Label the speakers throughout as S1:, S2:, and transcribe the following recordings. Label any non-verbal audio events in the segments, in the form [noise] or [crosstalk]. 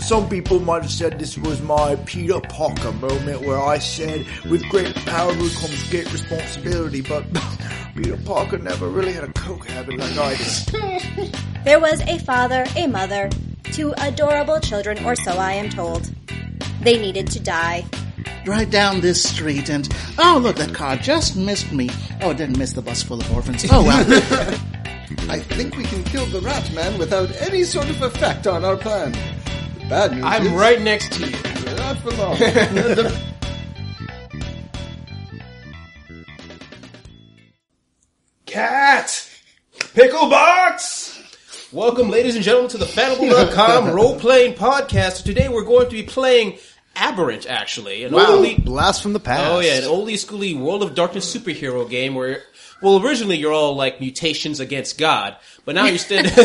S1: Some people might have said this was my Peter Parker moment where I said, with great power comes great responsibility, but [laughs] Peter Parker never really had a coke habit like I did.
S2: There was a father, a mother, two adorable children, or so I am told. They needed to die.
S3: Drive down this street and, oh, look, that car just missed me. Oh, it didn't miss the bus full of orphans.
S1: [laughs]
S3: Oh, well.
S4: [laughs] I think we can kill the rat man without any sort of effect on our plan. The bad news is
S5: I'm right next to you.
S4: we're not for long. The-
S5: Cat! Pickle box! Welcome, ladies and gentlemen, to the Fanable.com role playing podcast. Today we're going to be playing Aberrant, actually. An oldie,
S6: Blast from the past.
S5: oh, yeah, an oldie schooly World of Darkness superhero game where, well, originally you're all like mutations against God, but now you're still. [laughs]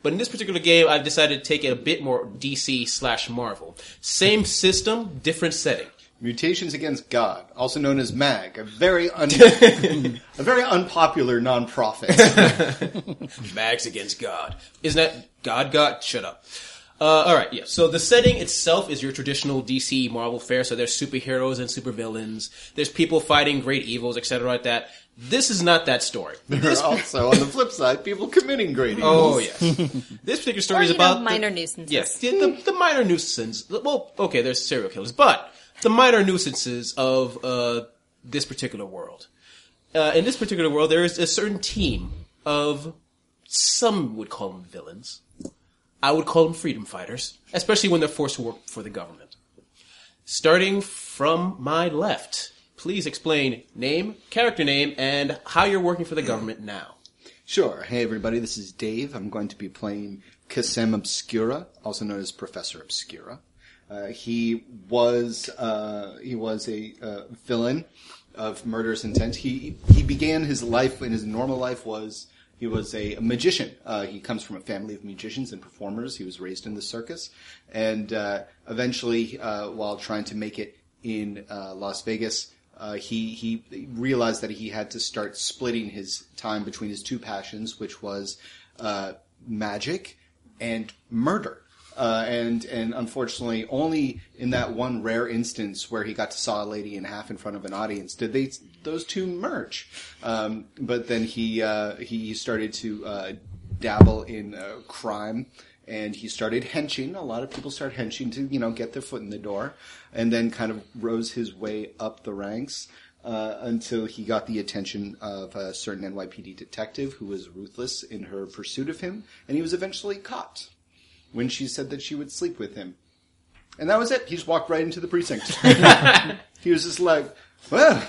S5: But in this particular game, I've decided to take it a bit more DC slash Marvel. Same system, different setting.
S4: Mutations Against God, also known as MAG, a very un- a very unpopular nonprofit.
S5: Mags against God. Isn't that God? God, shut up. Uh, all right, yeah. So the setting itself is your traditional DC Marvel fare. So there's superheroes and supervillains. There's people fighting great evils, etc. Like that. This is not that
S2: [laughs]
S5: story.
S4: There are also, on the flip side, people committing great evil.
S5: Oh
S2: [laughs]
S5: yes, this particular story
S2: Or,
S5: is
S2: you know,
S5: about
S2: minor
S5: the,
S2: nuisances.
S5: Yes, the, the, the minor nuisances. Well, okay, there's serial killers, but the minor nuisances of uh, this particular world. Uh, in this particular world, there is a certain team of some would call them villains. I would call them freedom fighters, especially when they're forced to work for the government. Starting from my left, please explain name, character name, and how you're working for the government now.
S4: Sure. Hey, everybody, this is Dave. I'm going to be playing Kasem Obscura, also known as Professor Obscura. Uh, he was uh, he was a uh, villain of murderous intent. He he began his life and his normal life was he was a magician. Uh, he comes from a family of magicians and performers. He was raised in the circus, and uh, eventually, uh, while trying to make it in uh, Las Vegas, uh, he he realized that he had to start splitting his time between his two passions, which was uh, magic and murder. Uh, and and unfortunately, only in that one rare instance where he got to saw a lady in half in front of an audience did they those two merge. Um, but then he uh, he started to uh, dabble in uh, crime and he started henching. A lot of people start henching to you know get their foot in the door, and then kind of rose his way up the ranks uh, until he got the attention of a certain NYPD detective who was ruthless in her pursuit of him, and he was eventually caught when she said that she would sleep with him. And that was it. He just walked right into the precinct. he was just like, well,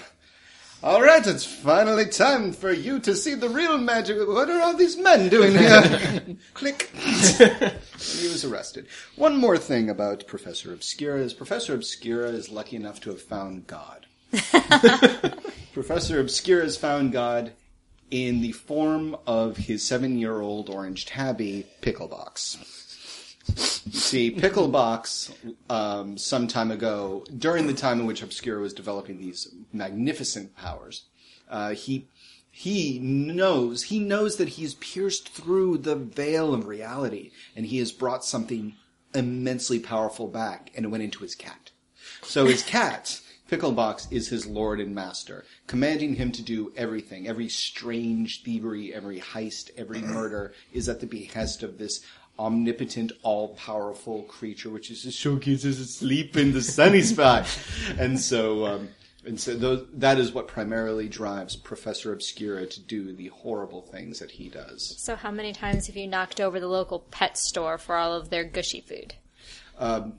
S4: all right, it's finally time for you to see the real magic. What are all these men doing here? Click. he was arrested. One more thing about Professor Obscura is Professor Obscura is lucky enough to have found God. Professor Obscura has found God in the form of his seven-year-old orange tabby, Picklebox. See, Picklebox, um, some time ago, during the time in which Obscura was developing these magnificent powers, uh, he he knows he knows that he's pierced through the veil of reality, and he has brought something immensely powerful back, and it went into his cat. So his cat, Picklebox, is his lord and master, commanding him to do everything. Every strange thievery, every heist, every murder is at the behest of this omnipotent, all-powerful creature, which is showcases asleep in the sunny spot. and so, um, and so those, that is what primarily drives Professor Obscura to do the horrible things that he does.
S7: So, how many times have you knocked over the local pet store for all of their gushy food?
S4: Um,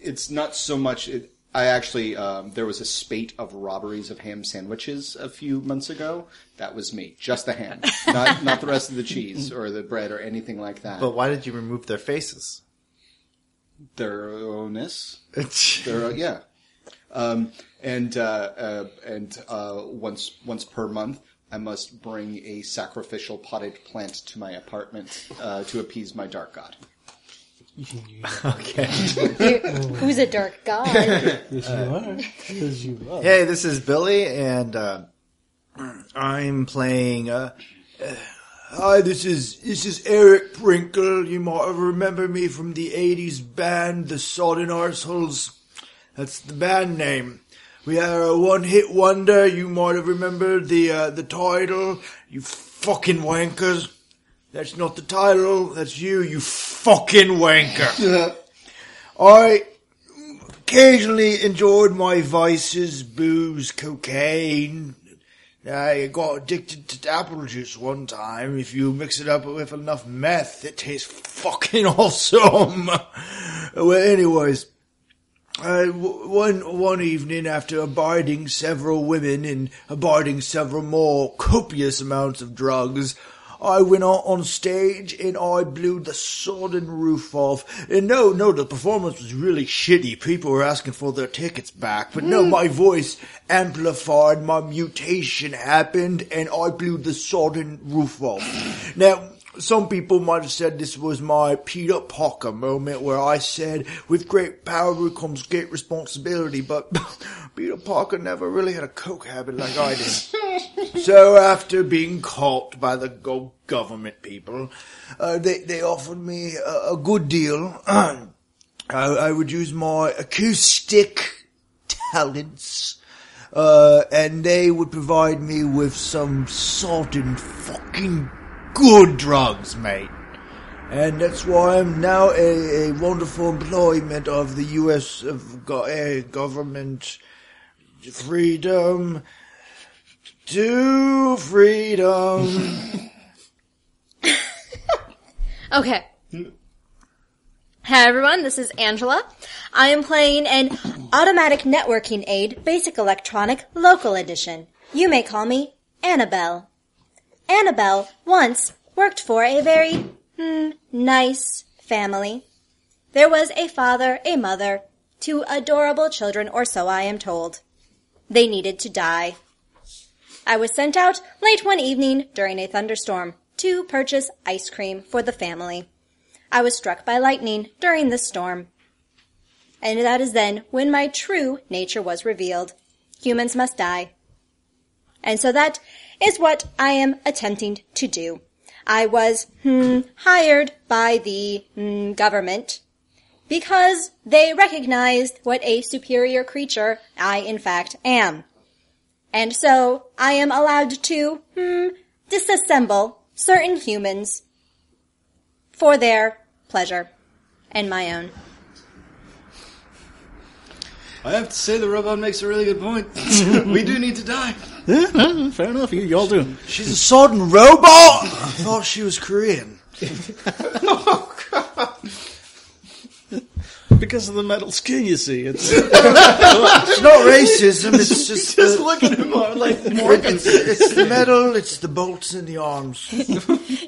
S4: It's not so much. It, I actually, um, there was a spate of robberies of ham sandwiches a few months ago. That was me, just the ham, not not the rest of the cheese or the bread or anything like that.
S6: But why did you remove their
S1: [laughs]
S6: faces?
S4: Thoroughness.
S6: It's-
S4: They're, uh, yeah. Um, and uh, uh, and uh, once once per month, I must bring a sacrificial potted plant to my apartment uh, to appease my dark god.
S2: Who's a dark god?
S6: hey, this is Billy, and uh, I'm playing uh, uh,
S1: Hi, this is this is Eric Prinkle. You might remember me from the '80s band, the Sodden Arseholes. That's the band name. We are a one-hit wonder. You might have remembered the uh, the title. You fucking wankers. That's not the title. That's you. You fucking wanker. I occasionally enjoyed my vices: booze, cocaine, I got addicted to apple juice one time. If you mix it up with enough meth, it tastes fucking [laughs] awesome. well, anyways, I, Uh, w- one one evening after abiding several women and abiding several more copious amounts of drugs, I went out on stage and I blew the sodden roof off. And no, no, the performance was really shitty. People were asking for their tickets back, but no, my voice amplified, my mutation happened, and I blew the sodden roof off. now. Some people might have said this was my Peter Parker moment where I said, with great power comes great responsibility, but [laughs] Peter Parker never really had a coke habit like I did. so after being caught by the go- government people, uh, they, they offered me a, a good deal. [clears throat] I, I would use my acoustic talents uh, and they would provide me with some certain fucking good drugs, mate. And that's why I'm now a, a wonderful employment of the U.S. Of go- eh, government freedom to freedom.
S7: Okay. Hi everyone, this is Angela.
S2: I am playing an automatic networking aid, basic electronic, local edition. You may call me Annabelle. Annabelle once worked for a very, hmm, nice family. There was a father, a mother, two adorable children, or so I am told. They needed to die. I was sent out late one evening during a thunderstorm to purchase ice cream for the family. I was struck by lightning during the storm and that is then when my true nature was revealed. Humans must die. And so that is what I am attempting to do. I was hmm, hired by the hmm, government because they recognized what a superior creature I in fact am. And so I am allowed to hmm, disassemble certain humans for their pleasure and my own.
S4: I have to say, the robot makes a really
S1: [laughs]
S4: good point. we do need to die.
S3: Fair enough, you, you all do.
S1: She's a sodden robot. I thought she was [laughs] Korean. Oh,
S3: Because of the metal skin, you see.
S4: [laughs]
S3: It's
S1: It's not racism. It's just
S4: Just
S1: the,
S4: look at him
S1: [laughs]
S4: like
S1: it's, it's the metal. It's the bolts in the arms.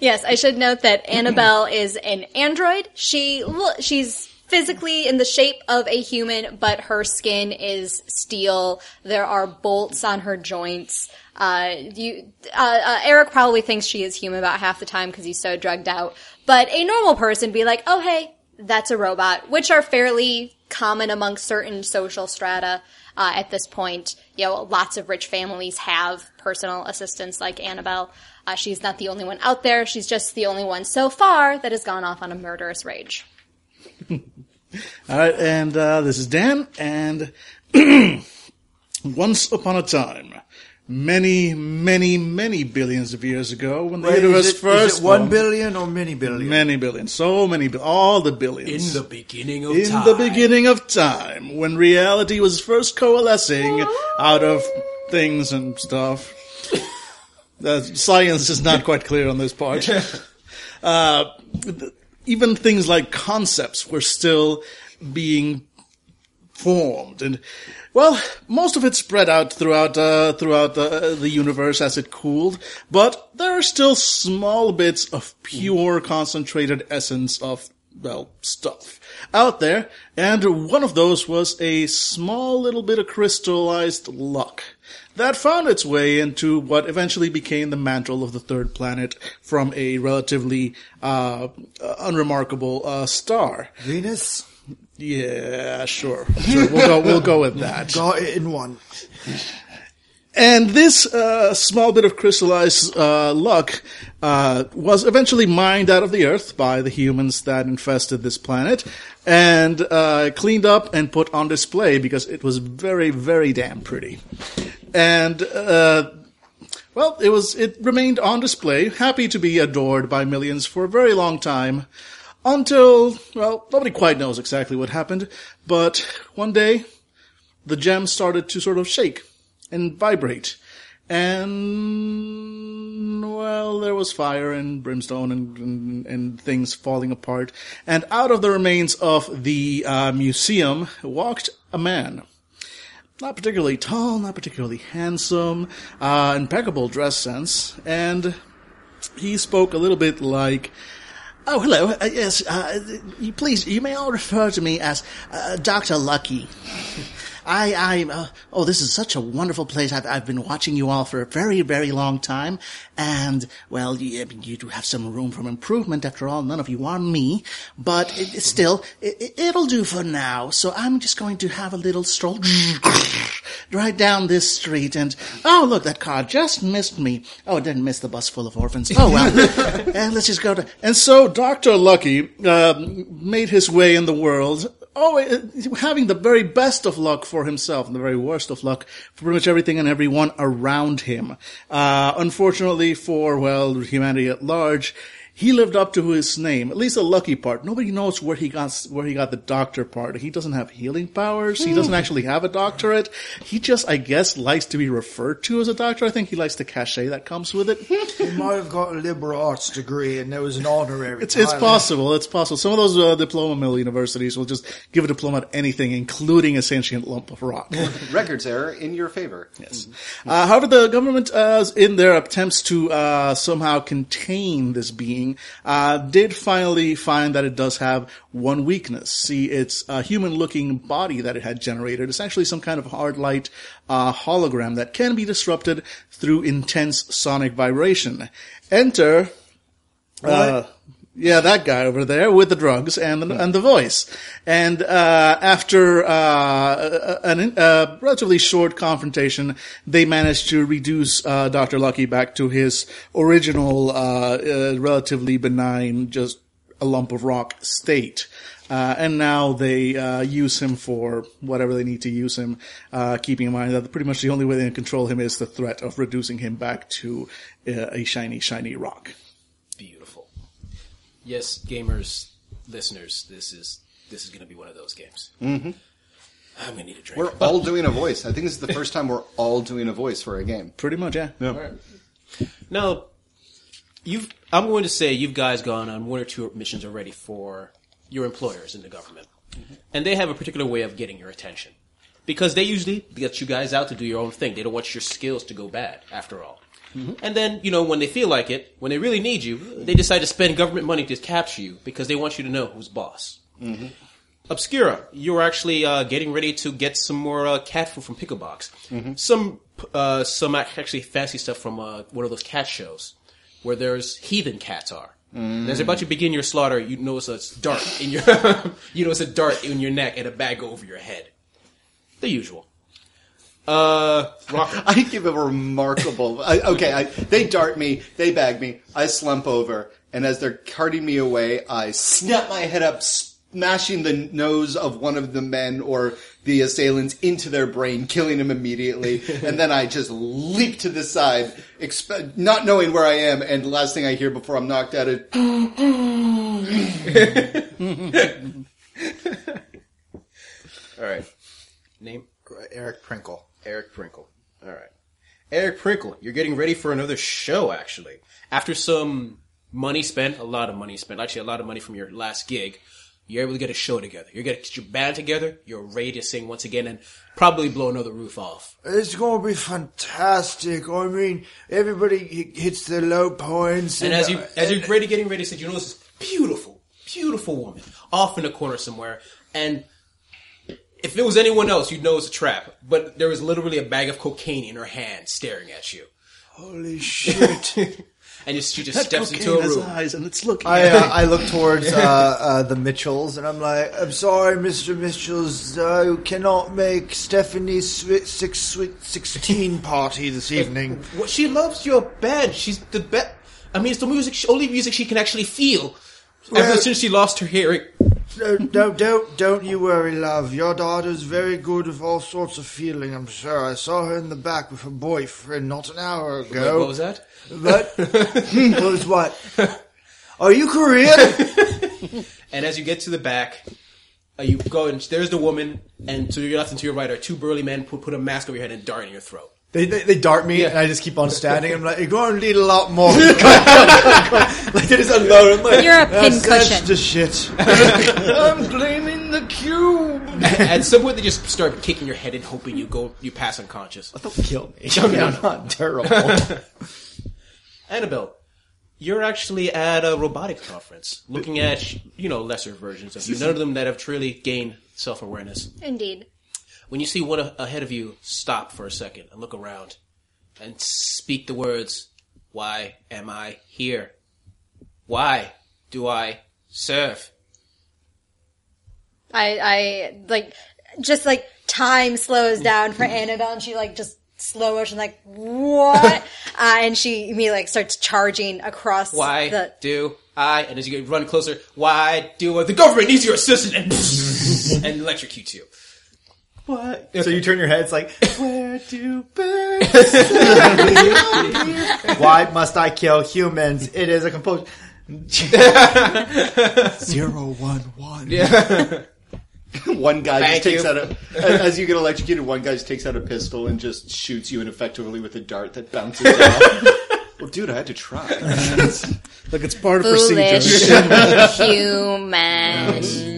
S7: Yes, I should note that Annabelle [clears throat] is an android. She lo- she's physically in the shape of a human, but her skin is steel. There are bolts on her joints. Uh, you, uh, uh, Eric probably thinks she is human about half the time because he's so drugged out. But a normal person be like, "Oh hey, that's a robot," which are fairly common among certain social strata. Uh, at this point, you know, lots of rich families have personal assistants like Annabelle. Uh, she's not the only one out there. She's just the only one so far that has gone off on a murderous rage.
S3: All right, and uh, this is Dan. And [clears throat] once upon a time, many, many, many billions of years ago, when the
S1: Wait,
S3: universe
S1: is it,
S3: first
S1: is it one
S3: formed-
S1: billion or many billion?
S3: many billions, so many, bi- all the
S5: In
S3: billions.
S5: the beginning of
S3: In
S5: time.
S3: the beginning of time, when reality was first coalescing out of things and stuff. Uh, science is not quite clear on this part. Uh, th- even things like concepts were still being formed, and well, most of it spread out throughout uh, throughout uh, the universe as it cooled. But there are still small bits of pure, concentrated essence of well stuff out there, and one of those was a small little bit of crystallized luck that found its way into what eventually became the mantle of the third planet from a relatively uh, unremarkable uh, star.
S1: Venus
S3: Yeah, sure. Sure, we'll go. We'll go with that.
S1: got it in one.
S3: And this uh, small bit of crystallized uh, luck uh, was eventually mined out of the earth by the humans that infested this planet and uh, cleaned up and put on display because it was very, very damn pretty. And uh, well, it was. It remained on display, happy to be adored by millions for a very long time, until well, nobody quite knows exactly what happened. But one day, the gem started to sort of shake and vibrate, and well, there was fire and brimstone and and, and things falling apart. And out of the remains of the uh, museum walked a man not particularly tall, not particularly handsome, uh, impeccable dress sense, and he spoke a little bit like, "Oh, hello, uh, yes, uh, you, please, you may all refer to me as uh, Doctor Lucky." [laughs] I, I, uh, oh, this is such a wonderful place. I've, I've been watching you all for a very, very long time. And, well, you, I mean, you do have some room for improvement. After all, none of you are me. But it, it's still, it, it- it'll do for now. So I'm just going to have a little stroll [laughs] right down this street. And, oh, look, that car just missed me. Oh, it didn't miss the bus full of orphans. Oh, [laughs] well. Eh, let's just go to, and so Dr. Lucky, um made his way in the world oh, uh, having the very best of luck for himself and the very worst of luck for pretty much everything and everyone around him. Uh, unfortunately for, well, humanity at large, he lived up to his name, at least the lucky part. Nobody knows where he got, where he got the doctor part. He doesn't have healing powers. He doesn't actually have a doctorate. He just, I guess, likes to be referred to as a doctor. I think he likes the cachet that comes with it.
S1: He might have got a liberal arts degree and there was an honorary.
S3: It's, it's
S1: title.
S3: possible. It's possible. Some of those uh, diploma mill universities will just give a diploma at anything, including a sentient lump of rock.
S4: Records error in your favor.
S3: Yes. [laughs] Uh, however, the government, uh, in their attempts to uh, somehow contain this being, uh, did finally find that it does have one weakness. See, its uh, human-looking body that it had generated is actually some kind of hard light uh, hologram that can be disrupted through intense sonic vibration. Enter. Uh, yeah, that guy over there with the drugs and the, and the voice. And uh, after uh, a- a- an, a relatively short confrontation, they managed to reduce uh, Doctor Lucky back to his original, uh, uh, relatively benign, just a lump of rock state. Uh, and now they uh, use him for whatever they need to use him, uh, keeping in mind that pretty much the only way they can control him is the threat of reducing him back to uh, a shiny, shiny rock.
S5: Beautiful. Yes, gamers, listeners, this is this is going to be one of those games. Mm-hmm. I'm going to need a drink.
S4: We're all doing a voice. I think this is the first time we're all doing a voice for a game.
S3: Pretty much, yeah.
S5: Now, you've. I'm going to say you've guys gone on one or two missions already for your employers in the government, and they have a particular way of getting your attention because they usually get you guys out to do your own thing. They don't want your skills to go bad, after all. And then you know when they feel like it, when they really need you, they decide to spend government money to capture you because they want you to know who's boss. Obscura, you're actually uh, getting ready to get some more uh, cat food from Picklebox. Some uh, some ac- actually fancy stuff from uh, one of those cat shows where there's heathen cats are. And As you're about to begin your slaughter, you notice a dart in your [laughs] you notice a dart in your neck and a bag over your head. The usual. Uh, Rocker.
S4: [laughs] I give a remarkable. I, okay, I, they dart me, they bag me, I slump over, and as they're carting me away, I snap my head up, smashing the nose of one of the men or the assailants into their brain, killing him immediately, and then I just leap to the side, expe- not knowing where I am, and the last thing I hear before I'm knocked out is.
S6: All right.
S5: Name?
S6: Eric Prinkle.
S5: Eric Prinkle. All right. Eric Prinkle, you're getting ready for another show, actually. After some money spent, a lot of money spent, actually a lot of money from your last gig, you're able to get a show together. You're going to get your band together, you're ready to sing once again, and probably blow another roof off.
S1: It's going to be fantastic. I mean, everybody hi- hits their low points. uh,
S5: And as you as you're ready getting ready, said you notice this beautiful, beautiful woman off in a corner somewhere, and if it was anyone else, you'd know it's a trap. But there was literally a bag of cocaine in her hand, staring at you.
S1: Holy shit.
S5: and just, she just
S3: That
S5: steps into
S3: cocaine
S5: a
S3: has
S5: room.
S3: eyes and it's looking.
S1: I,
S3: at
S1: uh, I look towards uh, uh, the Mitchells and I'm like, I'm sorry, Mr. Mitchells, I cannot make Stephanie's swi- six, swi- 16 party this evening.
S5: Well, she loves your band. She's the best. I mean, it's the music, she, only music she can actually feel.
S1: Well-
S5: Ever since she lost her hearing,
S1: No, no, don't, don't you worry, love. Your daughter's very good with all sorts of feeling, I'm sure. I saw her in the back with her boyfriend not an hour ago.
S5: what was that?
S1: But, what was what? Are you Korean?
S5: And as you get to the back, uh, you go and there's the woman, and to your left and to your right are two burly men who put a mask over your head and dart in your throat.
S1: they, they, they dart me and I just keep on standing. I'm like, you're going to need a lot more. like, they just unload. I'm like,
S7: You're a
S1: "That's- that's
S7: pincushion."
S1: the shit. I'm claiming the cube.
S5: At some point, they just start kicking your head and hoping you go, you pass unconscious.
S4: Don't kill me.
S5: no,
S4: I'm not terrible.
S5: Annabelle, you're actually at a robotics conference, looking at you know lesser versions of you. None of them that have truly gained self awareness.
S7: Indeed.
S5: When you see one a- ahead of you, stop for a second and look around, and speak the words, "Why am I here? Why do I serve?"
S7: I, I like just like time slows down for Annabelle, and she like just slow motion like [laughs] what, uh, and she immediately like starts charging across
S5: Why
S7: the.
S5: do I? And as you get run closer, why do I? The government needs your assistance, and, [laughs] and electrocutes you.
S6: So you turn your head. It's like, where do birds? sing?" Why must I kill humans? It is
S1: [laughs]
S6: a compulsion.
S4: Zero one one.
S5: Yeah.
S4: one guy
S5: Thank
S4: just takes
S5: you.
S4: out a as you get electrocuted. One guy just takes out a pistol and just shoots you ineffectively with a dart that bounces
S5: [laughs]
S4: off. Well, dude, I had to try.
S3: it. Like it's part of procedure.
S7: Foolish human.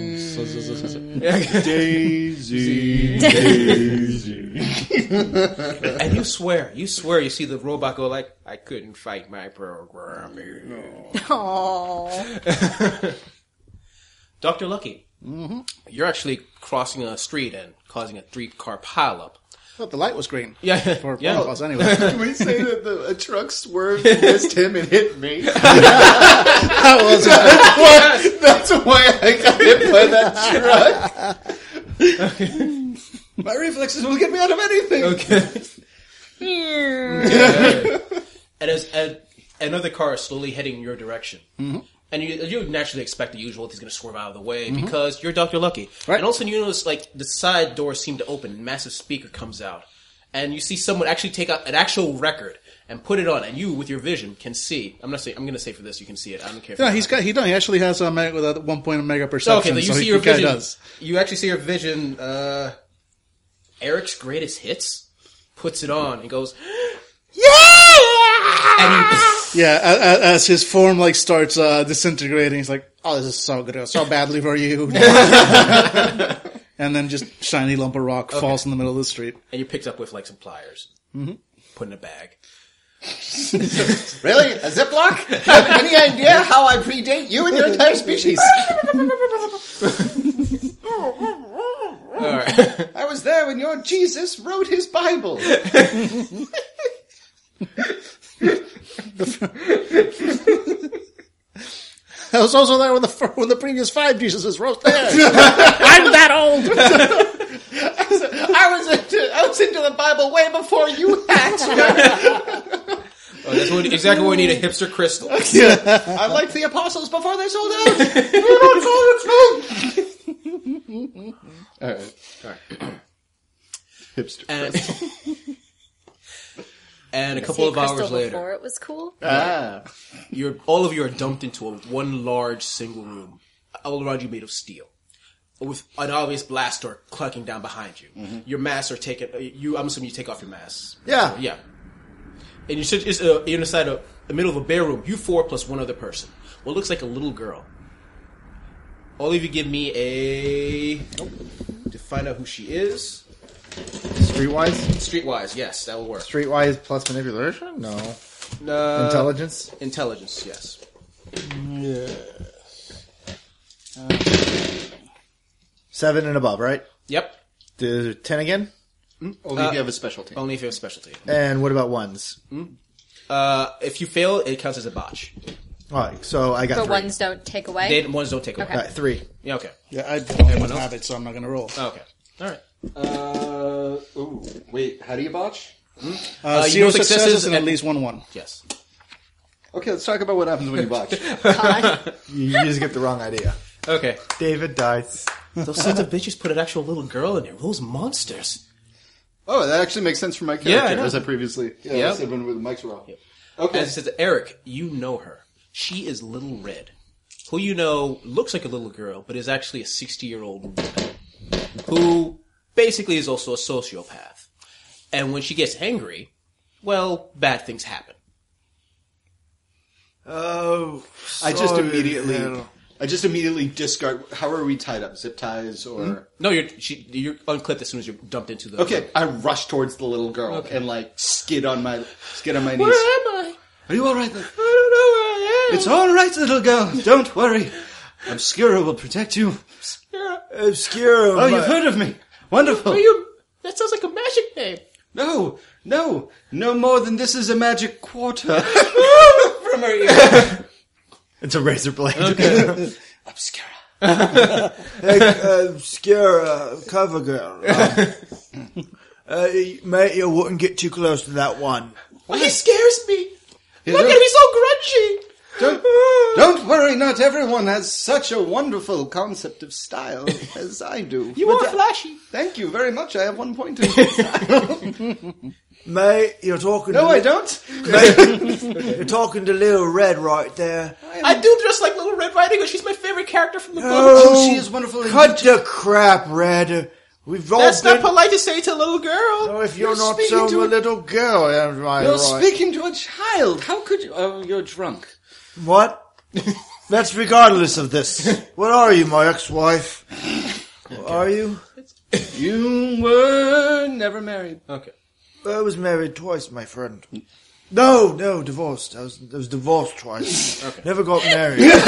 S4: Daisy, Daisy.
S5: And you swear, you swear, you see the robot go like, "I couldn't fight my programming."
S7: Aww.
S5: Doctor Lucky, you're actually crossing a street and causing a three-car pileup.
S3: Thought [laughs] the light was green.
S5: Yeah, [laughs]
S3: For
S5: yeah.
S3: one of us,
S5: [laughs]
S3: anyway.
S4: Can we say that the, a truck [laughs] swerved, missed him, and hit [laughs] me?
S3: that was a
S4: That's why I got hit by that truck.
S3: My reflexes will get me out of anything.
S5: Okay. and as, as another car is slowly heading your direction,
S3: Mm-hmm.
S5: and you, you would naturally expect the usual, he's going to swerve out of the way because you're Doctor Lucky.
S3: Mm-hmm. Right.
S5: And also, you notice like the side door seemed to open, and massive speaker comes out, and you see someone actually take out an actual record and put it on, and you with your vision can see. I'm not saying I'm going to say for this, you can see it. I don't care. if
S3: No,
S5: you're
S3: he's
S5: not.
S3: got. He done. He actually has a meg, with a one point of mega
S5: So,
S3: perception.
S5: okay, but you
S3: so
S5: see
S3: he,
S5: your
S3: he kinda
S5: vision.
S3: Does.
S5: You actually see your vision. Uh, Eric's greatest hits puts it on and goes, [gasps] yeah. And
S3: Yeah, a- a- as his form like starts uh, disintegrating, he's like, "Oh, this is so good, so badly for you." [laughs] and then just shiny lump of rock falls in the middle of the street.
S5: and you picked up with like some pliers, mm-hmm. put in a bag.
S4: [laughs] Really? A Ziploc? Have any idea how I predate you and your entire [laughs] species?
S5: All right.
S4: I was there when your Jesus wrote his Bible.
S3: I was also there when the fir- when the previous five Jesuses rose there.
S5: [laughs]
S3: I'm that old.
S4: I was into, I was into the Bible way before you had.
S5: Oh, that's what, exactly what we need a hipster crystal.
S4: I liked the apostles before they sold out. All right. Hipster.
S5: And, and a couple of hours later,
S7: before it was cool.
S4: Ah.
S5: you're all of you are dumped into a one large single room, all around you made of steel, with an obvious blast door clucking down behind you. Your masks are taken. uh, You, I'm assuming you take off your masks.
S1: Yeah.
S5: yeah. And you sit is, uh, you're inside a, the middle of a bare room. You four plus one other person. What looks like a little girl. All of you give me a to find out who she is.
S6: Streetwise?
S5: Streetwise, yes, that will work.
S6: Streetwise plus manipulation? No.
S5: Uh,
S6: Intelligence?
S5: Intelligence, yes.
S6: Seven and above, right?
S5: Yep.
S6: Do ten again?
S4: Only if you have a specialty.
S5: Only if you have specialty.
S6: And what about ones?
S5: Uh, if you fail, it counts as a botch.
S6: All right, so I got
S7: But
S6: three.
S7: ones don't take away.
S5: They, ones don't take away.
S6: All right, three.
S5: Yeah, okay.
S3: Yeah, I don't have it, so I'm not gonna roll.
S5: Okay. All right.
S4: Uh, ooh, wait, how do you botch?
S3: Uh,
S5: you
S3: zero
S5: know
S3: successes,
S5: successes
S3: and at
S5: and-
S3: least one one.
S5: Yes.
S4: Okay, let's talk about what happens when you botch.
S6: You you just get the wrong idea.
S5: Okay.
S6: David dies.
S5: [laughs] Those sons of bitches put an actual little girl in there. Those monsters.
S4: oh, that actually makes sense for my character,
S5: Yeah, I know.
S4: as I previously yeah,
S5: Yep.
S4: I said when with Mike's roll. Okay,
S5: As it says, Eric, you know her. She is Little Red, who you know looks like a little girl, but is actually a 60 year old woman who basically is also a sociopath. And when she gets angry, well, bad things happen.
S1: Oh,
S4: I just
S1: sorry,
S4: immediately,
S1: Hannah.
S4: I just immediately discard. How are we tied up? Zip ties or?
S5: No, you're she, you're unclipped as soon as you're dumped into the.
S4: Okay, I rush towards the little girl and like skid on my skid on my knees.
S5: I?
S4: Are you all right? Then?
S5: I
S4: It's all right, little girl. Don't worry. Obscura will protect you.
S1: Obscura.
S4: Oh,
S1: my-
S4: you've heard of me. Wonderful.
S5: That sounds like a magic name.
S4: No, no, no more than this is a magic quarter.
S5: From her ear.
S6: It's a razor blade.
S4: Obscura.
S1: uh, Obscura cover girl.
S4: [laughs]
S1: Um, uh, mate, you wouldn't get too close to that one.
S5: Well, he scares me.
S4: Yeah, don't-
S5: so grungy.
S4: don't, don't worry, not everyone has such a wonderful concept of style as I do.
S5: You
S4: But
S5: are
S4: I-
S5: flashy.
S4: Thank you very much. I have one point. In
S1: Mate, you're talking.
S4: no,
S1: to
S4: Oh, I don't.
S1: You're talking to Little Red right there.
S5: I do dress like Little Red Riding Hood. She's my favorite character from the book.
S1: Oh,
S4: she is wonderful. and
S1: Cut the crap, Red. We've all
S5: That's
S1: been.
S5: not polite to say to a little girl.
S1: Oh, if you're, not
S4: speaking
S1: so
S4: to
S1: a
S4: a-
S1: little girl, am I
S4: You're
S1: right?
S4: speaking to a child. How could you? Oh, you're drunk.
S1: what? That's regardless of
S4: [laughs]
S1: this. What are you, my ex-wife? Are you?
S4: You were never married.
S5: [laughs] Okay.
S1: I was married twice, my friend. No, no, divorced. I was, I was divorced
S4: [laughs]
S1: twice. Never got married.
S4: Just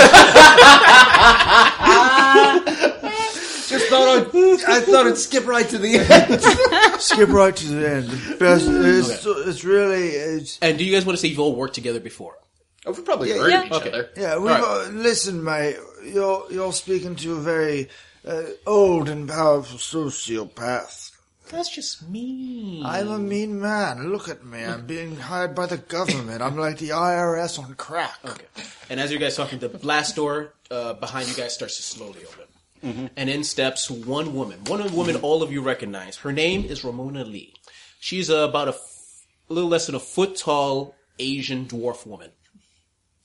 S4: thought I'd, I
S5: [laughs]
S4: thought I'd skip right to [laughs] the end.
S1: Skip right to the end. Best, it's, it's really, it's,
S5: And do you guys want to say you've all worked together before?
S4: Oh, we probably heard
S7: yeah.
S4: each other.
S1: yeah, we've,
S5: All
S1: uh, listen, mate, you're, you're speaking to a very uh, old and powerful sociopath.
S5: That's just me.
S1: I'm a mean man. Look at me. I'm being hired by the government. I'm like the IRS on crack.
S5: Okay. And as you guys talking, the blast door uh, behind you guys starts to slowly open.
S1: Mm-hmm.
S5: And in steps one woman. One woman all of you recognize. Her name is Ramona Lee. She's uh, about a, f- a little less than a foot tall Asian dwarf woman.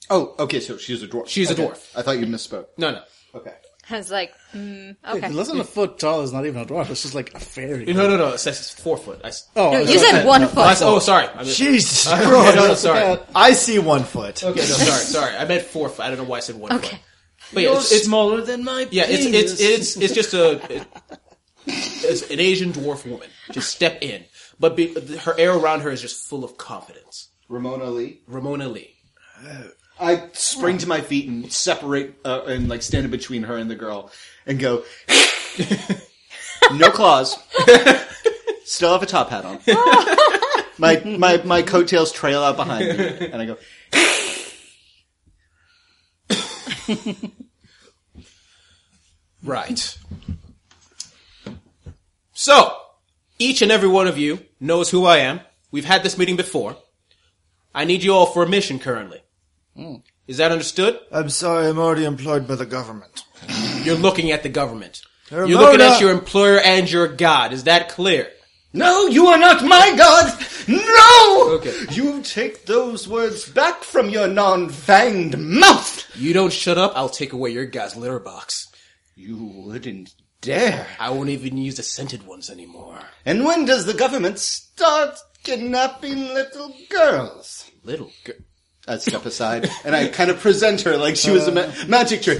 S4: Oh, okay. So she's a dwarf.
S5: She's a
S4: Okay.
S5: dwarf.
S4: I thought you misspoke.
S5: No, no.
S4: Okay.
S7: I was like, mm, okay.
S3: Less than a foot tall is not even a dwarf. It's just like a fairy.
S5: No, no, no. It says it's four foot. I, s-
S3: oh,
S7: you said one
S5: I s-
S7: foot.
S5: oh, sorry. I meant- [laughs]
S6: Jesus
S5: no,
S6: Christ.
S5: no, sorry. Okay,
S6: I see one foot.
S5: no, sorry, sorry. I meant four foot. I don't know why I said one foot.
S7: Okay.
S5: But yeah, it's, it's
S4: smaller than my.
S5: Yeah, it's it's it's it's just a it- it's an Asian dwarf woman. Just step in, but be, her air around her is just full of confidence.
S4: Ramona Lee.
S5: Ramona Lee.
S4: I spring to my feet and separate uh, and like stand in between her and the girl and go. no claws. Still have a top hat on. my my my coattails trail out behind me, and I go.
S5: Right. So, each and every one of you knows who I am. We've had this meeting before. I need you all for a mission currently. Is that understood?
S1: I'm sorry, I'm already employed by the government.
S5: You're looking at the government. You're
S1: Ramona!
S5: looking at your employer and your God. Is that clear?
S4: No, you are not my god! No!
S5: Okay.
S4: You take those words back from your non-fanged mouth!
S5: You don't shut up, I'll take away your God's litter box.
S4: You wouldn't dare.
S5: I won't even use the scented ones anymore.
S4: And when does the government start kidnapping little girls?
S5: Little girl.
S4: I step aside, and I kind of present her like she was a ma- magic trick.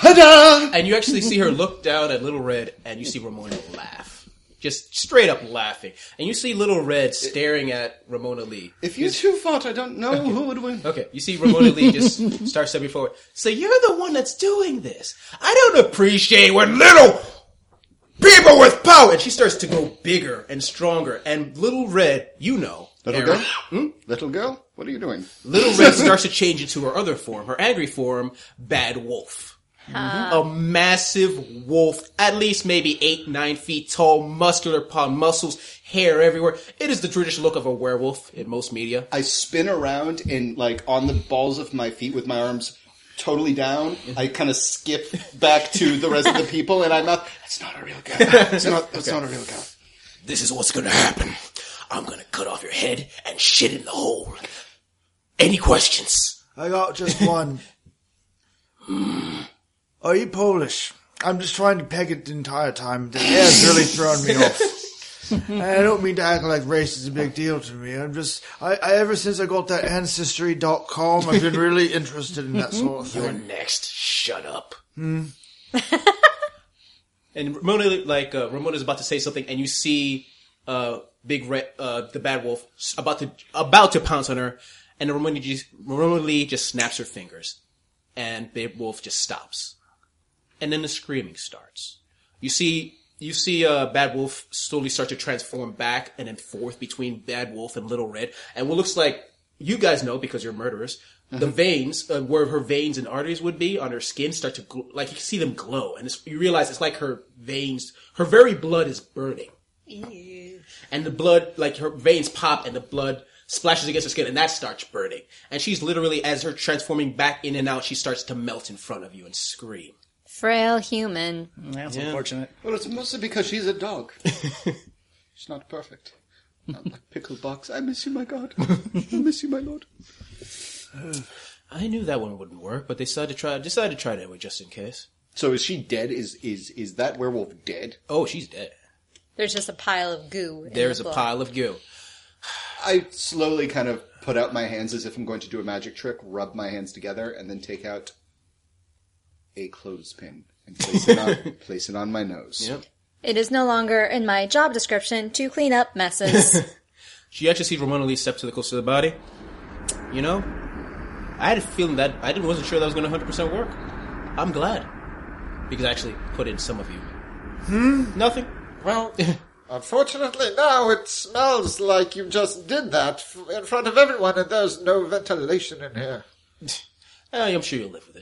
S4: Ta-da!
S5: And you actually see her look down at Little Red, and you see Ramona laugh. Just straight up laughing. And you see Little Red staring at Ramona Lee.
S4: If you two fought, I don't know who would win.
S5: Okay, you see Ramona Lee
S4: [laughs]
S5: just start stepping forward. So you're the one that's doing this. I don't appreciate when little people with power. And she starts to grow bigger and stronger. And Little Red, you know,
S4: Little girl? Hmm? Little girl? What are you doing?
S5: Little
S4: [laughs]
S5: Red starts to change into her other form, her angry form, Bad Wolf. A massive wolf, at least maybe eight, nine feet tall, muscular upon muscles, hair everywhere. It is the traditional look of a werewolf in most media.
S4: I spin around and like on the balls of my feet with my arms totally down. I kind of skip back to the rest of the people and I'm [laughs] out. It's not a real cow. It's not. It's Oh, not a real cow.
S5: This is what's gonna happen. I'm gonna cut off your head and shit in the hole. Any questions?
S1: I got just one. Are you Polish? I'm just trying to peg it the entire time. The air's really thrown me off. And I don't mean to act like race is a big deal to me. I'm just, I, I ever since I got that ancestry.com, I've been really interested in that sort of
S5: You're
S1: thing.
S5: next. Shut up. [laughs] and Ramona, like uh, Ramona, is about to say something, and you see uh, Big Red, uh, the Bad Wolf, s- about to about to pounce on her, and then Ramona, just, Ramona Lee just snaps her fingers, and Big Wolf just stops, and then the screaming starts. You see. You see, uh, Bad Wolf slowly start to transform back and then forth between Bad Wolf and Little Red, and what looks like you guys know because you're murderers. The veins, uh, where her veins and arteries would be on her skin, start to gl- like you can see them glow, and it's, you realize it's like her veins, her very blood is burning, and the blood, like her veins pop, and the blood splashes against her skin, and that starts burning. And she's literally, as her transforming back in and out, she starts to melt in front of you and scream.
S7: Frail human.
S3: That's unfortunate.
S4: Well, it's mostly because she's a dog. she's not perfect. Not like pickle box. I miss you, my god. I miss you, my lord.
S5: I knew that one wouldn't work, but they decided to try. Decided to try that way just in case.
S4: So is she dead? Is is is that werewolf dead?
S5: Oh, she's dead.
S7: There's just a pile of goo. in
S5: There's
S7: the
S5: a
S7: book.
S5: pile of goo.
S4: I slowly kind of put out my hands as if I'm going to do a magic trick, rub my hands together, and then take out a clothespin and place it on, place it on my nose.
S5: Yep.
S7: It is no longer in my job description to clean up
S5: [laughs]
S7: messes.
S5: She actually sees Ramona Lee step to the close to the body. You know, I had a feeling that I didn't wasn't sure that was going to 100% work. I'm glad because I actually put in some of you. Hmm. Nothing.
S8: Well, unfortunately, now it smells like you just did that f- in front of everyone, and there's no ventilation in here.
S5: Eh, I'm sure you'll live with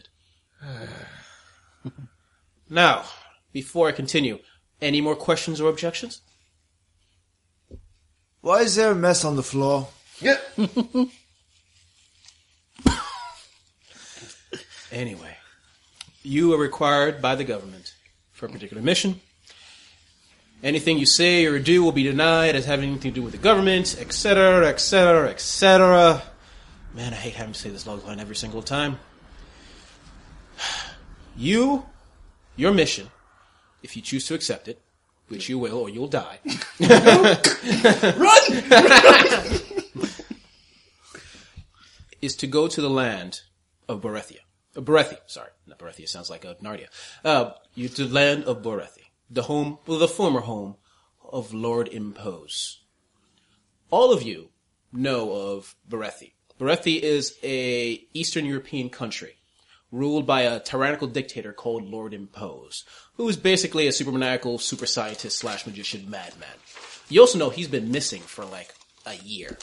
S5: it. [sighs] now, before I continue, any more questions or objections?
S1: Why is there a mess on the floor?
S4: Yeah.
S5: Anyway, you are required by the government for a particular mission. Anything you say or do will be denied as having anything to do with the government, etc., etc., etc. Man, I hate having to say this log line every single time. [sighs] You, your mission, if you choose to accept it, which you will or you'll die. Run! is to go to the land of Borethia. Uh, Borethi, sorry. Not Borethia, sounds like a Narnia. Uh, you to the land of Borethi. The home, well, the former home of Lord Impose. All of you know of Borethi. Borethi is a Eastern European country ruled by a tyrannical dictator called Lord Impose, who is basically a supermaniacal super scientist slash magician madman. You also know he's been missing for like a year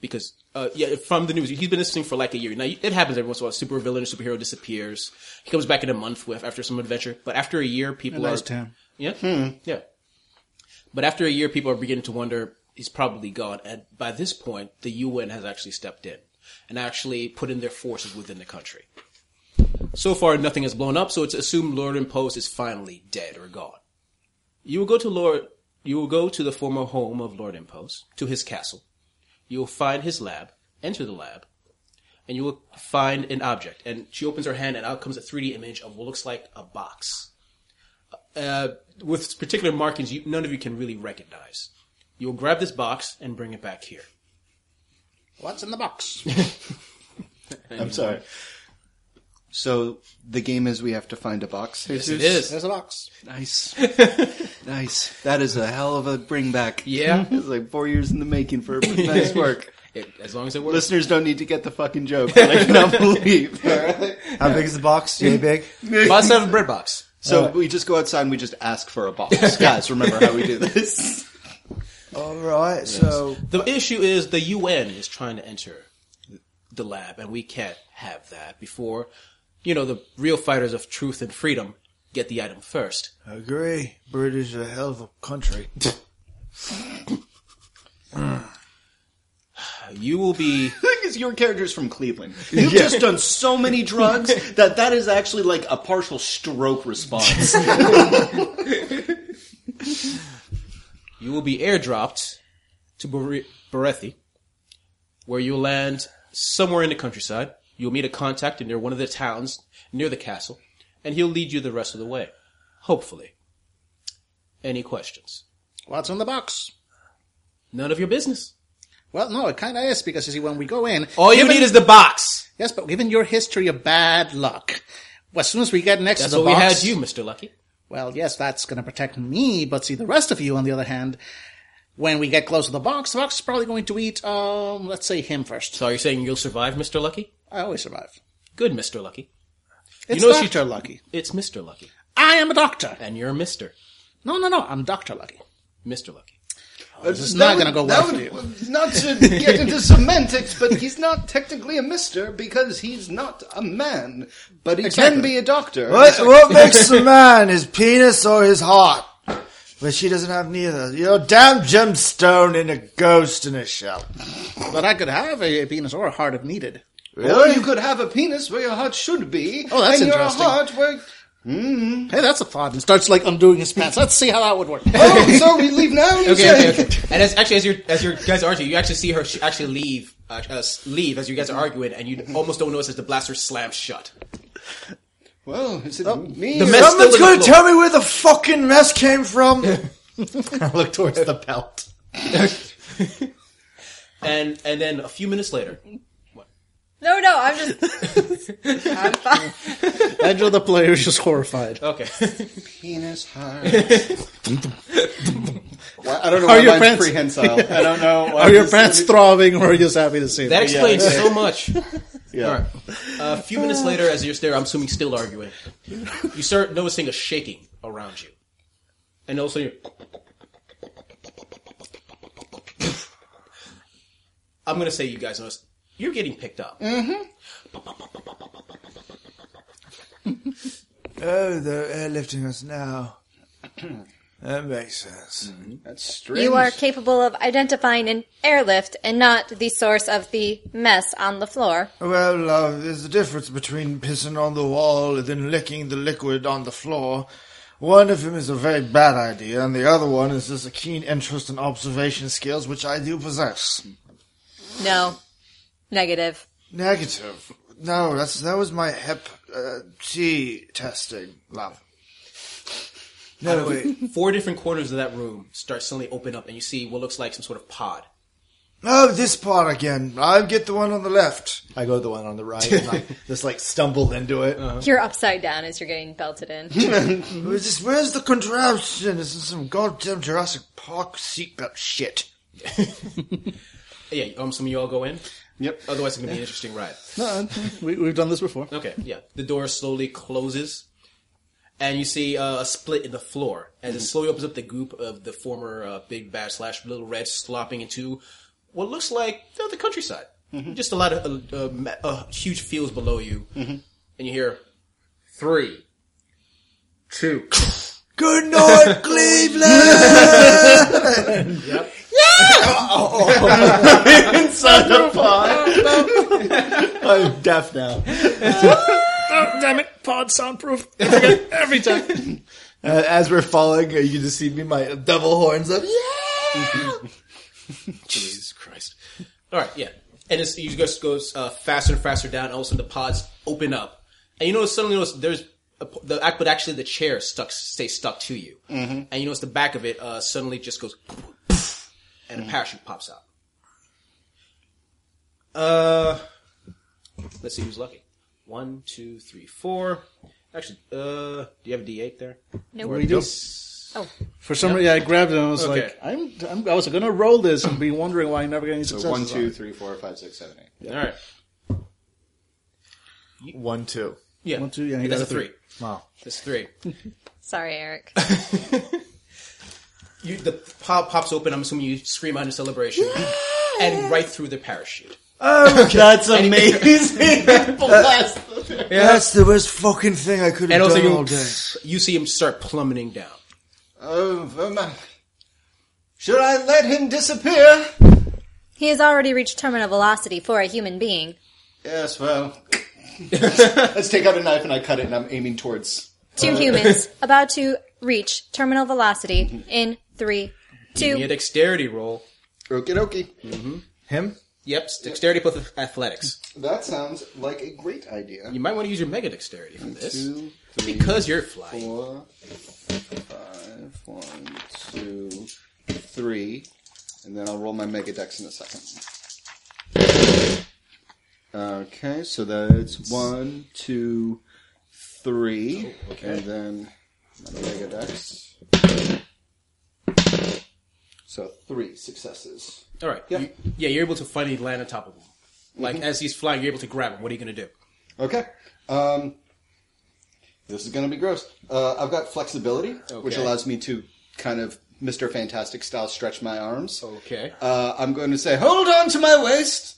S5: because uh, yeah, from the news, he's been missing for like a year. Now it happens every once in a while. Super villain or superhero disappears. He comes back in a month with after some adventure, but after a year, people
S3: Nice
S5: are
S3: town.
S5: yeah, yeah. But after a year, people are beginning to wonder he's probably gone. And by this point, the UN has actually stepped in and actually put in their forces within the country. So far, nothing has blown up, so it's assumed Lord Impose is finally dead or gone. You will go to Lord. You will go to the former home of Lord Impose, to his castle. You will find his lab. Enter the lab, and you will find an object. And she opens her hand, and out comes a 3D image of what looks like a box uh, with particular markings you, none of you can really recognize. You'll grab this box and bring it back here.
S4: [laughs] What's in the box? I'm sorry. So the game is we have to find a box. Yes,
S5: it is.
S4: There's a box.
S3: Nice.
S4: [laughs]
S3: nice.
S4: That is a hell of a bring back.
S5: Yeah.
S4: [laughs] it's like four years in the making for nice work.
S5: It, as long as it works.
S4: Listeners don't need to get the fucking joke. but I [laughs] cannot believe.
S6: How big is the box? Yay big.
S5: About seven bread box.
S4: [laughs] So we just go outside and we just ask for a box. Guys, remember how we do this.
S1: All right, so
S5: The issue is the UN is trying to enter the lab, and we can't have that before, you know, the real fighters of truth and freedom get the item first.
S1: agree. British a hell of a country.
S5: You will be.
S4: thing is, your character's from Cleveland. You've just done so many drugs that that is actually like a partial stroke response.
S5: You will be airdropped to Bere- Berethi, where you'll land somewhere in the countryside. You'll meet a contact near one of the towns near the castle, and he'll lead you the rest of the way. Hopefully. Any questions?
S3: What's on the box?
S5: None of your business.
S3: Well, no, it kind of is because you see, when we go in,
S5: All you
S3: given-
S5: need is the box.
S3: yes, but given your history of bad luck, well, as soon as we get next
S5: That's
S3: to the
S5: what we
S3: box,
S5: had you, Mr. Lucky.
S3: Well, yes, that's going to protect me, but see, the rest of you, on the other hand, when we get close to the box, the box is probably going to eat, um, let's say him first.
S5: So are you saying you'll survive, Mr. Lucky?
S3: I always survive.
S5: Good, Mr. Lucky.
S3: It's
S5: know she-
S3: Dr. Lucky.
S5: It's Mr. Lucky.
S3: I am a doctor.
S5: And you're Mr.
S3: No, no, no, I'm Dr. Lucky.
S5: Mr. Lucky.
S4: this
S3: is not gonna go well for [laughs]
S4: Not to get into semantics, but he's not technically a mister because he's not a man, but he
S3: Exactly.
S4: can be a doctor.
S1: What,
S6: [laughs]
S1: what makes a man, his penis or his heart? But she doesn't have neither. You're a damn gemstone and a ghost in a shell.
S3: But I could have a, a penis or a heart if needed.
S4: Or you could have a penis where your heart should be,
S3: Oh, that's
S4: and your
S3: interesting.
S4: heart where.
S3: Hey, that's a thought. And starts, like, undoing his pants. Let's see how that [laughs] would work.
S4: Oh, so we leave now? You
S5: Okay,
S4: say?
S5: okay, okay. [laughs] And as, actually, as you as you guys are arguing, you actually see her sh- actually leave, uh, us leave as you guys are arguing, and you almost don't notice as the blaster slams shut.
S4: Well, is it me?
S5: The mess still
S4: or-
S1: Someone's
S5: in the
S1: gonna
S5: floor.
S1: tell me where the fucking mess came
S6: [laughs]
S1: from.
S4: look towards the belt.
S5: And and then a few minutes later,
S7: No, no, I'm just. I'm fine.
S3: Edge the player is just horrified.
S5: okay, [laughs]
S4: Penis heart. Well, I don't know
S3: Are
S4: why
S3: your
S4: mine's
S3: pants-
S4: prehensile. [laughs] I don't know. Why
S3: Are your
S4: this-
S3: pants throbbing or are you just happy to see
S5: that
S3: them?
S5: explains so much.
S4: Yeah.
S5: All right. Uh, A few minutes later, as you're there, I'm assuming still arguing, you start noticing a shaking around you, and also you. I'm gonna say you guys notice you're getting picked up.
S1: oh, they're airlifting us now. [clears throat] That makes sense.
S4: That's strange.
S7: You are capable of identifying an airlift and not the source of the mess on the floor.
S5: Oh.
S1: Well, Oh, love, there's a difference between pissing on the wall and then licking the liquid on the floor. One of them is a very bad idea, and the other one is just a keen interest in observation skills, which I do possess.
S7: No. Negative.
S1: Negative. No, that's that was my hep uh, T testing, love. No, wait.
S5: four different corners of that room start suddenly open up, and you see what looks like some sort of pod.
S1: Oh, this part again. I'll get the one on the
S4: [laughs]
S1: left.
S6: I go to the one on the
S1: [laughs]
S6: right and I just like stumble into it.
S7: You're upside down as you're getting belted
S5: [laughs]
S7: in.
S1: Where's, this, where's the contraption? This is some goddamn Jurassic Park seatbelt shit.
S5: Yeah, um, I'm assuming you all go in.
S4: Yep.
S5: Otherwise, it's gonna be an interesting ride.
S3: No, we, we've done this before.
S5: Okay, yeah. The door slowly closes, and you see uh, a split in the floor as it slowly opens up. The group of the former uh, Big Bad slash Little Red slopping into what looks like you know, the countryside. Just a lot of uh, uh, ma- uh, huge fields below you, and you hear three, two.
S1: Good
S6: [laughs]
S1: night, Cleveland.
S6: Oh, [laughs] I'm deaf now. Ah!
S3: Oh, damn it. Pod soundproof. I forget every time.
S6: [laughs] Uh, as we're falling, uh, you just see me my double horns up. [laughs]
S5: Jesus Christ. [laughs] All right, yeah. And it's, you just goes uh, faster and faster down. and All of a sudden, the pods open up, and you notice suddenly notice there's a, p- the act, but actually the chair stuck stays stuck to you, mm-hmm. and you notice the back of it uh, suddenly just goes, [laughs] and a parachute pops out. Uh, let's see who's lucky. One, two, three, four. Actually, uh, do you have a D eight there?
S7: No.
S3: We do.
S7: Oh.
S3: For some reason, I grabbed it and I was
S5: Okay.
S3: like, I'm, I'm, I was going to roll this and be wondering why I never get any success.
S4: So one, two, three, four, five, six, seven, eight.
S5: All right.
S6: One, two.
S5: Yeah.
S3: One, two, yeah, you
S5: That's
S3: got
S5: a
S3: a three.
S5: three. Wow. That's three.
S7: Sorry, Eric.
S5: you, the pop pops open. I'm assuming you scream out in celebration, and right through the parachute.
S3: That's amazing.
S6: [laughs]
S1: That's the worst fucking thing I could
S5: And
S1: have
S5: also,
S1: done
S5: you,
S1: all day.
S5: you see him start plummeting down.
S4: Oh, oh my. Should I let him disappear?
S2: He has already reached terminal velocity for a human being.
S4: Yes, well. Let's take out a knife and I cut it and I'm aiming towards.
S2: Two
S5: Uh. [laughs]
S2: humans about to reach terminal velocity
S5: Mm-hmm.
S2: in three,
S5: Give me a
S2: two.
S5: dexterity roll.
S4: Okie dokie.
S6: Him?
S5: Yep, dexterity plus athletics.
S4: That sounds like a great idea.
S5: You might want to use your mega dexterity for this
S4: Two, three,
S5: because you're flying.
S4: four, five, one, two, three, and then I'll roll my mega dex in a second. Okay, so that's one, two, three, and then my mega dex. So three successes.
S5: All right.
S4: Yeah.
S5: You, yeah, Mm-hmm. you're able to finally land on top of him. Like as he's flying, you're able to grab him. What are you going to do?
S4: Okay. Um, this is going to be gross. Uh, I've got flexibility, which
S5: Okay.
S4: allows me to kind of Mr. Fantastic style stretch my arms.
S5: Okay.
S4: Uh, I'm going to say, hold on to my waist.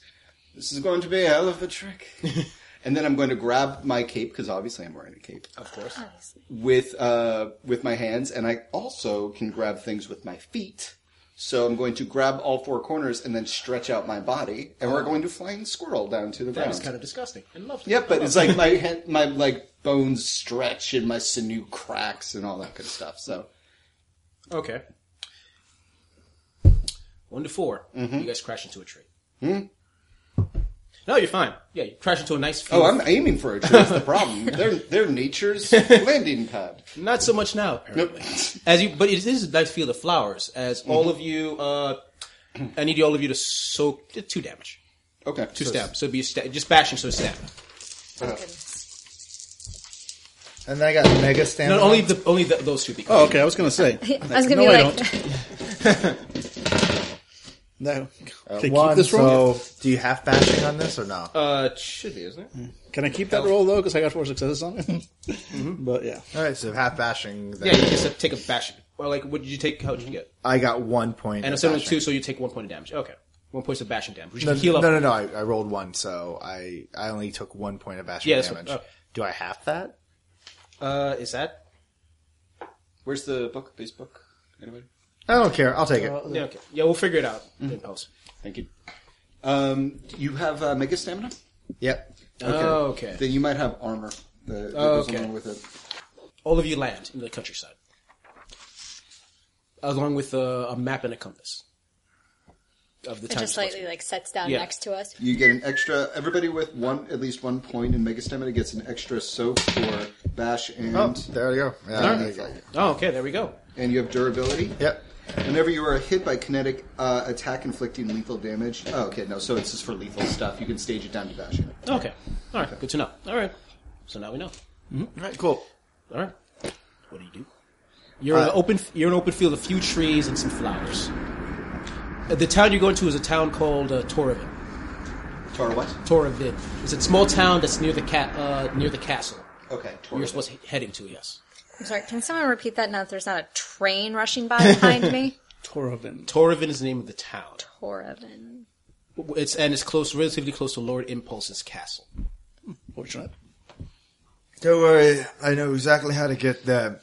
S4: This is going to be a hell of
S5: [laughs]
S4: a trick. and then I'm going to grab my cape because obviously I'm wearing a cape
S5: Of course.
S4: with uh, with my hands, and I also can grab things with my feet. So I'm going to grab all four corners and then stretch out my body, and we're going to flying squirrel down to the
S5: Oh. That
S4: ground.
S5: was kind of disgusting and lovely.
S4: Yep, but it's [laughs] like my hand, my like bones stretch and my sinew cracks and all that good stuff. So
S5: Okay. One to 4 You guys crash into a tree. Hmm? No, you're fine. Yeah, you crash into a nice field.
S4: oh, I'm aiming for a tree. That's the [laughs] problem. They're they're [laughs] nature's landing pad.
S5: Not so much now, apparently. As you, but it is a nice field of flowers. As all of you, uh, I need you all of you to soak uh, two damage,
S4: Okay,
S5: two
S4: so-
S5: stab. So it'd be a sta- just bashing, so stab.
S6: [laughs] And then I got mega stamina.
S5: Not only the only the, those two. Because
S3: oh, okay. I was gonna say.
S7: [laughs] I was gonna
S3: No,
S7: be
S3: I
S7: like,
S3: [laughs] No. Can I
S6: At
S3: keep
S6: one,
S3: this roll?
S6: so do you half bashing on this or no?
S5: uh, it should be, isn't it?
S3: Can I keep that roll though? Because I got four successes on it. [laughs] But yeah.
S6: All right, so half bashing. Then.
S5: Yeah, you just have to take a bash. Or like, what did you take? How did you get?
S6: I got one point.
S5: And a
S6: of
S5: seven
S6: bashing.
S5: two, so you take one point of damage. Okay, one point of bashing damage. Which you
S6: No,
S5: can heal up.
S6: no, no, no. I, I rolled one, so I I only took one point of bashing
S5: Yeah, that's
S6: damage.
S5: what- oh. okay.
S6: Do I half that?
S5: Uh, is that
S4: Where's the book? Base book? Anybody?
S6: I don't care. I'll take it.
S5: yeah? Okay. Yeah, we'll figure it out in post.
S4: Thank you. Um, you have uh, mega stamina.
S6: yep.
S5: Oh, okay.
S4: Then you might have armor that, that
S5: Oh,
S4: goes
S5: okay.
S4: along with it.
S5: All of you land in the countryside, along with a, a map and a compass of the
S7: it
S5: time.
S7: just
S5: slightly.
S7: slightly like sets down
S5: Yeah.
S7: next to us.
S4: You get an extra. Everybody with one at least one point in mega stamina gets an extra soak for bash and uh,
S6: Oh, there we go. Yeah, there you go.
S5: Oh, okay. There we go.
S4: and you have durability.
S6: Yep.
S4: Whenever you are hit by kinetic uh, attack inflicting lethal damage. Oh, okay, no, so it's just for lethal stuff. You can stage it down to dashing.
S5: Okay. All right. Good to know. All right. So now we know.
S6: All right, cool.
S5: All right. What do you do? You're in an open. You're in an open field of few trees and some flowers. Uh, The town you go into is a town called uh, Torovin.
S4: Tar what?
S5: Torovin. It's a small town that's near the ca- uh, near the castle.
S4: Okay, Tor.
S5: You're
S4: [laughs]
S5: supposed to he- heading to yes.
S7: I'm sorry, can someone repeat that now that there's not a train rushing by
S5: [laughs]
S7: behind me?
S3: Torovin.
S5: Torovin is the name of the town.
S7: Horrible.
S5: It's and it's close, relatively close to Lord Impulse's castle.
S3: Fortunate.
S1: Don't worry, I know exactly how to get there.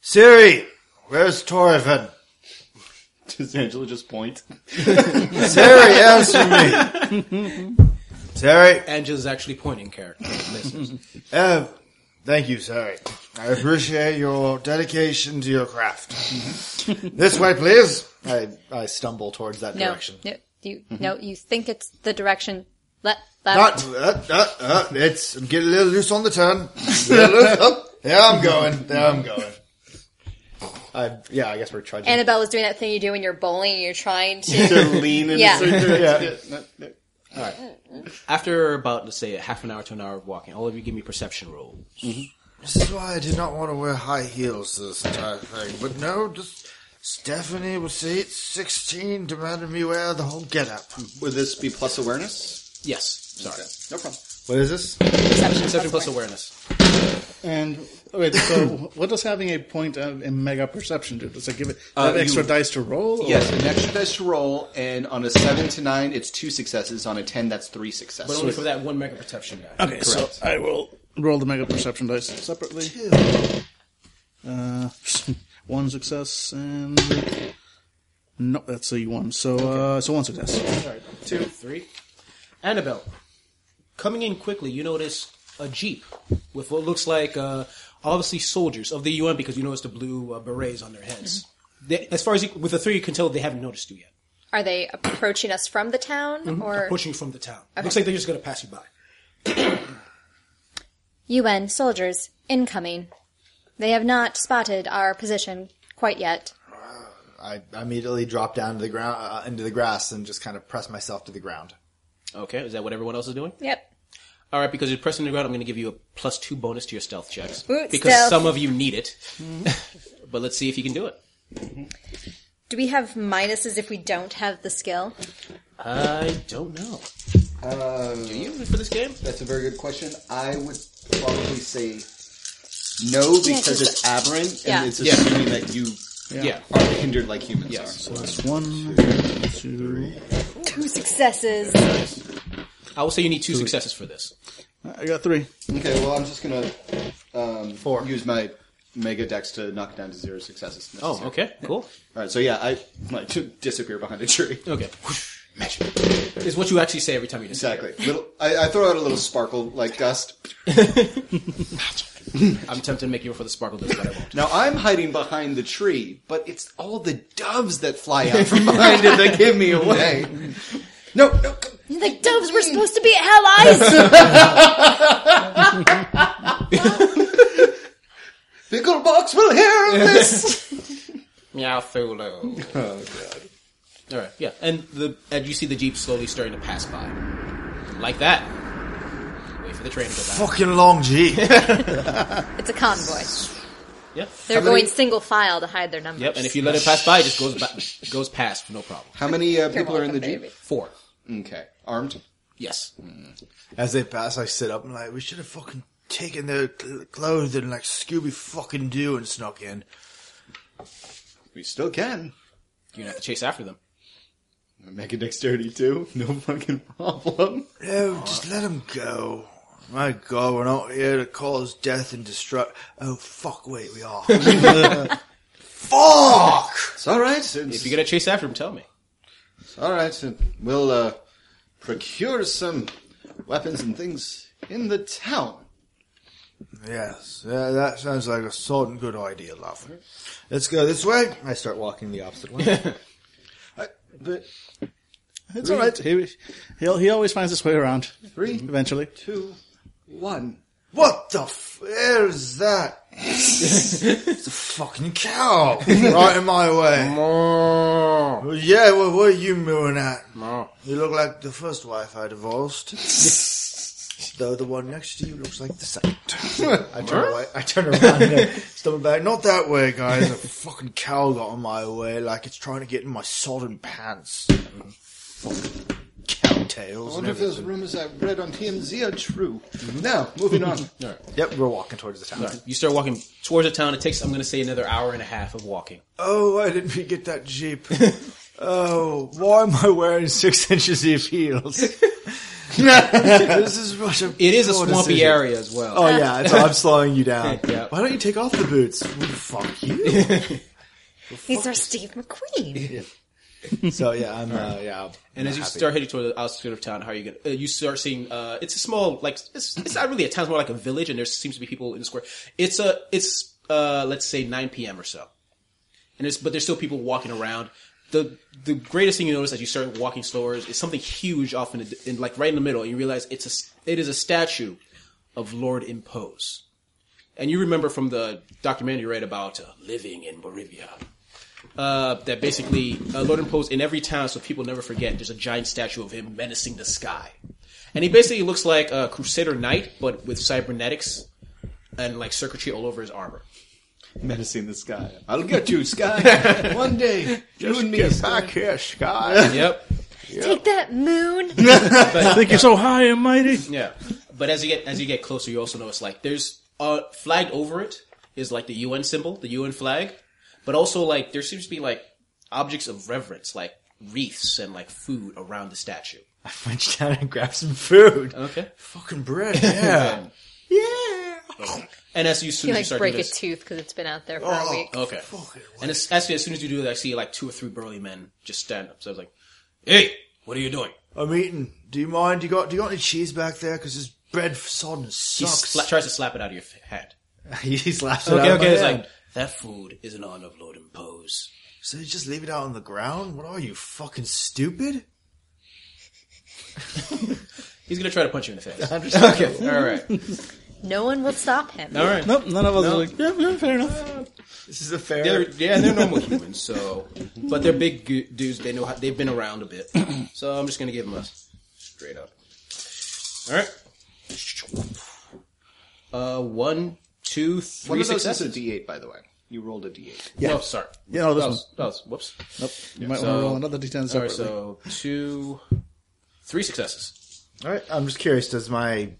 S1: Siri, where's Torvin?
S4: Does Angela just
S6: [laughs]
S4: point?
S1: Siri, answer me.
S4: [laughs]
S1: Siri,
S5: Angela's actually pointing character. listeners.
S1: uh, thank you, Siri. I appreciate your dedication to your craft. [laughs] this way, please.
S6: I I stumble towards that
S7: No,
S6: direction.
S7: no, you
S5: Mm-hmm.
S7: no, you think it's the direction left,
S1: Not,
S7: left.
S1: uh, uh, uh, it's get a little loose on the turn. Get a little- oh, there I'm going. There I'm going.
S6: I yeah. I guess we're trudging.
S7: Annabelle was doing that thing you do when you're bowling. and You're trying
S4: [laughs]
S7: to
S4: lean in
S7: Yeah.
S5: After about let's say a half an hour to an hour of walking, all of you give me perception roll.
S1: This is why I did not want to wear high heels this entire thing. But no, just Stephanie was see, it's 16,
S9: [laughs]
S1: demanded me wear the whole get up.
S4: Would this be plus awareness?
S5: Yes, sorry.
S4: No problem.
S6: What is this?
S5: Perception plus awareness.
S3: And wait, so [coughs] what does having a point out in mega perception do? Does it give it do I have
S4: Uh,
S3: extra
S4: you-
S3: dice to roll? or-
S4: Yes, an extra dice to roll, and on a seven to nine, it's two successes. On a ten, that's three
S5: But
S4: successes.
S5: only for that one mega perception guy.
S3: Okay, so I will roll the mega perception dice separately. Uh, [laughs] one success and nope, that's a one. So uh, so one success.
S5: All right, two, three. Annabelle, coming in quickly, you notice a jeep with what looks like uh, obviously soldiers of the UN because you notice the blue uh, berets on their heads.
S3: Mm-hmm.
S5: They, as far as you, with the three you can tell, they haven't noticed you yet.
S2: Are they approaching us from the town or
S5: Pushing from the town. Looks like they're just going to pass you by.
S2: UN soldiers incoming? They have not spotted our position quite yet.
S1: I I immediately drop down to the ground uh, into the grass and just kind of press myself to the ground.
S5: Okay, is that what everyone else is doing?
S2: Yep.
S5: All right, because you're pressing the ground, I'm going to give you a plus two bonus to your stealth checks
S2: Ooh,
S5: because
S2: stealth.
S5: some of you need it. [laughs] but let's see if you can do it.
S2: Do we have minuses if we don't have the skill?
S5: I don't know.
S4: Um,
S5: Do you for this game?
S4: that's a very good question. I would probably say no because it's aberrant,
S2: Yeah.
S4: and it's assuming that you
S5: Yeah.
S4: are hindered like humans are.
S3: That's one, two.
S2: Two successes.
S5: I will say you need two successes for this.
S3: I got three.
S4: Okay, well, I'm just gonna um, use my mega dex to knock it down to zero successes.
S5: Oh, okay, cool.
S4: All right, so yeah, I like [laughs] disappear behind a tree.
S5: Okay. Magic. Is what you actually say every time you disappear.
S4: Exactly. Little, I, I throw out a little sparkle like dust.
S5: I'm tempted to make you roll for the sparkle dust, but I
S4: [laughs]
S5: won't.
S4: Now I'm hiding behind the tree, but it's all the doves that fly out
S5: [laughs]
S4: from behind it that give me away. No, no, come-
S2: The doves were supposed to be allies.
S4: Picklebox will hear of this.
S5: Meow Thulu. [laughs] Oh, God. Alright, yeah. And the and you see the Jeep slowly starting to pass by. Like that. Wait for the train to go by.
S1: Fucking long G.
S2: it's a convoy.
S5: Yeah.
S2: They're going single file to hide their numbers.
S5: Yep, and if you let it pass by, it just goes by, goes past, no problem.
S4: How many uh, people are in the
S2: welcome,
S4: jeep?
S5: Four.
S4: Okay, armed.
S5: Yes. Mm.
S1: As they pass, I sit up and like, we should have fucking taken their cl- clothes and like Scooby fucking Doo and snuck in.
S4: We still can.
S5: You're gonna have to chase after them.
S4: Mega dexterity too. No fucking problem.
S1: No, just let them go. My God, we're not here to cause death and destruct. Oh fuck, wait, we are. fuck.
S4: It's all right. It's,
S5: If you're gonna chase after them, tell me.
S4: all right. uh, We'll uh, procure some weapons and things in the town.
S1: Yes, yeah, that sounds like a sort and good idea, love. Let's go this way. I start walking the opposite way.
S4: But
S3: It's all right. He he'll, he always finds his way around
S4: three,
S3: eventually.
S4: two, one.
S1: what the f- is that? it's a fucking cow right in my way. Well, yeah, well, what are you mooing at? You look like the first wife I divorced. Though the one next to you looks like the second. I turn away. I turn around and stumble back. Not that way, guys. A fucking cow got in my way like it's trying to get in my sodden pants. Fucking cow tails.
S4: All
S1: and
S4: of those
S1: everything.
S4: rumors I read on TMZ are true. Now,
S1: [laughs]
S4: moving on.
S1: Yep, we're walking towards the town.
S5: You start walking towards the town. It takes, I'm gonna say, another hour and a half of walking.
S1: Oh, why didn't we get that Jeep? oh, why am I wearing six inches of
S5: [laughs]
S1: heels? this is what a
S5: It is a
S1: poor
S5: swampy
S1: decision.
S5: area as well.
S1: Oh yeah, it's, I'm slowing you down.
S5: [laughs] Yeah.
S1: Why don't you take off the boots? Well, fuck
S5: [laughs]
S1: you.
S10: These are Steve McQueen.
S1: so yeah, I'm uh, yeah. I'm
S5: And as you start heading toward the outskirts of town, how are you gonna? Uh, you start seeing. Uh, it's a small, like it's, it's not really a town, it's more like a village, and there seems to be people in the square. It's a, it's uh, let's say 9 p.m. or so, and there's but there's still people walking around. The the greatest thing you notice as you start walking slower is, is something huge off in, the, in like right in the middle, and you realize it's a s- it is a statue of Lord Impose, and you remember from the documentary you read about uh, living in Bolivia uh, that basically uh, Lord imposed in every town, so people never forget. There's a giant statue of him menacing the sky, and he basically looks like a Crusader knight, but with cybernetics and like circuitry all over his armor.
S4: Menacing the sky. I'll get
S1: [laughs]
S4: you, sky. One day. you and me.
S1: back here,
S4: [laughs]
S1: Sky.
S5: Yep.
S2: Take that moon.
S3: I think you're so high and mighty.
S5: Yeah. But as you get as you get closer, you also notice like there's uh, flagged over it is like the UN symbol, the UN flag, but also like there seems to be like objects of reverence, like wreaths and like food around the statue.
S1: I reach down and grab some food.
S5: Okay.
S11: Fucking bread,
S5: [laughs]
S11: yeah.
S5: And as you, as soon
S2: You
S5: as you
S2: like
S5: start
S2: break
S5: to
S2: a
S5: notice,
S2: tooth because it's been out there for a week.
S5: okay. And as, as, as soon as you do that, I see like two or three burly men just stand up. So I was like, "Hey, what are you doing?"
S11: I'm eating. Do you mind? You got do you got any cheese back there? Because this bread sodden
S5: He
S11: sucks.
S5: sla- [laughs] tries to slap it out of your f- hand.
S1: he slaps it out
S5: Okay,
S1: of
S5: okay.
S1: my
S5: It's
S1: hand.
S5: like that food is an honor of Lord and Pose.
S11: so you just leave it out on the ground? What are you fucking stupid?
S5: He's gonna try to punch you in the face. [laughs]
S1: Okay.
S5: All right,
S2: No one will stop him.
S5: all right.
S3: Nope, none of us are like, yeah, yeah, fair enough.
S1: This is a fair.
S5: [laughs] They're, yeah, they're normal humans, so but they're big gu- dudes. They know how, they've been around a [clears throat] bit, so I'm just gonna give them a straight up. All right. Uh, one, two, three
S4: One of those is a
S5: successes.
S4: D8, by the way. You rolled a D8.
S5: yeah. No, sorry.
S3: Yeah, no, this
S5: That
S3: one.
S5: was, that was whoops.
S3: Nope. You might want
S5: So-
S3: to roll another d10
S5: All right,
S3: separately.
S5: so two, three successes.
S1: All right. I'm just curious. Does my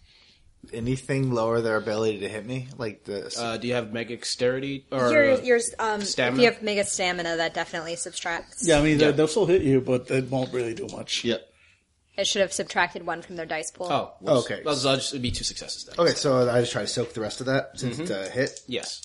S1: anything lower their ability to hit me? Like the
S5: Uh, do you have mega dexterity or
S12: Your,
S5: uh,
S12: your, um,
S5: stamina?
S12: If you have mega stamina, that definitely subtracts.
S3: yeah, I mean, they- they'll still hit you, but it won't really do much.
S4: Yep.
S2: I should have subtracted one from their dice pool.
S5: Oh, whoops.
S1: Okay.
S5: Well, so I'll just, it'd be two successes then.
S1: Okay, so I just try to soak the rest of that
S5: Mm-hmm.
S1: since it's a hit.
S5: Yes.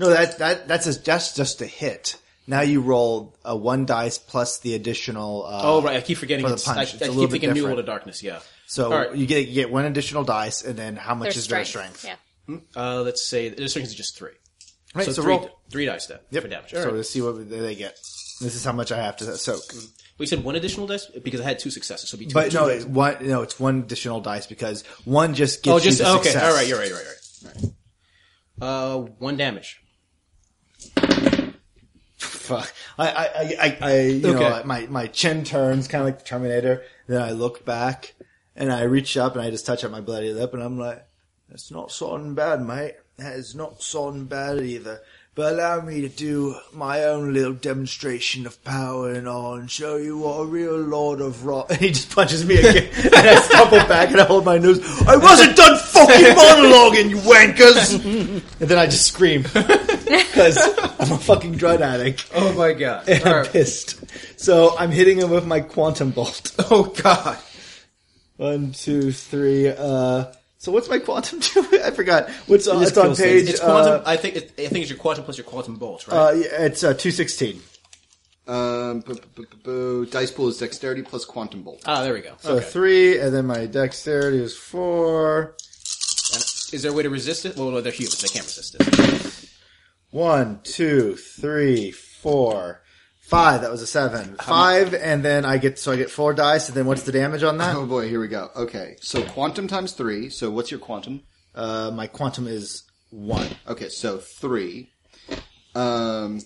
S1: No, that that that's a, that's just a hit. Now you roll a one dice plus the additional. Uh,
S5: Oh, right. I keep forgetting.
S1: for the
S5: it's-
S1: punch,
S5: I,
S1: it's a
S5: I
S1: little bit
S5: keep thinking New
S1: different.
S5: World of Darkness. Yeah.
S1: So
S5: all right.
S1: you get you get one additional dice, and then how much
S2: Their
S1: is
S2: strength.
S1: their strength?
S2: Yeah.
S5: Uh, let's say the strength is just three.
S1: Right,
S5: so
S1: so,
S5: three,
S1: roll.
S5: three dice then
S1: Yep.
S5: for damage.
S1: so
S5: All right.
S1: to see what they get. This is how much I have to soak.
S5: We said one additional dice because I had two successes, so it'd be two.
S1: But
S5: two
S1: no,
S5: dice.
S1: it's one. No, it's one additional dice because one just gets
S5: oh, just
S1: you the
S5: okay.
S1: success.
S5: All right, you're right, you're right, you're right. Uh, one damage.
S1: Fuck. I, I, I, I, I you
S5: Okay.
S1: know, like, my, my chin turns kind of like the Terminator. Then I look back and I reach up and I just touch up my bloody lip and I'm like,
S11: That's not sodden bad, mate. That is not sodden bad either. But allow me to do my own little demonstration of power and all and show you what a real lord of
S1: [laughs]
S11: rock.
S1: he just punches me again [laughs] and I stumble back and I hold my nose. I wasn't done
S11: Fucking
S1: fucking [laughs]
S11: monologuing, you wankers!
S1: And then I just scream because I'm a fucking drug addict
S5: [laughs] Oh my
S1: [laughs]
S5: god!
S1: and I'm pissed. So I'm hitting him with my quantum bolt. [laughs]
S5: Oh god!
S1: One, two, three. Uh, so what's my quantum [laughs] do? I forgot. What's on,
S3: just
S1: it's on
S3: kills
S1: page?
S3: things.
S5: It's
S1: uh,
S5: quantum. I think it, I think it's your quantum plus your quantum bolt, right?
S1: Uh, yeah, it's uh, 216.
S4: Um, bu- bu- bu- bu- bu- dice pool is dexterity plus quantum bolt.
S5: ah, there we go.
S1: So
S5: okay.
S1: three, and then my dexterity is four.
S5: And is there a way to resist it? Well, no, they're humans; they can't resist it.
S1: One, two, three, four, five. That was a seven. Five, and then I get so I get four dice, and then what's the damage on
S4: Oh
S1: that?
S4: boy, here we go. Okay, so quantum times three. So what's your quantum?
S1: Uh, my quantum is one.
S4: Okay, so three. Um,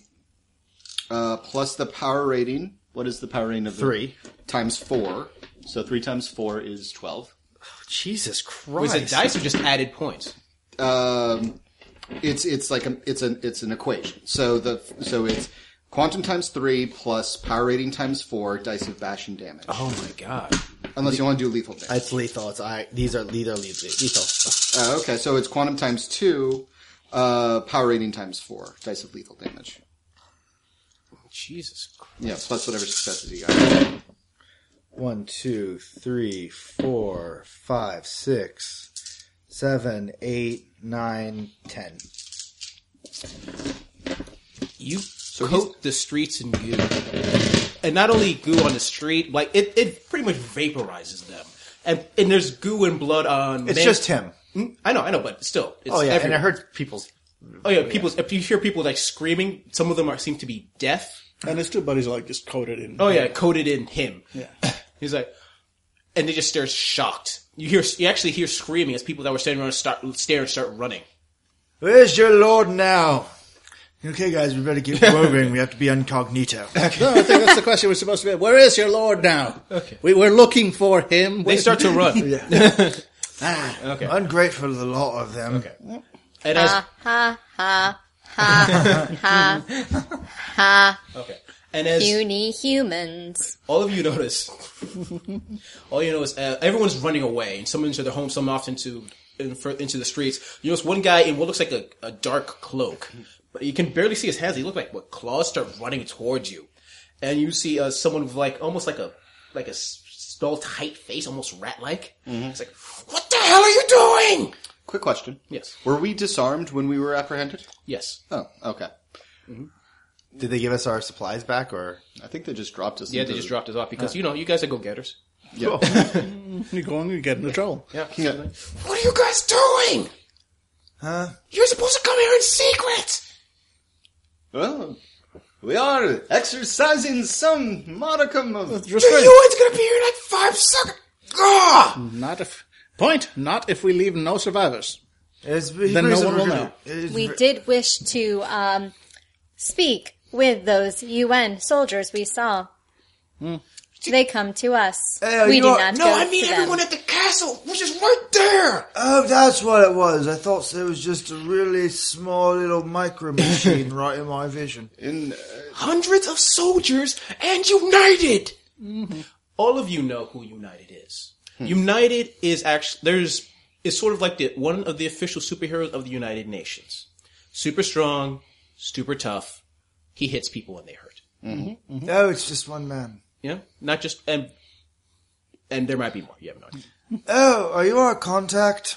S4: uh, plus the power rating. What is the power rating of the-
S1: Three.
S4: times four? So three times four is twelve.
S1: Jesus
S5: Was
S1: Christ!
S5: it dice or just added points?
S4: Um, it's it's like a, it's an it's an equation. So the so it's quantum times three plus power rating times four dice of bashing damage.
S5: Oh my god!
S4: Unless you want to do lethal damage.
S1: It's lethal. It's I. These are lethal. Lethal. lethal.
S4: Uh, okay, so it's quantum times two, uh, power rating times four, dice of lethal damage.
S5: Jesus Christ!
S4: Yeah, plus whatever successes you got.
S1: One, two, three, four, five, six, seven, eight, nine, ten.
S5: You coat the streets in goo, and not only goo on the street, like it, it pretty much vaporizes them. And, and there's goo and blood on.
S1: It's
S5: man-
S1: just him.
S5: Mm, I know, I know, but still, it's
S1: Oh yeah, and
S5: everywhere.
S1: I heard people's.
S5: Oh yeah, people. If you hear people like screaming, some of them are seem to be deaf.
S3: And his two buddies are like just coated in.
S5: Oh yeah, coated in him.
S3: Yeah.
S5: [laughs] He's like, and they just stare shocked. You hear, you actually hear screaming as people that were standing around start stare and start running.
S11: Where's your lord now? Okay, guys, we better
S1: [laughs]
S11: get moving. We have to be incognito.
S3: No, I think that's the question we're supposed to be. Where is your lord now? Okay. We were looking for him.
S5: They start to [laughs] run,
S11: okay. Ungrateful, the lot of them. Okay.
S5: and as
S2: Ha ha.
S5: [laughs] okay, and as
S2: Puny humans.
S5: all of you [laughs] notice, all you notice, uh, everyone's running away, and some into their home, some off into in front, into the streets. You notice one guy in what looks like a, a dark cloak, but you can barely see his hands. He look like what claws start running towards you, and you see uh, someone with like almost like a like a s- small tight face, almost rat like. It's like, what the hell are you doing?
S4: Quick question.
S5: Yes.
S4: Were we disarmed when we were apprehended?
S5: Yes.
S4: Oh, okay.
S5: Mm-hmm.
S9: Did they give us our supplies back or?
S4: I think they just dropped us.
S5: Yeah,
S4: into
S5: they just dropped us off because you know you guys are go getters.
S4: [laughs]
S3: You're going to get into trouble.
S5: Yeah.
S4: Yeah.
S5: What are you guys doing?
S1: Huh?
S5: You're supposed to come here in secret.
S4: Well, we are exercising some modicum of.
S3: Just wait.
S5: one's gonna be here in like five seconds. Ah!
S3: Not if point. Not if we leave no survivors.
S1: It's, he
S3: Then no
S1: raised a
S3: one will
S1: ridiculous-
S3: know.
S1: it is
S2: We
S1: ve-
S2: did wish to um, speak with those UN soldiers we saw. They come to us.
S1: Hey,
S2: we
S1: you
S2: do
S1: are-
S2: not
S1: no,
S2: go
S1: I
S2: to
S1: mean
S2: them.
S5: Everyone at the castle, which is right there.
S1: Oh, that's what it was. I thought it was just a really small little micro [laughs] machine right in my vision.
S4: In,
S5: Hundreds of soldiers and United. Mm-hmm. All of you know who United is. United is actually there's is sort of like the one of the official superheroes of the United Nations. Super strong, super tough. He hits people when they hurt.
S1: No, it's just one man.
S5: Yeah, not just and and there might be more. You have no idea.
S1: Oh, are you our contact?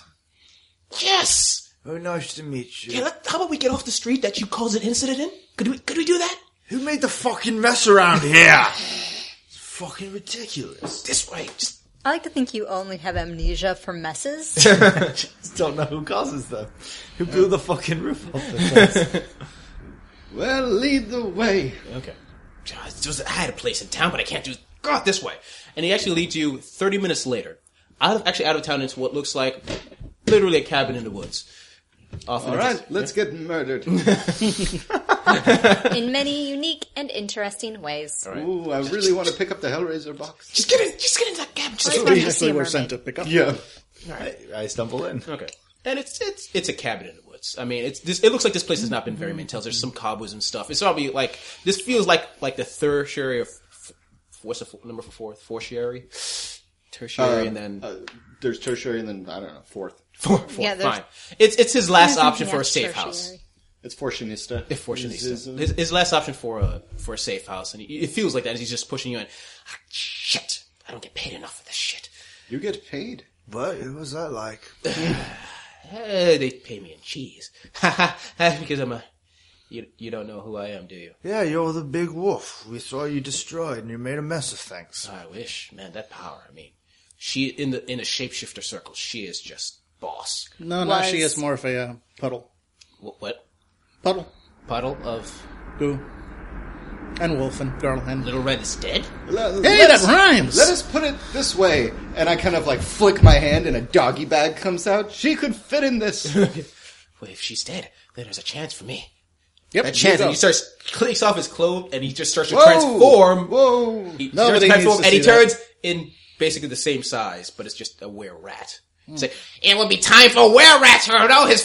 S5: Yes.
S1: Oh, nice to meet you.
S5: Yeah, let- how about we get off the street that you caused an incident in? Could we could we do that?
S1: Who made the fucking mess around here? It's fucking ridiculous.
S5: This way. Just
S7: I like to think you only have amnesia for messes.
S9: [laughs]
S5: [laughs]
S9: Don't know who causes them. Who blew the fucking roof off the
S1: [laughs]
S4: well, lead the way.
S5: okay. God, it's just- I had a place in town, but I can't do. God, this way. And he actually leads you thirty minutes later, out of actually out of town into what looks like literally a cabin in the woods. Off in
S4: All
S5: the
S4: right,
S5: dis-
S4: let's get murdered.
S7: in many unique and interesting ways.
S4: Ooh, I really want to pick up the Hellraiser box.
S5: Just get in. Just get in that cabin. Just
S7: Right.
S5: get in.
S3: We actually were sent to pick up.
S4: Yeah.
S9: I stumble in.
S5: Okay. And it's it's it's a cabin in the woods. I mean, it's this. It looks like this place has not been very maintained. There's some cobwebs and stuff. It's probably like this feels like like the tertiary of f- what's the f- number for fourth tertiary, tertiary, and then
S4: Uh, there's tertiary and then, I don't know, fourth.
S5: four, four,
S7: yeah, there's-
S5: fine. It's it's his last
S7: Something
S5: option for a
S7: that's
S5: safe
S7: tertiary.
S5: house.
S4: It's Fortunista.
S5: If fortunately,
S4: Is- is-
S5: so. his, his last option for a for a safe house, and he, it feels like that. And he's just pushing you in. Ah, shit! I don't get paid enough for this shit.
S4: You get paid.
S1: But what was that like?
S5: Eh, they pay me in cheese. [laughs] Ha ha! That's because I'm a. You you don't know who I am, do you?
S1: Yeah, you're the big wolf. We saw you destroyed and you made a mess of things.
S5: I wish, man, that power. I mean, she in the in a shapeshifter circle, she is just boss.
S3: No, no, she is more of a uh, puddle.
S5: What, what
S3: Puddle.
S5: puddle of
S3: Goo. And wolf and girl and
S5: Little Red is dead?
S4: Let,
S3: Hey,
S4: let
S3: that
S4: us-
S3: rhymes!
S4: Let us put it this way. And I kind of like flick my hand and a doggy bag comes out. She could fit in [laughs] this.
S5: Well, if she's dead, then there's a chance for me.
S3: Yep,
S5: A chance,
S3: you
S5: and
S3: go.
S5: he starts clicks off his clothes, and he just starts to transform.
S4: Whoa.
S5: He starts
S3: Nobody
S5: to transform,
S3: needs
S5: and
S3: to
S5: he
S3: see
S5: turns in basically the same size, but it's just a were rat. It's like it would be time for were rats for all his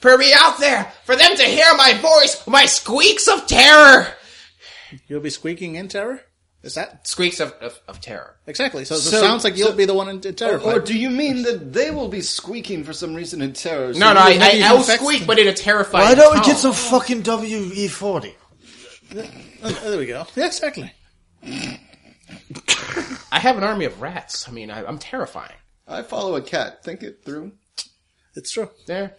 S5: for me out there for them to hear my voice, my squeaks of terror,
S3: You'll be squeaking in terror? Is that?
S5: squeaks of of, of terror.
S3: Exactly. So,
S4: So-
S3: it sounds like you'll
S4: so-
S3: be the one in in terror.
S4: Or do you mean that they will be squeaking for some reason in terror? so
S5: No, no,
S4: you
S5: I,
S4: will
S5: I,
S4: be
S5: I will
S4: infected?
S5: squeak, but in a terrifying.
S1: Why don't we
S5: tone.
S1: get some fucking WE forty?
S3: Oh, there we go. Yeah, exactly.
S5: I have an army of rats. I mean, I, I'm terrifying.
S4: I follow a cat. Think it through.
S3: It's true.
S5: There.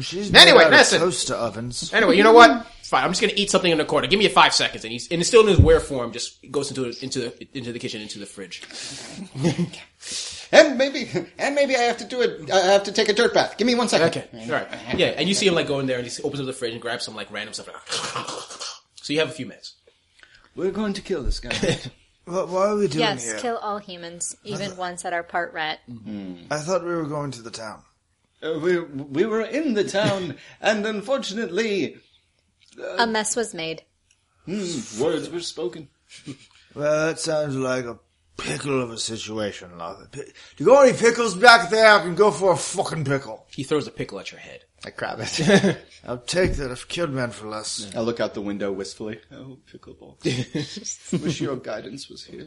S1: She's
S5: Anyway,
S1: made out of
S5: listen.
S1: toaster ovens.
S5: Anyway, you know what? It's fine. I'm just gonna eat something in the corner. Give me five seconds, and he's and it's still in his wear form. Just goes into into the into the kitchen, into the fridge.
S4: And maybe, [laughs] and maybe I have to do it. I have to take a dirt bath. Give me one second.
S5: Okay. All right. Yeah, and you see him like go in there, and he opens up the fridge and grabs some like random stuff. So you have a few minutes.
S4: We're going to kill this guy.
S1: What, what are we doing
S7: Yes,
S1: here?
S7: kill all humans, even ones that are part rat.
S1: I thought we were going to the town.
S4: Uh, we we were in the town, [laughs] and unfortunately,
S7: A mess was made.
S4: words were spoken.
S1: Well, that sounds like a pickle of a situation, love. Do you got any pickles back there? I can go for a fucking pickle.
S5: He throws a pickle at your head.
S4: I grab it. [laughs]
S1: I'll take that. I've killed men for less.
S4: I look out the window wistfully. Oh, [laughs] pickleball! Wish your guidance was here.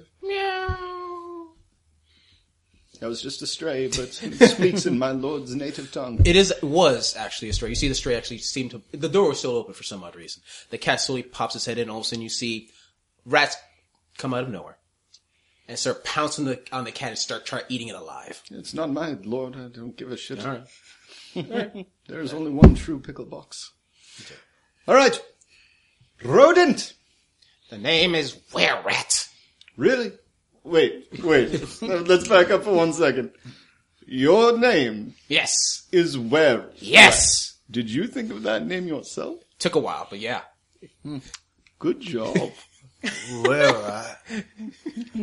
S4: That was just a stray, but it speaks in my lord's native tongue.
S5: It is was actually a stray. You see, the stray actually seemed to. The door was still open for some odd reason. The cat slowly pops his head in. All of a sudden, you see rats come out of nowhere and start pouncing the, on the cat and start try eating it alive.
S4: It's not my lord. I don't give a shit. [laughs] there is only one true pickle box. All right, rodent.
S5: The name is Were Rat.
S4: Really? Wait, wait. [laughs] Let's back up for one second. Your name
S5: Yes,
S4: is Where.
S5: yes.
S4: Did you think of that name yourself?
S5: Took a while, but yeah.
S4: Good job.
S1: Well, I,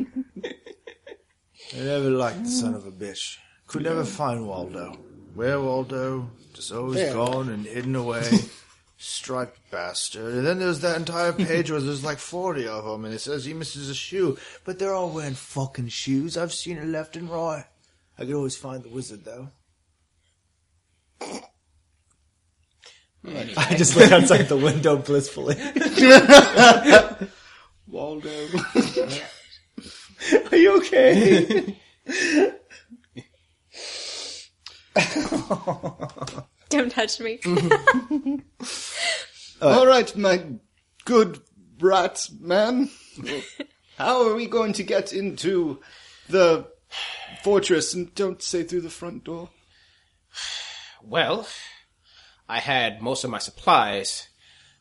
S1: I never liked the son of a bitch. Could never find Waldo. Where Waldo? Just always gone and hidden away. Striped bastard. And then there's that entire page where there's like 40 of them, and it says he misses a shoe. But they're all wearing fucking shoes. I've seen it left and right. I could always find the wizard, though. [laughs]
S9: I just look outside the window blissfully.
S4: Waldo. Are you okay?
S7: [laughs] Don't touch me.
S4: All right, my good rat man. How are we going to get into the fortress? And don't say through the front door.
S5: Well, I had most of my supplies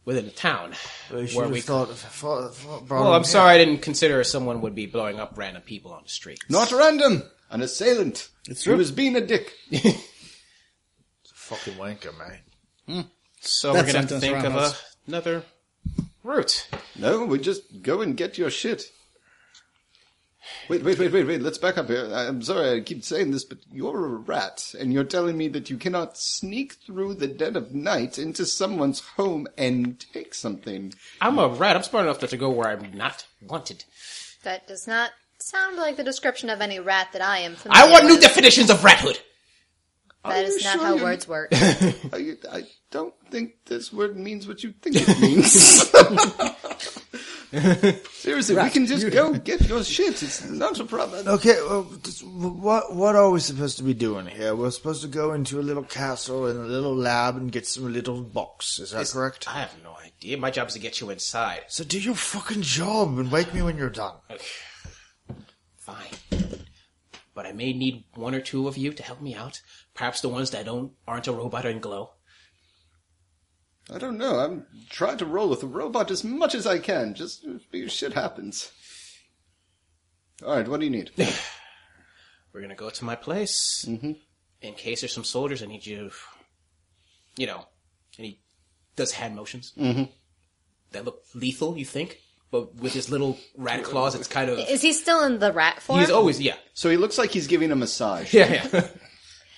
S5: within the town.
S1: They should
S5: Where
S1: have
S5: we-
S1: thought, thought, thought brought
S5: Well,
S1: him
S5: I'm
S1: here.
S5: sorry I didn't consider someone would be blowing up random people on the street.
S4: Not random. An assailant. It's true. He was being a dick.
S1: Fucking wanker, man.
S5: So
S3: That
S5: we're gonna have to
S3: sentence
S5: think of a,
S3: roundhouse.
S5: another route.
S4: No, we just go and get your shit. Wait, wait, wait, wait, wait. Let's back up here. I- I'm sorry I keep saying this, but you're a rat, and you're telling me that you cannot sneak through the dead of night into someone's home and take something.
S5: I'm a rat. I'm smart enough not to go where I'm not wanted.
S7: That does not sound like the description of any rat that I am familiar
S5: I want new
S7: with.
S5: definitions of rathood.
S7: That is not how words
S5: [laughs]
S7: work.
S4: I, I don't think this word means what you think it [laughs] means. Seriously, we can just go get your shit. It's not a problem.
S1: Okay, well, just, what what are we supposed to be doing here? We're supposed to go into a little castle and a little lab and get some little box. Is that correct?
S5: I have no idea. My job is to get you inside.
S1: So do your fucking job and wake me when you're done.
S5: Fine. But I may need one or two of you to help me out. Perhaps the ones that don't aren't a robot and glow.
S4: I don't know. I'm trying to roll with the robot as much as I can. Just shit happens. All right, what do you need?
S5: We're gonna go to my place. Mm-hmm. In case there's some soldiers, I need you. You know, and he does hand motions mm-hmm. that look lethal. You think, but with his little rat claws, it's kind of.
S7: Is he still in the rat form?
S5: He's always yeah
S4: So he looks like he's giving a massage.
S5: yeah yeah.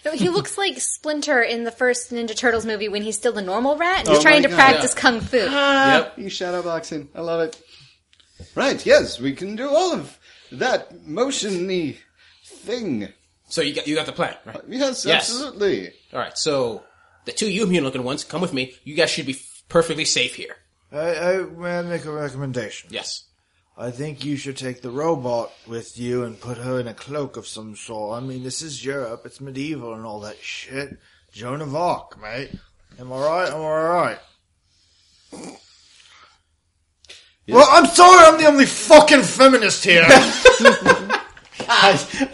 S7: No, he looks like Splinter in the first Ninja Turtles movie when he's still the normal rat and he's trying to
S4: my God.
S7: practice kung fu.
S5: [laughs] yep.
S4: He's shadow boxing. I love it. Right, yes, we can do all of that motiony thing.
S5: So you got you got the plan, right?
S4: Yes,
S5: Yes.
S4: absolutely.
S5: All right. So the two you human looking ones, come with me. You guys should be perfectly safe here.
S1: I, I may I make a recommendation.
S5: Yes.
S1: I think you should take the robot with you and put her in a cloak of some sort. I mean, this is Europe. It's medieval and all that shit. Joan of Arc, mate. Am I right? Am I right? Well, I'm sorry I'm the only fucking feminist
S9: [laughs]
S1: here.
S9: I,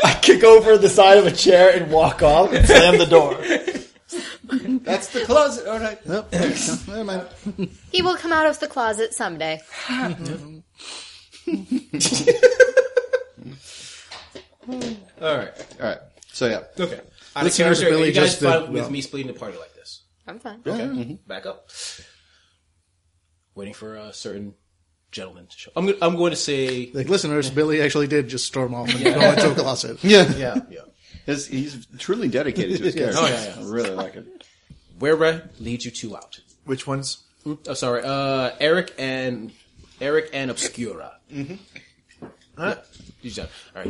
S9: I kick over the side of a chair and walk off and slam the door.
S4: That's the closet. All right. Nope. Never mind.
S7: He will come out of the closet someday.
S5: All right.
S4: All right. So yeah.
S5: Okay. I'm
S9: This sounds really
S5: you guys
S9: just a-
S5: fine with
S9: no.
S5: me splitting the party like this.
S7: I'm fine.
S5: Okay. Back up. Waiting for a certain gentleman to show. I'm go- I'm going to say
S3: Like,
S5: [laughs]
S3: listeners, Billy actually did just storm off and go into a closet.
S4: Yeah.
S9: Yeah, yeah.
S4: He's, he's truly dedicated
S5: [laughs]
S4: to his character.
S5: Oh, yeah, yeah.
S4: I really like it.
S5: where Rat leads you two out.
S1: [laughs] Which ones?
S5: Oh, sorry. Uh, Eric and Eric and Obscura. Mm-hmm. All right. You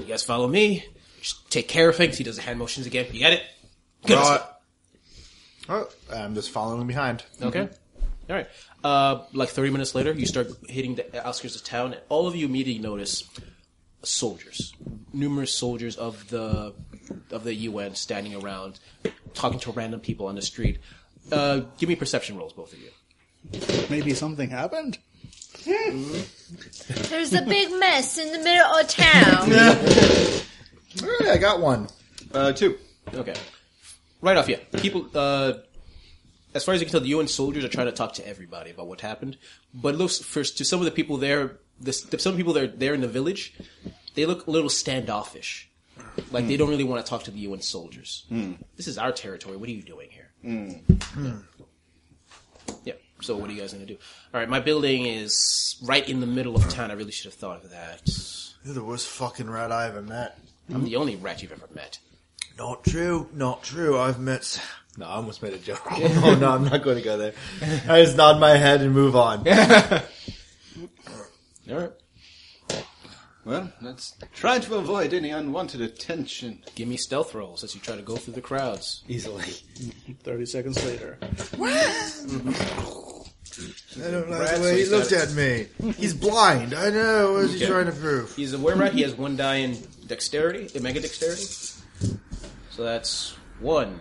S5: guys follow me. Just take care of things. He does the hand motions again. You got it. Good.
S9: Oh, I'm just following behind.
S5: Okay. All right. Uh, like 30 minutes later, you start hitting the outskirts of town, and all of you immediately notice soldiers, numerous soldiers of the of the UN standing around talking to random people on the street. Uh, give me perception rolls, both of you.
S3: Maybe something happened.
S2: There's a big mess in the middle of
S5: [laughs]
S2: town.
S9: Alright, I got one.
S4: Uh, two.
S5: Okay. Right off, yeah. People, uh, as far as you can tell, the UN soldiers are trying to talk to everybody about what happened. But it looks first to some of the people there, this, to some people that are there in the village, they look a little standoffish. Like they don't really want to talk to the UN soldiers. This is our territory. What are you doing here? Yeah. So what are you guys gonna do? All right, my building is right in the middle of town. I really should have thought of that.
S1: You're the worst fucking rat I ever met.
S5: I'm the only rat you've ever met.
S1: Not true. Not true. I've met. s-
S9: No, I almost made a joke. [laughs] oh no, I'm not going to go there. I just nod my head and
S1: [laughs]
S9: move on.
S5: All right.
S4: Well, let's try to avoid any unwanted attention.
S5: Give me stealth rolls as you try to go through the crowds.
S9: Easily.
S3: 30 seconds later.
S1: I don't like the way he looked at me. He's blind. I know. What is he
S5: Okay.
S1: trying to prove?
S5: He's a were rat. He has one die in dexterity, in mega dexterity. So that's one.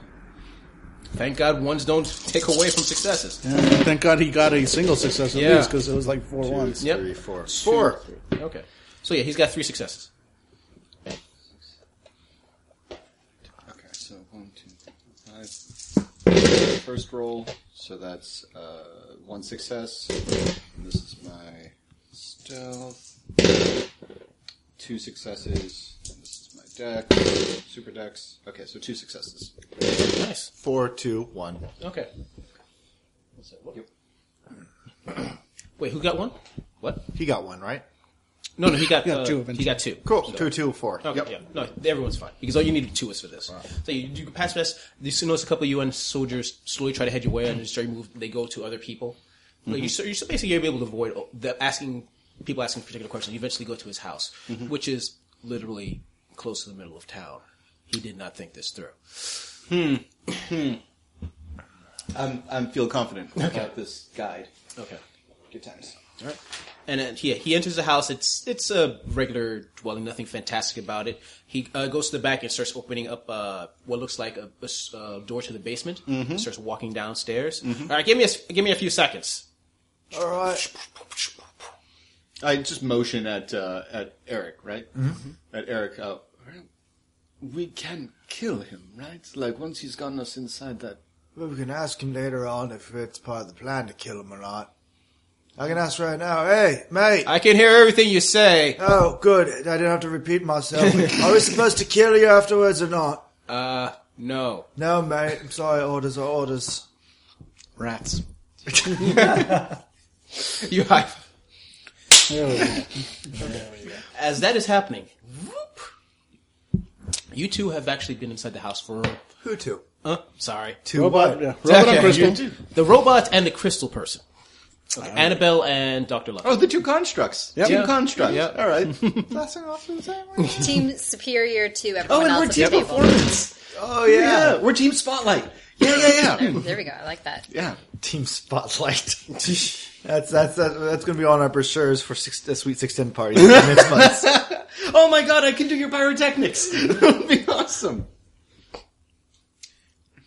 S5: Thank God ones don't [laughs] take away from successes.
S3: And thank God he got a single success at
S5: Yeah.
S3: least because it was like four ones.
S5: Yep.
S9: Three, four.
S5: Four. Okay. So yeah, he's got three successes.
S4: Okay, so one, two, three, five. First roll, so that's uh, one success. And this is my stealth. Two successes. And this is my deck. Super dex. Okay, so two successes.
S5: Nice.
S9: Four, two, one.
S5: Okay. What's that? What? [clears throat] Wait, who got one? What?
S9: He got one, right?
S5: No, no, he got,
S3: got
S5: uh,
S3: two of them.
S5: He got two.
S9: Cool. Two, two, four.
S5: Okay, yeah. No, everyone's fine. Because all you needed two was for this. So you, you pass this. You soon notice a couple of UN soldiers slowly try to head your way and just move. They go to other people. Like you, so you're so basically able to avoid o- the asking people asking particular questions. You eventually go to his house, which is literally close to the middle of town. He did not think this through.
S4: I'm, I'm feel confident about this guide.
S5: Okay.
S4: Good times.
S5: And uh, he he enters the house. It's it's a regular dwelling, nothing fantastic about it. He uh, goes to the back and starts opening up uh, what looks like a, a s- uh, door to the basement.
S4: Mm-hmm.
S5: Starts walking downstairs. All right, give me a s- give me a few seconds.
S1: All right.
S4: I just motion at uh, at Eric, right? At Eric. Uh, we can kill him, right? Like once he's gotten us inside that.
S1: Well, we can ask him later on if it's part of the plan to kill him or not. I can ask right now. Hey, mate.
S5: I can hear everything you say.
S1: oh, good. I didn't have to repeat
S9: [laughs]
S1: myself. Are we supposed to kill you afterwards or not?
S5: Uh, no.
S1: No, mate. I'm sorry. Orders are orders.
S3: Rats.
S5: [laughs] You high. As that is happening, whoop, you two have actually been inside the house for.
S1: Who to?
S5: Uh, sorry.
S9: Two,
S3: Robot,
S9: one.
S3: yeah. Robot
S5: Okay.
S3: on crystal.
S5: The robot and the crystal person. Okay, Annabelle and Dr. Love.
S4: Oh, the two constructs.
S3: Yep.
S4: Two
S3: Yeah.
S4: constructs.
S5: Yep.
S4: All right. [laughs]
S9: Passing off to the same one.
S7: Team superior to everyone
S4: Oh, and
S7: else
S4: we're
S7: at
S4: team
S7: the table.
S4: performance.
S9: Oh, yeah.
S4: Yeah, we're team spotlight. Yeah, yeah, [laughs] yeah.
S7: There we go. I like that.
S4: yeah.
S9: Team Spotlight. [laughs] that's, that's, that, that's going to be on our brochures for six, uh, Sweet 610 [laughs] parties next month.
S4: Oh my god, I can do your pyrotechnics. that would be awesome.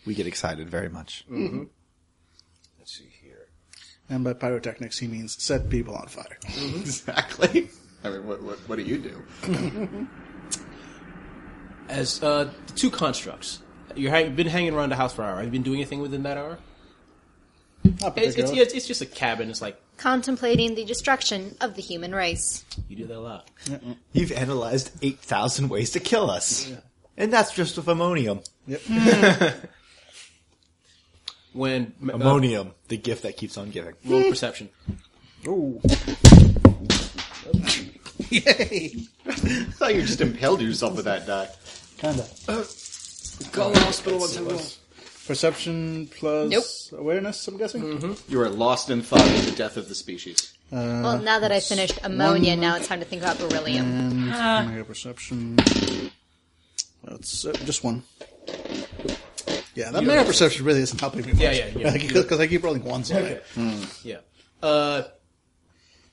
S9: We get excited very much.
S4: Let's see here.
S3: And by pyrotechnics, he means set people on fire.
S4: Exactly. I mean, what, what, what do you do?
S5: As uh, the two constructs. You're hang- you've been hanging around the house for an hour. Have you been doing anything within that hour?
S3: Not
S5: It's, it's,
S3: particularly.
S5: yeah, it's, it's just a cabin. It's like,
S2: Contemplating the destruction of the human race.
S5: you do that a lot.
S9: You've analyzed 8,000 ways to kill us. And that's just with ammonium.
S5: When. uh,
S9: Ammonium, the gift that keeps on giving.
S5: roll [laughs] perception.
S3: Ooh.
S4: I thought you just impaled yourself with that uh, die.
S3: Kinda.
S5: Uh,
S4: Call the hospital once and
S3: Perception plus awareness, I'm guessing?
S5: Mm-hmm.
S4: You are lost in thought of the death of the species.
S2: well,
S3: Uh,
S2: now that I finished ammonia, now it's time to think about
S3: And
S2: beryllium.
S3: mega perception. That's uh, just one. Yeah, that mega perception really isn't helping me. Much. [laughs]
S5: Yeah, yeah, yeah.
S3: Because I keep rolling ones. on it.
S5: Yeah. Uh,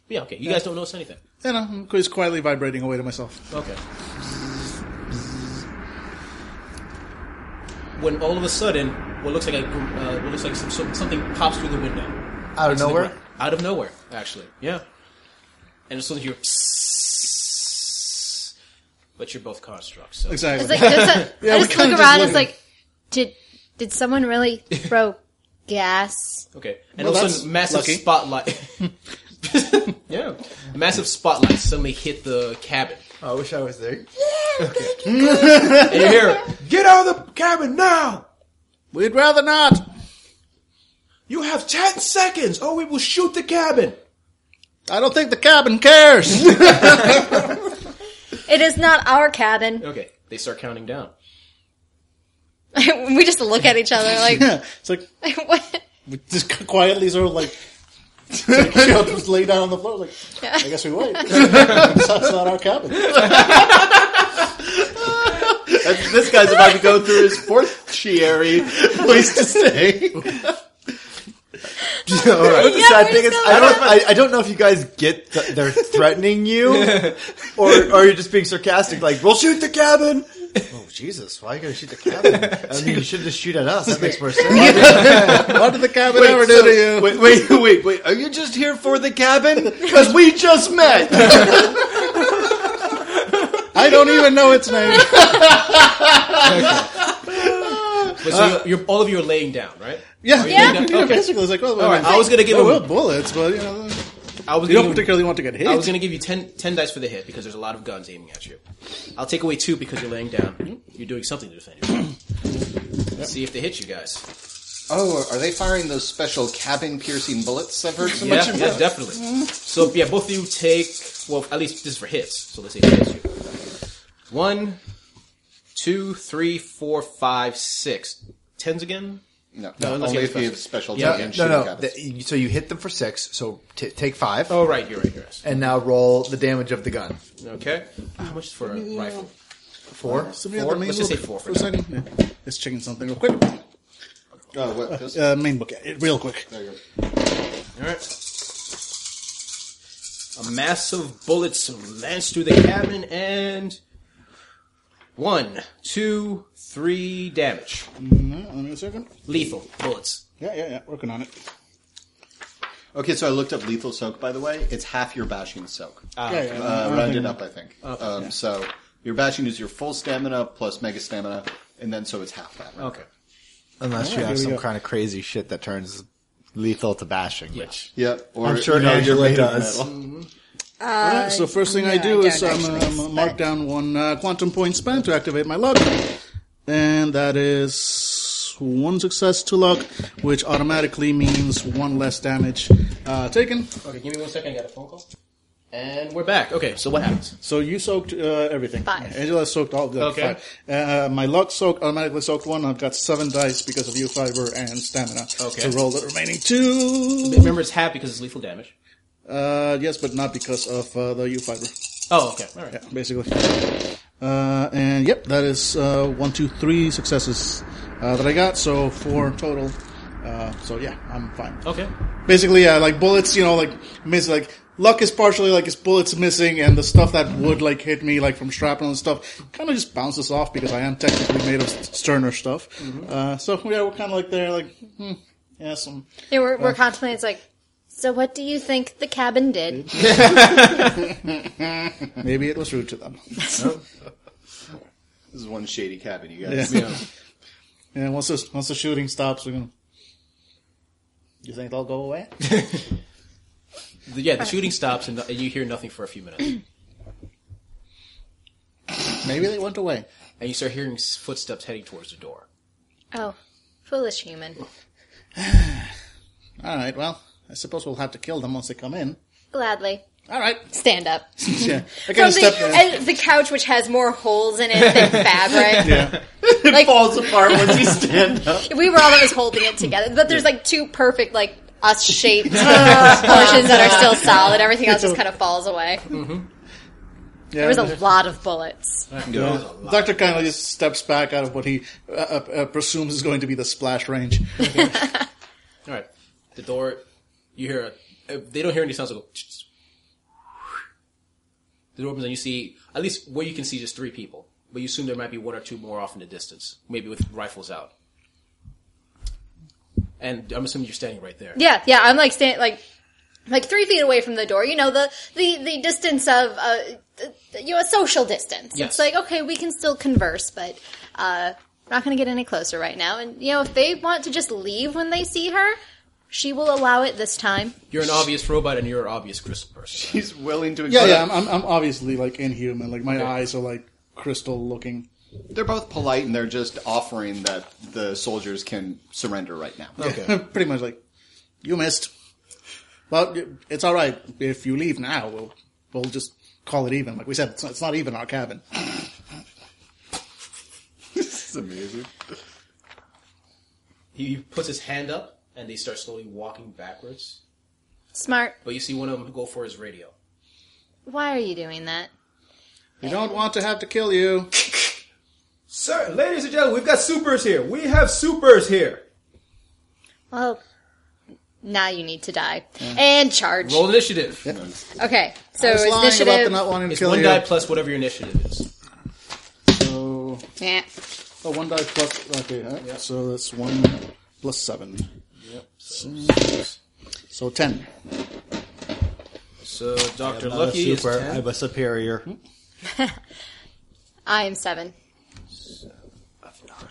S5: yeah, okay. You guys don't notice anything.
S3: And I'm just quietly vibrating away to myself.
S5: Okay. when all of a sudden what looks like a, gr- uh, what looks like some, some, something pops through the window
S9: Out of
S5: Into the
S9: nowhere?
S5: ground. Out of nowhere, actually, yeah. And it's something you hear, "Psst." but you're both constructs. So
S7: It's
S3: Exactly.
S7: like, there's a,
S3: [laughs]
S7: I just
S3: kinda
S7: look
S3: just
S7: around.
S3: look
S7: It's
S3: at-
S7: like, did did someone really throw gas?
S5: okay, and
S3: Well,
S5: all of a
S3: that's
S5: sudden, massive
S3: lucky.
S5: spotlight. [laughs] yeah, massive spotlight suddenly hit the cabin,
S9: I wish I was there.
S5: and you hear,
S1: Get out of the cabin now!
S3: We'd rather not.
S5: "You have ten seconds, or we will shoot the cabin."
S3: I don't think the cabin cares.
S2: It is not
S7: [laughs]
S2: our cabin.
S5: Okay, they start counting down.
S7: we just look at each
S3: [laughs]
S7: other like, [laughs]
S3: it's like
S7: what?
S3: we just [laughs] quietly sort of like just lay down on the floor. Like I guess we wait. That's not our cabin.
S4: this guy's about to go through his fortiary place to stay.
S9: the sad thing is, I don't, I, I don't know if you guys get th- they're threatening you, or or you're just being sarcastic, like we'll shoot the cabin. Oh Jesus! Why are you gonna shoot the cabin? I mean, you should just shoot at us.
S1: [laughs]
S9: That makes more sense.
S3: What did the cabin ever do to you?
S4: Wait, wait, [laughs] wait, wait. Are you just here for the
S9: [laughs]
S4: cabin? Because we just met.
S3: I don't even know its
S5: [laughs]
S3: name. Uh,
S5: But so you're, you're, all of you are laying down, right?
S3: Yeah,
S5: Yeah.
S3: yeah. Basically, it's like well,
S5: All right, I was gonna give
S3: there
S5: him-
S3: were bullets, but you know
S5: I was
S3: you don't
S5: gonna-
S3: particularly want to get hit.
S5: I was going to give you 10, 10 dice for the hit because there's a lot of guns aiming at you. I'll take away two because you're laying down. You're doing something to defend yourself. Let's see if they hit you guys.
S4: Oh, are they firing those special cabin piercing bullets? I've heard so
S5: Yeah,
S4: much
S5: yeah
S4: about.
S5: definitely. So yeah, both of you take well, at least this is for hits. So let's say it hits you. One, two, three, four, five, six. Tens again.
S4: No,
S5: No, unless
S4: only
S5: you
S4: if you
S5: have
S4: have special
S5: Yeah,
S4: yeah,
S5: yeah.
S4: and
S9: no,
S4: shooting
S9: no.
S4: cabins.
S9: that- you- so you hit them for six. So t- take five,
S5: Oh right, you're right. You're right.
S9: and now roll the damage of the gun.
S4: Oh,
S5: Okay. How much is for a rifle?
S9: Four.
S3: Somebody had
S5: Four?
S3: the main
S5: Let's just
S3: book
S5: say four for
S3: a second. Yeah. Let's check in something real quick.
S4: Oh, what? This?
S3: Uh, main book, uh, real quick.
S4: There you go.
S5: All right. A massive bullet lanced through the cabin and one, two, three damage.
S3: No, Mm, Let me a second.
S5: Lethal bullets.
S3: Yeah, yeah, yeah. Working on it.
S4: Okay, so I looked up lethal soak. By the way, it's half your bashing soak.
S3: yeah, yeah.
S4: uh,
S3: I
S4: rounded
S3: think-
S4: up, I think. um, So your bashing is your full stamina plus mega stamina, and then so it's half that. Right?
S5: Okay.
S9: Unless you have some kind of crazy shit that turns lethal to bashing,
S5: Yeah.
S9: which
S4: Yeah, or
S9: I'm sure
S4: yeah, you're
S9: Angela
S4: made of
S9: does.
S4: metal.
S3: All right, so first thing
S7: Uh,
S3: I do
S2: I
S3: is
S2: don't
S3: I'm
S2: actually,
S3: um, mark down one uh, quantum point span to activate my lock, and that is one success to lock, which automatically means one less damage uh, taken.
S5: Okay, give me one second. I got a phone call. And we're back. Okay, so what happens?
S3: So you soaked uh, everything.
S7: Five.
S3: Angela soaked all the
S5: Okay.
S3: five. Uh, my luck soaked automatically soaked one. I've got seven dice because of you fiber and stamina
S5: Okay.
S3: to roll the remaining two.
S5: Remember, it's half because it's lethal damage.
S3: Uh, yes, but not because of uh, the U fiber.
S5: Oh, okay. All right.
S3: Yeah, basically. Uh, and yep, that is uh, one, two, three successes uh, that I got. So four total. Uh, so yeah, I'm fine.
S5: Okay.
S3: Basically, yeah, like bullets, you know, like miss, like luck is partially like it's bullets missing, and the stuff that would like hit me, like from shrapnel and stuff, kind of just bounces off because I am technically made of sterner stuff. Uh, so yeah, we're kind of like there, like hmm, yeah, some
S7: Yeah, we're, we're contemplating. It's like, so what do you think the cabin did?
S3: maybe it was rude to them.
S4: This is one shady cabin, you guys.
S3: Yeah. And once this, once the shooting stops, we're gonna. You think they'll go away?
S5: The- yeah, the shooting stops and, and you hear nothing for a few minutes. and
S3: [laughs] Maybe they went away.
S5: you start hearing s- footsteps heading towards the door.
S7: Oh, foolish human.
S3: All right. Well, I suppose we'll have to kill them once they come in.
S7: Gladly.
S3: All right.
S7: Stand up.
S3: Yeah. I
S7: From
S3: kind of
S7: the,
S3: step.
S7: and the couch, which has more holes in it than
S3: [laughs]
S7: fabric. [laughs] Like,
S4: Falls apart once you stand up.
S7: we were all of us holding it together. But there's like two perfect, like, us
S3: [laughs]
S7: shaped portions that are still solid. Everything else just kind of falls away. There was a lot of bullets.
S3: Doctor kind of just steps back out of what he uh, uh, uh, presumes is going to be the splash range.
S5: All right. The door, you hear, a, uh, they don't hear any sounds. Like, the door opens and you see, at least where you can see, just three people. but you assume there might be one or two more off in the distance, maybe with rifles out. And I'm assuming you're standing right there.
S7: Yeah, yeah. I'm like standing like like three feet away from the door. You know the the the distance of uh th- th- you know a social distance.
S5: Yes.
S7: It's like okay, we can still converse, but uh we're not going to get any closer right now. And you know if they want to just leave when they see her, she will allow it this time.
S5: You're an obvious robot, and you're an obvious crystal person.
S4: [laughs] He's willing to.
S3: Yeah,
S4: accept-
S3: yeah. I'm, um, I'm, I'm obviously like inhuman. Like my eyes are like crystal looking. [laughs]
S4: They're both polite, and they're just offering that the soldiers can surrender right now.
S3: Pretty much like you missed. Well, it's all right if you leave now. We'll we'll just call it even. Like we said, it's not, it's not even our cabin.
S4: It's amazing.
S5: He puts his hand up, and they start slowly walking backwards.
S7: Smart.
S5: But you see one of them go for his radio.
S7: Why are you doing that?
S3: We don't want to have to kill you.
S5: Sir, ladies and gentlemen, we've got supers here. We have supers here.
S7: Well, now you need to die and charge.
S5: Roll initiative.
S7: Okay, so
S3: Just lying about the
S7: initiative.
S3: not wanting to
S5: It's
S3: kill
S5: one
S3: you.
S5: die plus whatever your initiative is.
S3: So,
S7: Yeah.
S3: oh, one die plus. Okay, huh? so that's one plus seven. Yep. So ten.
S5: So Doctor Lucky is
S9: super.
S5: 10.
S9: I'm a superior.
S7: I am seven.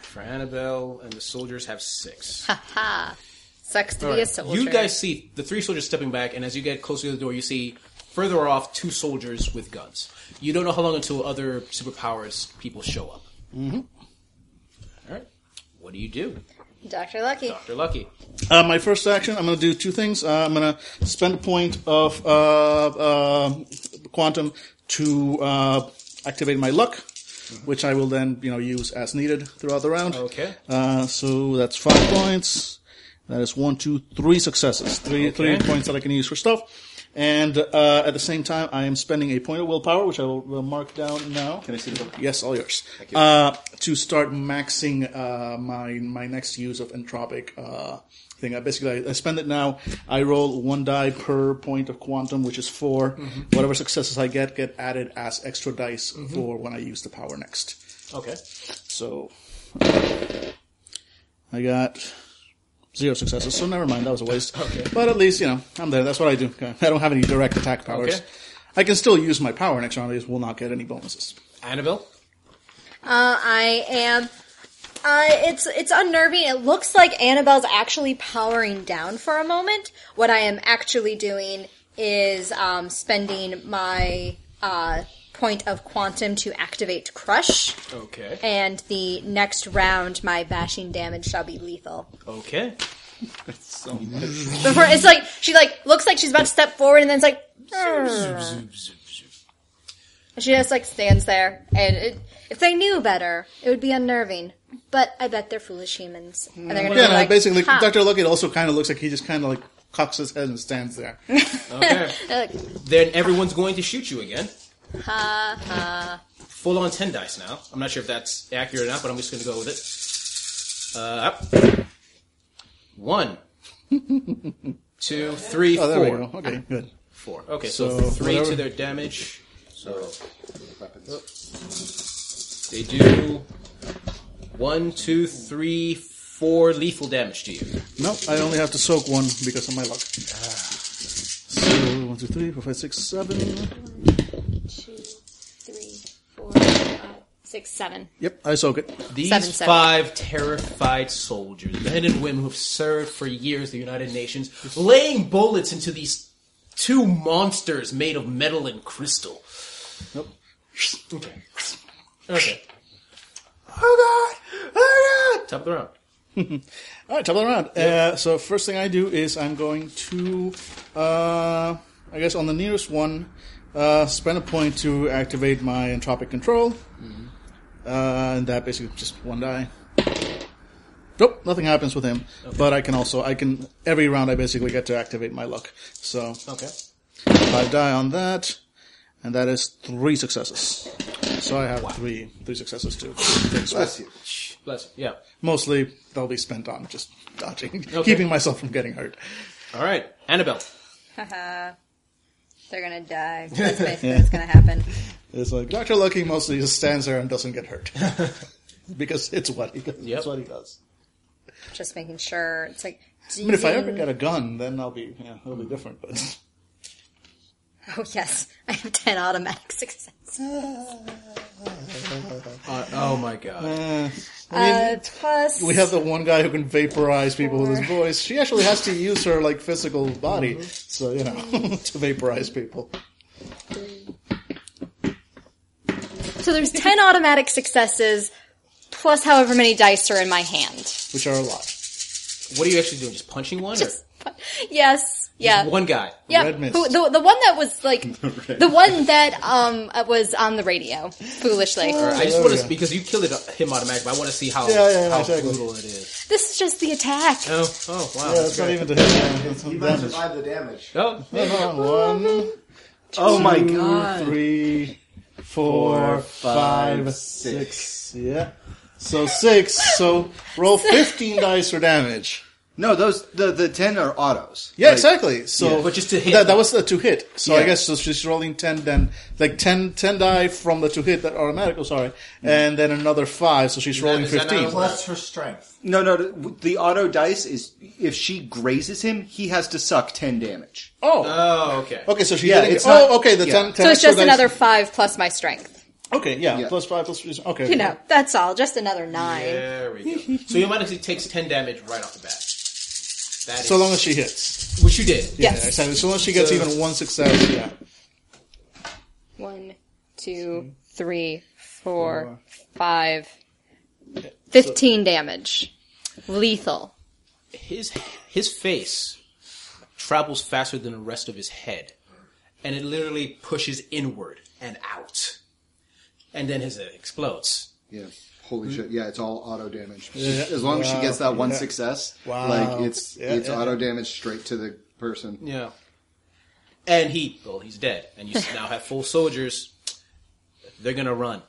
S5: For Annabelle and the soldiers
S7: [laughs]
S5: have six.
S7: Ha. Sucks to be a soldier.
S5: you guys see the three soldiers stepping back, and as you get closer to the door, you see further off two soldiers with guns. You don't know how long until other superpowers people show up. Mm-hmm. All right. What do you do,
S7: Dr. Lucky.
S5: Doctor Lucky?
S3: Uh, my first action, I'm going to do two things. Uh, I'm going to spend a point of uh, uh, quantum to uh, activate my luck, which I will then you know use as needed throughout the round.
S5: Okay.
S3: Uh, so that's five points. That is one, two, three successes. Three
S5: Okay.
S3: three points that I can use for stuff. And uh, at the same time, I am spending a point of willpower, which I will, will mark down now. Can I see the
S4: [laughs]
S3: book? Yes, all yours. Uh, to start maxing uh, my my next use of entropic uh, thing. I basically I, I spend it now. I roll one die per point of quantum, which is 4 Whatever successes I get get added as extra dice for when I use the power next.
S5: Okay.
S3: So I got zero successes. So never mind, that was a waste. But at least you know I'm there. That's what I do. I don't have any direct attack powers.
S5: Okay.
S3: I can still use my power next round. I just will not get any bonuses.
S5: Annabelle.
S7: Uh, I am. Uh, it's it's unnerving. It looks like Annabelle's actually powering down for a moment. What I am actually doing is um, spending my uh, point of quantum to activate crush,
S5: Okay.
S7: and the next round my bashing damage shall be lethal.
S5: Okay.
S7: Before it's like she like looks like she's about to step forward, and then it's like And she just like stands there, and it, if they knew better, it would be unnerving. But I bet they're foolish humans, and they're gonna
S3: Yeah,
S7: be
S3: no,
S7: like,
S3: basically,
S7: "Ha."
S3: Doctor Luckett also kind of looks like he just kind of like cocks his head and
S7: [laughs]
S3: stands there.
S5: Okay.
S7: They're like,
S5: then everyone's going to shoot you again.
S7: ha ha.
S5: Full on ten dice now. I'm not sure if that's accurate or not, but I'm just going to go with it. Uh, up.
S7: [laughs]
S5: one, two, three,
S3: Oh, there
S5: four.
S3: we go. Okay, good.
S5: Four. Okay, so,
S3: So,
S5: three
S3: whatever.
S5: to their damage.
S4: So weapons.
S5: They do one, two, three, four lethal damage to you.
S3: No, I only have to soak one because of my luck. So one, two, three, four, five, six, seven.
S7: Two, three, four, five, six, seven.
S3: Yep, I soak it.
S5: These
S7: Seven, seven.
S5: five terrified soldiers, men and women who've served for years the United Nations, laying bullets into these two monsters made of metal and crystal.
S3: Nope.
S5: Okay. Okay.
S3: Oh God! Oh God!
S5: Top of the round.
S3: All right, top of the round. Uh, so first thing I do is I'm going to, uh, I guess, on the nearest one, uh, spend a point to activate my entropic control, uh, and that basically just one die. Nope, nothing happens with him. But I can also, I can every round I basically get to activate my luck. So
S5: Okay.
S3: I die on that, and that is three successes. So I have three three successes too.
S4: Bless you.
S5: Bless you. Yeah.
S3: Mostly they'll be spent on just [laughs] dodging, keeping myself from getting hurt.
S5: All right. Annabelle.
S7: Ha ha.
S2: They're gonna
S7: [laughs]
S2: die. That's basically what's gonna happen.
S3: It's like Doctor Lucky mostly just stands there and doesn't get
S9: [laughs]
S3: hurt because it's what he does.
S5: Yep.
S3: It's what he does.
S2: Just making sure. It's like.
S3: I mean, if I ever get a gun, then I'll be yeah, it'll be different. But [laughs]
S2: Oh
S7: [laughs]
S2: yes, I have ten automatic success.
S5: Uh, oh my god.
S2: Uh, plus,
S3: we have the one guy who can vaporize people with his voice. She actually has to use her like physical body, so you know, [laughs] to vaporize people.
S7: So there's [laughs] 10 automatic successes, plus however many dice are in my hand.
S3: which are a lot.
S5: What are you actually doing? Just punching one? Or
S7: Yes. Yeah.
S5: one guy.
S7: Yeah,
S3: Red Mist.
S7: who- the, the one that was
S3: [laughs]
S7: like the one that um uh, was on the radio, foolishly.
S5: I just want to because you killed it, uh, him automatically. But I want to see how
S3: Oh, Yeah, yeah, yeah,
S5: how
S3: exactly.
S5: brutal it is.
S7: This is just the attack.
S5: Oh, oh
S3: Yeah,
S5: wow. that's
S3: that's not
S5: great.
S3: even to hit. man. That's
S9: You
S3: some
S9: might
S3: damage.
S9: survive the damage.
S5: Oh, yeah.
S3: One,
S9: [laughs] Oh my god.
S3: three, four,
S9: Four, five,
S3: five, six. Yeah. So six. So roll fifteen dice for damage.
S4: No, those the the ten are autos.
S3: Yeah,
S4: Like,
S3: exactly. So
S5: Yeah, but just to hit.
S3: That, that was the to hit. So I
S4: Yeah.
S3: guess so she's rolling ten, then like 10, 10 die from the to hit that automatic. Oh, sorry, and then another five. So she's rolling
S5: is that not
S3: fifteen.
S5: a plus?
S9: Plus her strength.
S4: No, no. The, the auto dice is if she grazes him, he has to suck ten damage.
S3: Oh,
S5: Oh, okay.
S3: okay. So she
S4: Yeah,
S3: did it.
S4: it's
S3: Oh,
S4: not-
S3: okay. The
S4: yeah.
S3: 10, 10
S7: so it's
S3: extra
S7: just
S3: dice.
S7: another five plus my strength.
S3: Okay, yeah,
S4: Yeah.
S3: plus five, plus three. Okay,
S2: you know, that's all. Just another nine.
S5: There we [laughs] go. so you might actually takes ten damage right off the bat. That is,
S3: So long as she hits.
S5: which you did.
S3: Yeah,
S7: Yes.
S3: exactly. So long as she gets
S5: So-
S3: even one success. Yeah.
S7: One, two, three, four, five. Fifteen damage. Lethal.
S5: His his face travels faster than the rest of his head, and it literally pushes inward and out, and then his head explodes.
S4: Yeah. Holy shit! Yeah, it's all auto damage. As long as she gets that one success,
S3: Wow.
S4: like it's
S3: Yeah,
S4: it's
S3: yeah,
S4: auto damage straight to the person.
S5: Yeah. And he, well, he's dead, and you now have full soldiers. They're gonna run.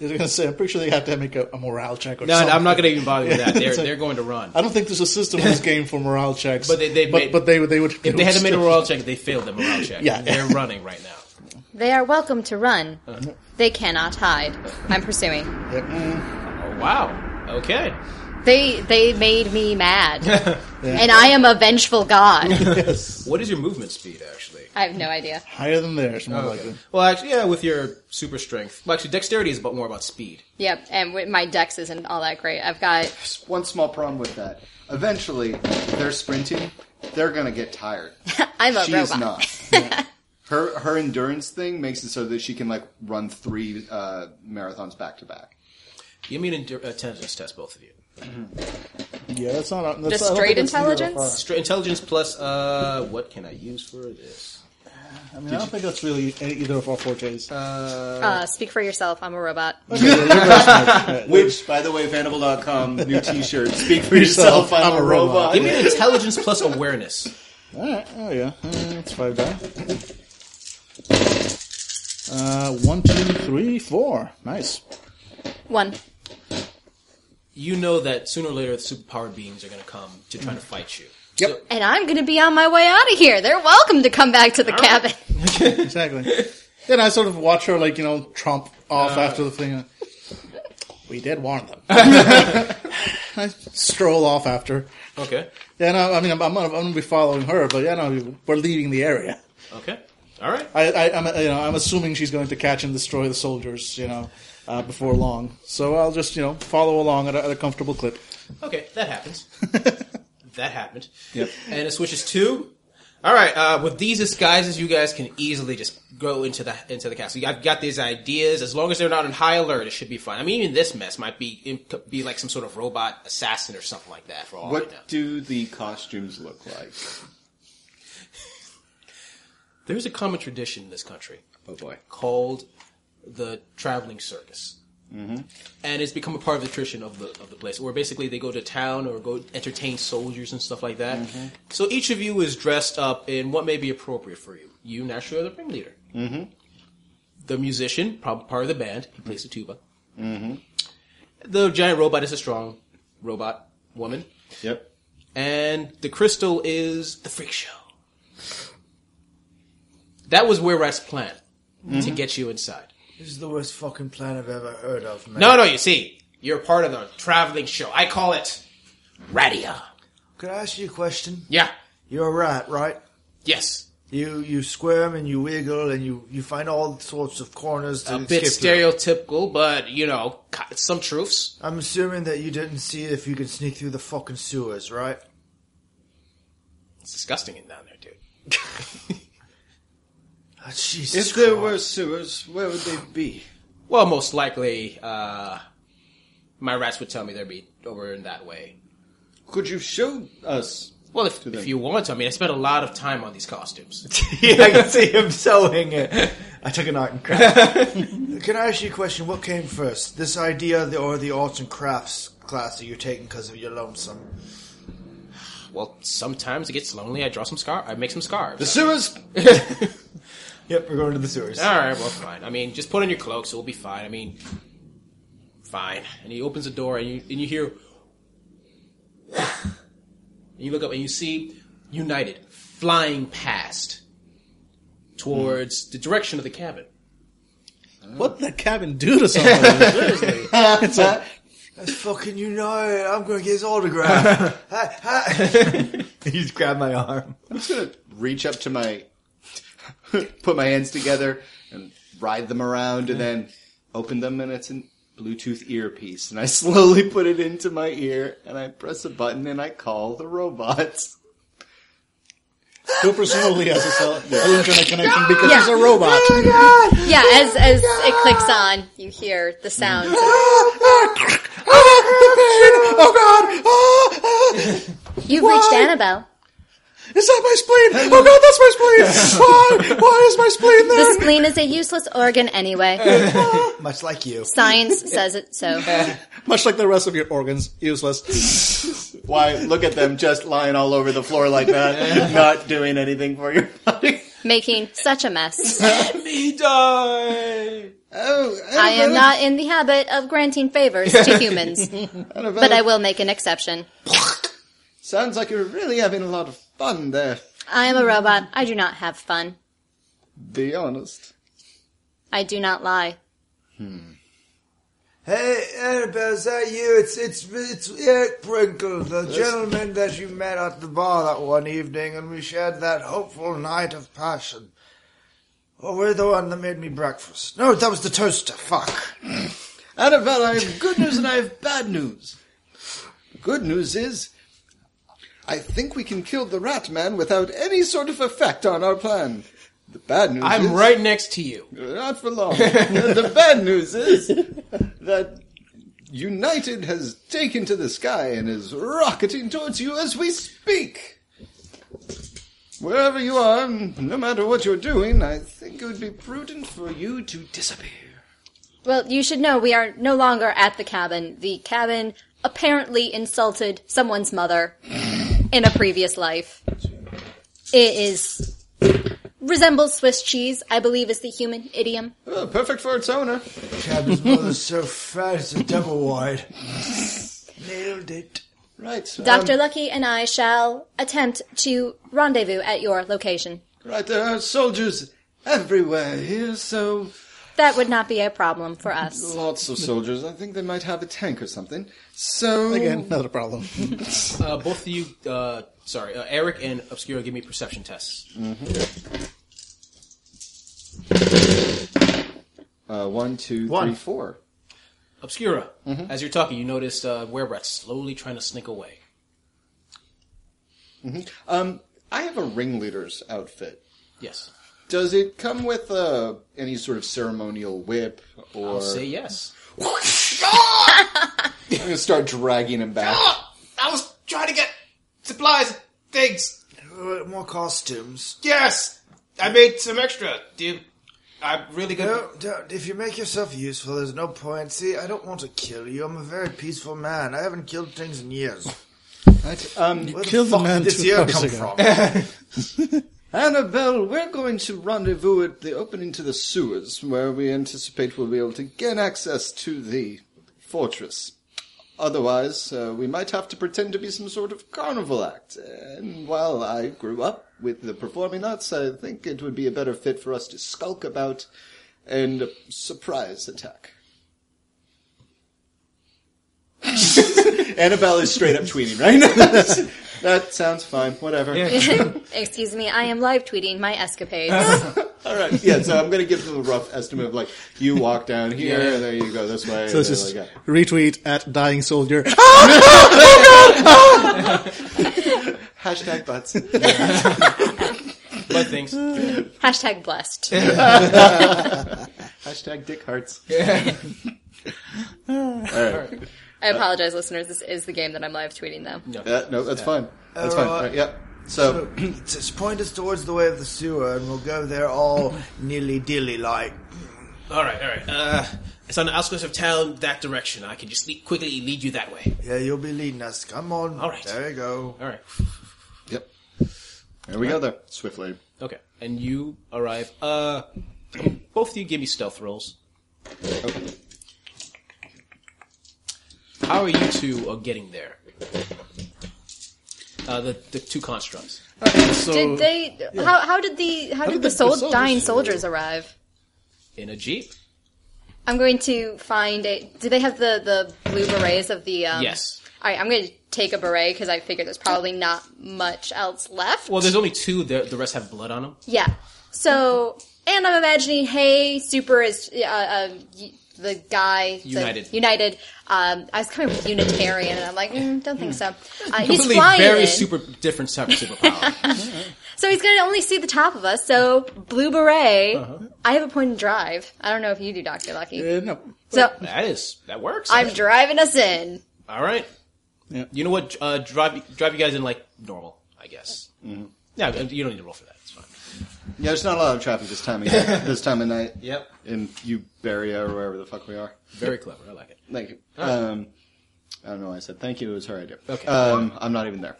S3: I was gonna say, I'm pretty sure they have to make a, a morale check or
S5: No,
S3: something.
S5: no, I'm not gonna even bother with that. They're
S3: It's like-
S5: they're going to run.
S3: I don't think there's a system in this game for morale checks.
S5: But they- they
S3: but,
S5: made-
S3: but they, they would. they
S5: If they
S3: would
S5: hadn't made a
S3: still-
S5: morale check, they failed the morale check.
S3: Yeah.
S5: they're running right now.
S7: They are welcome to run. They cannot hide. I'm pursuing.
S5: Oh wow. Okay.
S7: They they made me
S1: [laughs]
S7: mad. And I am a vengeful god.
S3: Yes.
S5: What is your movement speed actually?
S7: I have no idea.
S3: Higher than theirs, more
S5: Oh, Okay.
S3: likely.
S5: Well, actually, yeah, with your super strength. Well, actually, dexterity is about more about speed.
S7: Yep, and with my dex isn't all that great. I've got
S4: Just One small problem with that. Eventually, they're sprinting. They're gonna get tired.
S7: I'm a
S4: She's
S7: robot.
S4: not. Her her endurance thing makes it so that she can like run three uh, marathons back to back.
S5: Give me an endu- intelligence test, both of you.
S3: Yeah, that's not. That's,
S7: Just
S3: I don't
S7: straight
S3: think that's either of
S7: intelligence?
S5: Stra- intelligence plus, uh, what can I use for this?
S3: our- I, mean, I don't think that's really any- either of our fortes.
S7: Uh, speak for yourself. I'm a robot.
S4: Which, by the way, Vanable.com
S9: [laughs]
S4: new T-shirt. Speak for
S3: yourself, I'm a robot.
S5: Give me an intelligence plus awareness.
S3: All right. Oh yeah, uh, it's five die. Uh, one, two, three, four. Nice.
S7: One.
S5: You know that sooner or later the superpowered beings are going to come to try to fight you.
S3: Yep.
S5: So-
S7: And I'm going to be on my way out of here. They're welcome to come back to the cabin. [laughs]
S3: Exactly. [laughs] Then I sort of watch her, like, you know, tromp
S5: Uh.
S3: off after the thing. We did warn
S5: [laughs]
S3: them. I stroll off after.
S5: okay.
S3: Yeah, no, I mean, I'm, I'm, gonna, I'm gonna be following her, but yeah, no, we're leaving the area.
S5: Okay. All right.
S3: I, I, I'm, uh, you know, I'm assuming she's going to catch and destroy the soldiers, you know, uh, before long. So I'll just, you know, follow along at a, at a comfortable clip. [laughs]
S5: Okay, that happens. that happened. Yep. And it switches to. All right. Uh, with these disguises, you guys can easily just go into the into the castle. I've got these ideas. As long as they're not on high alert, it should be fine. I mean, even this mess might be be like some sort of robot assassin or something like that. For all I know,
S4: What do the costumes look like?
S5: there's a common tradition in this country
S4: Oh boy.
S5: called the traveling circus. Mm-hmm. And it's become a part of the tradition of the of the place, where basically they go to town or go entertain soldiers and stuff like that. So each of you is dressed up in what may be appropriate for you. You naturally are the ringleader. Mm-hmm. The musician, probably part of the band, he plays the tuba. Mm-hmm. The giant robot is a strong robot woman,
S4: Yep.
S5: and the crystal is the freak show. That was Were Rat's plan to get you inside.
S1: This is the worst fucking plan I've ever heard of, man.
S5: No, no, you see, you're part of the traveling show. I call it Radia.
S1: Could I ask you a question?
S5: Yeah.
S1: You're a rat, right?
S5: Yes.
S1: You you squirm and you wiggle and you, you find all sorts of corners to
S5: A
S1: escape
S5: bit
S1: through.
S5: stereotypical, but you know, co- some truths.
S1: I'm assuming that you didn't see if you could sneak through the fucking sewers, right?
S5: It's disgusting in down there, dude.
S1: Ah, Jesus.
S4: If there
S1: [laughs]
S4: were sewers, where would they be?
S5: Well, most likely, uh, my rats would tell me they'd be over in that way.
S4: Could you show us?
S5: Well, if, if you want to, I mean, I spent a lot of time on these
S4: [laughs]
S5: costumes.
S9: I can see him sewing it. I took an art and craft. [laughs]
S1: Can I ask you a question? What came first, this idea the- or the arts and crafts class that you're taking because of your lonesome?
S5: well, sometimes it gets lonely. I draw some scar. I make some scarves.
S4: The sewers.
S9: Yep, we're going to the sewers.
S1: Ah,
S5: All right, well, fine. I mean, just put on your cloaks; it'll be fine. I mean, fine. And he opens the door, and you and you hear, and you look up, and you see United flying past towards the direction of the cabin.
S3: What did that cabin do to
S5: [laughs]
S3: someone?
S1: That's fucking you know. I'm going to get his
S9: [laughs]
S1: autograph. Ah, Hi, hi.
S9: He's grabbed
S1: [laughs]
S9: my arm.
S4: I'm just gonna reach up to my, [laughs] put my hands together and ride them around, and then open them, and it's a Bluetooth earpiece, and I [laughs] slowly put it into my ear, and I press a button, and I call the robots.
S3: Who presumably has a cell, an internet connection because he's a [laughs] robot.
S7: Yeah, as as it clicks on, you hear the
S1: [laughs] Ah,
S7: sound.
S1: Oh, Ah,
S7: You've reached Annabelle.
S3: Is that my spleen? Oh god, that's my spleen! [laughs] Why? Why is my spleen there?
S7: The spleen is a useless organ anyway.
S1: [laughs] Much like you.
S7: Science says
S1: [laughs]
S7: it so.
S3: Much like the rest of your organs, useless.
S4: Why look at them just lying all over the floor like [laughs] that, not doing anything for your body?
S7: Making such a mess.
S5: He die.
S4: Oh,
S7: I
S1: [laughs]
S7: am not in the habit of granting favors to humans, but I will make an exception.
S4: Sounds like you're really having a lot of fun there.
S7: I am a robot. I do not have fun.
S4: Be honest.
S7: I do not lie.
S1: Hey, Annabelle, is that you? It's it's it's Eric Brinkle, the gentleman that you met at the bar that one evening, and we shared that hopeful night of passion. Oh, we're the one that made me breakfast. No, that was the toaster. Fuck.
S4: Annabelle, I have good news and I have bad news. Good news is, I think we can kill the rat man without any sort of effect on our plan. The bad news is,
S5: I'm right next to you.
S4: not for long. the bad news is that United has taken to the sky and is rocketing towards you as we speak. Wherever you are, no matter what you're doing, I think it would be prudent for you to disappear.
S7: Well, you should know we are no longer at the cabin. The cabin apparently insulted someone's mother in a previous life. It is resembles Swiss cheese, I believe is the human idiom.
S4: Oh, perfect for its owner.
S1: Cabin's mother's so fat it's a double wide. Nailed it.
S4: Right. um,
S7: Dr. Lucky and I shall attempt to rendezvous at your location.
S4: Right, there are soldiers everywhere here, so
S7: That would not be a problem for us.
S4: lots of soldiers. I think they might have a tank or something. So
S3: Again, not a problem.
S5: Uh, both of you, uh, sorry, uh, Eric and Obscura, give me perception tests.
S4: uh, one, two,
S1: One.
S4: three, four.
S5: Obscura,
S3: Mm-hmm.
S5: as you're talking, you noticed uh, Were Rat slowly trying to sneak away.
S4: Um, I have a ringleader's outfit.
S5: Yes,
S4: Does it come with uh, any sort of ceremonial whip or?
S5: I'll say
S4: [laughs]
S5: yes. [laughs]
S4: I'm gonna start dragging him back.
S5: I was trying to get supplies and things.
S1: Uh, More costumes.
S5: Yes! I made some extra, dude. I'm really good.
S1: No, don't, if you make yourself useful, there's no point. See, I don't want to kill you. I'm a very peaceful man. I haven't killed things in years.
S4: Right, um,
S1: Where
S3: killed
S1: the
S3: a
S1: fuck
S3: man
S1: did this
S3: two
S1: year
S3: hours
S1: come
S3: ago.
S1: from?
S4: Annabelle, we're going to rendezvous at the opening to the sewers, where we anticipate we'll be able to gain access to the fortress. Otherwise, uh, we might have to pretend to be some sort of carnival act. And while I grew up with the performing arts, I think it would be a better fit for us to skulk about and surprise attack. [laughs] Annabelle is straight up tweeting, right? [laughs] that sounds fine. Whatever.
S7: Excuse me, I am live tweeting my escapades.
S4: All right. Yeah. So I'm gonna give them a rough estimate of like you walk down here, and there you go this way.
S3: So
S4: and
S3: it's
S4: then
S3: just
S4: like that.
S3: retweet at dying [laughs] soldier. Ah,
S4: hashtag butts.
S5: But
S1: [laughs]
S5: thanks.
S7: Hashtag blessed.
S4: Hashtag dick hearts.
S7: I apologize, listeners. This is the game that I'm live tweeting, though.
S4: Yeah, no, that's fine. That's fine.
S1: Alright.
S4: All right, yeah. So,
S1: Just point us towards the way of the sewer, and we'll go there all nilly dilly like.
S5: All right, all right. Uh, it's on the outskirts of town, that direction. I can just le- quickly lead you that way.
S1: Yeah, you'll be leading us. Come on.
S5: All right.
S1: There you go.
S5: All right.
S4: yep. There we go. There swiftly.
S5: Okay. And you arrive. Uh, [clears throat] um, both of you give me stealth rolls. How are you two uh, getting there? Uh, the, the two constructs.
S3: [laughs] So
S7: Did they? How, how did the how, did,
S3: did
S7: the,
S3: the- the
S7: sol-
S3: soldiers
S7: dying
S3: show
S7: soldiers arrive?
S5: In a jeep?
S7: I'm going to find a. Do they have the the blue berets of the? Um,
S5: Yes.
S7: All right, I'm going to take a beret because I figure there's probably not much else left.
S5: Well, there's only two. The, the rest have blood on them.
S7: yeah. So, and I'm imagining, hey, super is uh, uh, y- the guy the-
S5: United.
S7: United. Um, I was coming with Unitarian, and I'm like, mm, don't think
S5: [laughs]
S7: so. Uh, he's
S5: Completely
S7: flying.
S5: very
S7: in.
S5: super different type
S7: [laughs]
S5: of superpower.
S7: So he's going to only see the top of us. So blue beret.
S5: Uh-huh.
S7: I have a point in drive. I don't know if you do, Doctor Lucky.
S3: Uh, no.
S7: so
S5: that is that works.
S7: I'm driving us in.
S5: All right.
S3: Yeah.
S5: You know what? Uh, drive drive you guys in like normal, I guess. Yeah, you don't need to roll for that. It's fine.
S4: Yeah, there's not a lot of traffic this time of year, this time of night.
S5: Yep.
S4: In Uberia or wherever the fuck we are.
S5: Very clever. I like it.
S4: Thank you. Um, I don't know why I said thank you. It was her idea.
S5: Okay.
S4: Um, I'm not even there.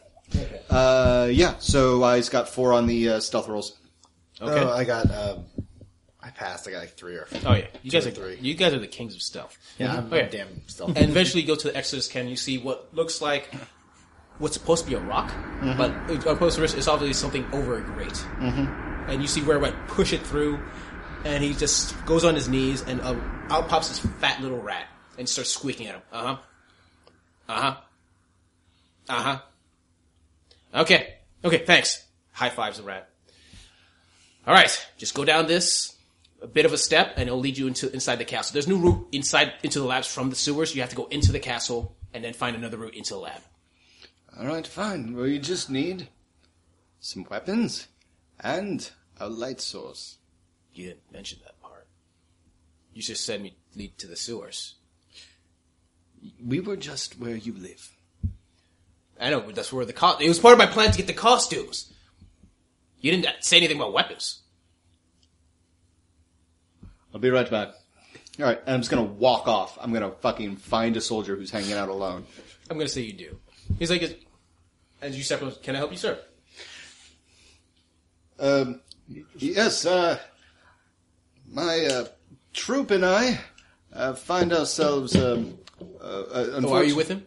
S4: Uh, yeah. So I just got four on the uh, stealth rolls.
S5: Okay.
S9: Oh, I got.
S1: uh,
S9: Um, I passed. I got like three or four.
S5: oh yeah. You guys
S9: or
S5: are
S9: three.
S5: you guys are the kings of stealth.
S9: Yeah, I'm,
S5: Okay.
S9: I'm damn stealthy.
S5: And eventually you go to the Exodus Cam and you see what looks like what's supposed to be a rock,
S9: Mm-hmm.
S5: but opposed to it's obviously something over a grate.
S9: Mm-hmm.
S5: And you see where Rat push it through, and he just goes on his knees and uh, out pops this fat little rat and starts squeaking at him. Uh huh. Uh huh. Uh huh. Okay. Okay. Thanks. High fives the rat. All right. Just go down this a bit of a step and it'll lead you into inside the castle. There's no route inside into the labs from the sewers. You have to go into the castle and then find another route into the lab.
S4: All right, fine. Well, you just need some weapons and a light source.
S5: You didn't mention that part. You just said me lead to the sewers.
S4: We were just where you live.
S5: I know but that's where the co- it was part of my plan to get the costumes. You didn't say anything about weapons.
S4: I'll be right back. All right, and I'm just gonna walk off. I'm gonna fucking find a soldier who's hanging out alone.
S5: I'm gonna say you do. He's like, "Is- as you step up, can I help you, sir?
S4: Um, yes, uh, my uh, troop and I uh, find ourselves. Um, uh, uh,
S5: Oh, are you with him?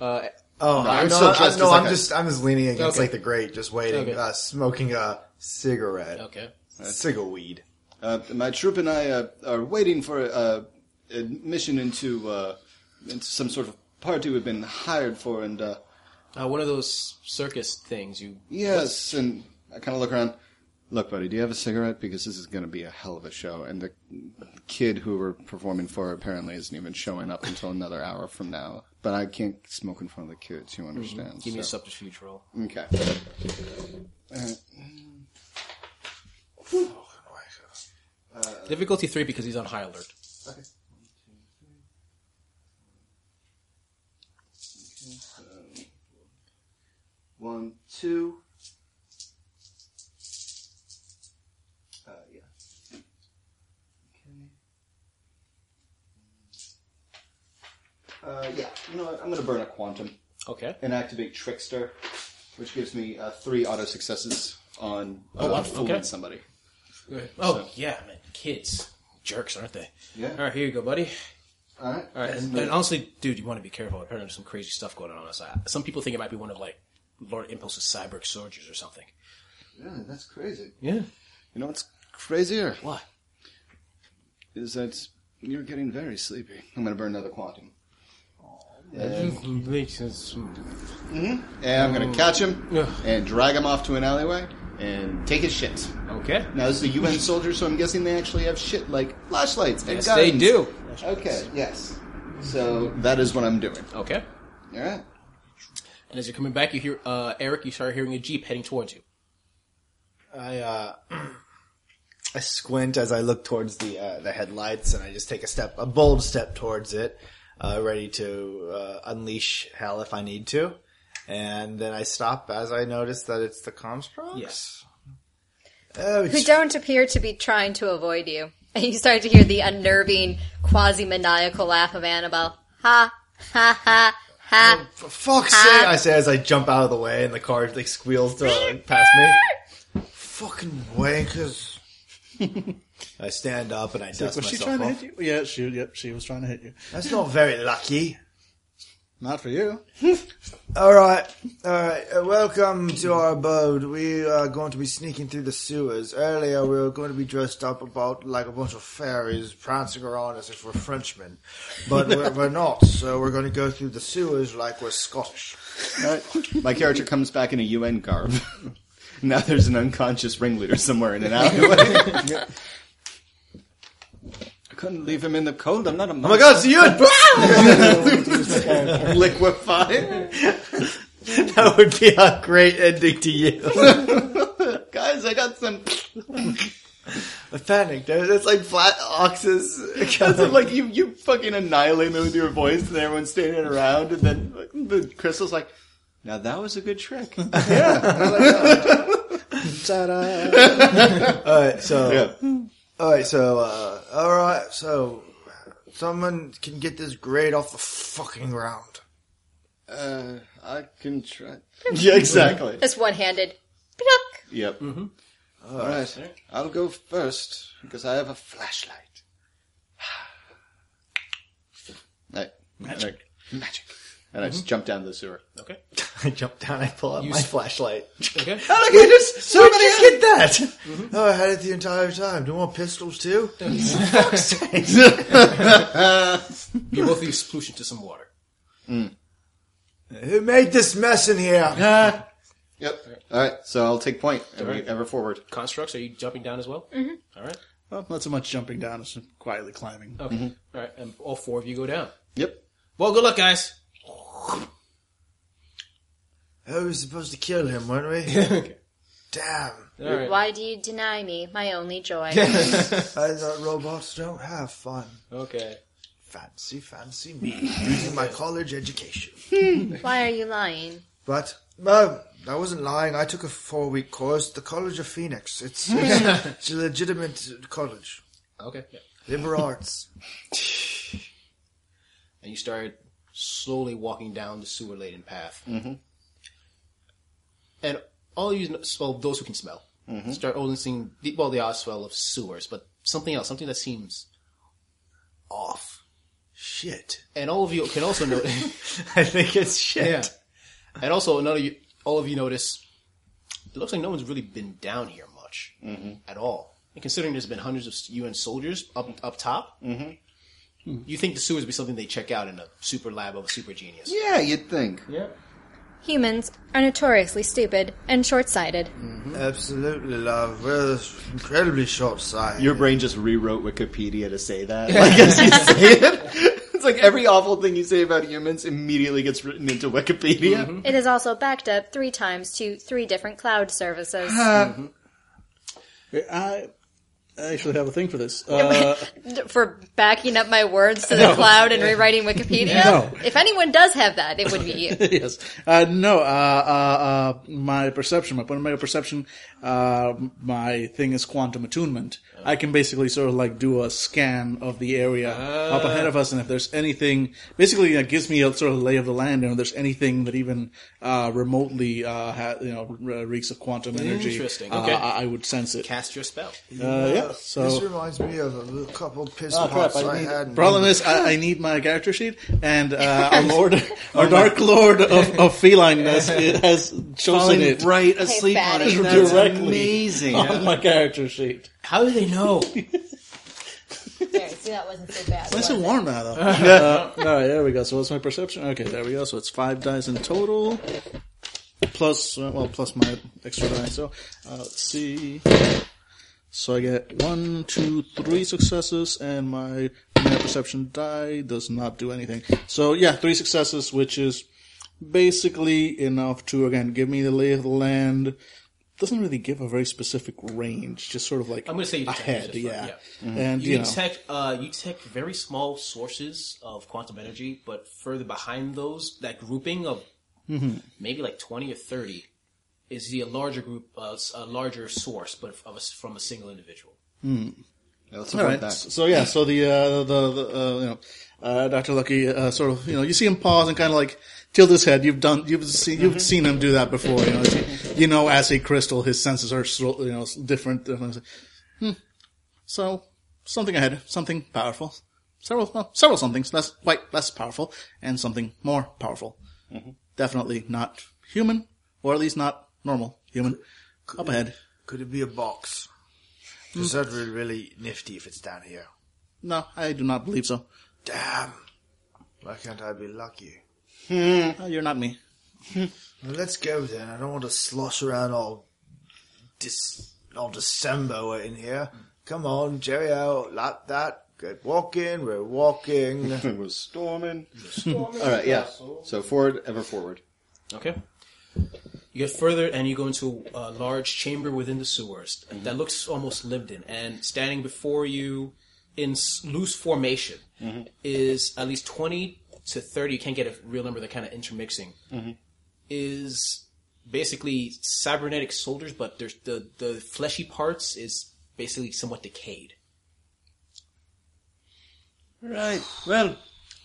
S5: Uh,
S9: Oh,
S4: I'm
S9: I'm no,
S4: still
S9: I-
S4: dressed
S9: no,
S4: as like
S9: I'm
S4: a-
S9: just I'm just leaning against
S5: Okay.
S9: like the grate, just waiting,
S5: Okay.
S9: uh, smoking a cigarette,
S5: okay.
S9: cigar weed.
S4: Uh, my troop and I uh, are waiting for uh, admission into, uh, into some sort of party we've been hired for, and uh,
S5: Uh, one of those circus things you
S4: yes, and I kind of look around. Look, buddy, do you have a cigarette? Because this is going to be a hell of a show, and the kid who we're performing for apparently isn't even showing up until another hour from now. But I can't smoke in front of the kids. You understand?
S5: Mm-hmm. give me a
S4: so-
S5: subterfuge roll.
S4: Okay.
S5: Difficulty three because he's on high alert.
S4: One, two. Uh, yeah. Okay. Uh, yeah. You know what? I'm gonna burn a quantum
S5: Okay.
S4: and activate trickster, which gives me uh, three auto successes on uh,
S5: wow,
S4: fooling
S5: okay.
S4: somebody.
S5: Oh yeah, man, Oh, kids, jerks, aren't they?
S4: Yeah.
S5: All right, here you go, buddy.
S4: All right.
S5: All right, and, and honestly, dude, you want to be careful. Apparently, there's some crazy stuff going on outside. Some people think it might be one of like Lord Impulse's cyborg soldiers or something.
S4: Really, that's crazy.
S5: Yeah.
S4: You know what's crazier
S5: What?
S4: is that you're getting very sleepy. I'm going to burn another quantum. And I'm going to catch him
S5: Yeah.
S4: and drag him off to an alleyway and take his shit.
S5: Okay.
S4: Now, this is a UN soldier, so I'm guessing they actually have shit like flashlights and
S5: Yes,
S4: guns.
S5: they do.
S4: Okay, yes. So that is what I'm doing.
S5: Okay.
S4: All right.
S5: And as you're coming back, you hear uh, Eric. You start hearing a jeep heading towards you.
S13: I uh, [clears throat] I squint as I look towards the uh, the headlights, and I just take a step, a bold step towards it, uh, ready to uh, unleash hell if I need to. And then I stop as I notice that it's the Comstrox.
S5: Yes.
S13: Oh,
S2: who
S13: it's
S2: don't appear to be trying to avoid you. [laughs] And you start to hear the unnerving, quasi-maniacal laugh of Annabelle. Ha, ha, ha,
S1: Oh,
S2: ha.
S13: for fuck's sake! I say as I jump out of the way, and the car like squeals to, like, past me.
S1: uh, Fucking wankers.
S13: I stand up and I dust
S3: Was
S13: myself
S3: she trying to
S13: off.
S3: hit you? Yeah, she. Yep, she was trying to hit you.
S1: That's not very lucky.
S3: Not for you.
S1: All right, all right. Uh, welcome to our abode. We are going to be sneaking through the sewers. Earlier, we were going to be dressed up about like a bunch of fairies prancing around as if we're Frenchmen, but we're, we're not. So we're going to go through the sewers like we're Scottish.
S4: All right. My character comes back in a UN garb. [laughs] now there's an unconscious ringleader somewhere in an alleyway. I couldn't leave him in the cold. I'm not a
S13: Oh my god, it's
S1: [laughs]
S13: you!
S4: liquefied.
S13: that would be a great ending to you.
S4: Guys, I got some.
S3: [laughs]
S13: I panicked. That's like flat oxes.
S4: That's it, like you, you fucking annihilate them with your voice, and everyone's standing around, and then like, the crystal's like, "Now that was a good trick."
S1: All right, so
S4: Yeah.
S1: all right, so uh, all right, so someone can get this grade off the fucking ground. [laughs]
S4: Uh, I can try. [laughs] Yeah, exactly.
S2: That's one-handed. Pluck.
S4: yep. All right, I'll go first because I have a flashlight. [sighs] Right. Magic. Magic. And I just jump down the sewer.
S5: Okay.
S13: I jump down. I pull out my flashlight.
S5: Okay.
S13: Oh, Look, I
S1: [laughs]
S13: just somebody Mm-hmm. get that.
S1: Oh, I had it the entire time. Do you want pistols too?
S5: you both of you sploosh into some water.
S1: Who made this mess in here?
S13: [laughs]
S4: Yep. All right, so I'll take point ever,
S5: right.
S4: ever forward.
S5: Constructs, are you jumping down as well?
S4: Mm-hmm.
S5: All right.
S3: Well, not so much jumping down as quietly climbing.
S5: Okay. All right. And all four of you go down.
S4: Yep.
S5: Well, good luck, guys. [laughs]
S1: Oh, we were supposed to kill him, weren't
S13: [laughs]
S1: we? Damn.
S5: All right.
S2: Why do you deny me my only joy?
S1: I thought robots don't have fun.
S5: Okay.
S1: Fancy, fancy me. Using my college education.
S2: Why are you lying?
S1: But, no, I wasn't lying. I took a four week course, the College of Phoenix.
S13: [laughs]
S1: It's, it's, it's a legitimate college.
S5: Okay. Yeah.
S1: Liberal arts.
S5: and you started slowly walking down the sewer laden path. Mm-hmm. And all you kn- well, those who can smell, start only seeing the, well the odd smell of sewers, but something else, something that seems off.
S1: Shit.
S5: And all of you can also notice,
S13: I think it's shit.
S5: yeah. And also another, you- all of you notice. It looks like no one's really been down here much at all. And considering there's been hundreds of UN soldiers up up top, you think the sewers would be something they check out in a super lab of a super genius?
S4: Yeah, you'd think.
S2: Humans are notoriously stupid and short-sighted.
S1: [laughs] Absolutely, love. We're incredibly short sighted.
S4: Your brain just rewrote Wikipedia to say that. Like as you say it. It's like every awful thing you say about humans immediately gets written into Wikipedia.
S13: Mm-hmm.
S2: It is also backed up three times to three different cloud
S7: [laughs]
S2: services.
S3: I actually have a thing for this. Uh,
S2: for backing up my words to the cloud and rewriting Wikipedia.
S3: No.
S2: If anyone does have that, it would be you.
S3: [laughs] yes. Uh, no. Uh, uh, uh, my perception, my point of my perception, uh, my thing is quantum attunement. I can basically sort of like do a scan of the area up ahead of us, and if there's anything, basically that gives me a sort of lay of the land, and if there's anything that even uh, remotely, uh, ha- you know, re- reeks of quantum energy,
S5: Interesting.
S3: uh,
S5: Okay.
S3: I-, I would sense it.
S5: cast your spell.
S3: Uh, yeah.
S1: Yeah. this
S3: So
S1: reminds me of a little couple piss
S3: Oh, crap,
S1: pops
S3: I
S1: I,
S3: need-
S1: had. in-
S3: problem is I, I need my character sheet
S1: [laughs]
S3: and uh, our lord, our dark lord of, of felineness i- has chosen
S4: Falling
S3: it
S4: [laughs] right asleep on
S2: fatty.
S4: it. That's
S3: Directly.
S4: amazing.
S3: on my character sheet.
S5: How do they [laughs] know?
S2: There, see, that wasn't so bad.
S3: Nice
S2: was
S3: and
S2: it?
S3: warm now though. [laughs] Uh, all right, there we go. So what's my perception? Okay, there we go. So it's five dice in total. Plus, uh, well, plus my extra die. So, uh, let's see. So I get one, two, three successes, and my, my perception die does not do anything. So yeah, three successes, which is basically enough to again give me the lay of the land. Doesn't really give a very specific range, just sort of like
S5: I'm gonna say you detect
S3: ahead,
S5: this one,
S3: yeah.
S5: yeah.
S3: And you,
S5: You
S3: know,
S5: detect uh, you detect very small sources of quantum energy, but further behind those, that grouping of maybe like twenty or thirty is the larger group, uh, s- a larger source, but of a s from a single individual.
S4: Let's
S3: All
S4: avoid
S3: right.
S4: that.
S3: So yeah, so the uh, the, the uh, you know, uh, Doctor Lucky uh, sort of you know you see him pause and kind of like tilt his head. You've done you've seen you've seen him do that before. You know, as he- you know as a crystal, his senses are so- you know different. And I was like, hmm. So something ahead, something powerful, several well, several somethings less quite less powerful, and something more powerful. Mm-hmm. Definitely not human, or at least not normal human. Up ahead.
S1: Could it be a box? Because that'd be really nifty if it's down here.
S3: No, I do not believe so.
S1: Damn. Why can't I be lucky?
S3: Uh, you're not me.
S1: Well, let's go then. I don't want to slosh around all dis all December we're in here. Come on, Jerry out, like that. Good walking, we're walking.
S4: It was storming. [laughs] All right, yeah. So forward, ever forward.
S5: Okay. You get further, and you go into a large chamber within the sewers that looks almost lived in. And standing before you, in s- loose formation, is at least twenty to thirty. You can't get a real number; they're kind of intermixing. Is basically cybernetic soldiers, but there's the the fleshy parts is basically somewhat decayed.
S4: Right. Well,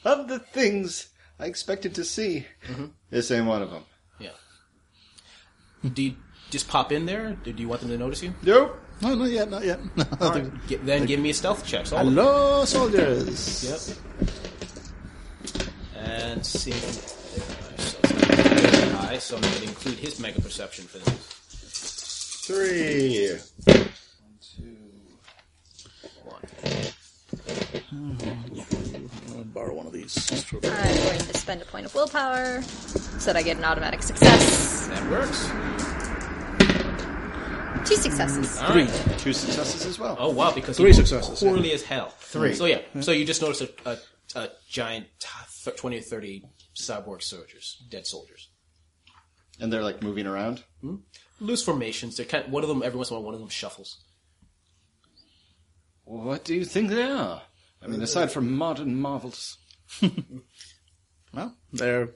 S4: of the things I expected to see, this ain't one of them.
S5: Yeah. do you just pop in there? Do do you want them to notice you?
S4: Nope.
S3: No, not yet, not yet. [laughs]
S5: Gi- then give me a stealth check. So all of
S3: Hello, soldiers.
S5: Yep. And see. High, so I'm going to include his mega perception for this.
S4: Three.
S5: One.
S3: I'll borrow one of these.
S7: I'm going to spend a point of willpower so that I get an automatic success.
S5: That works.
S7: Two successes.
S5: All right.
S4: Two successes as well.
S5: Oh wow, because
S3: Three
S5: he rolled
S3: successes, yeah. Mm-hmm.
S5: Poorly as hell. Three. So yeah. So you just notice a, a, a giant t- th- twenty or thirty cyborg soldiers, dead soldiers,
S4: And they're like moving around.
S5: loose formations. They're kind. One of them every once in a while, one of them shuffles.
S4: What do you think they are? I mean, aside from modern marvels.
S3: Well, they're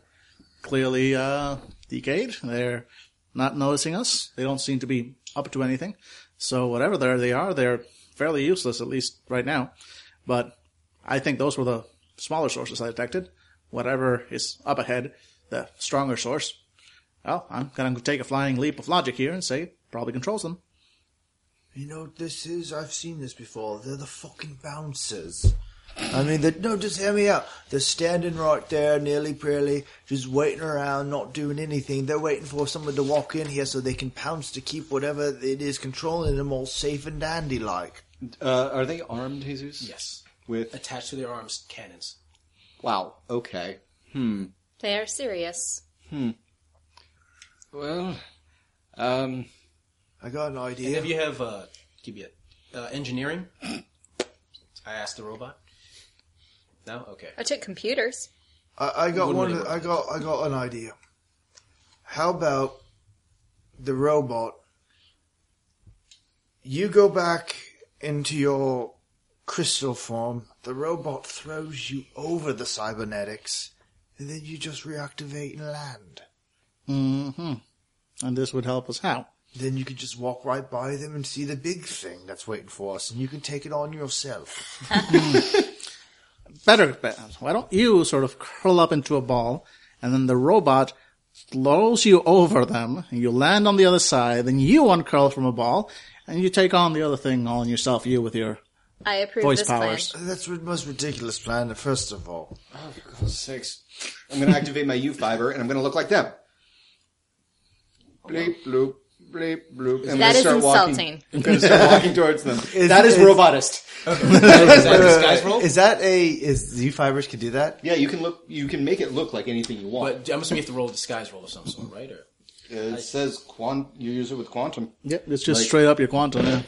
S3: clearly uh, decayed. They're not noticing us. They don't seem to be up to anything. So whatever there they are, they're fairly useless at least right now. But I think those were the smaller sources I detected. Whatever is up ahead, the stronger source. Well, I'm going to take a flying leap of logic here and say probably controls them.
S1: You know what this is? I've seen this before. They're the fucking bouncers. I mean, they no, just hear me out. They're standing right there, nearly prearly, just waiting around, not doing anything. They're waiting for someone to walk in here so they can pounce to keep whatever it is controlling them all safe and dandy like.
S4: Uh, are they armed, Jesus?
S5: Yes.
S4: With
S5: Attached to their arms, cannons.
S4: wow. Okay.
S7: They are serious.
S4: Well, um,
S1: I got an
S5: And
S1: idea.
S5: if you have, uh, give me a, uh, engineering. I asked the robot. No? Okay.
S7: I took computers.
S1: I, I got
S5: Wouldn't
S1: one.
S5: really work.
S1: I got. I got an idea. How about the robot? You go back into your crystal form. The robot throws you over the cybernetics, and then you just reactivate and land.
S3: hmm And this would help us how?
S1: Then you can just walk right by them and see the big thing that's waiting for us, and you can take it on yourself.
S3: better bet. Why don't you sort of curl up into a ball, and then the robot throws you over them, and you land on the other side, then you uncurl from a ball, and you take on the other thing all on yourself, you with your
S7: I approve
S3: voice
S7: this
S3: powers.
S6: That's the most ridiculous plan, first of all.
S4: Oh, Six. I'm going to activate my U fiber and I'm going to look like them. Bleep, bloop, bleep, bloop. And I'm
S7: plan. That
S4: gonna
S7: is
S4: start
S7: insulting.
S4: Walking, I'm going to
S7: [laughs]
S4: start walking towards them.
S9: Is-
S4: that is,
S9: is-
S4: robotist.
S5: Is
S4: [laughs]
S5: that disguise roll?
S9: Is that a is Z fibers can do that?
S4: Yeah, you can look. You can make it look like anything you want.
S5: But I'm assuming you have to roll a disguise roll of some sort, right? Or
S4: it says quant. You use it with quantum.
S3: Yep, it's just
S4: Like-
S3: straight up your quantum. Yeah.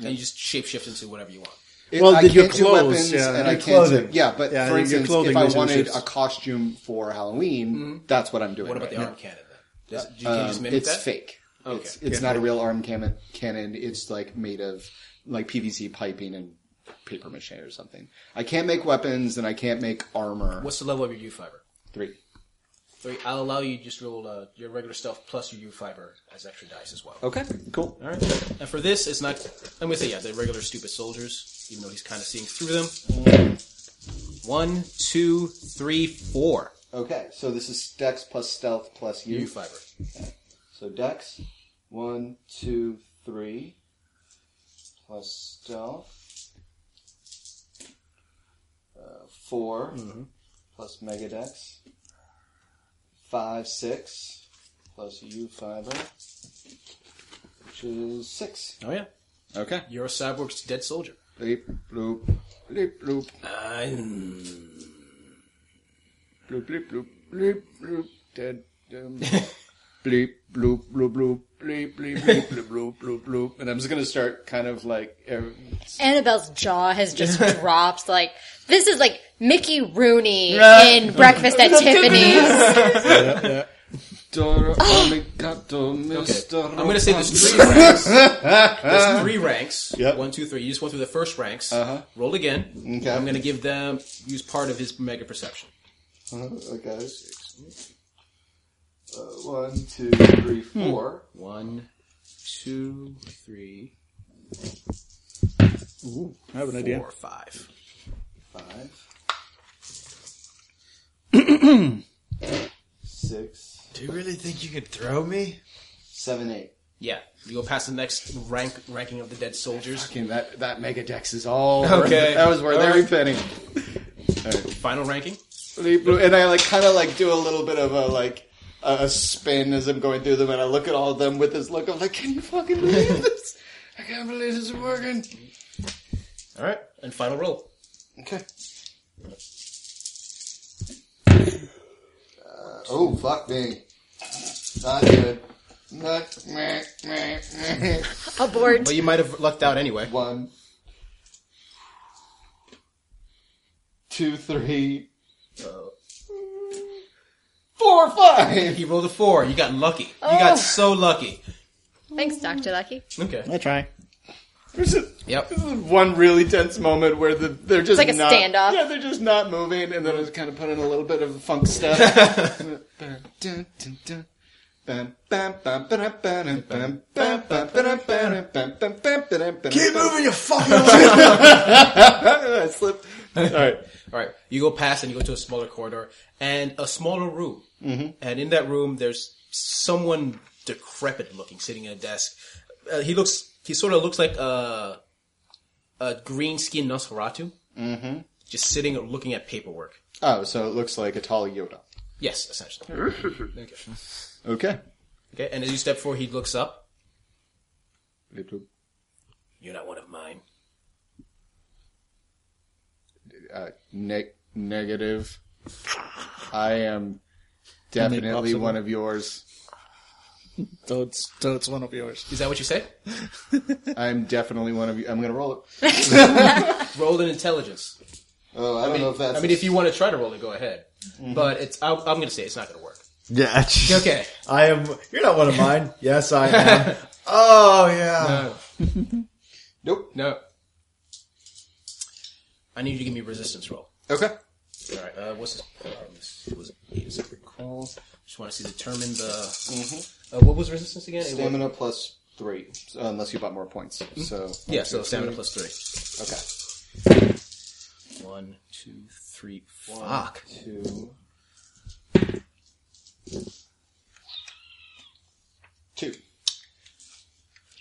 S5: and you just shapeshift into whatever you want.
S4: It-
S3: Well,
S4: I
S3: did your
S4: can't do
S3: clothes,
S4: weapons
S3: yeah.
S4: and
S3: Your
S4: I can't. Do,
S9: clothing.
S4: yeah, but
S3: Yeah,
S4: for
S3: your
S4: instance,
S3: clothing
S4: if I
S3: goes in
S4: wanted
S3: shifts.
S4: a costume for Halloween,
S3: Mm-hmm.
S4: that's what I'm doing.
S5: What about
S4: right
S5: the
S4: now.
S5: arm cannon then? Does, do you, can you just
S4: Um,
S5: mimic
S4: it's
S5: that?
S4: fake. It's, it's not a real arm cannon, cannon. It's like made of like PVC piping and paper mache or something. I can't make weapons and I can't make armor.
S5: What's the level of your U fiber?
S4: Three.
S5: Three. I'll allow you just roll uh, your regular stuff plus your U fiber as extra dice as well.
S4: Okay, cool.
S5: All right. And for this, it's not. I'm gonna say yeah, the regular stupid soldiers, even though he's kind of seeing through them. One, two, three, four.
S4: Okay, so this is Dex plus Stealth plus you.
S5: U fiber.
S4: So Dex, one, two, three, plus Stealth, uh, 4 plus Mega Dex, five, six, plus U fiber, which is six.
S5: Oh yeah.
S4: Okay.
S5: You're a cyborg's dead soldier.
S4: Bleep bloop, bleep bloop, bloop bleep bloop, bleep bloop, dead. Um, [laughs] bleep bloop bloop bloop. Bleep, bleep, bleep, bloop, bloop, bloop, bloop. And I'm just gonna start kind of like er,
S7: Annabelle's jaw has just dropped. Like this is like Mickey Rooney in Breakfast at Tiffany's.
S6: [gasps]
S4: Dora Omigato, Mr.
S5: I'm gonna say there's three
S4: [laughs]
S5: ranks. There's three ranks.
S4: Yep.
S5: One, two, three. You just went through the first ranks.
S4: Uh-huh.
S5: Rolled again.
S4: Okay.
S5: I'm gonna give them use part of his mega perception.
S4: Okay. Uh, one, two, three,
S6: Hmm.
S4: four.
S5: One, two, three,
S3: I have an idea.
S5: four, five.
S4: Five. six.
S6: Do you really think you could throw me?
S4: Seven, eight.
S5: Yeah. You go past the next rank ranking of the dead soldiers.
S4: Fucking that, that Mega Dex is all.
S5: Okay.
S4: [laughs] That was worth every penny.
S5: Final ranking.
S4: And I like kind of like do a little bit of a like a, a spin as I'm going through them, and I look at all of them with this look of like, can you fucking believe this? I can't believe this is working. [laughs]
S5: All right. And final roll.
S4: Okay. Uh, oh, fuck me. Not good. Not, meh, meh, meh.
S7: Abort.
S5: Well, you might have lucked out anyway.
S4: One. Two, three. Four, five.
S5: He rolled a four. You got lucky. You got so lucky.
S7: Thanks, Doctor Lucky.
S5: Okay.
S3: I try.
S4: There's a-
S5: Yep.
S4: this is one really tense moment where the, they're just
S7: like a
S4: not,
S7: standoff.
S4: Yeah, they're just not moving, and then it's kind of put in a little bit of funk [laughs] stuff. Dun, dun, dun, dun. Bam, bam, bam, ba-dum, ba-dum, bam, bam, bam, ba-dum, ba-dum, bam, bam, bam, ba-dum, ba-dum,
S7: [laughs]
S4: bam.
S6: Keep moving,
S5: [laughs]
S6: you fucking.
S4: Ah, I slipped. All right.
S5: All right. You go past and you go to a smaller corridor and a smaller room. Mm-hmm. And in that room, there's someone decrepit looking sitting at a desk. Uh, he looks, he sort of looks like a, a green skinned Nosferatu. Mm-hmm. Just sitting and looking at paperwork.
S4: Oh, so it looks like a tall Yoda.
S5: Yes, essentially. okay.
S4: Okay.
S5: okay. And as you step forward, he looks up.
S4: Bleep, bloop.
S5: You're not one of mine.
S4: Uh, ne- negative. I am definitely
S3: pops
S4: one of yours.
S3: Toad's, Toad's one of yours.
S5: Is that what you say?
S4: I'm definitely one of you. I'm gonna roll it.
S5: Roll an intelligence.
S4: Oh, I don't know if that's.
S5: I mean, if you want to try to roll it, go ahead. But it's, I, I'm going to say it's not going to work.
S9: Yeah.
S5: Okay.
S9: I am. You're not one of mine. yes, [laughs] I am.
S6: Oh, yeah.
S5: Uh,
S4: Nope.
S5: No. I need you to give me a resistance roll.
S4: Okay.
S5: All right. Uh, what's this? Um, was it eight separate calls? Just want to see determine the. Uh, what was resistance again? It was-
S4: Stamina plus three, so- unless you bought more points. So
S5: Mm-hmm. Yeah. So stamina plus three.
S4: okay.
S5: One, two, three. Fuck.
S4: Two.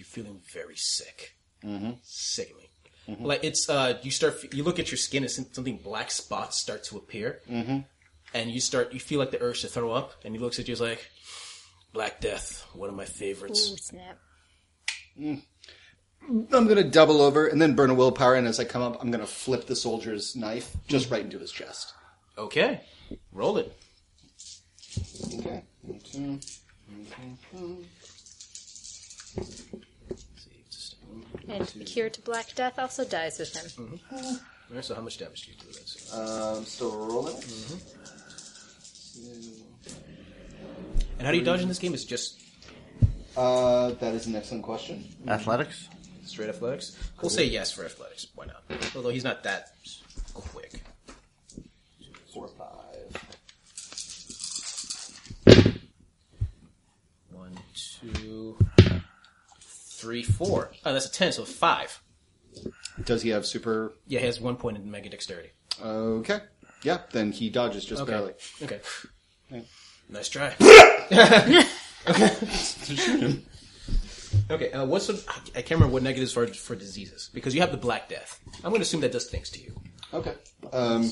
S5: feeling very sick, sickening. Like it's uh, you start fe- you look at your skin and some- something black spots start to appear, and you start you feel like the urge to throw up, and he looks at you he's like, "Black Death, one of my favorites."
S2: Ooh, snap.
S4: I'm gonna double over and then burn a willpower, and as I come up, I'm gonna flip the soldier's knife just right into his chest.
S5: Okay, roll it.
S4: Okay.
S7: And Cure to Black Death also dies with him.
S5: Alright, So how much damage do you do with this?
S4: Um, still rolling.
S5: Mm-hmm. And how do you dodge in this game? Is it just
S4: Uh, that is an excellent question.
S9: Athletics.
S5: straight athletics? We'll say yes for athletics. Why not? Although he's not that quick.
S4: Four, five.
S5: One, two, three, four. Oh, that's a ten, so five.
S4: Does he have super? uh,
S5: Yeah, he has one point in mega dexterity.
S4: Okay. Yeah. Then he dodges just
S5: [laughs]
S4: barely.
S5: Okay. Nice [laughs] try. okay, uh, what's the, I can't remember what negatives are for diseases because you have the Black Death. I'm going to assume that does things to you.
S4: Okay. Um.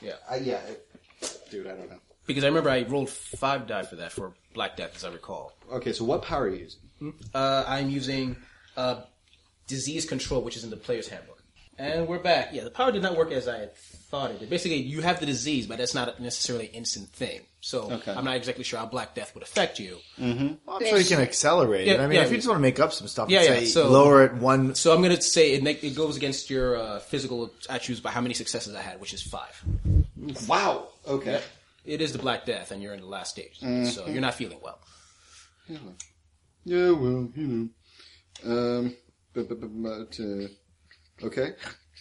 S5: Yeah.
S4: I, yeah. I- dude, I don't know.
S5: Because I remember I rolled five die for that for Black Death, as I recall.
S4: Okay. So what power are you using?
S5: Uh, I'm using uh, disease control, which is in the player's handbook. And we're back. Yeah, the power did not work as I had thought it did. Basically, you have the disease, but that's not a necessarily an instant thing. So
S4: Okay.
S5: I'm not exactly sure how Black Death would affect you.
S9: I'm sure you can accelerate it.
S5: Yeah,
S9: I mean,
S5: yeah.
S9: if you just want to make up some stuff,
S5: Yeah,
S9: and
S5: yeah,
S9: say
S5: so-
S9: lower it one.
S5: So I'm going to say it, make, it goes against your uh, physical attributes by how many successes I had, which is five.
S4: Wow. Okay.
S5: It is the Black Death, and you're in the last stage, so
S4: Mm-hmm.
S5: you're not feeling well.
S4: Yeah, well, you know. Um, but, but, but, but, uh, okay.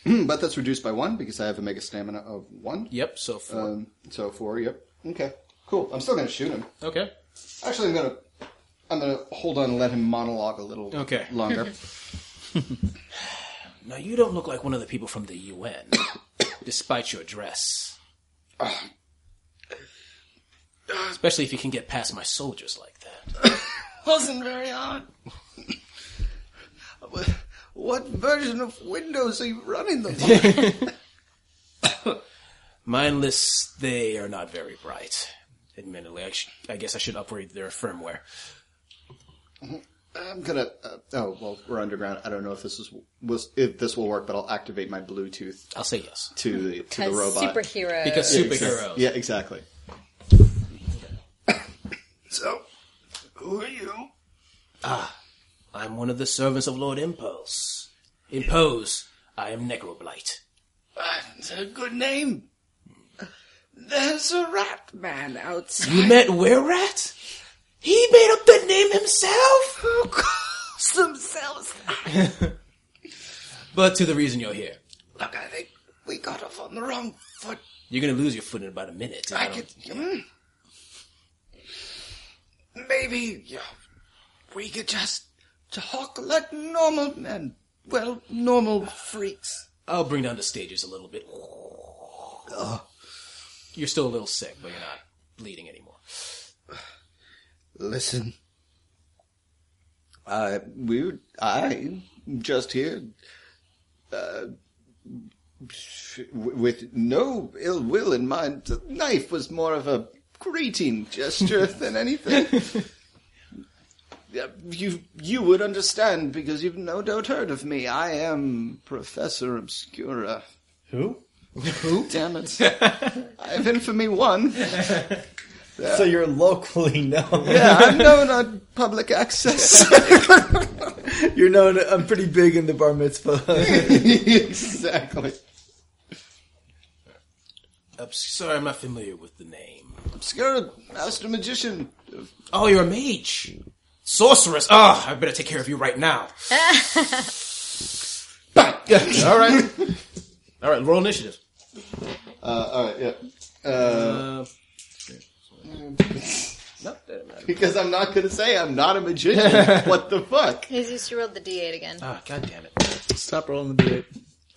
S4: [clears throat] but that's reduced by one because I have a mega stamina of one.
S5: Yep. So four.
S4: Um, so four, yep. Okay, cool. I'm still going to shoot him.
S5: okay.
S4: Actually, I'm going to. I'm gonna hold on and let him monologue a little
S5: Okay.
S4: longer.
S5: Now you don't look like one of the people from the UN, [coughs] despite your
S4: [coughs]
S5: dress. Especially if you can get past my soldiers like that.
S4: Wasn't very hard. what version of Windows are you running them
S9: [laughs]
S4: on?
S5: Mine lists, they are not very bright. Admittedly, I, sh- I guess I should upgrade their firmware.
S4: I'm gonna. Uh, oh well, we're underground. I don't know if this is was if this will work, but I'll activate my Bluetooth
S5: I'll say yes.
S4: to the to the
S7: Because
S4: robot.
S7: superhero.
S5: Because superheroes.
S4: Yeah, exactly.
S6: So, who are you?
S5: I'm one of the servants of Lord Impulse. Impose, I am Necroblight.
S6: That's a good name. There's a rat man
S9: [laughs]
S6: outside.
S5: You met Rat? He made up the name himself?
S6: Who calls themselves that?
S5: But to the reason you're here.
S6: Look, I think we got off on the wrong foot.
S5: You're gonna lose your foot in about a minute. if
S6: I
S9: Oh,
S5: don't-
S6: could. hmm. Maybe yeah, we could just talk like normal men. Well, normal freaks.
S5: I'll bring down the stages a little bit. You're still a little sick, but you're not bleeding anymore.
S4: Listen, I Uh, we I just here uh, w- with no ill will in mind. The knife was more of a greeting [laughs] gesture than anything. Yeah, You you would understand because you've no doubt heard of me. I am Professor Obscura. Who? Who? Damn [laughs] it! I have infamy [laughs] one.
S9: So you're locally known.
S4: Yeah, I'm known on public access.
S9: You're known. I'm pretty big in the bar mitzvah.
S4: [laughs] exactly.
S5: I'm sorry, I'm not familiar with the name.
S4: Obscura master magician.
S5: Oh, you're a mage. Sorceress. Ah, I better take care of you right now. all right. All right, roll initiative.
S4: Uh, all right, yeah.
S5: Uh, not that it matters.
S4: Because I'm not going to say I'm not a magician. what the fuck?
S7: He's used to roll the d8 again.
S5: Ah, God damn it.
S3: Stop rolling the d8.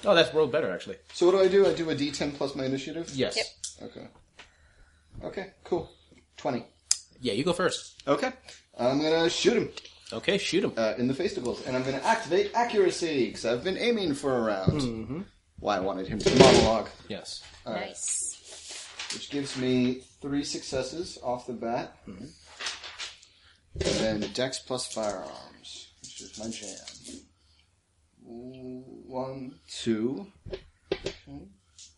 S5: Oh, that's rolled better, actually.
S4: So what do I do? I do a D10 plus my initiative.
S5: Yes.
S7: Yep.
S4: Okay. Okay. Cool. Twenty.
S5: Yeah, you go first.
S4: Okay. I'm gonna shoot him.
S5: Okay, shoot him.
S4: uh, in the face goals, and I'm going to activate accuracy because I've been aiming for a round. Why I wanted him to monologue,
S5: yes.
S7: Nice.
S4: which gives me three successes off the bat,
S5: Mm-hmm.
S4: and then Dex plus firearms, which is my jam. One, two, okay,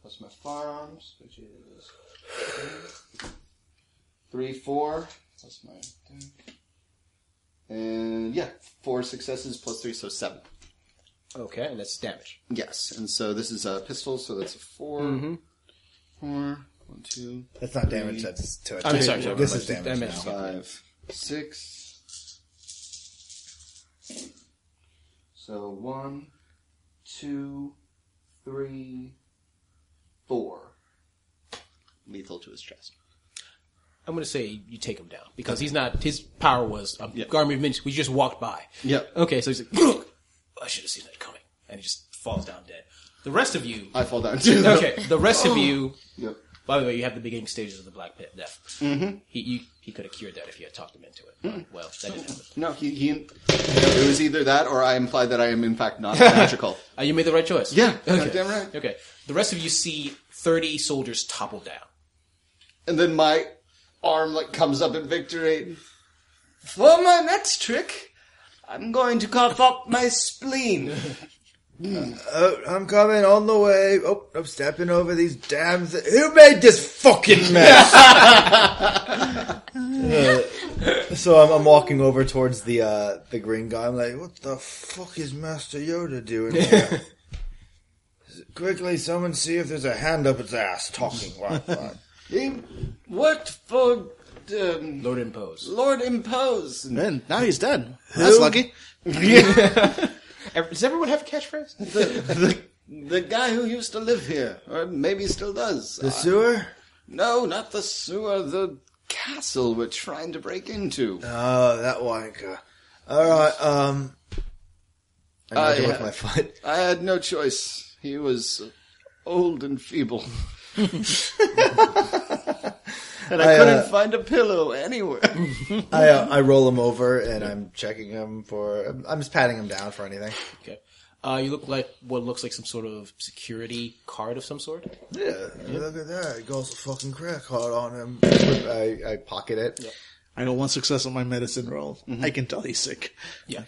S4: plus my firearms, which is three, four, plus my. And yeah, four successes plus three, so seven.
S5: Okay, and that's damage. Mm-hmm.
S4: Yes, and so this is a pistol, so that's a 4 Four, one, two,
S9: That's not damage. That's to it.
S5: I'm sorry, sorry,
S9: This
S5: my-
S9: is damage.
S5: I meant-
S4: five, six. So one, two, three, four. Lethal to his chest.
S5: I'm going to say you take him down because he's not. His power was a garment of mince. We just walked by.
S4: Yep.
S5: Okay, so he's like, I should have seen that coming, and he just falls down dead. The rest of you,
S4: I fall down [laughs] too.
S5: okay, the rest of you.
S4: Yep.
S5: By the way, you have the beginning stages of the Black Pit death. Mm-hmm. He you, he could have cured that if you had talked him into it. But, Well, that didn't happen.
S4: No, he, he. It was either that, or I implied that I am in fact [laughs] not magical.
S5: Uh, you made the right choice.
S4: Yeah,
S5: Okay.
S4: damn right.
S5: Okay. The rest of you see thirty soldiers topple down.
S4: and then my arm like comes up in victory. For my next trick, I'm going to cough up my spleen.
S1: Oh, I'm coming on the way. Oh, I'm stepping over these dams. Who made this fucking
S4: [laughs]
S1: mess? Uh,
S9: So I'm, I'm walking over towards the uh, the green guy. I'm like,
S1: Like, what the fuck is Master Yoda doing
S4: [laughs]
S1: here? Quickly, someone see if there's a hand up its ass talking.
S4: [laughs]
S1: Right, right.
S4: he worked for um,
S5: Lord impose.
S4: Lord Impose. And
S3: Then now he's dead. That's lucky.
S5: Ev- Does everyone have a catchphrase?
S4: The, the, the guy who used to live here, or maybe still does.
S1: The
S4: Uh,
S1: sewer?
S4: no, not the sewer, the castle we're trying to break into.
S1: Oh, that wanker. Alright, um,
S9: I'm uh,
S4: yeah.
S9: with my foot.
S4: I had no choice. He was old and feeble. and I,
S9: I,
S4: couldn't
S9: uh,
S4: find a pillow anywhere.
S9: I, uh, I roll him over and I'm checking him for. I'm just patting him down for anything.
S5: Okay. Uh, you look like what looks like some sort of security card of some sort.
S1: yeah, look at that. He got a fucking credit card on him.
S9: I, I pocket it.
S3: I got one success on my medicine roll. I can tell he's sick.
S5: Yeah.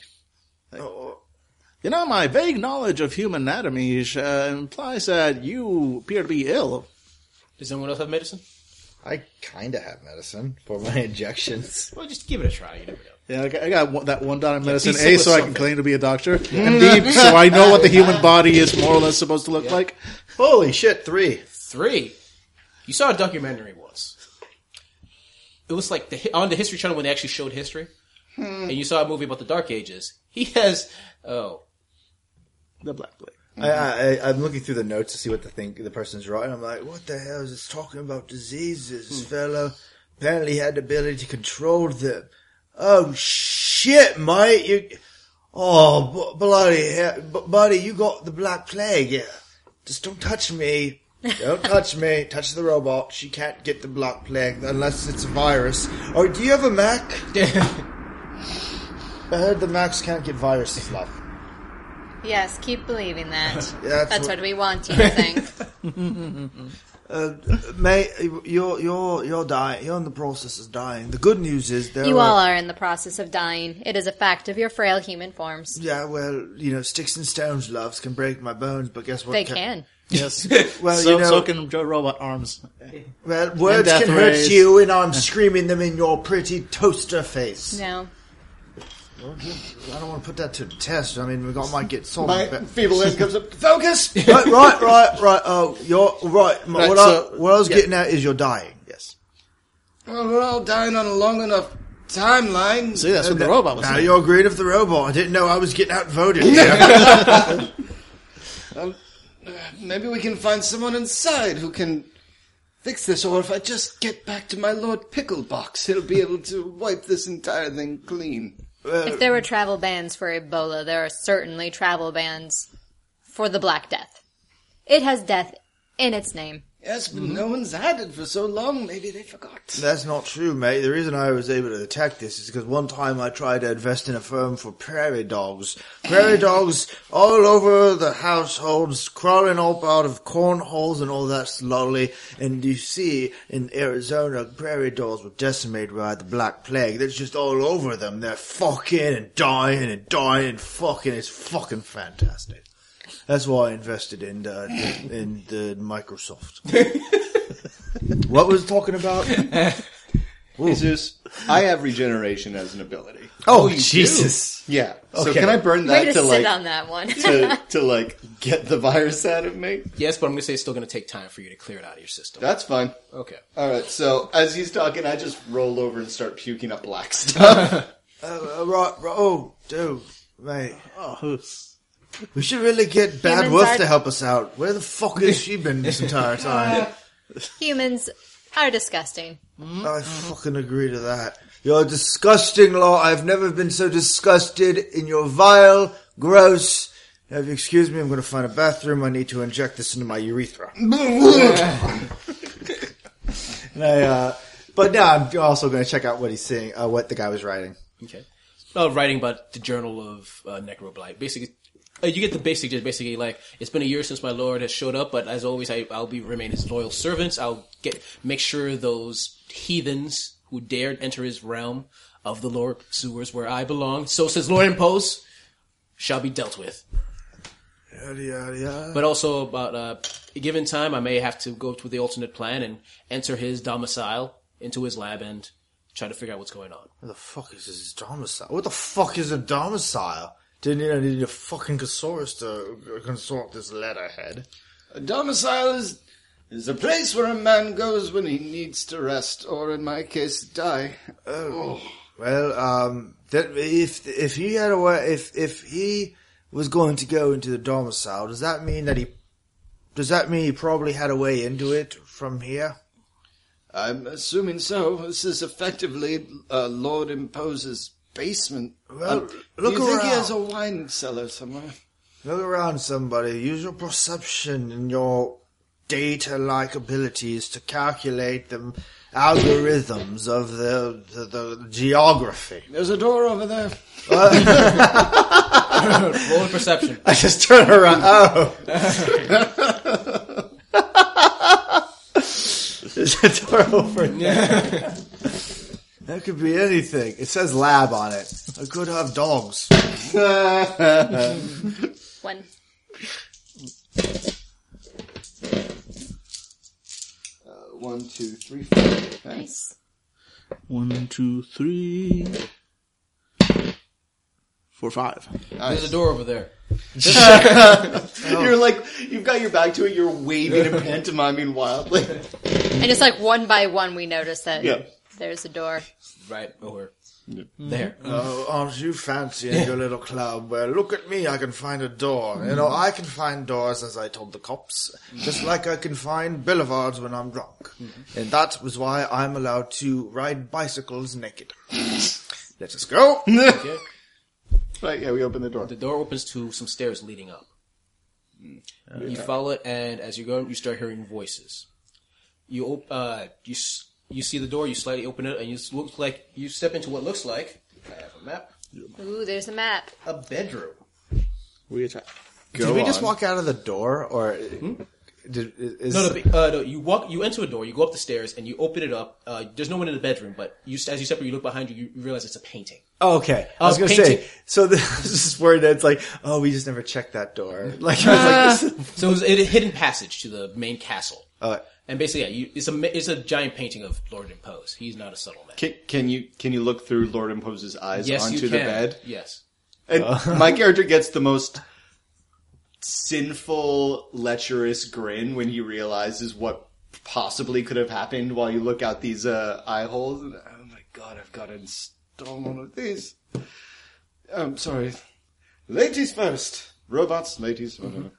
S3: Oh. You know, my vague knowledge of human anatomy uh, implies that you appear to be ill.
S5: Does anyone else have medicine?
S9: I kind of have medicine for my [laughs] injections.
S5: Well, just give it a try. You never know.
S3: Yeah, I got, I got one, that one dot in medicine
S5: be sick
S3: A,
S5: with
S3: so I can
S5: something.
S3: claim to be a doctor, and
S1: Mm. [laughs]
S3: B, so I know what the human body is more or less supposed to look like.
S9: Holy shit, three.
S5: Three. You saw a documentary once. It was like the hi- on the History Channel when they actually showed history, and you saw a movie about the Dark Ages. [laughs] He has oh
S3: The black plague.
S9: I, I, I- I'm looking through the notes to see what the thing the person's writing. I'm like, what the hell is this talking about diseases? This fellow apparently had the ability to control them. Oh shit, mate! You, oh b- bloody hell, b- buddy, you got the black plague. Yeah. Just don't touch me. Don't touch me. Touch the robot. She can't get the black plague unless it's a virus. Or do you have a Mac? I heard the Macs can't get viruses. Love.
S7: Yes, keep believing that.
S9: That's
S7: That's, what, we want you to think.
S1: Mate, you're, you're, you're dying. You're in the process of dying. The good news is there
S7: you
S1: are,
S7: all are in the process of dying. It is a fact of your frail human forms.
S1: Yeah, well, you know, sticks and stones, loves, can break my bones, but guess what?
S7: They can.
S3: Yes. [laughs]
S1: [laughs] Well,
S3: so,
S1: you know-
S3: so can Joe Robot arms.
S1: Well, words
S3: death
S1: can hurt
S3: rays.
S1: you, and I'm screaming them in your pretty toaster face.
S7: No.
S1: I don't want to put that to the test. I mean, we got might get sold.
S4: My
S1: but-
S4: feeble hand comes up. Focus!
S1: [laughs] right, right, right, right. Oh, you're right. My-
S3: Right,
S1: what,
S3: so-
S1: I, what I was getting at is you're dying.
S3: Yes.
S4: Well, we're all dying on a long enough timeline.
S3: See, that's what the robot was.
S1: uh, Now
S3: saying.
S1: you're agreed of the robot. I didn't know I was getting
S3: [laughs]
S1: outvoted. here.
S4: Maybe we can find someone inside who can fix this, or if I just get back to my Lord Picklebox, he'll be able to wipe this entire thing clean.
S7: If there were travel bans for Ebola, there are certainly travel bans for the Black Death. It has death in its name.
S4: Yes, but no one's had it for so long, maybe they forgot.
S1: That's not true, mate. The reason I was able to detect this is because one time I tried to invest in a firm for prairie dogs. Prairie dogs all over the households, crawling up out of cornholes and all that slowly. And you see, in Arizona, prairie dogs were decimated by the Black Plague. That's just all over them. They're fucking and dying and dying and fucking. It's fucking fantastic. That's why I invested in uh, in the Microsoft. what was it talking about?
S4: Jesus, I have regeneration as an ability.
S1: Oh, Jesus!
S4: Yeah. So
S1: Okay.
S4: can I burn
S7: Way
S4: that
S7: to
S4: to
S7: sit
S4: like
S7: on that one.
S4: [laughs] to, to like get the virus out of me?
S5: Yes, but I'm going to say it's still going to take time for you to clear it out of your system.
S4: That's fine.
S5: okay.
S4: All right. So as he's talking, I just roll over and start puking up black stuff.
S1: Uh, right, right, oh, dude, mate. Oh. We should really get Bad Wolf
S7: are-
S1: to help us out. Where the fuck [laughs] has she been this entire time?
S7: Humans are disgusting.
S1: I fucking agree to that. You're disgusting, Law. I've never been so disgusted in your vile, gross. Now, if you excuse me, I'm going to find a bathroom. I need to inject this into my [laughs] urethra.
S9: And I, uh, but now I'm also going to check out what he's saying, uh, what the guy was writing.
S5: Okay. Uh, writing about the Journal of uh, Necroblight. Basically, uh, you get the basic gist. Basically, like it's been a year since my lord has showed up, but as always, I, I'll be remain his loyal servants. I'll get make sure those heathens who dared enter his realm of the Lord sewers where I belong. So says Lord impose shall be dealt with.
S1: Yada, yada, yada.
S5: But also about uh, a given time, I may have to go to the alternate plan and enter his domicile into his lab and try to figure out what's going on.
S1: What the fuck is this domicile? What the fuck is a domicile? Didn't you need a fucking thesaurus to consort this letterhead?
S4: a domicile is is a place where a man goes when he needs to rest, or in my case, die. Oh.
S1: Well, um, that if if he had a way, if if he was going to go into the domicile, does that mean that he does that mean he probably had a way into it from here?
S4: I'm assuming so. This is effectively uh, Lord Impose's basement.
S1: Well,
S4: Uh,
S1: look
S4: do you think he
S1: around.
S4: has a wine cellar somewhere?
S1: Look around, somebody. Use your perception and your data-like abilities to calculate the algorithms of the the, the geography. [laughs]
S4: There's a door over [laughs] there.
S5: Roll a perception.
S9: I just turn around. Oh.
S1: [laughs]
S9: There's a door over there.
S1: That could be anything. It says lab on it. I could have dogs.
S7: One.
S4: Uh, One, two, three, four. Thanks.
S7: Nice.
S3: One, two, three, four, five.
S5: There's a door over there.
S4: You're like, you've got your back to it. You're waving [laughs] and pantomiming wildly.
S7: And it's like one by one we notice that
S4: Yeah.
S7: there's a door.
S5: Right over there.
S1: Oh, aren't you fancying your little club? Well, look at me, I can find a door. You
S9: Mm.
S1: know, I can find doors, as I told the cops, just like I can find boulevards when I'm drunk.
S9: Mm-hmm.
S1: And that was why I'm allowed to ride bicycles
S5: [laughs]
S1: naked. Let us go.
S4: Right? Yeah, we open the door.
S5: Uh, The door opens to some stairs leading up. You follow it, and as you're going, you start hearing voices. You op- uh, you s- you see the door. You slightly open it, and you s- look like you step into what looks like. I have a map.
S7: Ooh, there's a map.
S5: A bedroom.
S3: We attack.
S9: Did we just walk out of the door, or did
S5: Hmm?
S9: is
S5: No, no, be- uh, no. You walk. You enter a door. You go up the stairs, and you open it up. Uh, there's no one in the bedroom, but you s- as you separate, you look behind you. You you realize it's a painting.
S9: Oh, okay. I
S5: Uh,
S9: was gonna
S5: painting.
S9: say. So
S1: [laughs]
S9: the, I was just worried that it's like, oh, we just never checked that
S5: [laughs]
S9: door. Like, I was like, this is-
S5: So it was a hidden passage to the main castle.
S4: Uh,
S9: Oh.
S5: and basically, yeah, you, it's a ma- it's a giant painting of Lord Impose. He's not a subtle man.
S4: Can, can you can you look through Lord Impose's eyes
S5: Yes,
S4: onto
S5: you can.
S4: the bed?
S5: [laughs] Yes.
S4: And my character gets the most sinful, lecherous grin when he realizes what possibly could have happened while you look out these uh, eye holes. And, oh my god, I've got to install one of these. I'm sorry. Ladies first. Robots, ladies.
S5: Mm-hmm.
S4: whatever.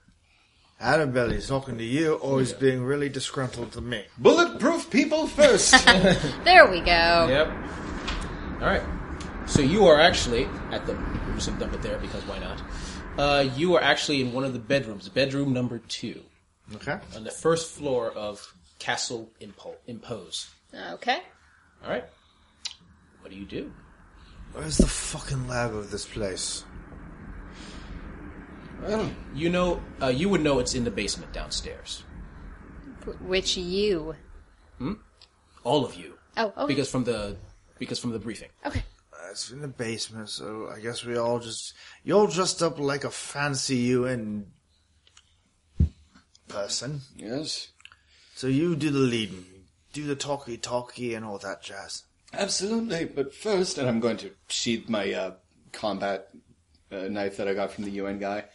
S1: Annabelle is talking to you, or is being really disgruntled to me.
S4: Bulletproof people first.
S7: There we go.
S5: Yep. All right. So you are actually at the. We'll just dump it there because why not? Uh, you are actually in one of the bedrooms, bedroom number two,
S1: Okay.
S5: on the first floor of Castle impo- Impose.
S2: Okay.
S5: All right. What do you do?
S1: Where's the fucking lab of this place?
S5: You know, uh, you would know it's in the basement downstairs.
S2: Which you?
S5: All of you,
S2: Oh, okay.
S5: because from the because from the briefing.
S2: okay.
S1: Uh, It's in the basement, so I guess we all just you're all dressed up like a fancy UN person.
S6: Yes.
S1: So you do the leading, do the talky talky and all that jazz.
S6: Absolutely, but first, and I'm going to sheath my uh, combat uh, knife that I got from the UN guy.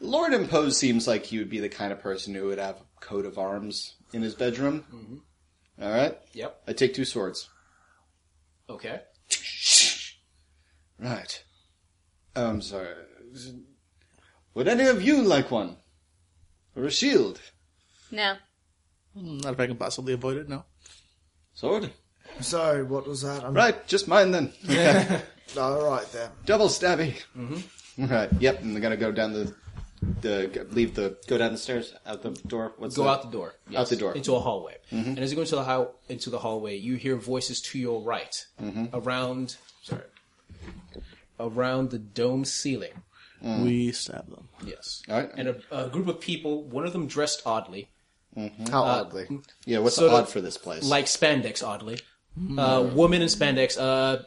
S6: Lord Impose seems like he would be the kind of person who would have a coat of arms in his bedroom. All right,
S5: Yep.
S6: I take two swords.
S5: Okay.
S6: Right. Oh, I'm sorry. Would any of you like one? Or a shield?
S2: No.
S3: Not if I can possibly avoid it. No.
S6: Sword?
S1: Sorry, what was that? I'm
S6: Right, just mine then.
S1: all right then.
S6: Double stabby. Mm-hmm. Right. Yep. And they're gonna go down the, the leave the go down the stairs out the door. What's
S5: Go
S6: the,
S5: out the door.
S6: Out the door. Mm-hmm.
S5: Into a hallway. And as you go into the, hall- into the hallway, you hear voices to your right
S6: Mm-hmm.
S5: around, sorry, around the dome ceiling.
S1: Mm.
S3: We stab them.
S5: Yes.
S6: All right.
S5: And a, a group of people, one of them dressed oddly,
S6: Mm-hmm.
S5: Uh,
S9: How oddly.
S6: yeah. What's
S5: sort
S6: odd
S5: of
S6: for this place?
S5: like spandex, oddly. Uh, woman in spandex. Uh,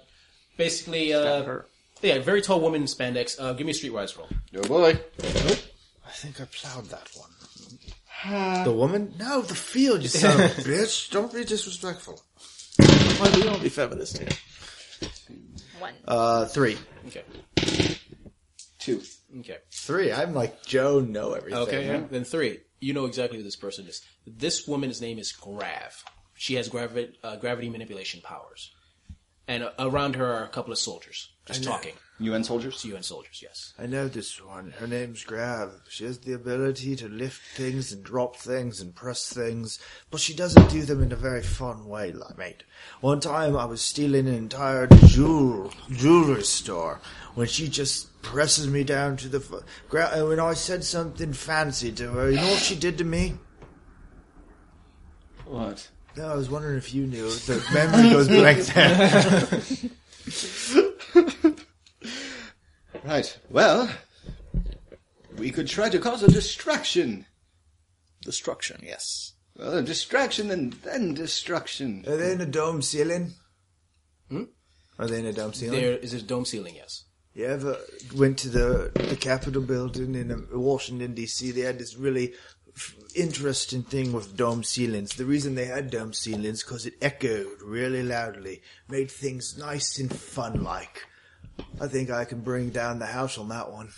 S5: basically, uh, yeah, very tall woman in spandex. Uh, give me a streetwise roll.
S6: oh boy.
S1: I think I plowed that one. the woman? No, the field, you son
S3: [laughs]
S1: of a bitch. Don't be disrespectful.
S3: Why do we all be feminist here?
S2: One.
S9: Uh, three.
S5: Okay.
S6: Two.
S5: Okay.
S9: Three. I'm like, Joe, know everything.
S5: Okay. Then three. You know exactly who this person is. This woman's name is Grav. She has gravi- uh, gravity manipulation powers. And uh, around her are a couple of soldiers just talking.
S6: UN soldiers.
S5: UN soldiers, yes.
S1: I know this one. Her name's Grav. She has the ability to lift things and drop things and press things, but she doesn't do them in a very fun way, like mate. One time I was stealing an entire jewel jewelry store when she just presses me down to the f- gra- and when I said something fancy to her. You know what she did to me?
S6: What?
S1: No, I was wondering if you knew. The memory goes blank there.
S6: Right. Well, we could try to cause a distraction.
S3: Destruction. Yes.
S6: Well, a distraction and then destruction.
S1: Are they in a dome ceiling? Hmm? Are they in a dome ceiling?
S5: There is a dome ceiling, yes.
S1: You ever went to the the Capitol building in um, Washington D.C.? They had this really f- interesting thing with dome ceilings. The reason they had dome ceilings because it echoed really loudly, made things nice and fun like. I think I can bring down the house on that one.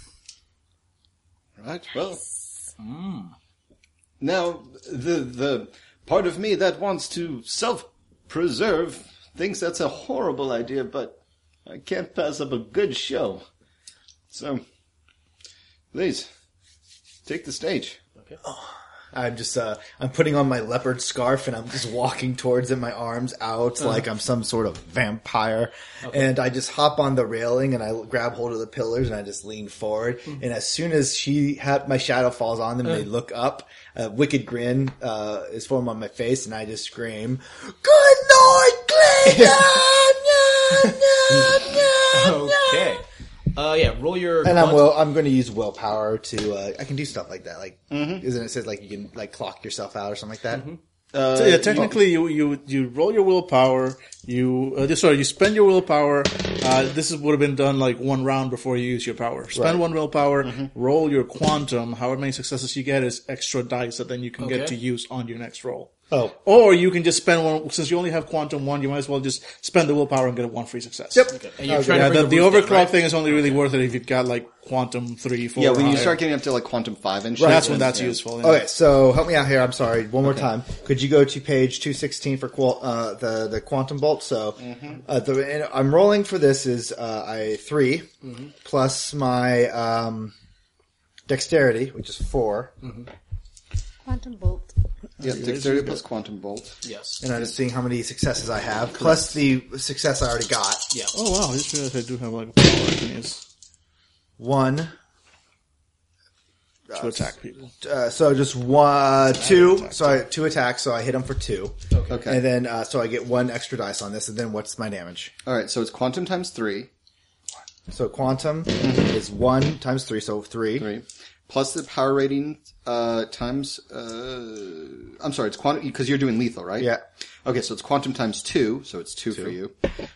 S6: Right. Well. Now the the part of me that wants to self preserve thinks that's a horrible idea, but I can't pass up a good show. So, please take the stage.
S9: I'm just, uh, I'm putting on my leopard scarf and I'm just walking towards it, my arms out like I'm some sort of vampire. And I just hop on the railing and I l- grab hold of the pillars and I just lean forward. And as soon as she had, my shadow falls on them, they look up, a wicked grin, uh, is formed on my face and I just scream, Good Lord, Clayton! Yum, yum, yum, yum."
S5: Okay. Uh, yeah, roll your.
S9: And I'm
S5: con-
S9: will. I'm going to use willpower to. Uh, I can do stuff like that. Like, isn't it says like you can like clock yourself out or something like that?
S1: Mm-hmm.
S6: Uh,
S3: So, yeah, technically, you, you you roll your willpower. You uh, sorry, you spend your willpower. Uh, this is, would have been done like one round before you use your power. Spend one willpower,
S6: Mm-hmm.
S3: roll your quantum. However many successes you get is extra dice that then you can get
S5: Okay.
S3: to use on your next roll.
S9: Oh.
S3: or you can just spend one since you only have quantum one. You might as well just spend the willpower and get one free success. Yep.
S5: and you're trying
S3: Yeah,
S5: to
S3: the,
S5: bring
S3: the
S5: roof down,
S3: overclock
S5: right?
S3: thing is only really worth it if you've got like quantum three, four.
S6: yeah, when
S3: or
S6: you
S3: higher.
S6: start getting up to like quantum five and shit,
S3: that's when
S6: then-
S3: that's
S6: yeah.
S3: useful. yeah.
S9: Okay, so help me out here. I'm sorry. One more time. Could you go to page two sixteen for qual- uh, the the quantum bolt? So
S1: Mm-hmm.
S9: uh, the and I'm rolling for this is uh, I 3
S1: Mm-hmm.
S9: plus my um, dexterity, which is 4
S14: Quantum bolt.
S6: Yeah, dexterity plus quantum bolt.
S5: Yes.
S9: and I'm just seeing how many successes I have plus the success I already got.
S3: Oh wow! I just realized I do have like a power I can use.
S9: One.
S3: to attack people.
S9: Uh, so just one, uh, two. So I two attacks. So I hit him for two. Okay.
S4: Okay.
S9: And then uh, so I get one extra dice on this. And then what's my damage?
S4: All right, so it's quantum times three, Mm-hmm.
S9: So quantum is one times three. So three.
S4: three, plus the power rating uh, times. Uh, I'm sorry, it's quantum because you're doing lethal, right?
S9: Yeah.
S4: Okay, so it's quantum times two, so it's two, for you,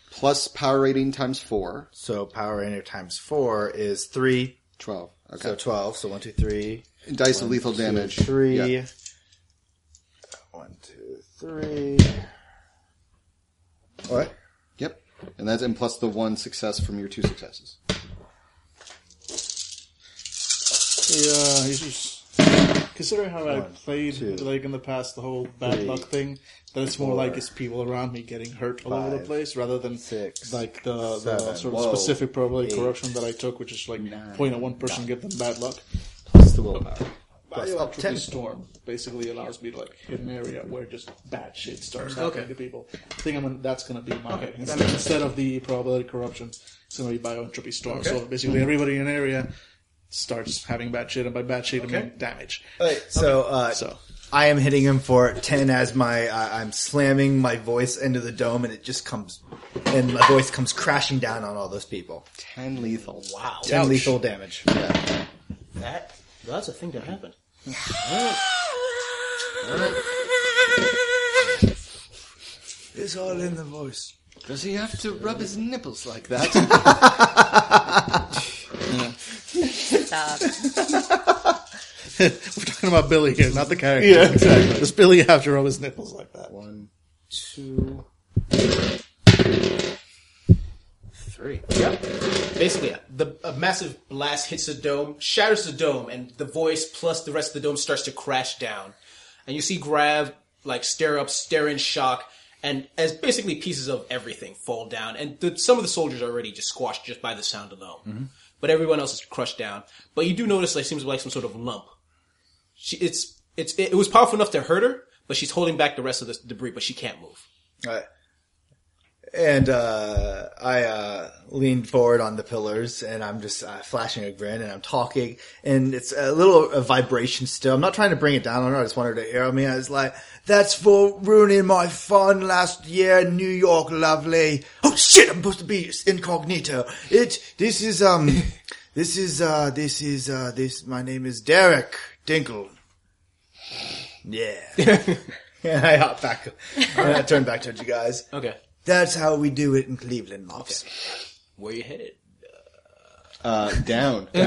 S4: plus power rating times four,
S9: So power ranger times four is three.
S4: 12. Okay.
S9: So twelve. So one, two, three.
S4: Dice of lethal damage.
S9: Two, three.
S4: Yeah.
S9: One, two, three. What?
S4: Yep. And that's and plus the one success from your two successes.
S3: Yeah, he's just considering how I played like in the past the whole bad luck thing. That it's more like it's people around me getting hurt all over the
S9: five,
S3: place rather than
S9: six,
S3: like the, the
S9: seven,
S3: sort of
S4: whoa,
S3: specific probability correction that I took, which is like point at one person, give them bad luck.
S9: Plus the willpower.
S3: Bioelectric storm basically allows me to like hit an area where just bad shit starts happening to people. I think I'm gonna, that's gonna be my instead, instead of the probability corruption, it's gonna be bioentropy storm. So basically, everybody in an area starts having bad shit, and by bad shit I mean damage.
S9: So uh,
S3: So
S9: I am hitting him for 10 as my, uh, I'm slamming my voice into the dome and it just comes, and my voice comes crashing down on all those people.
S4: Ten lethal. Wow.
S9: 10 lethal damage.
S5: That that's a thing that happened.
S1: It's all in the voice.
S4: Does he have to rub his nipples like that?
S2: Stop.
S3: we're talking about Billy here, not the character. Yeah, exactly. Does Billy have to rub his nipples like that?
S4: one, two.
S5: Three. Yep. Basically, yeah, the a massive blast hits the dome, shatters the dome, and the voice plus the rest of the dome starts to crash down. And you see Grav like stare up, stare in shock, and as basically pieces of everything fall down. And the, some of the soldiers are already just squashed just by the sound alone. But everyone else is crushed down. But you do notice like seems like some sort of lump. She it's it's it, was powerful enough to hurt her, but she's holding back the rest of the debris, but she can't move.
S9: Uh, and uh, I uh, leaned forward on the pillars and I'm just uh, flashing a grin and I'm talking and it's a little uh, vibration still. I'm not trying to bring it down on her. I just want her to hear me. I was like,
S1: That's for ruining my fun last year in New York, lovely. Oh shit, I'm supposed to be incognito. It, this is, um, this is, uh, this is, uh, this, my name is Derek Dinkle. Yeah.
S9: [laughs] and I hop back. and I turn back to you guys.
S5: Okay.
S1: That's how we do it in Cleveland, Mops.
S5: Where you headed?
S4: Uh, down.
S9: [laughs] we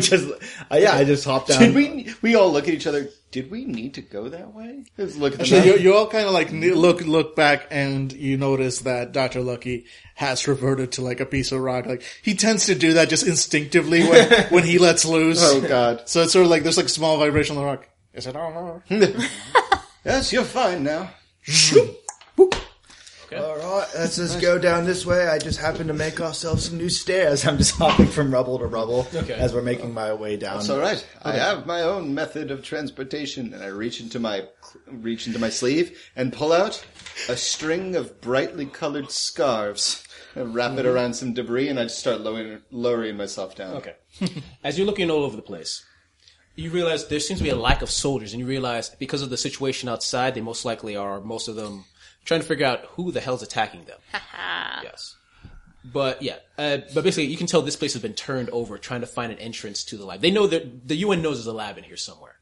S9: just, uh, yeah, I just hopped down.
S4: Did we? We all look at each other. Did we need to go that way? Let's look at the
S3: [laughs] So
S4: map.
S3: you, you all kind of like ne- look look back and you notice that Doctor Lucky has reverted to like a piece of rock. Like he tends to do that just instinctively [laughs] when, when he lets loose.
S4: Oh God.
S3: So it's sort of like there's like small vibration on the rock. Is it on?
S4: Yes, you're fine now.
S1: Alright, let's just go down this way. I just happened to make ourselves some new stairs. [laughs]
S9: as I'm just hopping from rubble to rubble
S5: Okay.
S9: as we're making my way down.
S4: It's all right. I have my own method of transportation, and I reach into my reach into my sleeve and pull out a string of brightly colored scarves. I wrap it around some debris, and I just start lowering, lowering myself down.
S5: Okay. As you're looking all over the place, you realize there seems to be a lack of soldiers, and you realize because of the situation outside, they most likely are most of them trying to figure out who the hell's attacking them. yes. But yeah, uh, but basically, you can tell this place has been turned over, trying to find an entrance to the lab. They know that the UN knows there's a lab in here somewhere,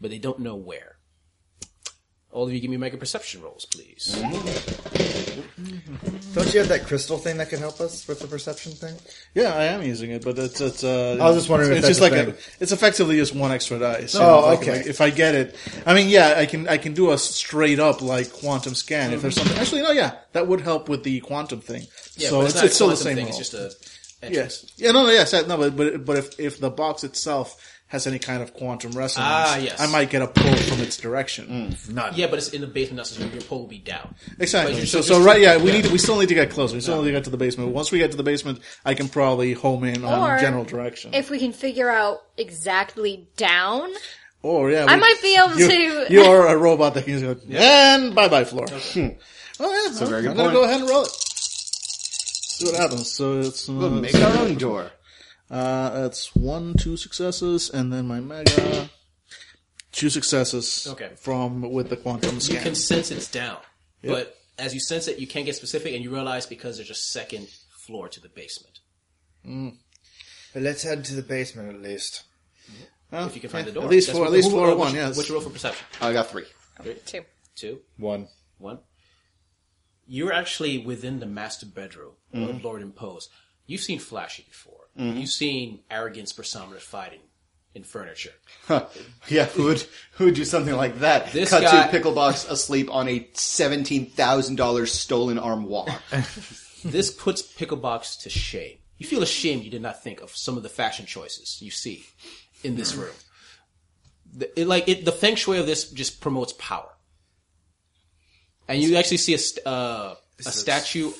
S5: but they don't know where. All of you, give me mega perception rolls, please.
S3: Mm-hmm.
S9: Don't you have that crystal thing that can help us with the perception thing?
S3: Yeah, I am using it, but it's it's. Uh,
S9: I was just wondering
S3: It's,
S9: if
S3: it's
S9: that's
S3: just like
S9: a thing.
S3: it's effectively just one extra dice. you
S9: Oh,
S3: know, like-
S9: okay.
S3: like, if I get it, I mean, yeah, I can I can do a straight up like quantum scan if
S9: Mm-hmm.
S3: there's something. Actually, no, yeah, that would help with the quantum thing.
S5: Yeah,
S3: so
S5: but
S3: it's,
S5: not a
S3: it's still the
S5: quantum
S3: same.
S5: thing. It's
S3: roll.
S5: just a entrance.
S3: Yes. Yeah. No. no, Yes. that- No. But but, but if, if the box itself has any kind of quantum resonance,
S5: Ah, yes.
S3: I might get a pull from its direction.
S5: Yeah, but it's in the basement, so your pole will be down. But
S3: Exactly.
S5: you're
S3: So,
S5: still-
S3: so right. Yeah. We need. We still need to get closer. We still need to get to the basement. Once we get to the basement, I can probably home in on
S7: Or-
S3: Um, general direction.
S7: If we can figure out exactly down,
S3: or Oh, yeah,
S7: I
S3: we-
S7: might be able
S3: you,
S7: to-
S3: You are a robot that can go and bye bye floor. Hmm. Oh yeah.
S4: very good
S3: I'm gonna
S4: point.
S3: go ahead and roll it. See what happens. So it's uh,
S4: We'll make our own door.
S3: Uh, that's one, two successes, and then my mega. Two successes.
S5: Okay.
S3: From with the quantum
S5: You
S3: scan.
S5: can sense it's down, but as you sense it, you can't get specific, and you realize because there's a second floor to the basement.
S1: But let's head to the basement at least.
S3: Huh?
S5: If you can find
S3: Yeah,
S5: the door,
S3: Oh, At least
S5: That's
S3: four. At
S5: what-
S3: least
S5: who-
S3: four.
S5: uh,
S3: or
S5: what's
S3: One.
S5: your-
S3: Yes.
S5: What's your roll for perception?
S6: I got three.
S2: Two.
S5: Two,
S15: One.
S5: one. You're actually within the master bedroom
S3: Mm-hmm.
S5: of Lord Impose. You've seen flashy before. You've seen arrogance personified in, in furniture.
S6: [laughs] Yeah, who would who would do something like that?
S5: This
S6: Cut
S5: guy-
S6: to Picklebox asleep on a seventeen thousand dollars stolen armoire. [laughs]
S5: This puts Picklebox to shame. You feel ashamed you did not think of some of the fashion choices you see in this room. The, it, like it, the feng shui of this just promotes power, and you actually see a st- uh, a statue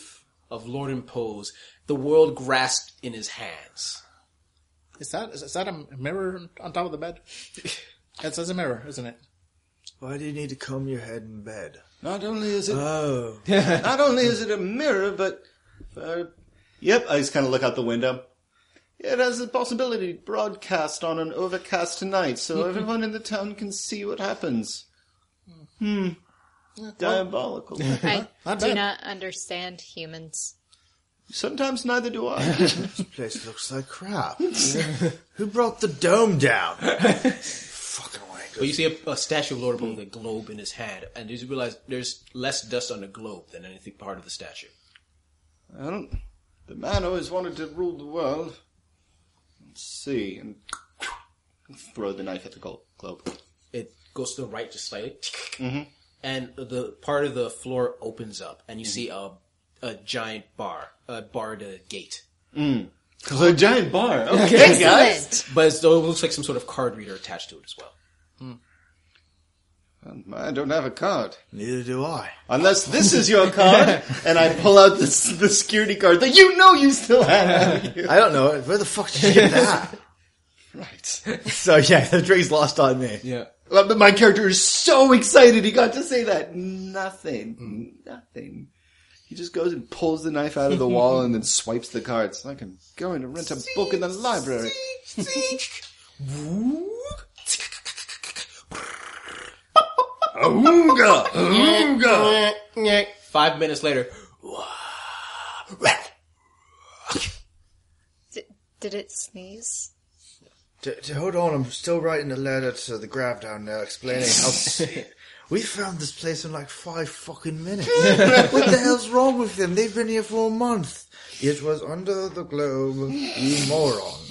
S5: of Lord Impose, the world grasped in his hands.
S3: Is that is, is that a mirror on top of the bed? [laughs] That's, that's a mirror, isn't it?
S1: Why do you need to comb your head in bed?
S6: not only is it
S1: Oh,
S6: not only is it a mirror, but uh, yep, I just kind of look out the window. It has the possibility to broadcast on an overcast tonight,
S5: [laughs]
S6: so everyone in the town can see what happens. Hmm.
S5: [laughs]
S6: Diabolical.
S2: I
S3: Not
S2: do
S3: bad.
S2: not understand humans.
S6: Sometimes neither do I.
S1: place looks like
S9: [laughs]
S1: crap. Who brought the dome down? Fucking wanker.
S5: But you see a, a statue of Lord Impose with a globe in his hand, and you realize there's less dust on the globe than anything part of the statue.
S6: I don't. The man always wanted to rule the world. Let's see, and throw the knife at the glo- globe.
S5: it goes to the right just slightly,
S6: Mm-hmm.
S5: and the part of the floor opens up, and you see a a giant bar, a barred uh, gate.
S6: Mm. A
S5: [laughs]
S6: giant bar. Okay, guys.
S5: But it's, though it looks like some sort of card reader attached to it as well.
S6: I don't have a card.
S1: Neither do I.
S6: Unless this is
S1: [laughs]
S6: your card, and I pull out this, the security card that you know you still have.
S1: I don't know. Where the fuck did you get that?
S6: [laughs] right.
S15: So yeah, the drink's lost on me.
S5: Yeah.
S6: Well, but My character is so excited he got to say that.
S5: Hmm.
S6: Nothing. Nothing. He just goes and pulls the knife out of the wall and then swipes the card. It's like I'm going to rent a book in the library. Ooga! Ooga!
S5: Five minutes later,
S2: Did, did it sneeze?
S1: D- d- hold on, I'm still writing a letter to the grav down there explaining [laughs] how. we found this place in like five fucking minutes. [laughs] what the hell's wrong with them? They've been here for a month. It was under the globe, you moron. [laughs]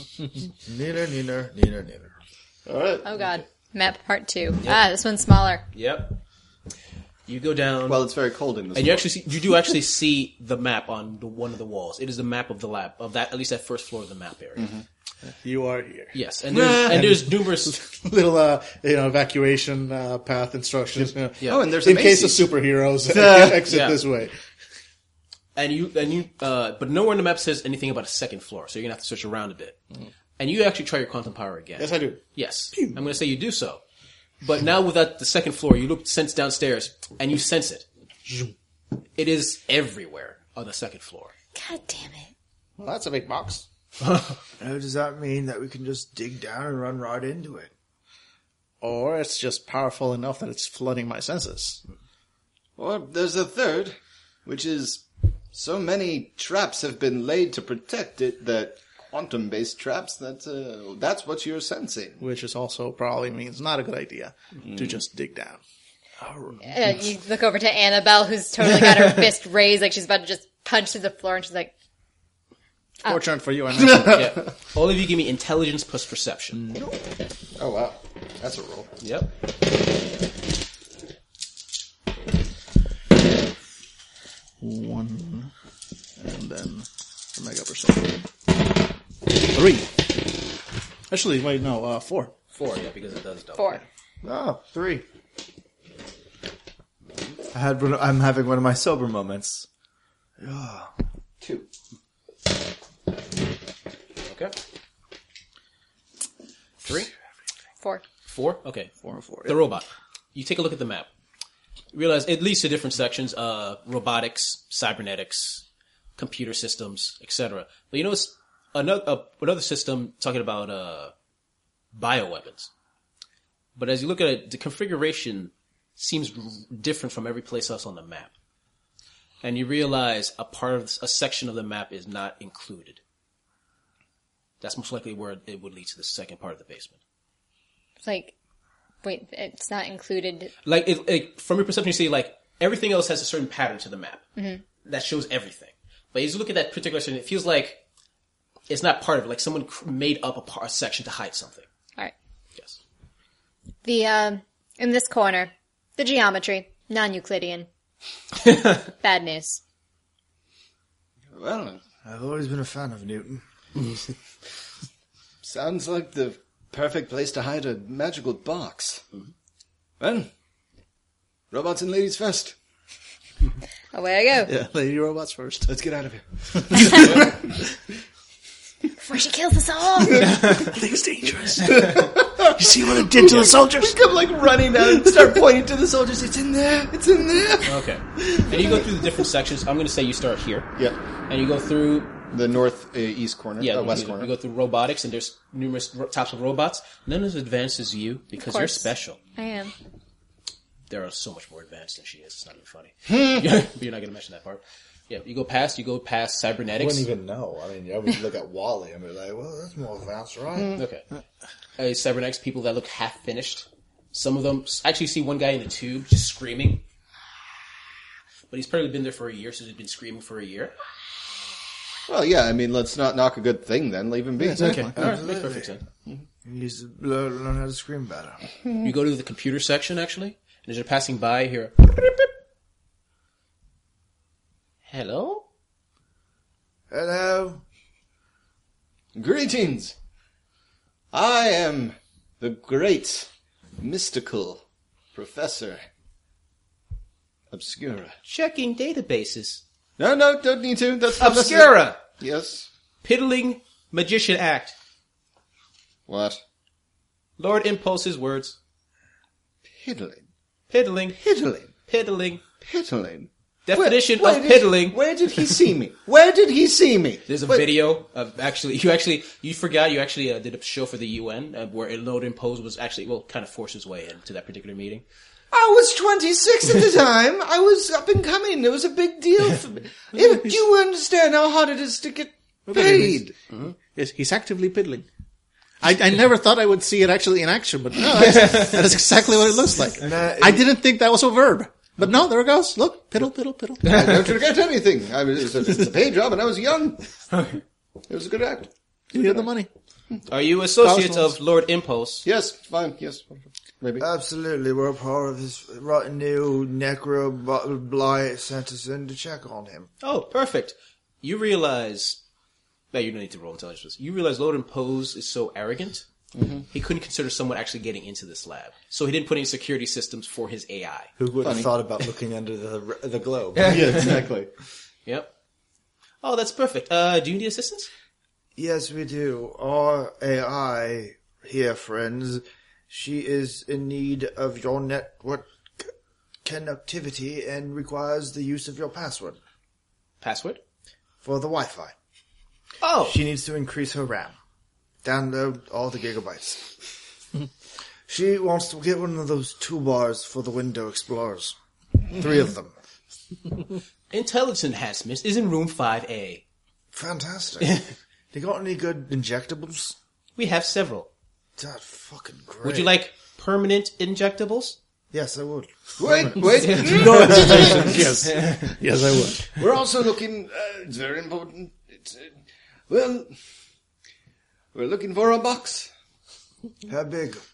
S1: Neener, neener, neener, neener.
S2: Oh god. Map part two. Ah, this one's smaller.
S5: yep, you go down,
S6: Well, it's very cold in this.
S5: and you actually see, you do actually [laughs] see the map on the one of the walls. It is the map of the lab of that at least that first floor of the map area.
S6: Mm-hmm.
S3: You are here. [laughs]
S5: Yes, and there's, and there's numerous.
S3: Little uh, you know evacuation uh, path instructions. you know.
S5: Yeah.
S6: [laughs] Oh, and there's a
S3: In case of
S6: Macy's.
S3: superheroes, [laughs] exit
S5: Yeah.
S3: this way.
S5: and you and you uh, but nowhere in the map says anything about a second floor, so you're gonna have to search around a bit.
S6: Mm.
S5: And you actually try your quantum power again.
S3: Yes, I do.
S5: Yes, I'm gonna say you do so. But now without the second floor, you look sense downstairs and you sense it. It is everywhere on the second
S6: [laughs]
S5: floor.
S16: God damn it.
S3: Well, that's a big box.
S1: Now, does that mean that we can just dig down and run right into it?
S3: Or it's just powerful enough that it's flooding my senses.
S4: oh,
S6: Or there's a third, which is so many traps have been laid to protect it that quantum-based traps that uh, that's what you're sensing.
S3: Which is also probably means not a good idea to just dig down.
S2: Uh, you look over to Annabelle, who's totally got her fist raised, like she's about to just punch through the floor, and she's like,
S3: Fortunate for you, I know.
S5: yeah. All of you give me intelligence plus perception.
S6: Oh wow, that's a roll.
S5: Yep.
S3: One, and then the mega percent. Three. Actually, wait, no, uh, four. [laughs]
S5: Four, yeah, because it does double.
S2: four.
S15: Oh, three. I had one, I'm having one of my sober moments.
S6: Two.
S5: Okay. Three?
S2: Four.
S5: Four? Okay.
S3: Four, four.
S5: The robot. You take a look at the map. You realize it leads to different sections: uh, robotics, cybernetics, computer systems, etc. But you notice another uh, another system talking about uh, bioweapons. But as you look at it, the configuration seems r- different from every place else on the map, and you realize a part of a section of the map is not included. That's most likely where it would lead to the second part of the basement.
S7: Like, wait, it's not included.
S5: like it, it from your perception, you see like everything else has a certain pattern to the map that shows everything. But as you look at that particular section, it feels like it's not part of it. Like someone cr- made up a, par- a section to hide something.
S7: All right.
S5: Yes.
S7: The um, in this corner, the geometry, non-Euclidean. Bad news.
S4: Well,
S1: I've always been a fan of Newton.
S4: [laughs] sounds like the perfect place to hide a magical box.
S5: Mm-hmm.
S4: Well, robots and ladies first.
S7: Away I go.
S3: Yeah, lady robots first.
S4: Let's get out of here.
S2: Before she kills us all.
S9: Thing's dangerous. you see what it did to the soldiers?
S4: Come like running down and start pointing to the soldiers. It's in there. It's in there.
S5: Okay. [laughs] and you go through the different sections. I'm going to say you start here,
S4: Yeah,
S5: and you go through
S4: the north uh, east corner.
S5: yeah
S4: uh,
S5: you,
S4: west
S5: go-
S4: corner.
S5: you go through robotics, and there's numerous ro- types of robots. None as advanced as you because you're
S7: course.
S5: special.
S7: I am.
S5: there are so much more advanced than she is. It's not even funny. [laughs] But you're not going to mention that part. Yeah, you go past. You go past cybernetics.
S6: wouldn't even know. I mean, I would look at Wally and be like, well, that's more advanced, right?
S9: Hmm.
S5: Okay. Uh, cybernetics people that look half finished. Some of them actually you see one guy in the tube just screaming, but he's probably been there for a year, so he's been screaming for a year.
S4: Well, yeah. I mean, let's not knock a good thing then. Leave him be.
S5: Okay, all right, makes perfect sense.
S1: He needs to learn learn how to scream better.
S5: You go to the computer section actually, and as you're passing by, you hear. Hello.
S1: Hello?
S4: Greetings. I am the great mystical professor Obscura.
S5: Checking databases.
S4: No, no, don't need to. That's not necessary.
S5: Obscura.
S4: Yes.
S5: Piddling magician act.
S4: What?
S5: Lord Impulse's words.
S4: Piddling.
S5: Piddling,
S4: Piddling.
S5: piddling.
S4: Piddling.
S5: Definition
S4: Where-
S5: of
S4: where did-
S5: piddling.
S4: where did he see me? Where did he
S5: [laughs]
S4: see me?
S5: There's a
S4: Wait,
S5: video of actually you actually you forgot you actually uh, did a show for the UN uh, where Lord Impose was actually well kind of forced his way into that particular meeting.
S4: I was 26 at
S3: [laughs]
S4: the time. I was up and coming. It was a big deal for me. Yeah, do you understand how hard it is to get paid?
S3: Yes, he's actively piddling. I, I never thought I would see it actually in action, but no, [laughs] that's, that is exactly what it looks like. I didn't think that was a verb, but no, there it goes. Look, piddle, piddle, [laughs] piddle.
S4: I don't regret anything. I was, it's, a, it's a paid job and I
S3: [laughs]
S4: was young. It was a good act.
S3: You hear the money?
S5: Are you associates of Lord Impulse?
S4: Yes, fine. Yes, maybe.
S1: Absolutely, we're part of his rotten new necro bu- blight sent us in to check on him.
S5: Oh, perfect. You realize that you don't need to roll intelligence. for this. You realize Lord Impose is so arrogant.
S1: Mm-hmm.
S5: He couldn't consider someone actually getting into this lab, so he didn't put any security systems for his
S1: [laughs]
S5: AI.
S9: Who would have thought about looking under the the globe? Yeah.
S4: exactly.
S5: [laughs] Yep. Oh, that's perfect. Uh, do you need assistance?
S1: Yes, we do. Our AI here, friends, she is in need of your network c- connectivity and requires the use of your password
S5: Password.
S1: for the Wi-Fi.
S5: Oh,
S1: She needs to increase her RAM. Download all the gigabytes. she wants to get one of those two bars for the Window Explorers. Three of them.
S5: intelligence enhancements is in room five A.
S1: Fantastic.
S5: [laughs]
S1: they got any good injectables?
S5: We have several.
S1: That's fucking great.
S5: Would you like permanent injectables?
S1: Yes, I would.
S3: [laughs]
S4: Wait, wait.
S3: yes, yes, I would.
S4: We're also looking. Uh, it's very important. It's, uh, well, we're looking for a box.
S1: How big?
S5: [laughs]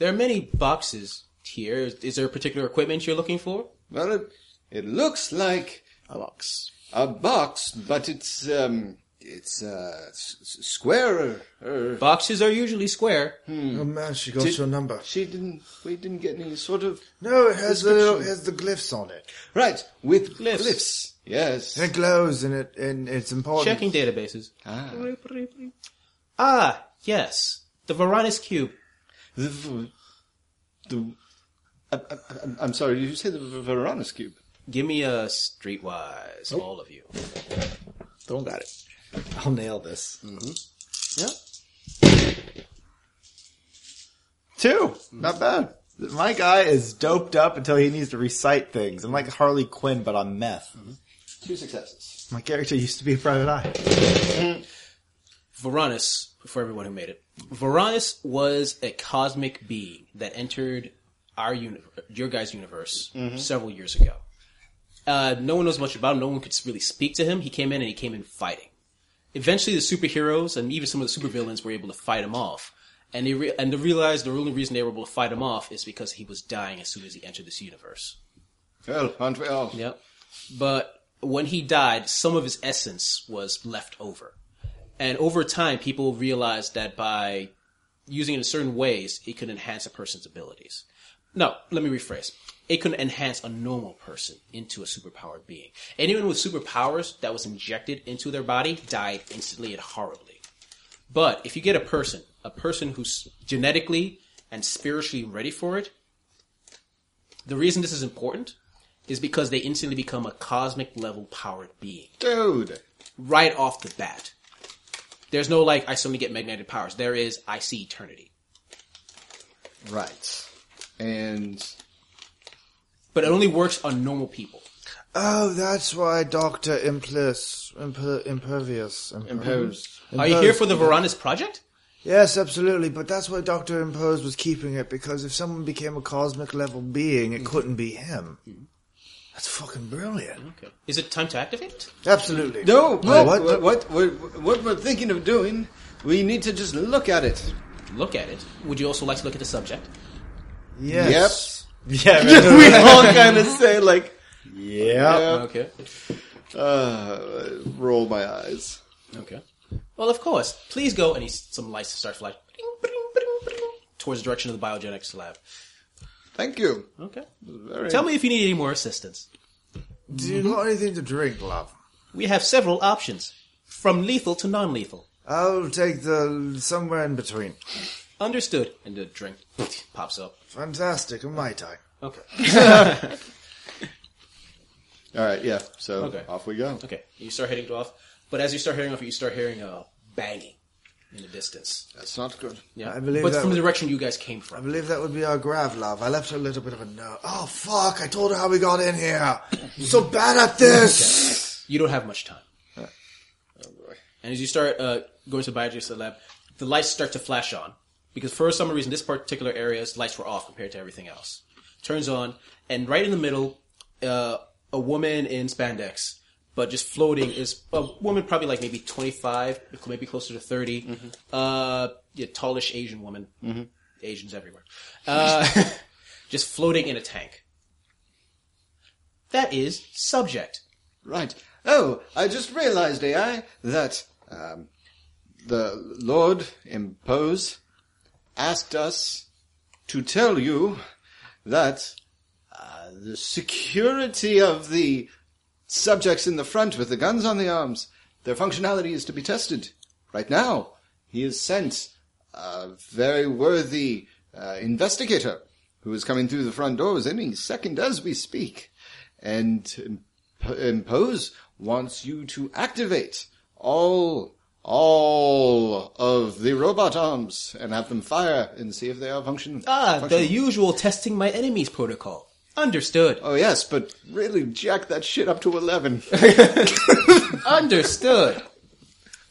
S5: There are many boxes here. Is, is there a particular equipment you're looking for?
S4: Well, it, it looks like
S3: A box.
S4: a box, but it's um, it's uh, s- s- square. uh, Or,
S5: Boxes are usually square.
S1: Oh man, she got
S4: Did-
S1: your number.
S4: she didn't. We didn't get any sort of
S1: No, it has the little, it has the glyphs on it.
S4: right with
S5: Glyphs.
S4: glyphs. Yes.
S1: And it glows, and it and it's important.
S5: Checking databases.
S4: Ah.
S5: Ah, yes. The Varanus cube.
S4: The, v- the, I, I, I'm- I'm sorry. Did you say the v- Varanus cube?
S5: Give me a streetwise, all of you.
S3: Don't got it.
S17: I'll nail this. Mm-hmm.
S1: Yeah.
S17: Two. Not bad. My guy is doped up until he needs to recite things. I'm like Harley Quinn, but on meth.
S4: Two successes.
S17: My character used to be a private eye.
S5: Varanus, for everyone who made it, Varanus was a cosmic being that entered our universe, your guys' universe, several years ago. Uh, no one knows much about him. No one could really speak to him. He came in and he came in fighting. Eventually, the superheroes and even some of the supervillains were able to fight him off. And they re- and they realized the only reason they were able to fight him off is because he was dying as soon as he entered this universe.
S4: Well, aren't we all?
S5: Yep. But when he died, some of his essence was left over. And over time, people realized that by using it in certain ways, it could enhance a person's abilities. No, let me rephrase. It could enhance a normal person into a superpowered being. Anyone with superpowers that was injected into their body died instantly and horribly. But if you get a person, a person who's genetically and spiritually ready for it, the reason this is important is because they instantly become a cosmic level powered being
S4: Dude.
S5: right off the bat. There's no like I suddenly get magnetic powers. There is I see eternity.
S4: Right. And
S5: But it only works on normal people.
S1: Oh, that's why Doctor Implice, imper, impervious, imper-
S4: imposed.
S5: Are you here for the Varanus project?
S1: Yes, absolutely. But that's why Doctor Impose was keeping it because if someone became a cosmic level being, it couldn't be him. That's fucking brilliant.
S5: Okay. Is it time to activate it?
S1: Absolutely.
S4: No,
S1: Wait,
S4: what, what, what, we're, what we're thinking of doing, we need to just look at it.
S5: Look at it. Would you also like to look at the subject?
S1: Yes.
S17: Yeah, we all kind of say like, yeah.
S5: Okay.
S4: Yep. Uh, roll my eyes.
S5: Okay. Well, of course. Please go and he- some lights start flashing towards the direction of the biogenics lab.
S4: Thank you.
S5: Okay.
S4: Very
S5: Tell me if you need any more assistance.
S1: Do you got anything to drink, love?
S5: We have several options, from lethal to non-lethal.
S1: I'll take the somewhere in between.
S5: Understood. And the drink [laughs] pops up.
S1: Fantastic, a mai tai.
S5: Okay.
S4: All right, yeah. So
S5: Okay.
S4: off we go.
S5: Okay, you start hitting it off, but as you start hitting off, you start hearing a banging in the distance.
S4: That's not good.
S5: Yeah,
S1: I believe
S5: but
S1: that
S5: from the
S1: would-
S5: direction you guys came
S1: I
S5: from.
S1: believe that would be our grav, love. I left her a little bit of a note. Oh fuck! I told her how we got in here. I'm so bad at this.
S4: [laughs]
S5: You don't have much time. And as you start uh, going to the biological lab, the lights start to flash on because for some reason this particular area's lights were off compared to everything else. Turns on, and right in the middle, uh, a woman in spandex, but just floating is a woman probably like maybe twenty five, maybe closer to 30 Uh, yeah, tallish Asian woman. Asians everywhere. Uh, [laughs] just floating in a tank. That is subject.
S4: Right. Oh, I just realized, AI, that um, the Lord Impose asked us to tell you that uh, the security of the subjects in the front with the guns on the arms, their functionality is to be tested right now. He has sent a very worthy uh, investigator who is coming through the front doors any second as we speak. And Imp- Impose wants you to activate all, all of the robot arms and have them fire and see if they are function.
S5: Ah, the
S4: functional.
S5: usual testing my enemies protocol. Understood.
S4: Oh yes, but really jack that shit up to [laughs] 11.
S5: [laughs] Understood.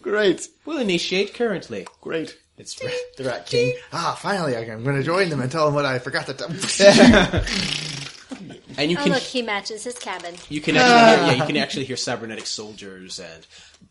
S4: Great.
S5: We'll initiate currently.
S4: Great.
S17: It's Rat, the Rat King.
S1: Ah, finally, I- I'm going to join them and tell them what I forgot to tell. [laughs]
S4: [laughs]
S5: And you
S2: Oh,
S5: can
S2: look, he matches his cabin.
S5: you can actually hear, yeah, you can actually hear cybernetic soldiers and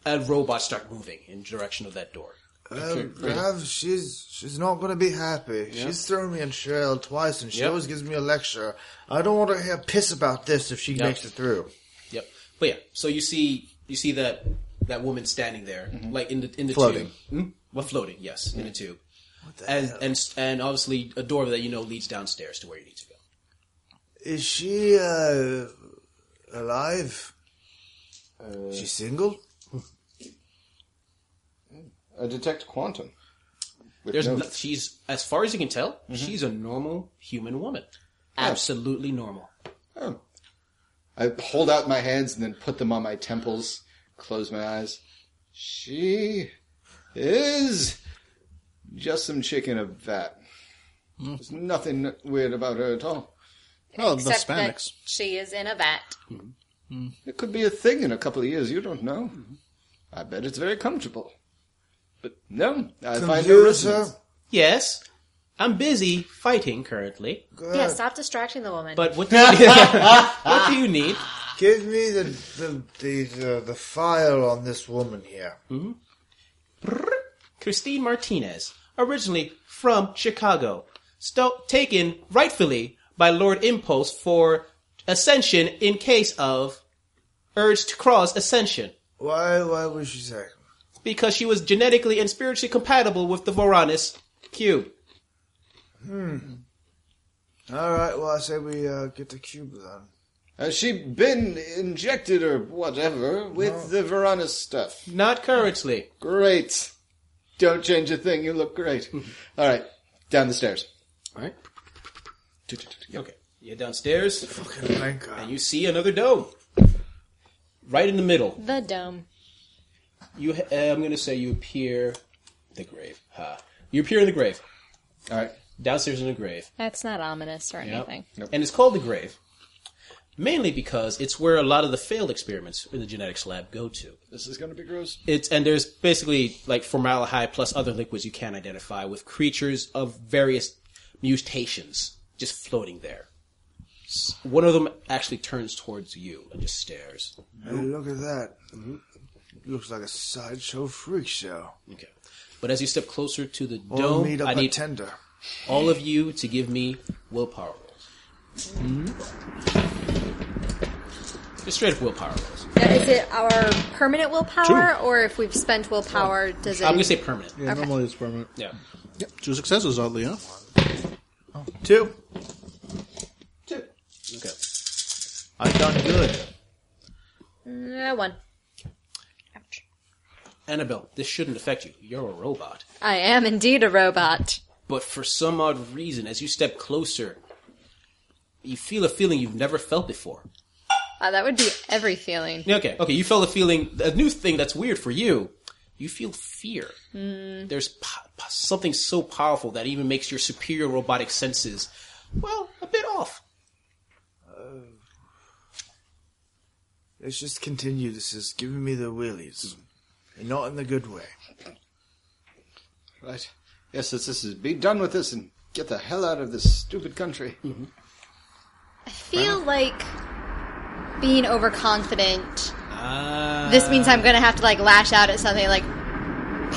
S5: and robots start moving in direction of that door.
S1: Um, Rav, she's she's not going to be happy. She's thrown me in jail twice, and she
S5: Yep.
S1: always gives me a lecture. I don't want to hear piss about this if she makes it through.
S5: Yep. But yeah, so you see you see that that woman standing there, like in the in the
S17: Floating.
S5: tube. Hmm? Well, floating, yes, in the tube. and and and obviously a door that you know leads downstairs to where you need to go.
S1: Is she uh, alive?
S6: Uh,
S1: She's single.
S4: I detect quantum. With
S5: There's
S4: no-
S5: no, she's as far as you can tell, she's a normal human woman. Absolutely normal.
S4: Oh. I hold out my hands and then put them on my temples, close my eyes. She is just some chick in a vat. There's nothing weird about her at all.
S3: Well, the
S7: Except that
S3: Hispanics.
S7: she is in a vat.
S4: It could be a thing in a couple of years. You don't know. I bet it's very comfortable. But no, I find her resonance.
S5: Yes, I'm busy fighting currently.
S7: Yeah, stop distracting the woman.
S5: But what do you, [laughs] what do you need?
S6: Give me the the the, uh, the file on this woman here.
S5: Christine Martinez, originally from Chicago, sto- taken rightfully by Lord Impulse for ascension in case of urged to cross ascension
S6: Why why was she saying?
S5: because she was genetically and spiritually compatible with the Voranis cube.
S6: All right, well I say we uh, get the cube then.
S4: Has she been injected or whatever with the Varanus stuff?
S5: Not currently.
S4: Great. Don't change a thing. You look great. All right, down the stairs.
S5: All right. Okay. You're downstairs.
S6: Thank God.
S5: And you see another dome. Right in the middle.
S7: the dome.
S5: You, ha- uh, I'm going to say you appear the grave. Ha. You appear in the grave.
S4: All right.
S5: Downstairs in the grave.
S7: That's not ominous or anything.
S5: And it's called the grave. Mainly because it's where a lot of the failed experiments in the genetics lab go to.
S4: This is going to be gross.
S5: It's and there's basically like formaldehyde plus other liquids you can't identify with creatures of various mutations just floating there. S- One of them actually turns towards you and just stares.
S6: Hey, look at that. Looks like a sideshow freak show.
S5: Okay. But as you step closer to the
S6: Or
S5: dome,
S6: meet up
S5: I
S6: a
S5: need
S6: tender.
S5: all of you to give me willpower rolls. Just straight up willpower rolls.
S7: Now, is it our permanent willpower, or if we've spent willpower, does it?
S5: I'm gonna say permanent.
S3: Yeah, normally it's permanent.
S5: Yeah.
S3: Two successes, oddly enough.
S9: Two.
S5: Okay.
S9: I've done good.
S7: Uh, one.
S5: Annabelle, this shouldn't affect you. You're a robot.
S7: I am indeed a robot.
S5: But for some odd reason, as you step closer, you feel a feeling you've never felt before.
S7: Wow, Uh, that would be every feeling.
S5: Okay, okay, you felt a feeling, a new thing that's weird for you. You feel fear. There's po- po- something so powerful that even makes your superior robotic senses, well, a bit off.
S6: Let's just continue. This is giving me the willies. And not in the good way.
S4: Right. Yes, this, this is be done with this and get the hell out of this stupid country.
S7: I feel like being overconfident.
S5: Ah.
S7: This means I'm gonna have to like lash out at something, like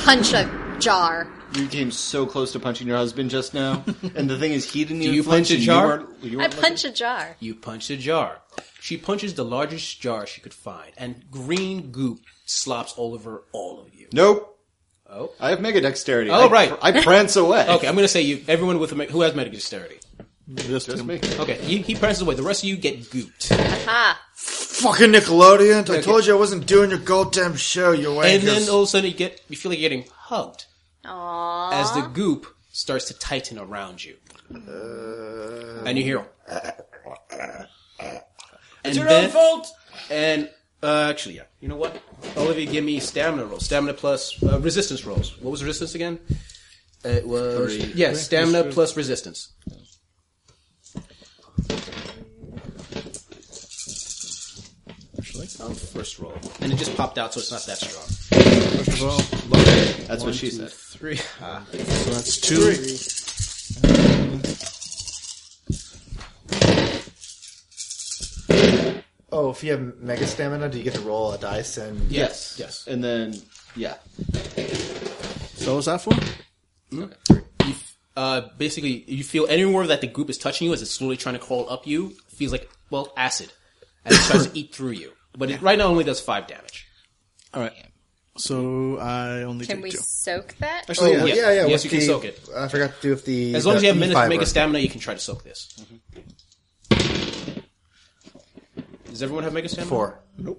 S7: punch a jar.
S4: You came so close to punching your husband just [laughs] now, and the thing is, he didn't even
S5: you
S4: flinch.
S5: punch a
S4: and
S5: jar?
S4: weren't- you
S7: I
S4: weren't
S7: punch a jar.
S5: You punch the jar. She punches the largest jar she could find, and green goop slops all over all of you.
S4: looking- Nope.
S5: Oh.
S4: I have mega dexterity.
S5: Oh,
S4: I,
S5: right.
S4: I prance away.
S5: [laughs] Okay, I'm gonna say you. Everyone with a, me- who has medic dexterity.
S3: Just
S4: Just
S3: him.
S4: me.
S5: Okay, he, he presses away. The rest of you get gooped.
S7: Ha!
S6: Fucking Nickelodeon! I told you I wasn't doing your goddamn show, you
S5: and
S6: wankers.
S5: then all of a sudden you get you feel like you're getting hugged
S7: Aww.
S5: as the goop starts to tighten around you, and you hear. And then, and uh, actually, yeah. You know what? All of you give me stamina rolls, stamina plus uh, resistance rolls. What was resistance again? It was yes, stamina plus resistance. Actually, um, first roll, and it just popped out, so it's not that strong.
S3: First of all,
S4: That's what she
S5: [laughs]
S4: said.
S5: Three. Ah.
S3: so that's two.
S9: Oh, if you have mega stamina, do you get to roll a dice and
S5: Yes. Yes.
S4: And then, yeah.
S3: So what's that for?
S5: You, f- uh, basically, you feel anywhere that the goop is touching you as it's slowly trying to crawl up you feels like well acid, and it tries to eat through you. But it right now only does five damage.
S3: All right. So I only
S7: Can
S3: take
S7: we
S3: two.
S7: soak that?
S9: Actually,
S5: yeah.
S9: yeah, yeah.
S5: Yes,
S9: with
S5: you can
S9: the-
S5: soak it.
S9: I forgot to do with the
S5: As long
S9: the E
S5: as you have minutes to
S9: E5
S5: make a
S9: roll.
S5: stamina, you can try to soak this. Mm-hmm. Does everyone have mega stamina?
S9: Four.
S4: I do.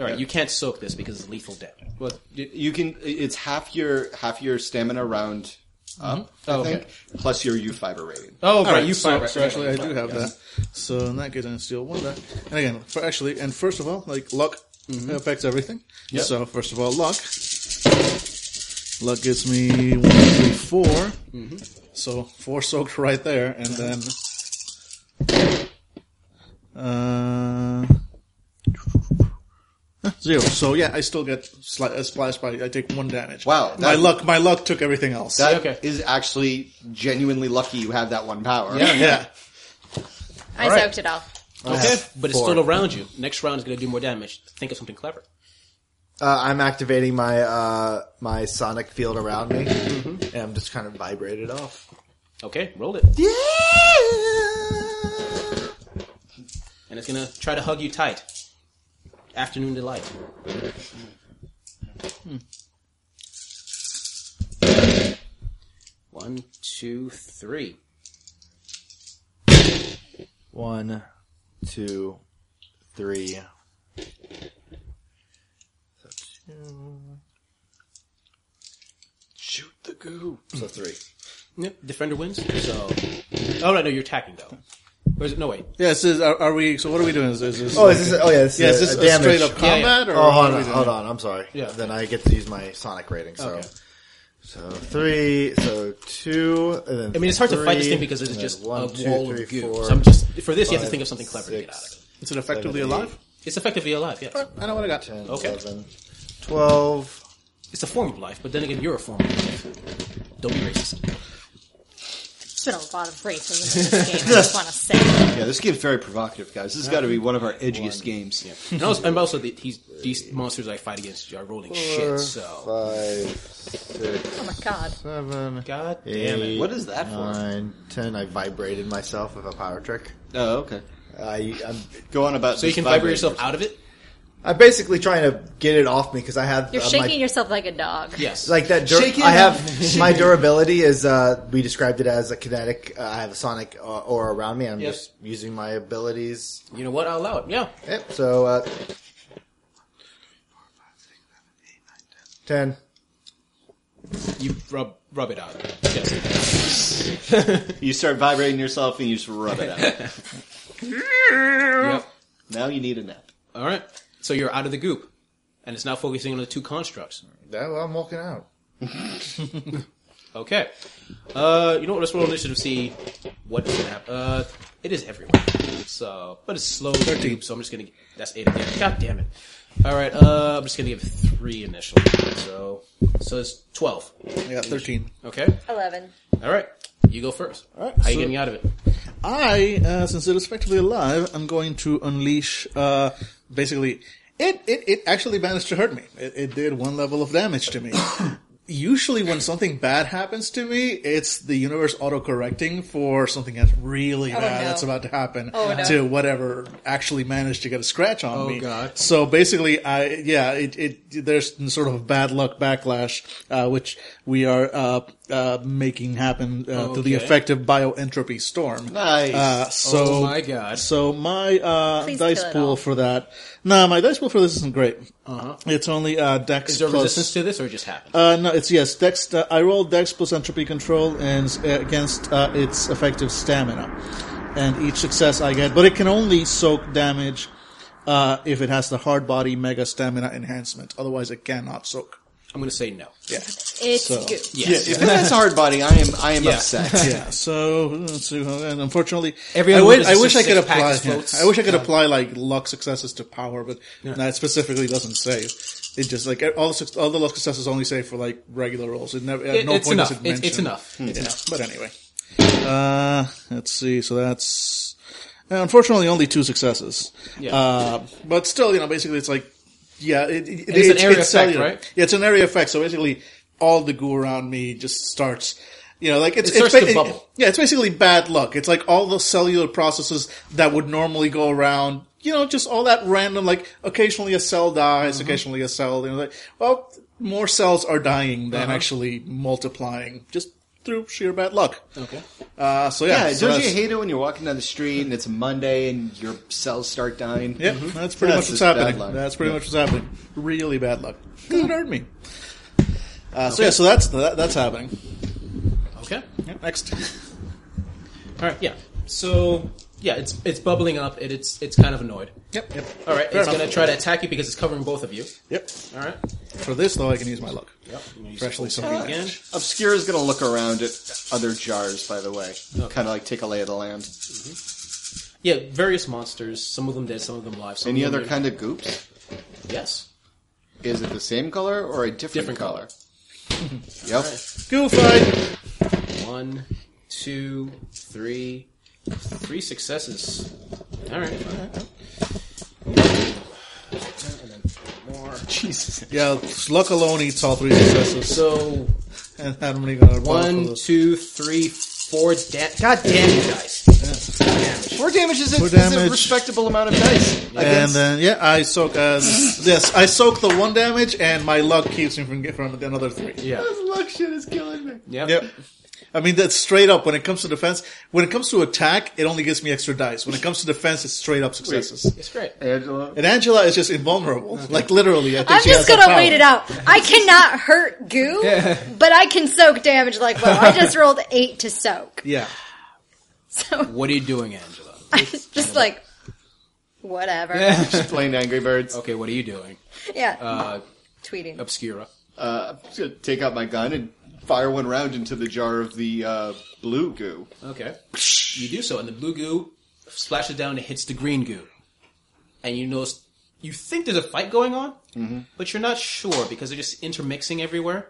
S5: All right, you can't soak this because it's lethal damage.
S4: Well, y- you can. It's half your half your stamina round up,
S5: Oh,
S4: I think,
S5: okay.
S4: plus your U fiber rating.
S5: Oh,
S3: All
S5: right, you
S3: so,
S5: find
S3: so actually, I do have that. So in that case, I can steal one of that. And again, for actually, and first of all, like luck, It affects everything. So first of all, luck. Luck gives me one, three, four. So four soaked right there, and then uh, zero. So yeah, I still get sli- a splash by. I take one damage.
S4: Wow,
S3: my
S4: that-
S3: luck, my luck took everything else.
S4: That is
S5: Okay.
S4: actually genuinely lucky you have that one power.
S3: yeah.
S7: I soaked it off.
S5: Okay, but it's still around you. Next round is going to do more damage. Think of something clever.
S9: Uh, I'm activating my uh, my sonic field around me,
S3: Mm-hmm.
S9: and I'm just kind of vibrated off.
S5: Okay, roll it. And it's going to try to hug you tight. Afternoon delight. One, two, three.
S9: One, two, three.
S4: Shoot the goo. So three.
S5: Yep, defender wins. So, oh right, no, you're attacking though. Or is it, no wait.
S3: Yeah. So is, are, are we? So what are we doing? Is, is this?
S9: Oh, is this? Oh, yeah. This
S3: yeah, is this
S9: is a,
S3: a
S9: a damage.
S3: straight up
S5: Yeah, yeah.
S3: combat? Or
S9: Oh, hold
S3: what are
S9: on,
S3: we doing?
S9: hold on. I'm sorry.
S5: Yeah.
S9: Then I get to use my sonic rating. So,
S5: Okay.
S9: so three, so two, and then
S5: I mean, it's hard to fight this
S9: three,
S5: thing because it's
S9: and
S5: just
S9: then one,
S5: a
S9: two,
S5: wall
S9: three,
S5: of goo.
S9: four.
S5: so I'm just for this, you have to
S9: five,
S5: think of something clever to get out
S9: six,
S5: of it.
S3: Is it effectively
S9: Seven, eight.
S3: alive?
S5: It's effectively alive, yes.
S3: I know what I got.
S9: 10,
S5: Okay.
S9: 11, 12.
S5: It's a form of life, but then again, you're a form of life. Don't be racist.
S2: There's been a lot of racism in this game. I just want to say.
S4: Yeah, this game's very provocative, guys. This has got to be one of our edgiest games.
S5: And also, and also the, he's, these monsters I fight against are rolling shit. So,
S9: Five, six,
S7: Oh my god.
S9: seven,
S5: god damn it.
S9: eight,
S4: What is that for?
S9: nine, ten. I vibrated myself with a power trick.
S4: Oh, okay.
S9: I, I'm,
S4: Go on about.
S5: So you can vibrate yourself out of it.
S9: I'm basically trying to get it off me because I have
S7: You're
S9: uh,
S7: shaking
S9: my,
S7: yourself like a dog.
S5: Yes.
S7: [laughs]
S9: like that. Dur-
S4: Shake it
S9: I
S4: off.
S9: have my durability is uh, we described it as a kinetic. Uh, I have a sonic uh, aura around me. I'm
S5: Yep.
S9: just using my abilities.
S5: you know what? I'll allow it. Yeah.
S9: Yep. So uh, ten.
S5: You rub rub it out. Yes.
S4: You start vibrating yourself and you just rub it [laughs] out.
S5: Yep.
S4: now you need a nap.
S5: All right. So you're out of the goop, and it's now focusing on the two constructs.
S9: Yeah, well, I'm walking out.
S5: Okay. Uh, you know what? Let's roll initiative. to See what is hap- Uh, it is everywhere. So, but it's slow. Thirteen. So I'm just gonna. That's eight again. God damn it. All right. Uh, I'm just gonna give three initially. So, so it's twelve.
S3: I got 13.
S5: Okay.
S7: Eleven.
S5: All right. You go first. All
S3: right,
S5: How you
S3: so-
S5: getting out of it?
S3: I, uh, since it is effectively alive, I'm going to unleash, uh, basically, it, it, it actually managed to hurt me. It, it did one level of damage to me. Usually when something bad happens to me, it's the universe auto-correcting for something that's really bad
S7: no.
S3: that's about to happen
S7: Oh, no.
S3: to whatever actually managed to get a scratch on
S5: Oh,
S3: me.
S5: God.
S3: So basically, I, yeah, it, it, there's sort of a bad luck backlash, uh, which we are, uh, uh, making happen, uh, through the
S5: Okay.
S3: effect of bioentropy storm.
S4: Nice.
S3: Uh, so
S5: Oh my God.
S3: So my uh,
S7: Please
S3: dice
S7: kill it
S3: pool
S7: all.
S3: for that. No, my dice pool for this isn't great. It's only uh, Dex
S5: Uh-huh. Is there
S3: plus.
S5: resistance to this, or it just happened?
S3: Uh, no, it's yes. Dex. Uh, I roll Dex plus entropy control and uh, against uh, its effective stamina, and each success I get, but it can only soak damage uh, if it has the hard body mega stamina enhancement. Otherwise, it cannot soak.
S5: I'm gonna say no.
S3: Yeah.
S7: It's
S3: So-
S7: goo.
S5: Yes.
S4: If it has hard body, I am I am
S5: Yeah.
S4: upset.
S3: [laughs] yeah. So, let's see, and unfortunately,
S5: Every
S3: I
S5: other
S3: wish,
S5: one is
S3: I
S5: just
S3: wish
S5: a
S3: I could
S5: six-pack
S3: apply.
S5: that
S3: yeah,
S5: floats.
S3: I wish I could apply like luck successes to power, but that specifically doesn't save. It just like all the suc- all the luck successes only save for like regular rolls. It never at
S5: It-
S3: no
S5: [laughs] it's
S3: point Hmm.
S5: enough.
S3: is it
S5: It's- it's
S3: mentioned.
S5: enough.
S3: yeah. But anyway, uh, let's see. So that's uh, unfortunately only two successes.
S5: Yeah.
S3: Uh, but still, you know, basically it's like yeah, it, it,
S5: it's an area effect,
S3: cellular.
S5: right?
S3: Yeah, it's an area effect. So basically, all the goo around me just starts, you know, like it's,
S5: It starts
S3: it's ba-
S5: to bubble.
S3: yeah, it's basically bad luck. It's like all the cellular processes that would normally go around, you know, just all that random, like occasionally a cell dies, occasionally a cell, you know, like, well, more cells are dying than actually multiplying just through sheer bad luck.
S5: Okay.
S3: Uh, so yeah,
S4: Yeah,
S3: so
S4: don't you
S3: that's-
S4: hate it when you're walking down the street and it's a Monday and your cells start dying?
S3: Yeah, that's pretty
S4: Mm-hmm. That's
S3: much what's
S4: just bad
S3: happening.
S4: luck.
S3: That's pretty much what's happening. Really bad luck. 'Cause it hurt me. Uh, So yeah, so that's that, that's happening.
S5: Okay.
S3: Yeah, next.
S5: All right, yeah. So, yeah, it's it's bubbling up. It, it's it's kind of annoyed.
S3: Yep. Yep.
S5: All right,
S3: Fair
S5: it's
S3: enough.
S5: gonna try to attack you because it's covering both of you.
S3: Yep.
S5: All right,
S3: For this though, I can use my luck. Yep. Freshly summoned.
S5: again.
S4: Obscura's gonna look around at other jars, by the way. Kind of like take a lay of the land.
S5: Yeah, various monsters. Some of them dead, some of them live. Some
S4: Any
S5: of them
S4: other kind of goops?
S5: Yes.
S4: Is it the same color or a different,
S5: Different
S4: color? [laughs] yep.
S3: Goo fight.
S5: One, two, three, three successes. All right.
S3: Yeah, luck alone eats all three successes.
S5: So
S3: And I'm only gonna roll for
S5: one,
S3: those.
S5: two, three, four. Da- God damn you guys!
S4: Four damage is a,
S3: Four
S4: is a
S3: damage.
S4: respectable amount of [laughs] dice.
S3: And then yeah, I soak. Uh, yes, I soak the one damage, and my luck keeps me from getting from another three.
S5: Yeah.
S4: Luck shit is killing me.
S5: Yep.
S3: Yep. I mean that's straight up. When it comes to defense, when it comes to attack, it only gives me extra dice. When it comes to defense, it's straight up successes.
S5: It's great.
S4: Angela.
S3: And Angela is just invulnerable. Like literally, I think
S7: I'm
S3: she
S7: just
S3: has that
S7: gonna wait
S3: power.
S7: it out. I cannot hurt goo, but I can soak damage like well. I just rolled eight to
S3: [laughs]
S7: soak.
S3: Yeah.
S7: So
S5: What are you doing, Angela?
S7: I was just like, whatever.
S4: Just playing Angry Birds.
S5: Okay, what are you doing?
S7: Yeah.
S5: Uh,
S7: Tweeting.
S5: Obscura.
S4: Uh, I'm just gonna take out my gun and fire one round into the jar of the uh, blue goo.
S5: Okay. You do so, and the blue goo splashes down and hits the green goo. And you notice, you think there's a fight going on, but you're not sure because they're just intermixing everywhere.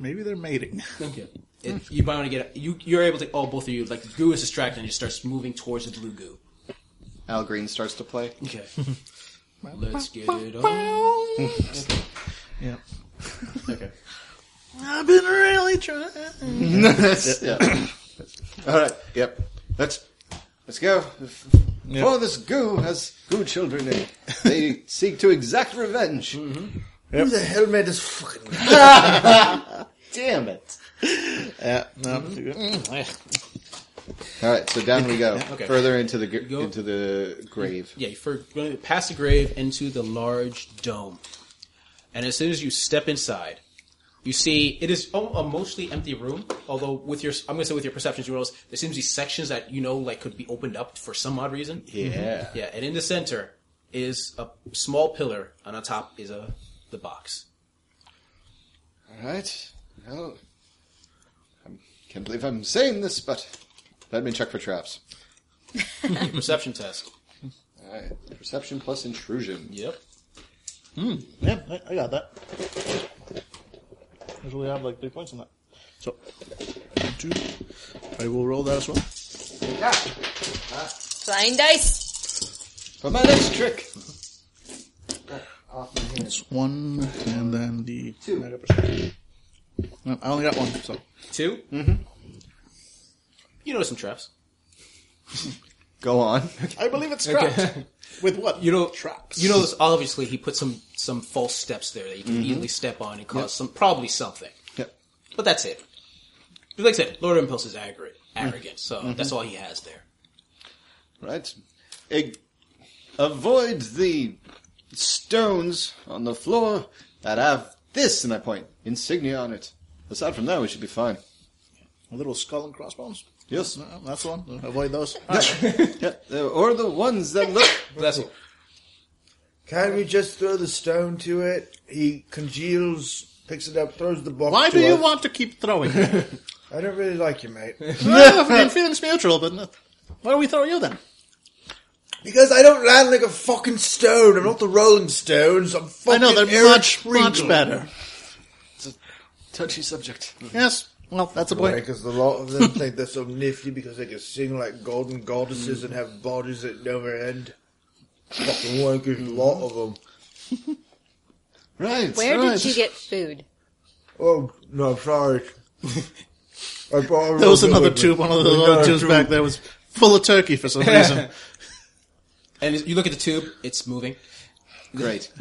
S3: Maybe they're mating.
S5: Okay. It, you might want to get you. You're able to. Oh, both of you. Like the goo is distracted and it starts moving towards the blue goo.
S4: Al Green starts to play.
S5: Okay. [laughs] Let's get it on. [laughs]
S3: Yeah.
S5: Okay.
S3: I've been really trying.
S4: Yeah. All right. Yep. Let's let's go.
S3: Yep.
S4: Oh, this goo has goo children in it. [laughs] They seek to exact revenge.
S6: Who the hell made this fucking
S4: Damn it!
S3: Yeah. No. Mm.
S4: All right. So down we go.
S5: Okay.
S4: Further into the gr-
S5: Go.
S4: into the grave.
S5: Yeah, you fir- going past the grave into the large dome, and as soon as you step inside, you see it is al- a mostly empty room. Although with your, I'm going to say with your perceptions, you realize there seems to be sections that you know like could be opened up for some odd reason. Mm-hmm.
S4: Yeah.
S5: Yeah, and in the center is a small pillar, and on top is a the box.
S4: All right. Well, I can't believe I'm saying this, but let me check for traps.
S5: Perception test.
S4: All right. Perception plus intrusion.
S5: Yep.
S3: Yeah, I- I got that. Usually I have like three points on that. So, two. I will roll that as well.
S7: Flying dice.
S4: For my next trick.
S3: It's one, and then the two. Mega perception. No, I only got one, so.
S5: 2 Mm-hmm. You notice some traps.
S4: Go on.
S3: I believe it's trapped. With what?
S5: You know
S3: traps.
S5: You know, this- obviously he put some some false steps there that you can easily step on and cause some probably something.
S4: Yep.
S5: But that's it. But like I said, Lord of Impulse is arrogant, arrogant. So that's all he has there.
S4: Right. Ig- avoid the stones on the floor that have this, and I point, insignia on it. Aside from that, we should be fine.
S3: A little skull and crossbones.
S4: Yes.
S3: No, that's the one. Avoid those.
S4: Yeah, uh, or the ones that look.
S5: That's it.
S6: Can we just throw the stone to it? He congeals, picks it up, throws the box.
S3: Why
S6: to
S3: do you
S6: us.
S3: want to keep [laughs] throwing? well,
S6: I don't really like you, mate.
S3: I mean, feelings mutual, but no. why don't we throw you then?
S6: because I don't land like a fucking stone. I'm not the Rolling Stones. I'm fucking.
S3: I know they're
S6: Eric
S3: much, much
S6: Prydle.
S3: better.
S4: Touchy subject.
S3: Yes. Well, that's a point.
S6: Because a lot of them think they're so nifty because they can sing like golden goddesses and have bodies that never end. Fucking wankers, a lot of them.
S4: Right.
S7: Where
S4: right.
S7: did you get food?
S6: Oh
S3: [laughs]
S6: no, sorry. I brought
S3: There was another tube. One of those
S6: Another
S3: other tubes
S6: tube.
S3: back there was full of turkey for [laughs] some reason.
S5: And you look at the tube; it's moving.
S7: [laughs]
S4: Great.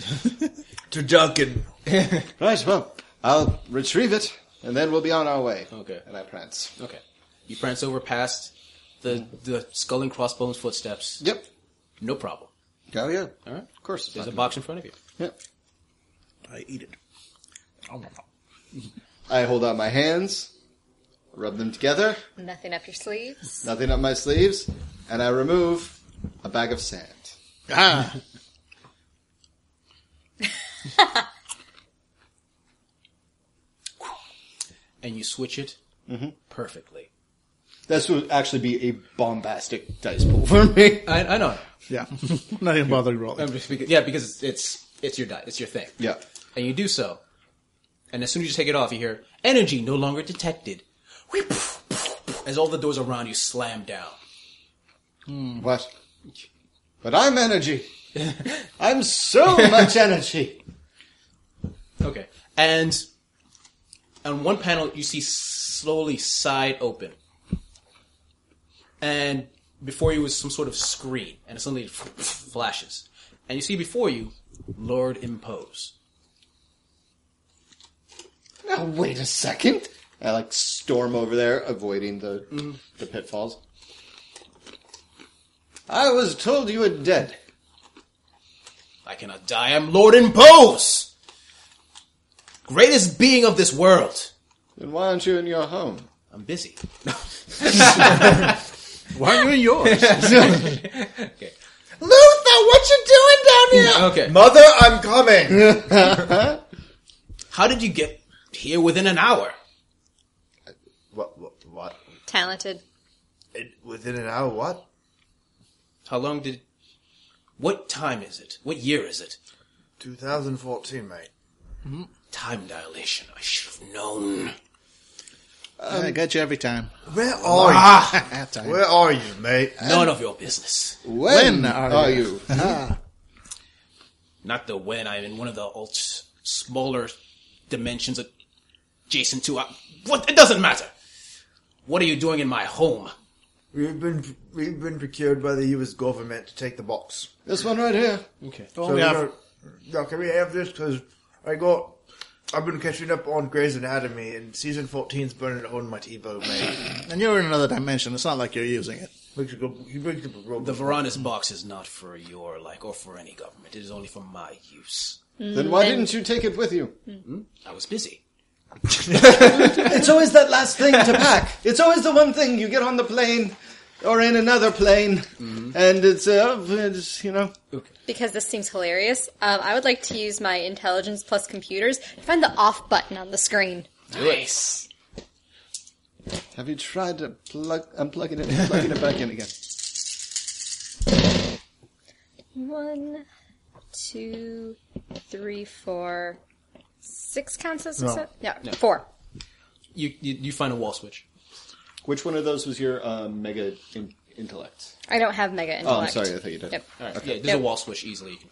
S6: to Duncan.
S4: [laughs] Right, well, I'll retrieve it, and then we'll be on our way.
S5: Okay.
S4: And I prance.
S5: Okay. You prance over past the the skull and crossbones footsteps.
S4: Yep.
S5: No problem.
S4: Oh, yeah. Of
S5: All right.
S4: course.
S5: There's a box in front of you.
S4: Yep.
S3: I eat it. Oh, no.
S4: I hold out my hands, rub them together,
S7: Nothing up your sleeves.
S4: nothing up my sleeves, and I remove a bag of sand.
S3: Ah.
S5: and you switch it perfectly.
S4: This would actually be a bombastic dice pool for [laughs] me.
S5: I, I know.
S3: Yeah. [laughs] Not even bothering rolling.
S5: I'm just because, yeah, because it's, it's it's your die, it's your thing.
S4: Yeah.
S5: And you do so, and as soon as you take it off, you hear energy no longer detected. Wheep, poof, poof, poof, As all the doors around you slam down.
S4: What? But I'm energy. I'm [laughs] so much energy.
S5: Okay. And on one panel, you see slowly side open. And before you is some sort of screen, and suddenly it f- f- flashes. And you see before you, Lord Impose.
S4: Now Oh, wait a second. I like storm over there, avoiding the the pitfalls. I was told you were dead.
S5: I cannot die, I'm Lord Impose! Greatest being of this world!
S4: Then why aren't you in your home?
S3: [laughs]
S5: I'm
S4: [laughs]
S5: busy.
S3: Why are you in
S4: [laughs]
S3: yours?
S4: Luther, what you
S3: [laughs]
S4: doing down here?
S5: Okay.
S1: Mother, I'm coming.
S5: How did you get here within an hour?
S1: what? What? what?
S7: Talented.
S1: It- Within an hour? What?
S5: How long did. What time is it? What year is it?
S1: 2014, mate.
S5: Time dilation. I should have known.
S3: I got you every time.
S1: Where are
S5: Ah,
S3: Half time.
S1: you? Where are you, mate?
S5: none of your business.
S4: When,
S3: When
S4: are,
S3: are
S4: you?
S5: Not the when. I'm in one of the alt- smaller dimensions adjacent to. Our, what? It doesn't matter. What are you doing in my home?
S1: We've been we've been procured by the U.S. government to take the box.
S4: this one right here.
S5: Okay.
S1: So
S3: we
S1: we're
S3: have-
S1: gonna- yeah, can we have this? Because I got. I've been catching up on Grey's Anatomy, and season 14's burning a hole in my T-bone, mate.
S3: [laughs] And you're in another dimension. It's not like you're using it.
S1: Makes you go. He brings up a
S5: The Varanus box is not for your like or for any government. It is only for my use.
S4: Then why didn't you take it with you?
S5: I was busy.
S4: It's always that last thing to pack. It's always the one thing you get on the plane or in another plane, and it's, uh, it's you know.
S7: Because this seems hilarious, um, I would like to use my intelligence plus computers to find the off button on the screen.
S5: Nice.
S4: Have you tried to plug unplug it in, and plugging it back in again?
S7: One, two, three, four, six counts as success? No, four.
S5: You, you you find a wall switch.
S4: Which one of those was your um, mega in- intellect?
S7: I don't have mega intellect.
S4: Oh, I'm sorry, I thought you did.
S7: Yep.
S5: All right. Yeah, there's
S7: Yep.
S5: a wall switch easily. You can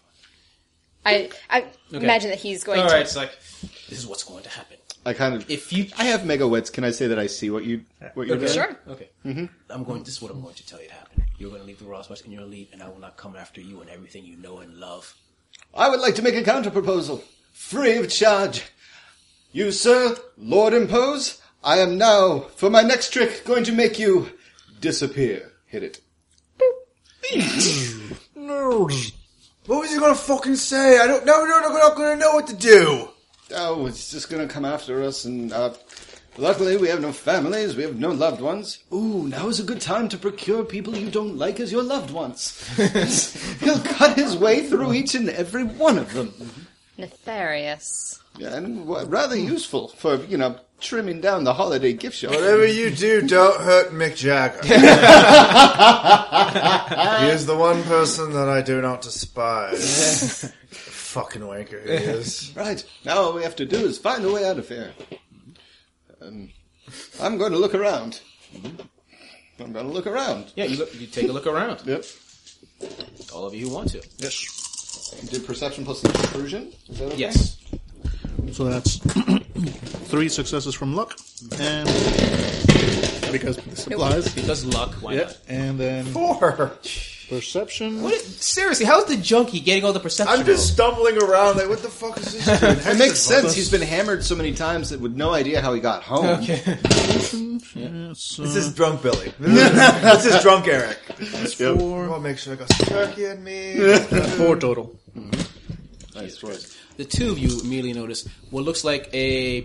S7: I, I imagine that he's going to.
S5: it's like this is what's going to happen.
S4: I kind of.
S5: If you,
S4: I have mega wits. Can I say that I see what you what you're doing?
S7: Sure.
S5: Okay. I'm going. This is what I'm going to tell you to happen. You're going to leave the Ross Box and you're going to leave, and I will not come after you and everything you know and love.
S4: I would like to make a counter proposal, free of charge. You, sir, Lord Impose. I am now for my next trick going to make you disappear. Hit it.
S1: What was he gonna fucking say? I don't know. No, no, not gonna know what to do.
S4: Oh, it's just going to come after us, and uh, luckily we have no families, we have no loved ones. Ooh, now is a good time to procure people you don't like as your loved [laughs] ones. He'll cut his way through each and every one of them,
S7: Nefarious.
S4: and w- rather useful for you know trimming down the holiday gift [laughs] shop.
S1: Whatever you do, don't hurt Mick
S3: [laughs]
S1: Jagger. he is the one person that I do not despise. fucking wanker he is.
S4: Right now, all we have to do is find a way out of here. Um, I'm going to look around. I'm going to look around.
S5: Yeah, you look. You take a look around.
S4: Yep.
S5: All of you who want to.
S4: Do perception plus intrusion. Is that okay?
S5: Yes.
S3: So that's [coughs] three successes from luck, and because supplies.
S5: Because luck. Why
S3: Yeah,
S5: not?
S3: and then
S1: Four.
S3: perception.
S5: What is- seriously, how's the junkie getting all the perception?
S1: I'm just stumbling around like, what the fuck is this doing?
S4: It makes sense. He's been hammered so many times that with no idea how he got home.
S5: rolls? Okay.
S3: That's, uh,
S1: This is drunk Billy. [laughs] this is drunk Eric.
S3: four,
S1: I'll make sure I got some turkey in me.
S3: four total.
S4: Nice choice.
S5: The two of you immediately notice what looks like a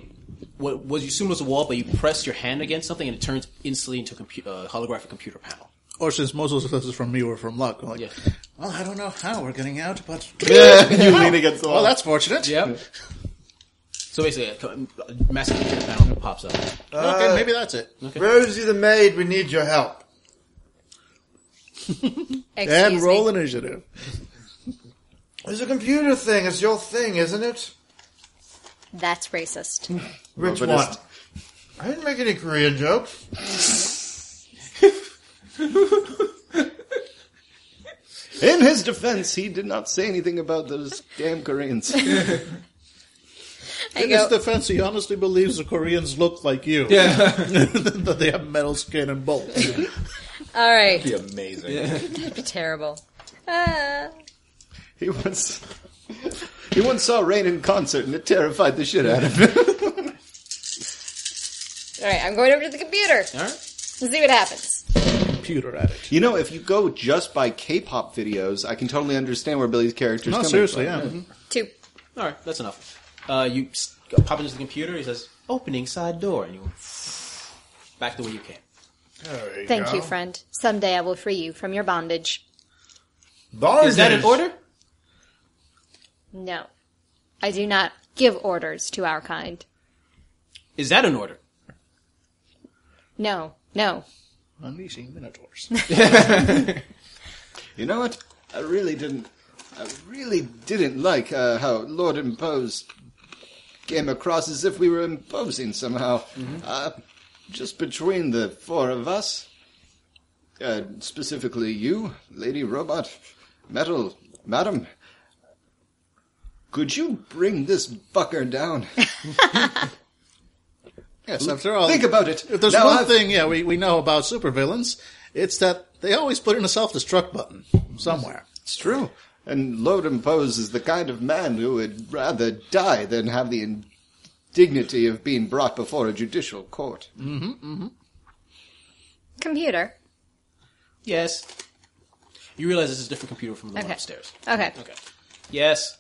S5: what was you assume was a wall, but you press your hand against something and it turns instantly into a compu- uh, holographic computer panel.
S3: Or since most of the successes from me were from luck, I'm like,
S5: Yeah.
S3: well, I don't know how we're getting out, but
S1: [laughs]
S18: you lean against the
S3: well,
S18: wall.
S3: Oh, that's fortunate.
S5: [laughs] Yep. so basically, a co- a massive picture panel pops up.
S3: Okay, maybe that's it.
S1: Uh, Rosie the maid, we need your help.
S2: Excuse
S3: And roll
S2: me.
S3: initiative.
S1: It's a computer thing. It's your thing, isn't it?
S2: That's racist.
S1: Which
S18: But
S1: one?
S18: it's-
S1: I didn't make any Korean jokes.
S4: In his defense, he did not say anything about those damn Koreans. [laughs]
S2: I
S3: In his
S2: go,
S3: defense, he honestly believes the Koreans look like you.
S5: Yeah.
S3: [laughs] that they have metal skin and bolts.
S2: all right,
S18: be amazing.
S2: that'd be terrible. Ah.
S4: He once he once saw rain in concert, and it terrified the shit out of him.
S2: all right, I'm going over to the computer.
S5: All right.
S2: Let's see what happens.
S3: Computer addict.
S4: You know, if you go just by K-pop videos, I can totally understand where Billy's character's
S3: No,
S4: coming
S3: seriously,
S4: from. uh,
S3: yeah.
S2: Two.
S5: All right. That's enough. Uh, you s- pop into the computer. He says, "Opening side door," and you back the way you came.
S2: Thank you, friend. Someday I will free you from your bondage.
S5: Is that an order?
S2: No, I do not give orders to our kind.
S5: Is that an order?
S2: No, no.
S3: Unleashing minotaurs.
S4: You know what? I really didn't. I really didn't like uh, how Lord Imposed came across as if we were imposing somehow.
S3: Mm-hmm.
S4: Uh, just between the four of us, uh, specifically you, Lady Robot, Metal, Madam, could you bring this fucker
S3: [laughs]
S4: down?
S3: yes, after all.
S4: Think about it.
S3: If there's
S4: Now
S3: one
S4: I've-
S3: thing, yeah, we, we know about supervillains, it's that they always put in a self-destruct button somewhere.
S4: It's true. And Lord Impose is the kind of man who would rather die than have the indignity of being brought before a judicial court.
S2: Computer.
S5: Yes. You realize this is a different computer from the one
S2: Okay.
S5: upstairs.
S2: Okay.
S5: Okay. Yes.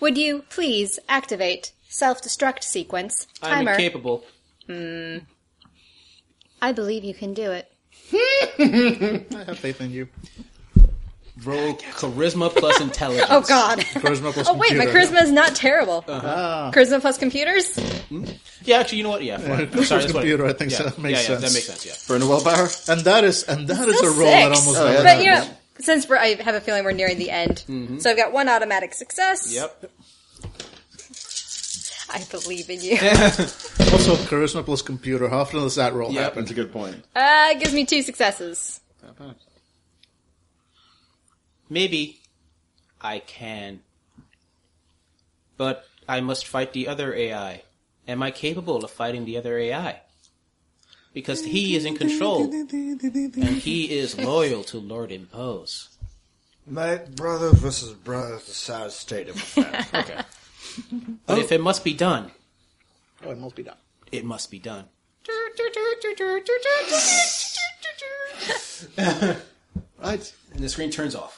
S2: Would you please activate self-destruct sequence
S5: I'm
S2: timer?
S5: incapable.
S2: I believe you can do it.
S3: I have faith in you.
S5: Roll charisma plus intelligence.
S2: [laughs] Oh God. Ah.
S3: Charisma plus
S2: oh wait, my
S3: computer.
S2: charisma is not terrible. Charisma plus computers.
S5: Yeah, actually, you know what? Yeah, fine. I'm sorry, that's what-
S3: computer, I think so. That makes
S5: yeah,
S3: sense.
S5: Yeah, that makes sense. Yeah.
S4: Bernard Wellbauer?
S3: And that is, and that is a
S2: Still
S3: role that
S2: six.
S3: almost
S4: Oh, yeah,
S3: never
S2: But you know,
S3: happens.
S2: since we're, I have a feeling we're nearing the end, so I've got one automatic success.
S5: Yep.
S2: I believe in you.
S3: Also, charisma plus computer. How often does that roll
S5: Yep.
S3: happen?
S4: That's a good point.
S2: Uh, it gives me two successes.
S5: Maybe I can, but I must fight the other AI. Am I capable of fighting the other AI? Because he is in control, and he is loyal to Lord Impose.
S1: My brother versus brother is a sad state of affairs.
S5: Okay. But if it must be done,
S3: Oh, it must be done.
S5: it must be done.
S4: Right.
S5: And the screen turns off.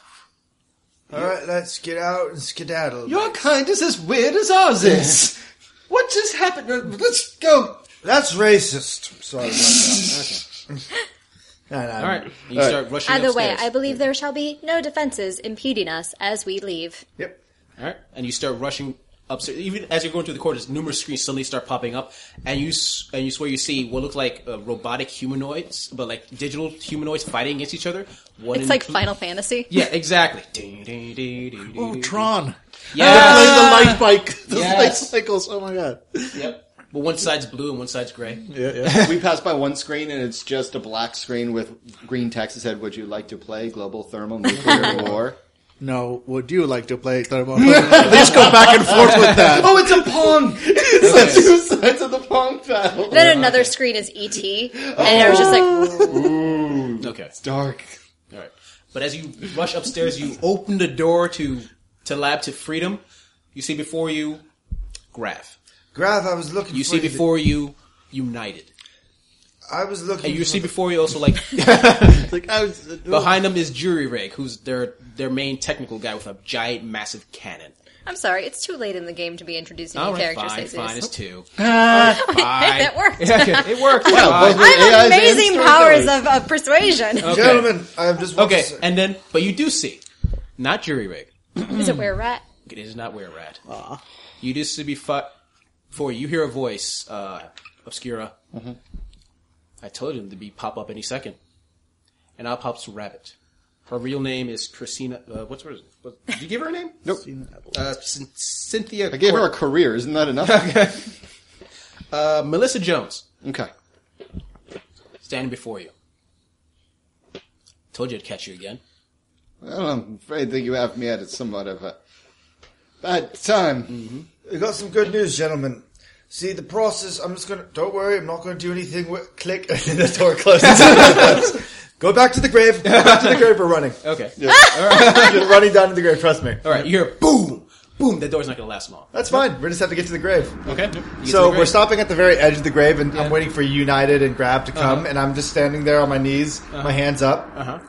S1: [laughs] All right, let's get out and skedaddle.
S4: Your kind is as weird as ours is. what just happened? Let's go.
S1: That's racist. Sorry about that. Okay.
S3: Um,
S1: no, no,
S5: All right, you start rushing
S2: Either way,
S5: upstairs.
S2: I believe there shall be no defenses impeding us as we leave.
S3: [laughs]
S5: All right, and you start rushing upstairs. Even as you're going through the corridors, numerous screens suddenly start popping up, and you s- and you swear you see what look like uh, robotic humanoids, but like digital humanoids fighting against each other. One
S2: It's
S5: in
S2: like
S5: blue-
S2: Final Fantasy.
S5: Yeah,
S2: [laughs]
S5: exactly. Ding, ding, ding, ding,
S3: Oh,
S5: ding,
S3: Tron. [laughs]
S5: Yeah.
S3: Playing the light bike. The light
S5: Yes.
S3: cycles. Oh my god.
S5: Yep. But one side's blue and one side's gray.
S3: Yeah, yeah.
S4: we passed by one screen, and it's just a black screen with green text that said, Would you like to play Global Thermal Nuclear War?
S3: No, would you like to play thermal? [laughs] they just go back and forth with that.
S4: Oh, it's a pong! it's like two sides of the pong battle.
S2: Then another screen is
S7: E
S2: ET, and I was just like,
S5: Okay.
S4: Dark.
S5: All right. But as you rush upstairs, you open the door to to lab to freedom. You see before you, Graph.
S1: Graf, I was looking.
S5: You
S1: for
S5: see before you, United.
S1: I was looking.
S5: And you
S1: for
S5: see
S1: the-
S5: before you also like
S3: Like, I was-
S5: Behind him is Jury Rig, who's their their main technical guy with a giant, massive cannon.
S2: I'm sorry, it's too late in the game to be introducing
S5: All
S2: new
S5: right,
S2: characters.
S5: fine,
S2: Stacey.
S5: fine. It's
S2: [laughs]
S5: two.
S2: Hey, that
S5: [laughs]
S2: worked.
S5: Yeah, okay, it worked.
S6: Well,
S5: Fine.
S7: I
S6: both with AIs
S7: have
S6: and
S7: amazing
S6: storytelling.
S7: powers of, of persuasion.
S5: Okay.
S1: Gentlemen, I have just one
S5: okay,
S1: to say.
S5: and then but you do see, not jury rig.
S2: Is it where rat?
S5: It is not where rat. You do see before for you hear a voice, uh, obscura.
S6: Mm-hmm.
S5: I told him to be pop up any second, and out pops rabbit. Her real name is Christina. Uh, what's her? What, did you give her a name?
S6: Nope.
S5: Uh, Cyn- Cynthia.
S6: I gave her a career. Isn't that enough?
S5: uh, Melissa Jones.
S6: okay.
S5: standing before you. Told you I'd catch you again.
S6: Well, I'm afraid that you have me at somewhat of a
S4: uh,
S6: bad time.
S1: We got some good news, gentlemen. See, the process, I'm just gonna, don't worry, I'm not gonna do anything with, click, [laughs] and the door
S3: [laughs]
S1: closes. Go back to the grave, Go back to the grave, we're running.
S5: Okay.
S1: You're running down to the grave, trust me.
S5: All right. You hear boom, boom. That door's not going to last long.
S1: That's fine, we just have to get to the grave.
S5: Okay. You get to the
S1: So
S5: grave.
S1: we're stopping at the very edge of the grave, and I'm waiting for United and Grab to
S3: Uh-huh.
S1: come, and I'm just standing there on my knees, my hands up.
S5: Uh-huh.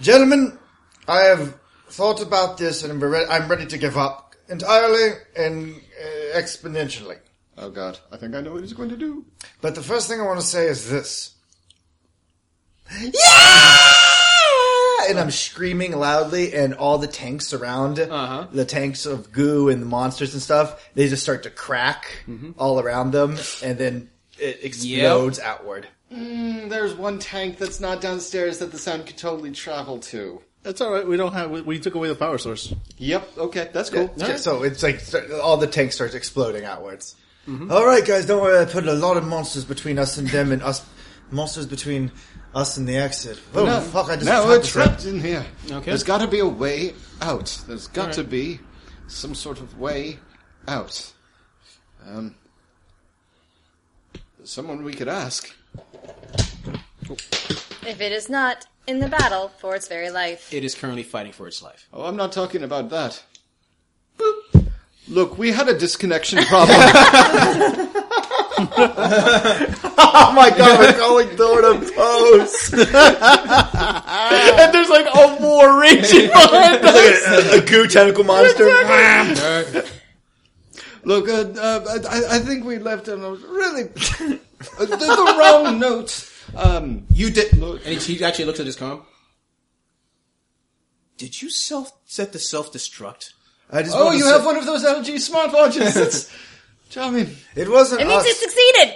S1: Gentlemen, I have thought about this, and I'm ready, I'm ready to give up entirely and uh, exponentially.
S6: Oh God, I think I know what he's going to do.
S1: But the first thing I want to say is this. Yeah! [laughs] And I'm screaming loudly, and all the tanks around,
S5: Uh-huh.
S1: the tanks of goo and the monsters and stuff, they just start to crack
S5: Mm-hmm.
S1: all around them, and then it explodes outward.
S6: There's one tank that's not downstairs that the sound could totally travel to.
S3: That's all right. We don't have. We, we took away the power source.
S6: Yep. Okay, that's cool.
S1: Yeah, So it's like start- all the tanks starts exploding outwards. All right, guys, don't worry. I put a lot of monsters between us and them, and us monsters between us and the exit. Oh fuck! I just
S6: now
S1: tried
S6: we're
S1: to say-
S6: trapped in here.
S5: Okay.
S6: There's got to be a way out. There's got to be some sort of way out. Um, someone we could ask.
S2: If it is not in the battle for its very life.
S5: It is currently fighting for its life.
S6: Oh, I'm not talking about that. Boop. Look, we had a disconnection problem.
S4: [laughs]
S1: Oh my god, [laughs] we're going through the [laughs] post.
S3: And there's like a war
S1: [laughs]
S3: raging.
S1: a, goo tentacle monster.
S6: Look, uh, uh, I, I think we left on a really [laughs] uh, the, the wrong note. Um,
S5: You did. Look, and he actually looks at his com. Did you self set the self destruct?
S1: I just
S6: oh,
S1: wanna
S6: you
S1: say-
S6: have one of those LG [laughs] smartwatches. That's charming.
S1: It wasn't
S2: It means
S1: us.
S2: it succeeded!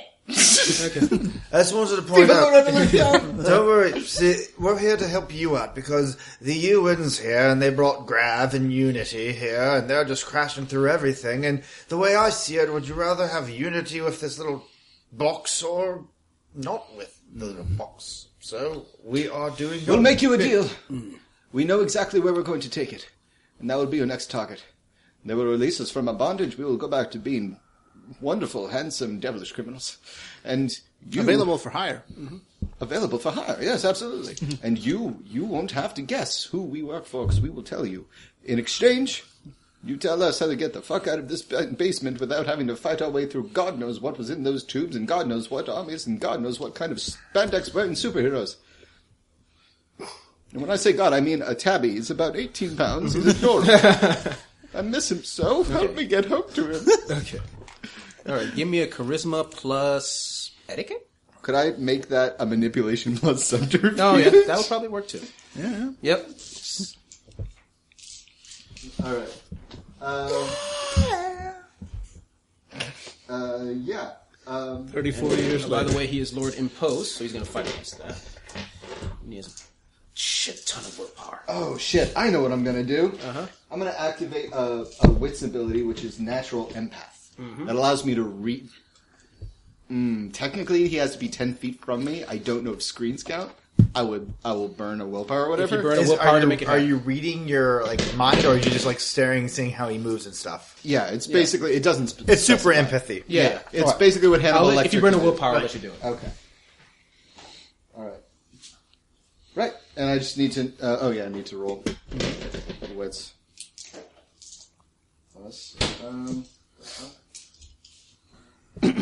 S1: I just wanted to point out. Don't worry. See, we're here to help you out because the UN's here and they brought Grav and Unity here and they're just crashing through everything. And the way I see it, would you rather have Unity with this little box or not with the little box? So we are doing.
S6: We'll make you a deal. We know exactly where we're going to take it, and that will be your next target. They will release us from our bondage. We will go back to being wonderful, handsome, devilish criminals, and you,
S3: Available for hire.
S6: available for hire. Yes, absolutely. [laughs] and you you won't have to guess who we work for because we will tell you. In exchange, you tell us how to get the fuck out of this ba- basement without having to fight our way through God knows what was in those tubes and God knows what armies and God knows what kind of spandex wearing superheroes. And when I say God, I mean a tabby. He's about 18 pounds. He's adorable. [laughs] I miss him so. Help me get home to [laughs] him.
S5: All right. Give me a charisma plus etiquette.
S6: Could I make that a manipulation [laughs] plus subterfuge?
S5: Oh yeah, [laughs]
S6: [laughs]
S5: that would probably work too. Yeah. Yep.
S6: All right. Um, uh, yeah. Um,
S3: Thirty-four years
S5: By
S3: later.
S5: the way, he is Lord Impose, so he's going to fight against that. And he has a shit ton of willpower.
S6: oh shit! I know what I'm gonna do.
S5: Uh-huh.
S6: I'm gonna activate a, a wits ability, which is natural empath.
S5: Mm-hmm.
S6: That allows me to read. Mm, technically, he has to be ten feet from me. I don't know if screens count. I would. I will burn a willpower or
S5: If you
S6: whatever.
S5: burn a
S1: Is,
S5: willpower
S1: are,
S5: to
S1: you,
S5: make it
S1: are
S5: happen.
S1: you reading your like mind, or are you just like staring, seeing how he moves and stuff?
S6: yeah, it's basically it doesn't. sp-
S1: It's super
S6: specify.
S1: empathy.
S5: Yeah.
S6: It's basically what
S5: I'll
S6: Hannibal
S5: let,
S6: Lecter.
S5: if you burn a
S6: did.
S5: willpower, I'll let you do it.
S6: Okay. All right. Right, and I just need to. Uh, oh yeah, I need to roll wits. Plus, um, you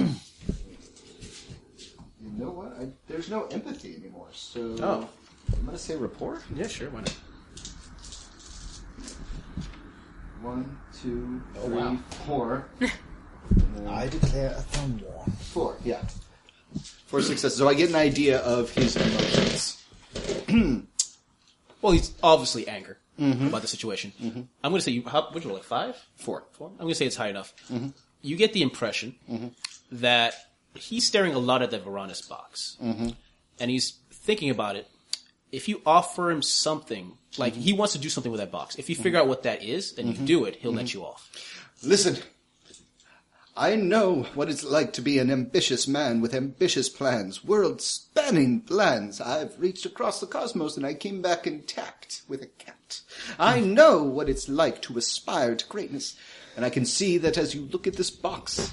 S6: know what? I, there's no empathy anymore, so
S5: Oh.
S6: I'm gonna say rapport.
S5: Yeah, sure. Why not?
S6: One, two, two, three, four.
S3: I declare a thumb war.
S6: Four, yeah. Four successes. So I get an idea of his emotions.
S5: Well, he's obviously anger about the situation. I'm going to say you. How, what you roll? Like five?
S6: Four. Four?
S5: I'm going to say it's high enough. You get the impression that he's staring a lot at that Varanus box, and he's thinking about it. If you offer him something, like he wants to do something with that box, if you figure out what that is and you do it, he'll let you off.
S6: Listen, I know what it's like to be an ambitious man with ambitious plans, world spanning plans. I've reached across the cosmos and I came back intact with a cat. I know what it's like to aspire to greatness, and I can see that as you look at this box,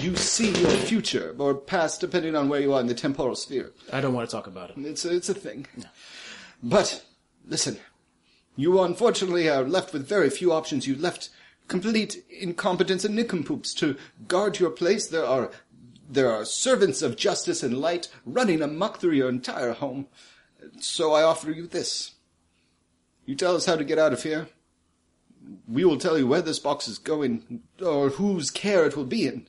S6: you see your future or past, depending on where you are in the temporal sphere.
S5: I don't want to talk about it.
S6: It's a, it's a thing. But listen, you unfortunately are left with very few options. You left complete incompetents and nincompoops to guard your place. There are there are servants of justice and light running amok through your entire home. So I offer you this. You tell us how to get out of here. We will tell you where this box is going or whose care it will be in.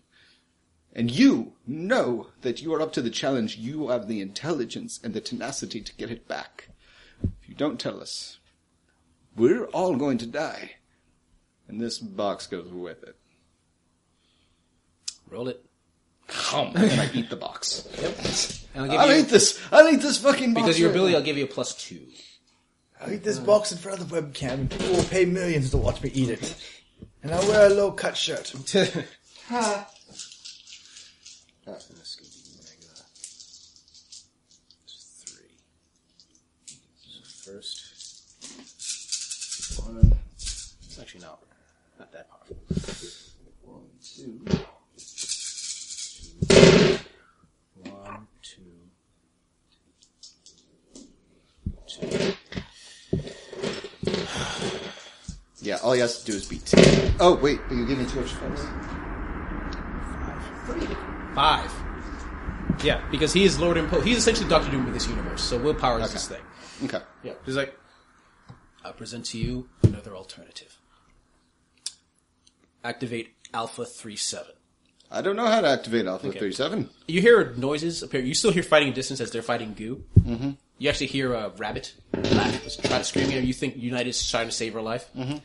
S6: And you know that you are up to the challenge. You have the intelligence and the tenacity to get it back. If you don't tell us, we're all going to die. And this box goes with it.
S5: Roll it. [laughs]
S6: Come, and I eat the box.
S5: And I'll give
S6: I'll
S5: you,
S6: eat this. I'll eat this fucking box.
S5: because of your
S6: right
S5: ability,
S6: now.
S5: I'll give you a plus two.
S3: I eat this box in front of the webcam, and people will pay millions to watch me eat it. And I wear a low cut shirt.
S6: Oh, and this could be mega. Three. First. One.
S5: It's
S3: [laughs]
S5: actually not not that powerful.
S6: One, two.
S5: One, two, two.
S6: Yeah, all he has to do is beat. Oh wait, but you gave me two extra points.
S5: Five. Yeah, because he is Lord Impo. He's essentially Doctor Doom with this universe. So willpower is this thing.
S6: Okay.
S5: Yeah, he's like, I present to you another alternative. Activate Alpha Three Seven.
S6: I don't know how to activate Alpha Thirty Seven.
S5: You hear noises. Appear. You still hear fighting distance as they're fighting goo. Mm-hmm. You actually hear a rabbit laugh, just try to scream at her. You think United's trying to save her life, mm-hmm. and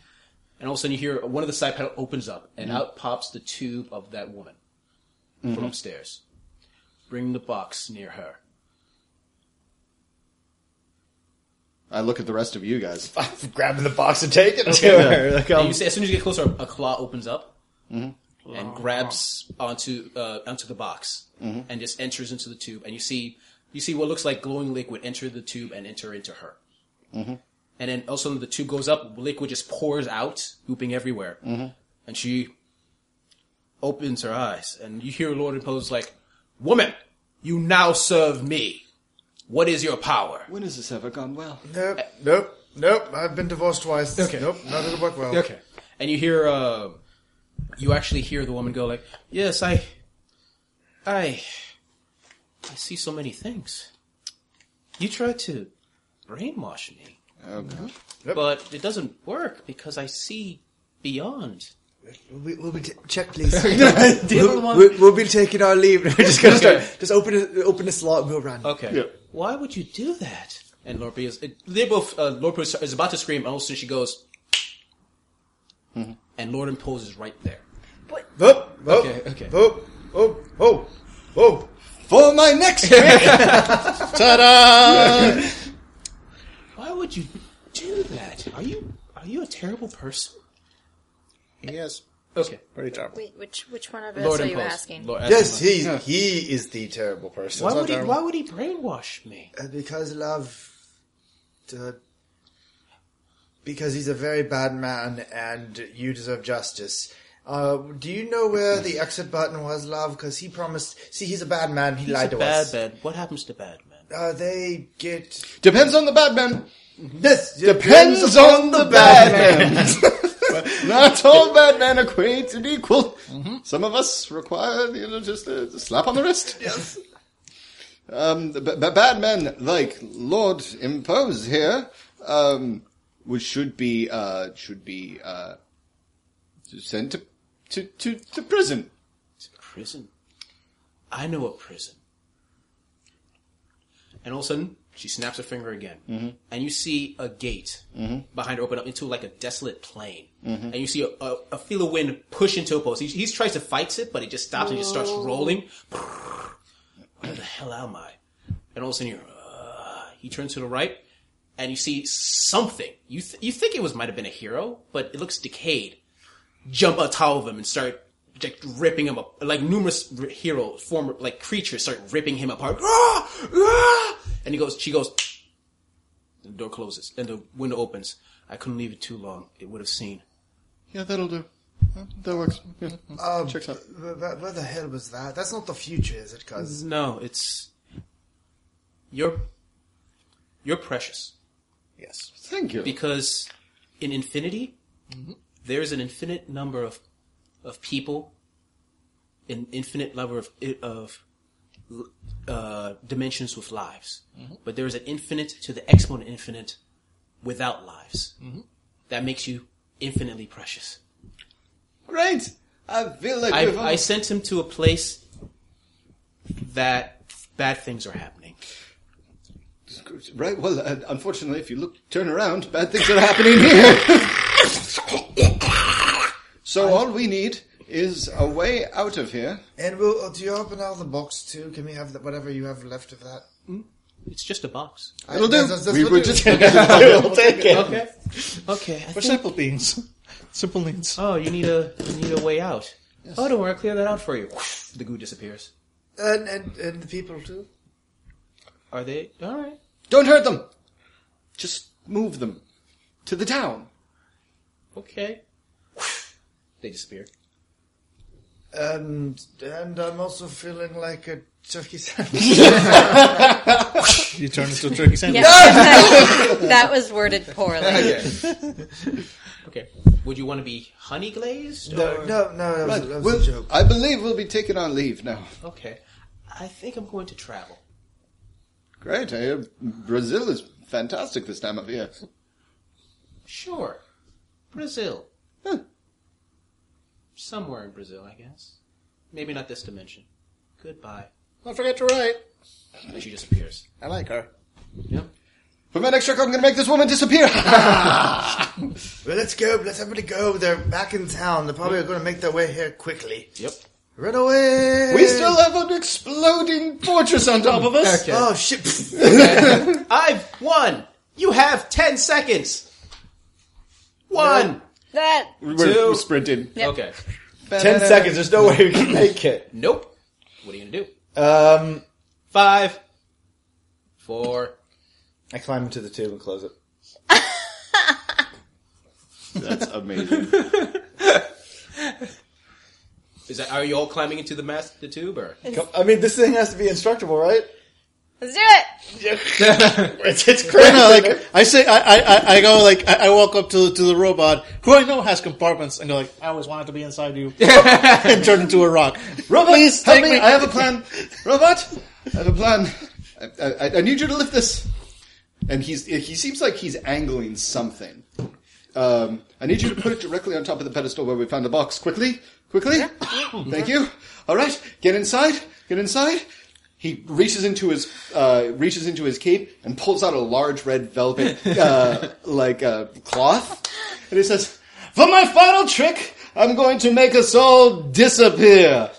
S5: all of a sudden you hear one of the side panel opens up, and out pops the tube of that woman from upstairs. Bring the box near her.
S6: I look at the rest of you guys. [laughs]
S1: grabbing the box and taking it to her.
S3: [laughs]
S1: Like,
S5: And
S1: um, Mm-hmm.
S5: you see, as soon as you get closer, a claw opens up and grabs onto uh, onto the box
S1: Mm-hmm.
S5: and just enters into the tube. And you see you see what looks like glowing liquid enter the tube and enter into her.
S1: Mm-hmm.
S5: And then also the tube goes up, liquid just pours out, ooping everywhere.
S1: Mm-hmm.
S5: And she opens her eyes, and you hear Lord Impose like, "Woman, you now serve me. What is your power?"
S6: When has this ever gone well?
S9: Nope, nope, nope. I've been divorced twice. Okay. Nope, not at a work well.
S5: Okay. And you hear, uh, you actually hear the woman go like, "Yes, I, I, I see so many things. You tried to brainwash me,
S6: Okay.
S5: but it doesn't work because I see beyond."
S3: We'll be, we'll be t- check, [laughs] please. we'll, we'll, we'll be taking our leave. [laughs] We're just gonna start. Just open a, open a slot and go run.
S5: Okay. Why would you do that? And Lorpe is it- they both uh, Lorpe is is about to scream, and all of a sudden she goes, and Lord Impose is right there.
S9: Oh, oh,
S5: Okay, okay.
S9: oh, oh, oh, oh.
S6: For my next trick. Ta-da!
S5: Why would you do that? Are you are you a terrible person?
S19: Yes,
S5: Okay.
S19: pretty terrible.
S2: Wait, which which one of us
S5: Lord
S2: are you
S5: Impulse.
S2: asking?
S5: Lord-
S1: yes, he he is the terrible person.
S5: Why
S19: not
S5: would he?
S19: terrible.
S5: Why would he brainwash me?
S9: Uh, because love. Uh, because he's a very bad man and you deserve justice. Uh, do you know where the exit button was, love? Because he promised. See, he's a bad man. He
S5: He's
S9: lied
S5: a
S9: to
S5: bad
S9: us.
S5: man. What happens to bad man?
S9: Uh, they get
S6: Depends on the bad man.
S9: this
S6: Depends on the bad [laughs] man. Not all bad men are created equal. Some of us require you know, just a slap on the wrist. Yes. Um, b- b- bad men like Lord Impose here, um, which should be uh, should be uh, sent to to to, to prison.
S5: Prison. I know a prison. And all of a sudden, she snaps her finger again, and you see a gate behind her open up into like a desolate plain, and you see a, a, a feel of wind push into a post. He, he tries to fight it, but it just stops and just starts rolling. [sighs] Where the hell am I? And all of a sudden, you're, uh, he turns to the right, and you see something. You th- you think it was might have been a hero, but it looks decayed. Jump on top of him and start like ripping him up. Like numerous r- hero former like creatures start ripping him apart. Ah! Ah! And he goes. She goes. The door closes and the window opens. I couldn't leave it too long. It would have seen.
S6: Yeah, that'll do. That works. Yeah. Checks out.
S1: Where, where- where the hell was that? That's not the future, is it? Cause
S5: No, it's you're you're precious.
S6: Yes. Thank you.
S5: because in infinity there's an infinite number of of people an infinite number of of uh, dimensions with lives but there is an infinite to the exponent infinite without lives that makes you infinitely precious
S6: Great. I feel like
S5: I,
S6: we've
S5: I sent him to a place that bad things are happening
S6: Right. Well, uh, unfortunately, if you look, turn around, bad things are happening here. [laughs] so all we need is a way out of here.
S1: and will do you open out the box too? Can we have the, whatever you have left of that?
S5: it's just a box
S6: It'll do.
S1: that's- that's- that's
S6: we
S1: what
S6: were
S1: it
S6: just.
S3: We'll take it.
S5: okay okay I
S3: We're
S5: think-
S3: simple beings. Simple needs.
S5: Oh, you need a you need a way out. Oh, don't worry, I'll clear that out for you. The goo disappears.
S1: And and and the people too.
S5: Are they all right?
S6: Don't hurt them. Just move them to the town.
S5: Okay. They disappear.
S1: And and I'm also feeling like a turkey [laughs] sandwich.
S3: You turn into a turkey sandwich.
S5: [laughs]
S2: [laughs] that was worded poorly.
S5: Okay. Would you want to be honey glazed?
S1: No,
S5: or-
S1: no, no, that was, that was
S6: We'll-
S1: a joke.
S6: I believe we'll be taken on leave now.
S5: Okay. I think I'm going to travel.
S6: Great. I hear Brazil is fantastic this time of year.
S5: Sure. Brazil.
S6: Huh.
S5: Somewhere in Brazil, I guess. Maybe not this dimension. Goodbye.
S3: Don't forget to write.
S5: And she disappears.
S3: I like her.
S5: Yep.
S6: With my next trick, I'm going to make this woman
S1: [laughs]
S6: disappear.
S1: Well, let's go. Let's everybody go. They're back in town. They're probably going to make their way here quickly.
S5: Yep.
S1: Run away!
S6: we still have an exploding fortress on top of us.
S5: Okay.
S1: Oh shit!
S5: [laughs] I've won. You have ten seconds. One.
S2: That
S6: We're,
S5: Two.
S6: we're sprinting.
S5: Okay.
S20: Ten seconds. There's no way we can make it.
S5: Nope. What are you gonna do?
S20: Um,
S5: Five, four.
S20: I climb into the tube and close it.
S6: That's amazing.
S5: Is that? Are you all climbing into the mass, the tube, or?
S20: Come- I mean, this thing has to be instructable, right?
S2: let's do it.
S20: It's, it's crazy.
S3: No, like I say, I, I, I- I go like I, I walk up to to the robot who I know has compartments and go like I always wanted to be inside [laughs] you and turn into a rock.
S6: Robot,
S3: Please
S6: help
S3: take
S6: me.
S3: me.
S6: I have a plan. [laughs] Robot, I have a plan. I, I, I need you to lift this. And he's he seems like he's angling something. Um, I need you to put it directly on top of the pedestal where we found the box. Quickly, quickly. [coughs] Thank you. All right, get inside. Get inside. He reaches into his uh, reaches into his cape and pulls out a large red
S3: [laughs]
S6: velvet uh, like uh, cloth, and he says, "For my final trick, I'm going to make us all disappear."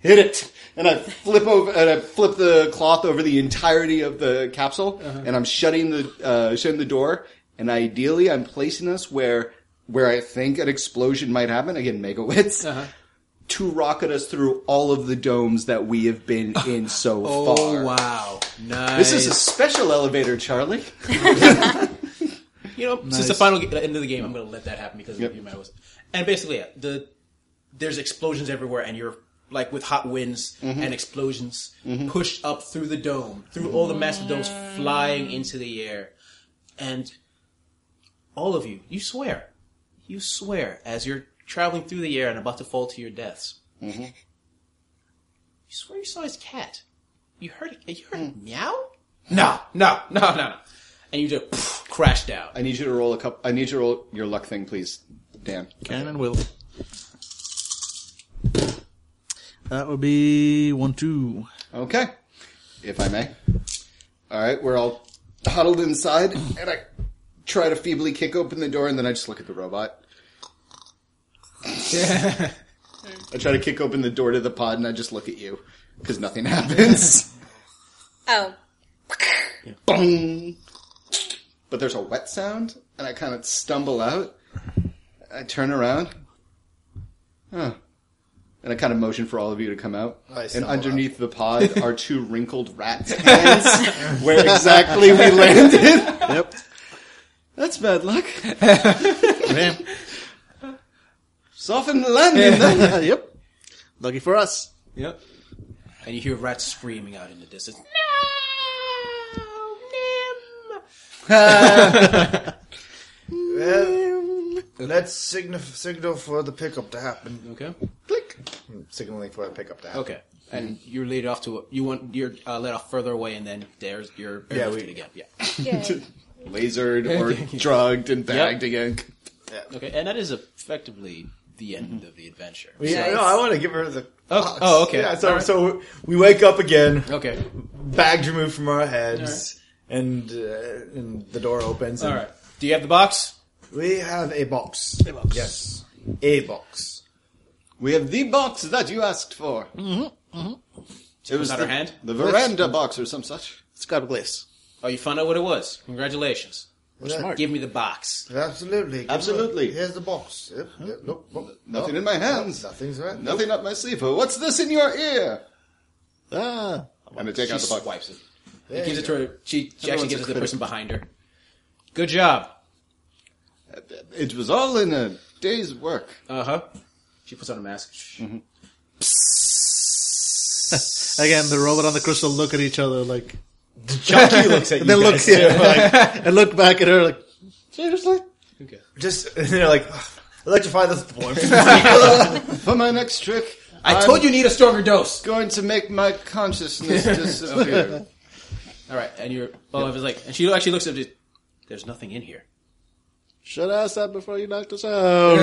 S6: hit it. And I flip over, and I flip the cloth over the entirety of the capsule, and I'm shutting the uh, shutting the door. And ideally, I'm placing us where where I think an explosion might happen. Again, megawatts to rocket us through all of the domes that we have been in so
S5: Oh,
S6: far.
S5: wow! Nice.
S6: This is a special elevator, Charlie.
S5: you know since the final ga- end of the game, I'm going to let that happen because
S6: Yep.
S5: you might was. And basically, yeah, the there's explosions everywhere, and you're like with hot winds and explosions pushed up through the dome, through all the massive domes, flying into the air, and all of you, you swear, you swear, as you're traveling through the air and about to fall to your deaths, you swear you saw his cat. You heard it. You heard it meow. Mm. No, no, no, no, no. And you just pff, crash down.
S6: I need you to roll a cup. I need you to roll your luck thing, please, Dan.
S3: Cannon will. That would be one, two.
S6: Okay. If I may. Alright, we're all huddled inside, and I try to feebly kick open the door, and then I just look at the robot. I try to kick open the door to the pod, and I just look at you. Because nothing [laughs] happens.
S2: Oh,
S6: Boom! But there's a wet sound, and I kind of stumble out. I turn around. Huh. And I kind of motion for all of you to come out. And underneath the [laughs] pod are two wrinkled rat's hands where exactly we [laughs] landed.
S3: Yep.
S6: That's bad luck. Soften the landing, then.
S3: yep. Lucky for us.
S5: Yep. And you hear rats screaming out in the distance. [laughs]
S9: Let's signal signal for the pickup to happen.
S5: Okay.
S9: Signaling for the pickup to happen.
S5: Okay. And you're laid off to a, you want you're uh, let off further away, and then there's your
S9: Yeah, we-
S5: again. Yeah.
S6: Lasered [laughs] or drugged and bagged again.
S5: Okay. And that is effectively the end of the adventure.
S1: Yeah, no, I want to give her the.
S5: Oh, oh, okay.
S1: Yeah, so
S5: All right.
S1: so we wake up again,
S5: Okay.
S1: bags removed from our heads, and uh, and the door opens.
S5: All
S1: And
S5: right. Do you have the box?
S1: We have a box. A box. Yes, a box.
S6: We have the box that you asked for. It was
S5: out
S6: the,
S5: our hand?
S6: the veranda box or some such.
S3: It's got a glass.
S5: Oh, you found out what it was. Congratulations.
S3: smart.
S5: Give me the box.
S9: Absolutely. Give
S6: Absolutely. Hmm?
S9: it- Here's the box. Yep, yep, look, look.
S6: Nothing in my hands.
S9: Nothing's right.
S6: Nothing up my sleeve. But what's this in your ear?
S3: Ah.
S6: I'm gonna take out the box.
S5: Wipes it. It gives it to her. She, she actually gives it to the person behind her. Good job.
S6: It was all in a day's work.
S5: Uh huh. She puts on a mask.
S3: Again, the robot and the crystal look at each other like.
S1: Junkie looks at you.
S3: And then looks
S1: guys.
S3: yeah, like, and look back at her like, seriously?
S1: [laughs] Just [laughs] and they're like, electrify this boy.
S6: For my next trick,
S5: I
S6: I'm
S5: told you need a stronger dose.
S6: Going to make my
S1: [laughs]
S6: consciousness disappear.
S5: All right, and you're. Oh, I was like, and she actually looks at it. There's nothing in here.
S3: Should have asked that before you knocked us out.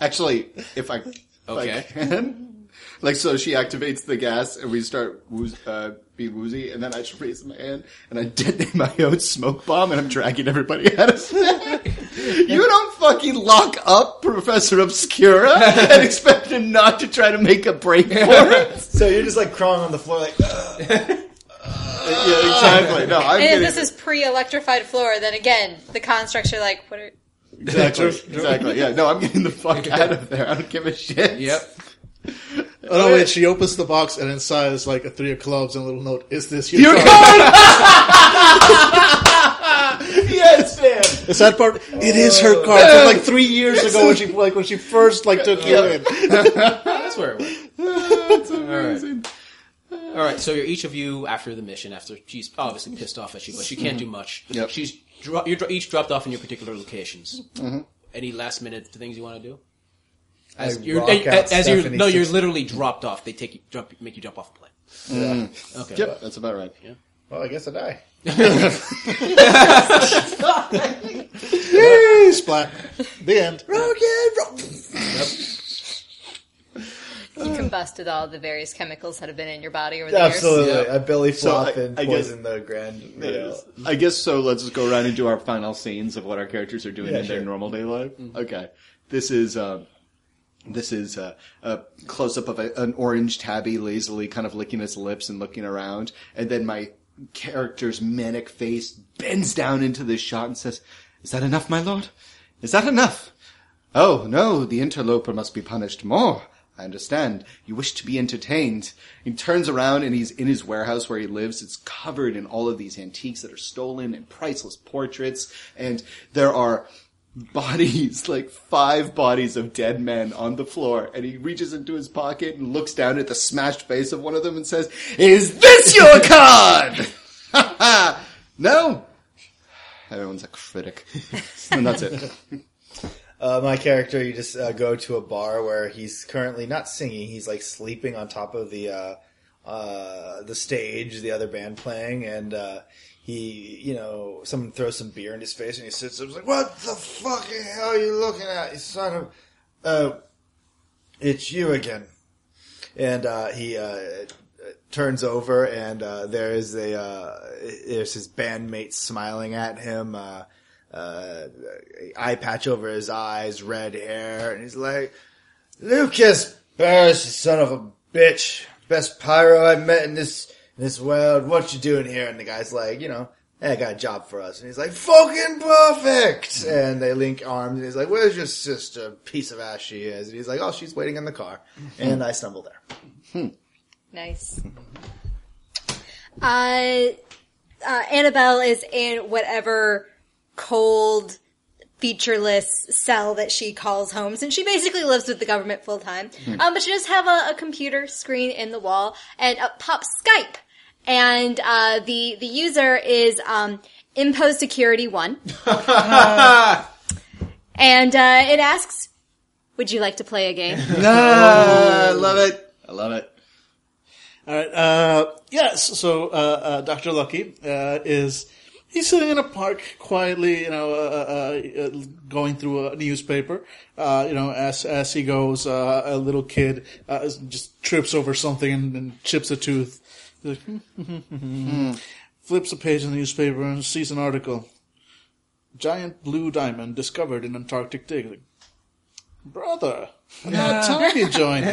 S6: Actually, if I if I
S5: Okay.
S6: can, like so, she activates the gas and we start wooz, uh, be woozy, and then I just raise my hand and I detonate [laughs] my own smoke bomb, and I'm dragging everybody [laughs] out of there. you don't fucking lock up Professor Obscura and expect him not to try to make a break for it.
S1: [laughs] so you're just like crawling on the floor, like
S6: yeah, exactly. No, I'm
S2: and
S6: getting
S2: if this is pre-electrified floor, then again, the constructs are like, what are?
S6: exactly, exactly. Yeah, no, I'm getting the fuck out of there. I don't give a shit.
S5: Yep.
S3: oh, no, wait, she opens the box and inside is like a three of clubs and a little note. Is this your
S6: You're
S3: card? [laughs]
S6: gone. yes, man.
S3: The sad part, it is her card from like three years ago when she like when she first like took you in.
S5: That's where it [laughs] went. All right. All right. So you're each of you after the mission. After she's obviously pissed off at you, but she can't do much.
S6: Yep.
S5: She's dro- you're dro- each dropped off in your particular locations. Any last minute things you want to do? As
S1: I
S5: you're,
S1: rock
S5: as,
S1: out
S5: as you're
S1: Stephanie
S5: no, you're
S1: Six-
S5: literally dropped off. They take you jump, make you jump off a plane. Okay.
S6: Yep, that's about right.
S1: Well, I guess I die.
S3: Yay, splat. The end.
S5: [sighs]
S2: You combusted all the various chemicals that have been in your body over the
S1: Absolutely, I belly flop
S6: I-
S1: and
S6: I guess-
S1: poison the grand. you know.
S6: I guess so. Let's just go around and do our final scenes of what our characters are doing
S1: Yeah,
S6: in their
S1: sure. Mm-hmm.
S6: normal day life. Okay, this is um, this is uh, a close up of a, an orange tabby lazily kind of licking its lips and looking around, and then my character's manic face bends down into this shot and says, "Is that enough, my lord? Is that enough?" Oh no, the interloper must be punished more. I understand. You wish to be entertained. He turns around and he's in his warehouse where he lives. It's covered in all of these antiques that are stolen and priceless portraits. And there are bodies, [laughs] like five bodies of dead men on the floor. And he reaches into his pocket and looks down at the smashed face of one of them and says, Is this [laughs] your card? no? Everyone's a critic. [laughs] and that's it.
S1: Uh, my character, you just uh, go to a bar where he's currently not singing; he's like sleeping on top of the uh, uh, the stage, the other band playing, and uh, he, you know, someone throws some beer in his face, and he sits up, he's like,
S9: What the fucking hell are you looking at, you son of
S1: "Oh, it's you again," and uh, he uh, turns over, and uh, there is a uh, there's his bandmates smiling at him. Uh, uh, eye patch over his eyes, red hair, and he's like, Lucas Burris, you son of a bitch. Best pyro I've met in this, in this world. What you doing here? And the guy's like, you know, hey, I got a job for us. And he's like, fucking perfect! And they link arms and he's like, where's your sister? Piece of ass she is. And he's like, oh, she's waiting in the car. And I stumble there.
S7: Nice. Uh, uh, Annabelle is in whatever cold, featureless cell that she calls home, since she basically lives with the government full time. Um, but she does have a, a computer screen in the wall, and up pops Skype, and uh, the the user is um, Impo Security One, and uh, it asks, "Would you like to play a game?"
S6: I love it. [laughs] I love it.
S3: All right. Uh, yes. So uh, uh, Doctor Lucky uh, is he's sitting in a park quietly, you know, uh, uh, uh, going through a newspaper. Uh, you know, as as he goes, uh, a little kid uh, is- just trips over something and, and chips a tooth. He's like, [laughs] Flips a page in the newspaper and sees an article. Giant blue diamond discovered in Antarctic dig. Like, Brother, about time you joined me.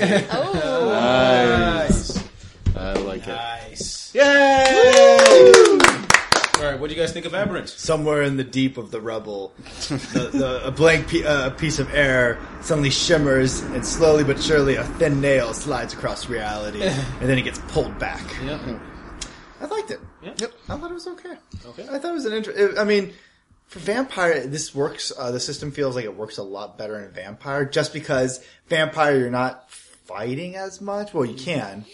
S6: I like it.
S5: Nice. Yay! All right, what do you guys think of Aberrant?
S1: Somewhere in the deep of the rubble, the, the, a blank pe- uh, piece of air suddenly shimmers, and slowly but surely a thin nail slides across reality, and then it gets pulled back.
S5: Eh. Yeah.
S1: I liked it.
S5: Yeah.
S1: Yep, I thought it was okay.
S5: Okay.
S1: I thought it was an interesting. I mean, for vampire, this works. Uh, the system feels like it works a lot better in vampire, just because vampire you're not fighting as much. Well, you can.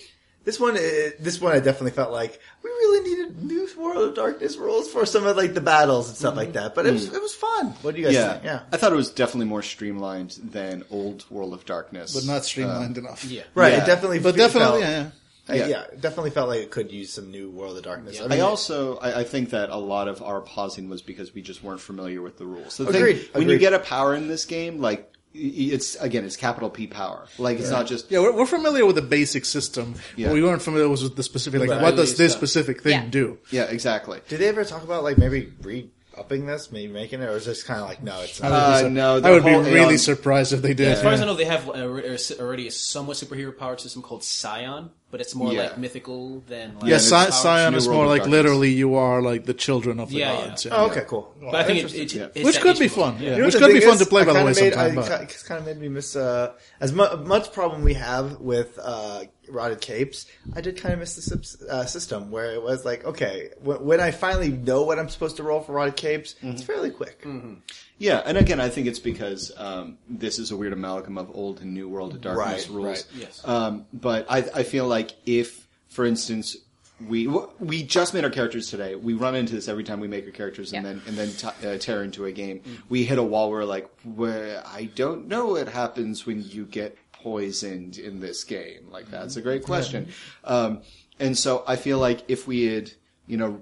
S1: This one, uh, this one, I definitely felt like we really needed new World of Darkness rules for some of like the battles and stuff like that. But it was it was fun. What do you guys
S6: Yeah.
S1: think? Yeah,
S6: I thought it was definitely more streamlined than old World of Darkness.
S3: but not streamlined enough.
S5: Yeah.
S1: right.
S6: Yeah.
S1: It definitely,
S3: But
S1: fe-
S3: definitely,
S1: felt,
S3: yeah.
S1: uh, yeah.
S6: Yeah.
S1: it definitely felt like it could use some new World of Darkness. I
S6: I
S1: mean,
S6: also I, I think that a lot of our pausing was because we just weren't familiar with the rules. So the
S1: Agreed,
S6: Thing, when
S1: agreed.
S6: you get a power in this game, like y- y- it's again, it's capital P power. Like it's not just
S3: Yeah, we're, we're familiar with the basic system.
S6: Yeah.
S3: What we weren't familiar was with the specific, like,
S5: Right.
S3: what does this
S5: Yeah.
S3: specific thing
S7: Yeah.
S3: do?
S6: yeah, exactly.
S1: did they ever talk about like maybe re upping this, maybe making it, or is this kind of like no, it's not.
S6: Uh, no, the
S3: I would be
S6: whole
S3: really
S6: Aeon-
S3: surprised if they did.
S5: As far as I know, they have uh, alre- uh, already a somewhat superhero power system called Scion, but it's more
S6: Yeah.
S5: like mythical than like
S3: yeah,
S6: it's
S3: Sci-
S6: Power-
S3: Scion
S6: New
S3: is
S6: World
S3: more
S6: of
S3: like
S6: Darkness.
S3: literally you are like the children of the
S5: Yeah, yeah.
S3: gods.
S1: Oh, okay, cool.
S5: But I think it, it,
S6: yeah.
S5: it's
S3: Which
S5: that
S3: could
S5: each
S3: be
S5: one.
S3: fun.
S5: Yeah.
S3: Yeah. Which could be fun to play, by the way, sometime. but-
S1: It's kind of made me miss uh, as mu- much problem we have with uh, rotted capes. I did kind of miss the sips- uh, system where it was like, okay, w- when I finally know what I'm supposed to roll for rotted capes,
S3: Mm-hmm.
S1: it's fairly quick.
S6: Yeah, and again, I think it's because um, this is a weird amalgam of old and new world of darkness
S1: Right,
S6: rules.
S1: right.
S5: Yes.
S6: Um, but I, I feel like if, for instance, we we just made our characters today. We run into this every time we make our characters, and
S7: Yeah.
S6: then and then t- uh, tear into a game. We hit a wall where like, where I don't know what happens when you get poisoned in this game. Like that's a
S1: Mm-hmm.
S6: great question. Um, and so I feel like if we had, you know,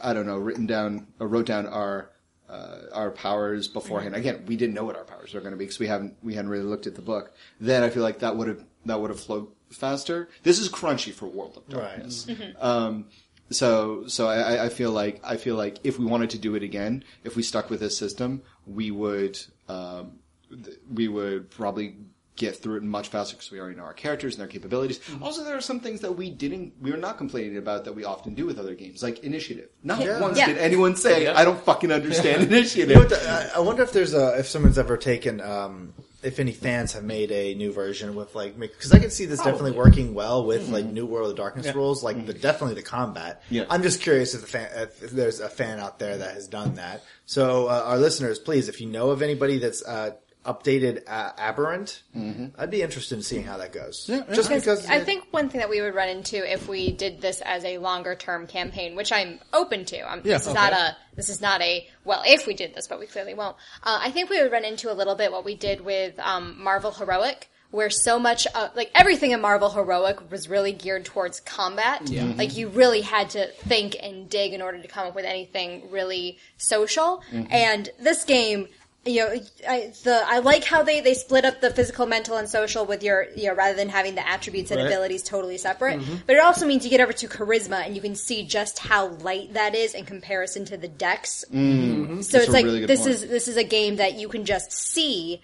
S6: I don't know, written down or wrote down our uh, our powers beforehand. Again, we didn't know what our powers were going to be because we haven't we hadn't really looked at the book. Then I feel like that would have that would have flowed faster. This is crunchy for World of Darkness.
S3: Mm-hmm.
S6: Um, so so I, I- I feel like I feel like if we wanted to do it again, if we stuck with this system, we would um, th- we would probably get through it much faster because we already know our characters and their capabilities. Also, there are some things that we didn't we were not complaining about that we often do with other games, like initiative. Not once
S7: Yeah.
S6: did anyone say,
S5: Yeah.
S6: "I don't fucking understand initiative."
S1: You know what the- I- I wonder if there's a if someone's ever taken um, if any fans have made a new version with like because I can see this definitely working well with like New World of Darkness rules, like the definitely the combat.
S6: Yeah.
S1: I'm just curious if the fan if, if there's a fan out there that has done that. So uh, our listeners, please, if you know of anybody that's uh, updated uh, aberrant, I'd be interested in seeing how that goes. Just because
S7: I think one thing that we would run into if we did this as a longer term campaign, which I'm open to. Um,
S3: Yeah,
S7: this is
S3: okay.
S7: not a this is not a well if we did this, but we clearly won't. Uh, I think we would run into a little bit what we did with um, Marvel Heroic. Where so much, uh, like everything in Marvel Heroic was really geared towards combat. Yeah.
S3: Mm-hmm.
S7: Like you really had to
S3: Mm-hmm.
S7: think and dig in order to come up with anything really social. And this game,
S21: you know, I, the I like how they they split up the physical, mental, and social with your you know rather than having the attributes and abilities totally separate.
S6: Mm-hmm.
S21: But it also means you get over to charisma, and you can see just how light that is in comparison to the decks. So
S6: Mm-hmm. a
S21: it's like
S6: really good
S21: this
S6: point.
S21: is this is a game that you can just see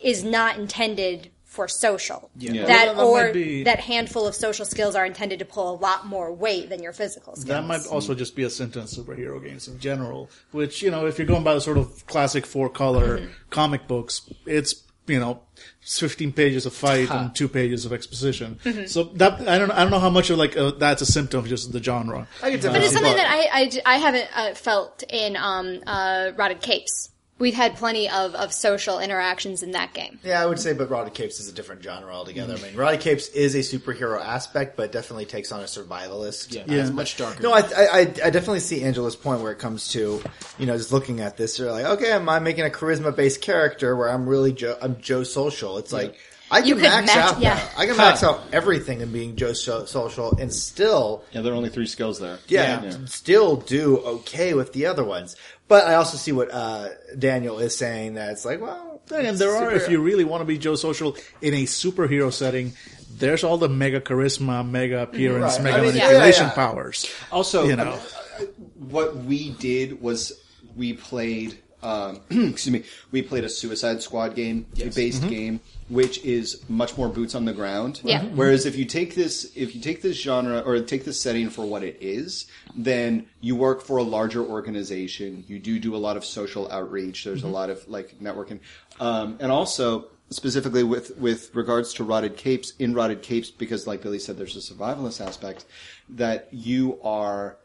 S21: is not intended for social. That
S6: Yeah.
S3: Well, that
S21: or
S3: might be-
S21: that handful of social skills are intended to pull a lot more weight than your physical skills.
S3: That might also just be a sentence superhero games in general, which, you know, if you're going by the sort of classic four color
S9: Mm-hmm.
S3: comic books, it's, you know, it's 15 pages of fight and two pages of exposition.
S9: Mm-hmm.
S3: So that, I don't, I don't know how much of like, uh, that's a symptom of just the genre.
S9: I could
S7: But
S9: definitely
S7: it's
S9: see
S7: something
S9: that.
S7: that I, I j- I haven't uh, felt in um, uh, Rotted Capes. We've had plenty of, of social interactions in that game.
S9: Yeah, I would say, but Rotted Capes is a different genre altogether. I mean, Rotted Capes is a superhero aspect, but definitely takes on a survivalist.
S5: Yeah,
S3: Yeah.
S5: it's much darker.
S9: No, I, I, I I definitely see Angela's point where it comes to, you know, just looking at this, you're like, okay, am I making a charisma based character where I'm really Joe, I'm Joe Social? It's like, I can
S7: You could
S9: max
S7: max-
S9: out,
S7: yeah.
S9: that. I can
S3: Ah.
S9: max out everything in being Joe so- Social and still,
S6: Yeah, there are only three skills there.
S9: yeah, still do okay with the other ones. But I also see what, uh, Daniel is saying that it's like, well,
S3: And there are, if you really want to be Joe Social in a superhero setting, there's all the mega charisma, mega appearance,
S9: Mm-hmm. Right.
S3: mega
S9: I mean,
S7: yeah,
S3: manipulation
S9: yeah, yeah.
S3: powers.
S6: Also,
S3: You
S9: [laughs]
S3: know.
S6: uh, what we did was we played. Um, [clears throat] excuse me. We played a Suicide Squad game, a based game, which is much more boots on the ground.
S7: Yeah. Mhm.
S6: Whereas if you take this, if you take this genre or take this setting for what it is, then you work for a larger organization. You do do a lot of social outreach. There's a lot of like networking, um, and also specifically with with regards to rotted capes in rotted capes because like billy said there's a survivalist aspect that you are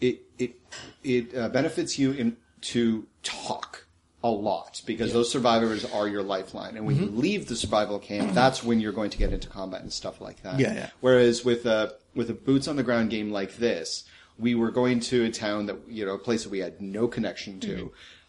S6: it it it uh, benefits you in to talk a lot because those survivors are your lifeline, and when
S3: Mm-hmm.
S6: you leave the survival camp, that's when you're going to get into combat and stuff like that.
S3: Yeah, yeah.
S6: Whereas with a with a boots on the ground game like this, we were going to a town that you know a place that we had no connection to,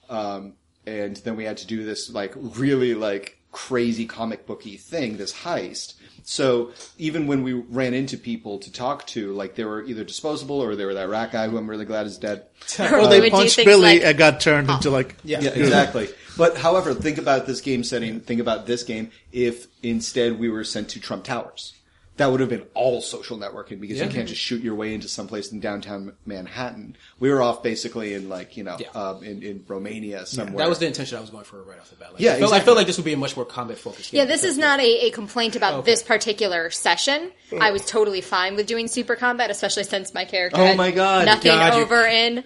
S3: Mm-hmm.
S6: um, and then we had to do this like really like crazy comic booky thing, this heist. So even when we ran into people to talk to, like they were either disposable or they were that rat guy who I'm really glad is dead.
S3: Or
S7: we
S3: they
S7: would do
S3: punched
S7: things
S3: Billy
S7: like-
S3: and got turned into like,
S6: Yeah, exactly. But however, think about this game setting. Think about this game if instead we were sent to Trump Towers. That would have been all social networking because you can't just shoot your way into someplace in downtown Manhattan. We were off basically in like you know
S5: Yeah.
S6: um, in, in Romania somewhere.
S5: that was the intention I was going for right off the bat. Like, I
S6: Yeah,
S5: felt, I
S6: exactly.
S5: felt like this would be a much more combat focused.
S7: Yeah, this is not a, a complaint about this particular session. I was totally fine with doing super combat, especially since my character
S6: Oh
S7: had
S6: my God,
S7: nothing
S5: God, you-
S7: over in.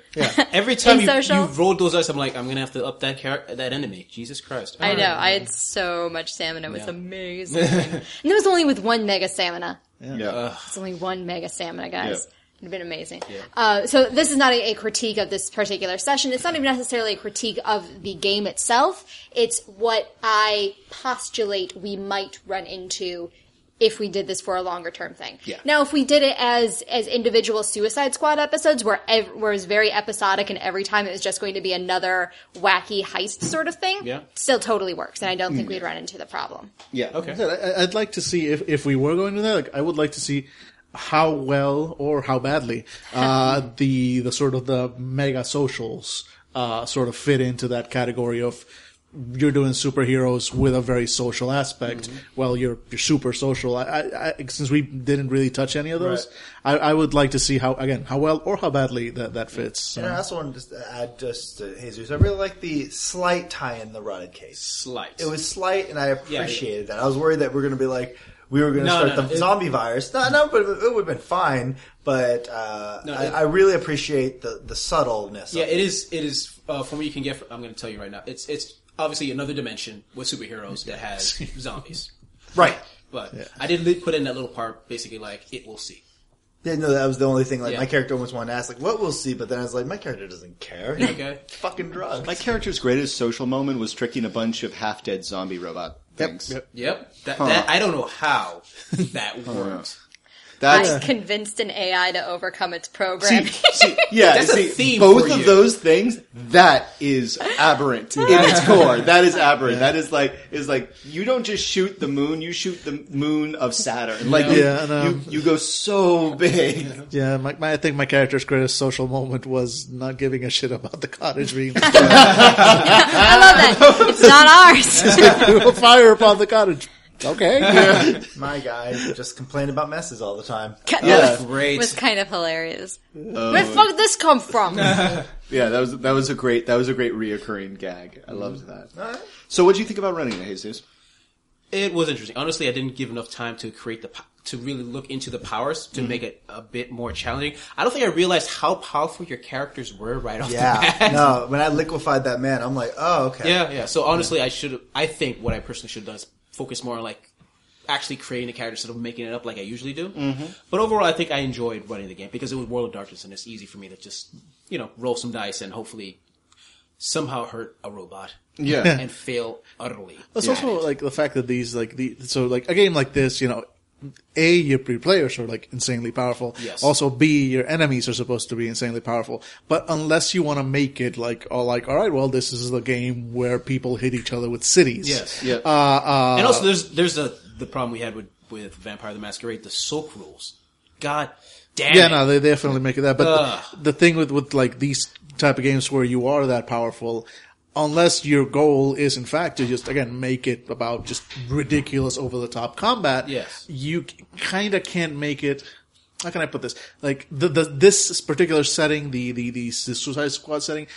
S5: Every
S7: In
S5: time you,
S7: social?
S5: you rolled those dice, I'm like, I'm gonna have to up that character, that enemy. Jesus Christ!
S7: [laughs] I
S5: All
S7: know.
S5: right.
S7: I had so much stamina. It was
S5: Yeah.
S7: amazing. and it was only with one mega stamina.
S6: yeah.
S7: It's only one mega stamina, guys.
S6: Yeah.
S7: It'd been amazing. Uh, so this is not a, a critique of this particular session. It's not even necessarily a critique of the game itself. It's what I postulate we might run into if we did this for a longer term thing.
S6: Yeah.
S7: Now, if we did it as as individual Suicide Squad episodes, where ev- where it was very episodic and every time it was just going to be another wacky heist sort of thing,
S5: Yeah.
S7: still totally works, and I don't
S6: Mm.
S7: think we'd run into the problem.
S6: yeah.
S5: Okay.
S3: I said, I- I'd like to see if, if we were going to that. Like, I would like to see how well or how badly uh, the the sort of the mega socials uh, sort of fit into that category of you're doing superheroes with a very social aspect. Well, you're you're super social. I, I, I, since we didn't really touch any of those, I, I would like to see how again how well or how badly that that fits. So.
S9: And I also wanted to just add just to Jesus. I really like the slight tie in the rotted case.
S5: Slight.
S9: It was slight, and I appreciated that. I was worried that we're going to be like we were going to
S5: No,
S9: start
S5: no,
S9: the
S5: no. It-
S9: zombie virus. No, no, but it would have been fine. But uh, I,
S5: it-
S9: I really appreciate the the subtleness.
S5: Yeah,
S9: of
S5: it
S9: it.
S5: is. It is uh, from what you can get. From, I'm going to tell you right now. It's it's obviously another dimension with superheroes that has
S3: [laughs]
S5: zombies.
S9: right.
S5: But I did li- put in that little part, basically like it will
S7: [laughs]
S5: see.
S9: Yeah, no, that was the only thing. Like
S5: Yeah.
S9: my character almost wanted to ask, like, "What we'll see," but then I was like, "My character doesn't care."
S5: Okay.
S9: fucking drugs.
S6: My character's greatest social moment was tricking a bunch of half dead zombie robot things.
S5: Yep. That, that I don't know how that worked.
S6: That's
S2: I convinced an AI to overcome its programming.
S7: [laughs]
S6: yeah.
S5: That's a
S6: see,
S5: theme
S6: both
S5: for
S6: of
S5: you.
S6: those things that is aberrant in
S5: [laughs]
S6: its core. That is aberrant. That is like is like you don't just shoot the moon. You shoot the moon of Saturn. Like you,
S3: Yeah, I know.
S6: you, you go so big.
S3: Yeah, my, my, I think my character's greatest social moment was not giving a shit about the cottage being
S2: I love that. It's not ours.
S3: we [laughs] will fire upon the cottage. Okay.
S1: My guy just complained about messes all the
S5: [laughs]
S1: time.
S2: That
S5: Great.
S2: was kind of hilarious.
S6: Uh,
S2: Where the fuck did this come from?
S6: Yeah, that was that was a great that was a great reoccurring gag.
S3: Mm-hmm.
S6: I loved that. So, what do you think about running it, Jesus?
S5: It was interesting. Honestly, I didn't give enough time to create the po- to really look into the powers to make it a bit more challenging. I don't think I realized how powerful your characters were right off the
S1: Yeah.
S5: bat.
S1: No, when I liquefied that man, I'm like, oh, okay.
S5: [laughs] Yeah, yeah. So honestly, I should. I think what I personally should have done is focus more on like actually creating a character instead of making it up like I usually do. But overall, I think I enjoyed running the game because it was World of Darkness, and it's easy for me to just you know roll some dice and hopefully somehow hurt a robot
S3: [laughs]
S6: Yeah,
S5: and fail utterly.
S3: It's
S5: at
S3: also
S5: it.
S3: like the fact that these like the so like a game like this, you know, a your pre players are like insanely powerful.
S5: Yes.
S3: Also, b your enemies are supposed to be insanely powerful. But unless you want to make it like all like all right, well, this is the game where people hit each other with cities.
S5: Yes.
S6: Yeah.
S5: and also, there's there's the the problem we had with with Vampire the Masquerade, the soak rules. God damn.
S3: Yeah,
S5: it.
S3: no, they definitely make it that. But
S5: Ugh.
S3: the, the thing with, with like these type of games where you are that powerful, unless your goal is in fact to just again make it about just ridiculous over the top combat,
S5: Yes.
S3: you kind of can't make it. How can I put this? Like the, the this particular setting, the the the Suicide Squad setting.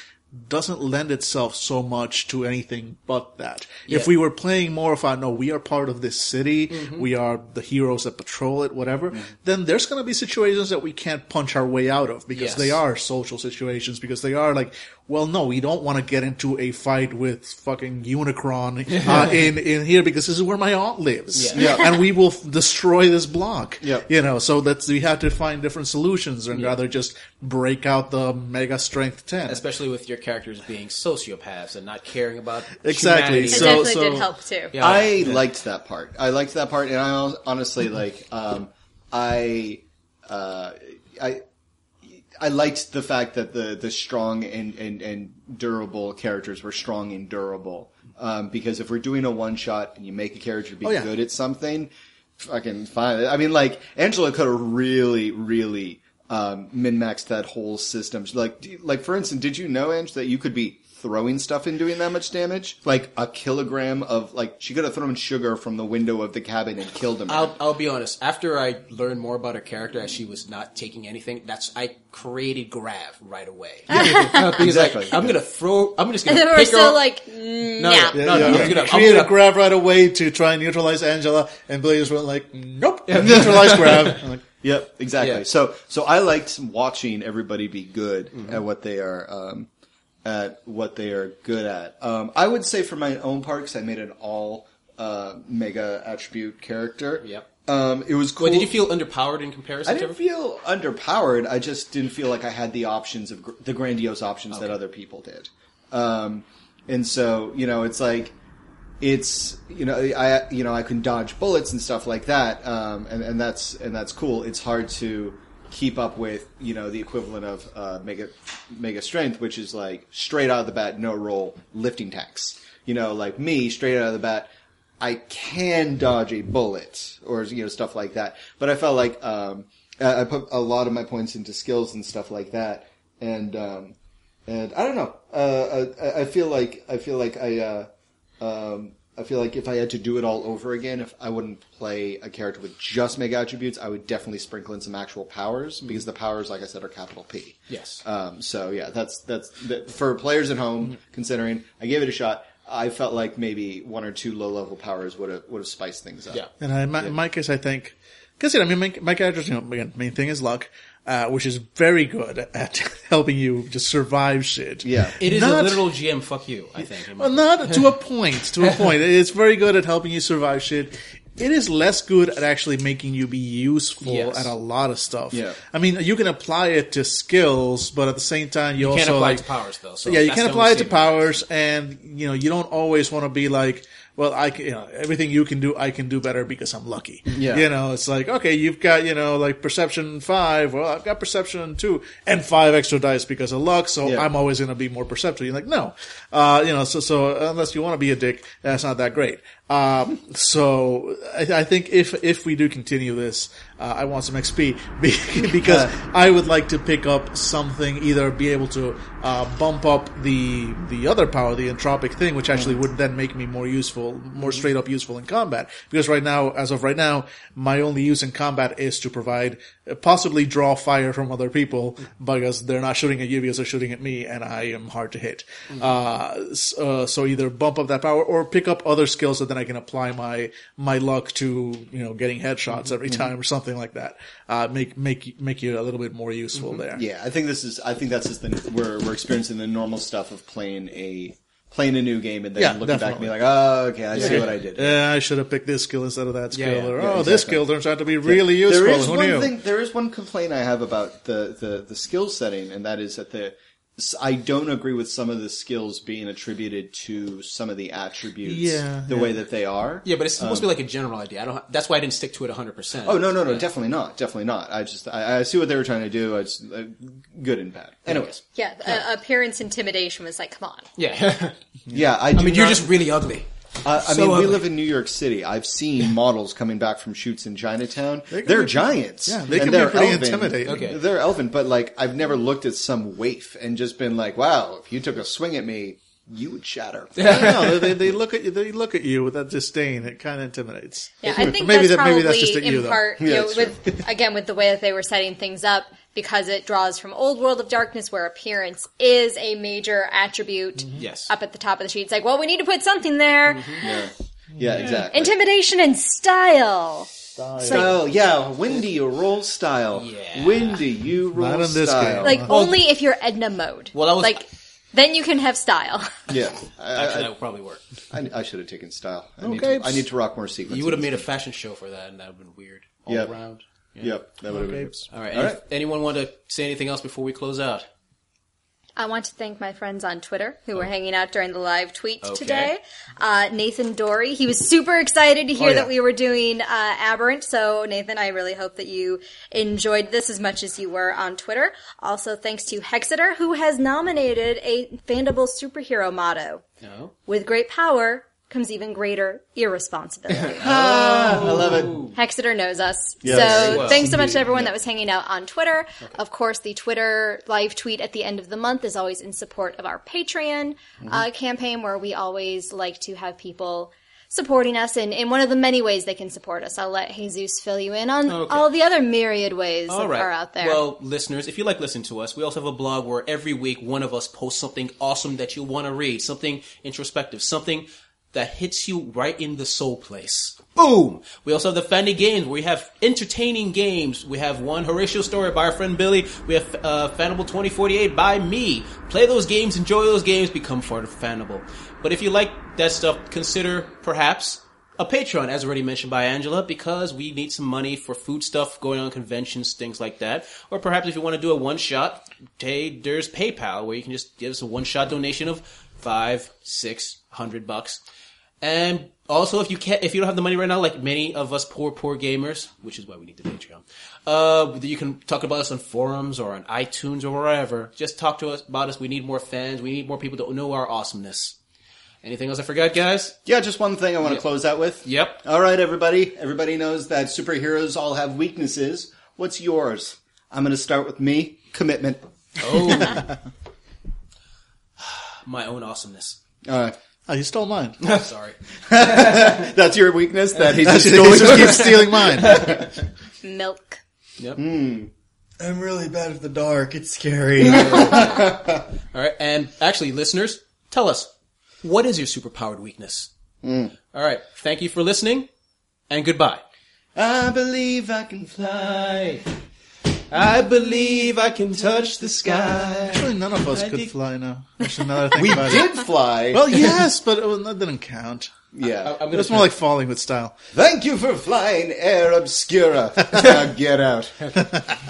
S3: Doesn't lend itself so much to anything but that. If
S5: Yeah. Mm-hmm.
S3: we were playing more of a no, we are part of this city, we are the heroes that patrol it, whatever, then there's going to be situations that we can't punch our way out of because
S5: Yes.
S3: they are social situations, because they are like, well, no, we don't want to get into a fight with fucking Unicron
S5: [laughs]
S3: uh, in, in here because this is where my aunt lives.
S5: Yeah.
S3: [laughs] And we will f- destroy this block.
S6: Yep.
S3: You know, so that's, we have to find different solutions and rather just break out the mega strength 10.
S5: Especially with your characters being sociopaths and not caring about
S3: Exactly.
S5: humanity.
S2: It
S3: So-
S2: definitely
S3: so-
S2: did help too.
S5: Yeah.
S6: I liked that part. I liked that part, and I hon- honestly like. Um, I, uh, I, I liked the fact that the the strong and and, and durable characters were strong and durable. Um, because if we're doing a one shot and you make a character be
S3: Oh, yeah.
S6: good at something, fucking fine. I mean, like Angela could have really, really um, min maxed that whole system. She- Like, do you- like for instance, did you know, Ange, that you could be throwing stuff and doing that much damage? Like a kilogram of like she could have thrown sugar from the window of the cabin and killed him.
S5: I'll, I'll be honest. After I learned more about her character, as she was not taking anything, that's I created Grav right away. [laughs] Because, like,
S6: Exactly.
S5: I'm gonna throw. I'm just
S2: And
S7: [laughs]
S5: gonna.
S2: then we're
S5: pick her
S2: still
S5: up-
S2: like,
S5: no,
S2: no.
S5: no, no, no, I'm gonna, I'm
S3: Create a
S5: gonna
S3: grab right away to try and neutralize Angela, and Blaze went like, "Nope, [laughs] neutralize grab." I'm like,
S6: Yep, exactly.
S5: Yeah.
S6: So so I liked watching everybody be good
S5: Mm-hmm.
S6: at what they are um, at what they are good at. Um, I would say for my own part, because I made an all uh, mega attribute character.
S5: Yep.
S6: Um, it was cool.
S5: Wait, did you feel underpowered in comparison?
S6: I
S5: to
S6: didn't
S5: her?
S6: feel underpowered. I just didn't feel like I had the options of gr- the grandiose options that other people did. Um, and so you know, it's like it's you know I you know I can dodge bullets and stuff like that, um, and and that's and that's cool. It's hard to keep up with you know the equivalent of uh, mega mega strength, which is like straight out of the bat, no roll lifting tanks. You know, like me, straight out of the bat, I can dodge a bullet or you know stuff like that. But I felt like um, I I put a lot of my points into skills and stuff like that, and um, and I don't know. Uh, I- I, I feel like I feel like I. Uh, um, I feel like if I had to do it all over again, if I wouldn't play a character with just mega attributes, I would definitely sprinkle in some actual
S3: Mm-hmm.
S6: powers because the powers, like I said, are capital P.
S5: Yes.
S6: Um, so yeah, that's that's that, for players at home.
S3: Mm-hmm.
S6: Considering I gave it a shot, I felt like maybe one or two low level powers would have would have spiced things up.
S5: Yeah.
S3: And I, in, my, in my case, I think, because you know, I mean, my, my character's you know, again, main thing is luck, uh, which is very good at [laughs] helping you just survive shit.
S6: Yeah.
S5: It is
S3: Not-
S5: a literal GM. Fuck you. I think. in my-
S3: Well, not
S5: [laughs]
S3: to a point. To a point, it's very good at helping you survive shit. It is less good at actually making you be useful
S5: Yes.
S3: at a lot of stuff.
S6: Yeah.
S3: I mean, you can apply it to skills, but at the same time, you, also
S5: can't apply
S3: like,
S5: it to powers though. So
S3: yeah, you
S5: that's
S3: can
S5: the
S3: apply it to
S5: only saving grace.
S3: powers, and you know you don't always want to be like, well, I can, you know, everything you can do, I can do better because I'm lucky.
S6: Yeah.
S3: You know, it's like, okay, you've got, you know, like perception five. Well, I've got perception two and five extra dice because of luck. So
S6: Yeah.
S3: I'm always going to be more perceptive. You're like, no, uh, you know, so, so unless you want to be a dick, that's not that great. Um, so I, I think if, if we do continue this, uh, I want some XP [laughs] be- because I would like to pick up something, either be able to, uh, bump up the, the other power, the entropic thing, which actually would then make me more useful,
S6: Mm-hmm.
S3: more straight up useful in combat. Because right now, as of right now, my only use in combat is to provide, uh, possibly draw fire from other people
S6: Mm-hmm.
S3: because they're not shooting at you because they're shooting at me and I am hard to hit.
S6: Mm-hmm.
S3: Uh, s- uh, so either bump up that power or pick up other skills that then I can apply my, my luck to, you know, getting
S6: Mm-hmm.
S3: headshots every time or something like that. Uh, make, make, make you a little bit more useful there.
S6: Mm-hmm. Yeah, I think this is. I think that's just the we're we're experiencing the normal stuff of playing a playing a new game and then
S3: Yeah,
S6: looking back and
S3: definitely.
S6: being like, oh, okay, I see what I did.
S3: Yeah, I should have picked this skill instead of that skill.
S5: yeah,
S3: or,
S6: yeah,
S3: oh, this
S6: exactly.
S3: skill turns out to be really useful.
S6: There is
S3: Who
S6: one
S3: knew?
S6: thing. There is one complaint I have about the, the the skill setting, and that is that the I don't agree with some of the skills being attributed to some of the attributes.
S3: Yeah,
S6: the
S3: yeah.
S6: way that they are.
S5: Yeah, but it's supposed to be like a general idea. I don't. That's why I didn't stick to it 100. percent
S6: Oh no no no! Definitely not. Definitely not. I just I, I see what they were trying to do. I just, uh, good and bad. Anyways,
S7: Yeah, uh, appearance intimidation was like, come on.
S5: Yeah, [laughs]
S6: yeah. I,
S5: I mean, you're
S6: not,
S5: just really ugly.
S6: I, I
S5: so
S6: mean, we
S5: ugly.
S6: live in New York City. I've seen models coming back from shoots in Chinatown. They are giants. Yeah,
S3: they can be pretty intimidating.
S5: Okay.
S6: They're elven, but like I've never looked at some waif and just been like, "Wow, if you took a swing at me, you would shatter."
S3: [laughs] I don't know. They,
S5: [laughs]
S3: they look at you. They look at you with that disdain. It kind of intimidates.
S7: Yeah, I think that's probably in part, you know, with, [laughs] again, with the way that they were setting things up, because it draws from Old World of Darkness, where appearance is a major attribute
S5: Yes.
S7: up at the top of the sheet. It's like, well, we need to put something there.
S6: yeah, exactly.
S7: Intimidation and style.
S6: style, yeah, when do you roll style?
S5: Yeah.
S6: When do you roll
S3: Not in this
S6: style?
S3: game.
S7: Like, only if you're Edna mode.
S5: Well, I was-
S7: Like, then you can have style.
S6: [laughs] yeah, I,
S5: Actually,
S6: I,
S5: that would probably work.
S6: I, I should have taken style. I, need
S3: Okay.
S6: to, I need to rock more sequences.
S5: You would have made a fashion show for that, and that would have been weird all
S6: Yep.
S5: around.
S6: Yep, that would have been.
S3: [laughs]
S5: All right. any- anyone want to say anything else before we close out?
S7: I want to thank my friends on Twitter who were hanging out during the live tweet
S5: Okay.
S7: today. Uh, Nathan Dory, he was super excited to hear
S3: yeah.
S7: that we were doing uh, Aberrant. So, Nathan, I really hope that you enjoyed this as much as you were on Twitter. Also, thanks to Hexeter, who has nominated a Fandible superhero motto
S5: No.
S7: With great power comes even greater
S5: [laughs]
S7: irresponsibility.
S5: Ah,
S6: I love it.
S7: Hexeter knows us.
S6: very
S7: so
S5: well.
S7: thanks so much to everyone that was hanging out on Twitter. Of course, the Twitter live tweet at the end of the month is always in support of our Patreon
S5: Mm-hmm.
S7: uh, campaign where we always like to have people supporting us in, in one of the many ways they can support us. I'll let Jesus fill you in on
S5: Okay.
S7: all the other myriad ways
S5: All
S7: that
S5: right.
S7: are out there.
S5: Well, listeners, if you like listening to us, we also have a blog where every week one of us posts something awesome that you want to read, something introspective, something that hits you right in the soul place. Boom! We also have the Fanny Games where we have entertaining games. We have one Horatio story by our friend Billy. We have uh, Fanable 2048 by me. Play those games, enjoy those games, become part of Fanable. But if you like that stuff, consider perhaps a Patreon, as already mentioned by Angela, because we need some money for food stuff, going on conventions, things like that. Or perhaps if you want to do a one shot, hey, there's PayPal where you can just give us a one shot donation of five, six hundred bucks. And also, if you can't, if you don't have the money right now, like many of us poor, poor gamers, which is why we need the Patreon, uh, you can talk about us on forums or on iTunes or wherever. Just talk to us about us. We need more fans. We need more people to know our awesomeness. Anything else I forgot, guys?
S6: Yeah, just one thing I want to close out with.
S5: Yep.
S6: All right, everybody. Everybody knows that superheroes all have weaknesses. What's yours? I'm going to start with me. Commitment.
S5: Oh. [laughs] My own awesomeness.
S6: Uh,
S3: Oh, you stole mine.
S5: Sorry.
S6: that's your weakness. That he just
S3: You just keep stealing mine.
S7: [laughs] Milk.
S5: Yep.
S22: Hmm. I'm really bad at the dark. It's scary.
S5: All right. And actually, listeners, tell us what is your superpowered weakness? All right. Thank you for listening, and goodbye.
S6: I believe I can fly.
S5: I believe I can touch the sky.
S3: [laughs] Actually, none of us could fly now. That's another thing
S6: We
S3: about
S6: did
S3: it.
S6: fly.
S3: Well, yes, but it, was- that didn't count.
S6: yeah.
S5: I'm
S3: It
S5: gonna
S3: was more like falling with style.
S6: [laughs] Thank you for flying, Air Obscura. now get out.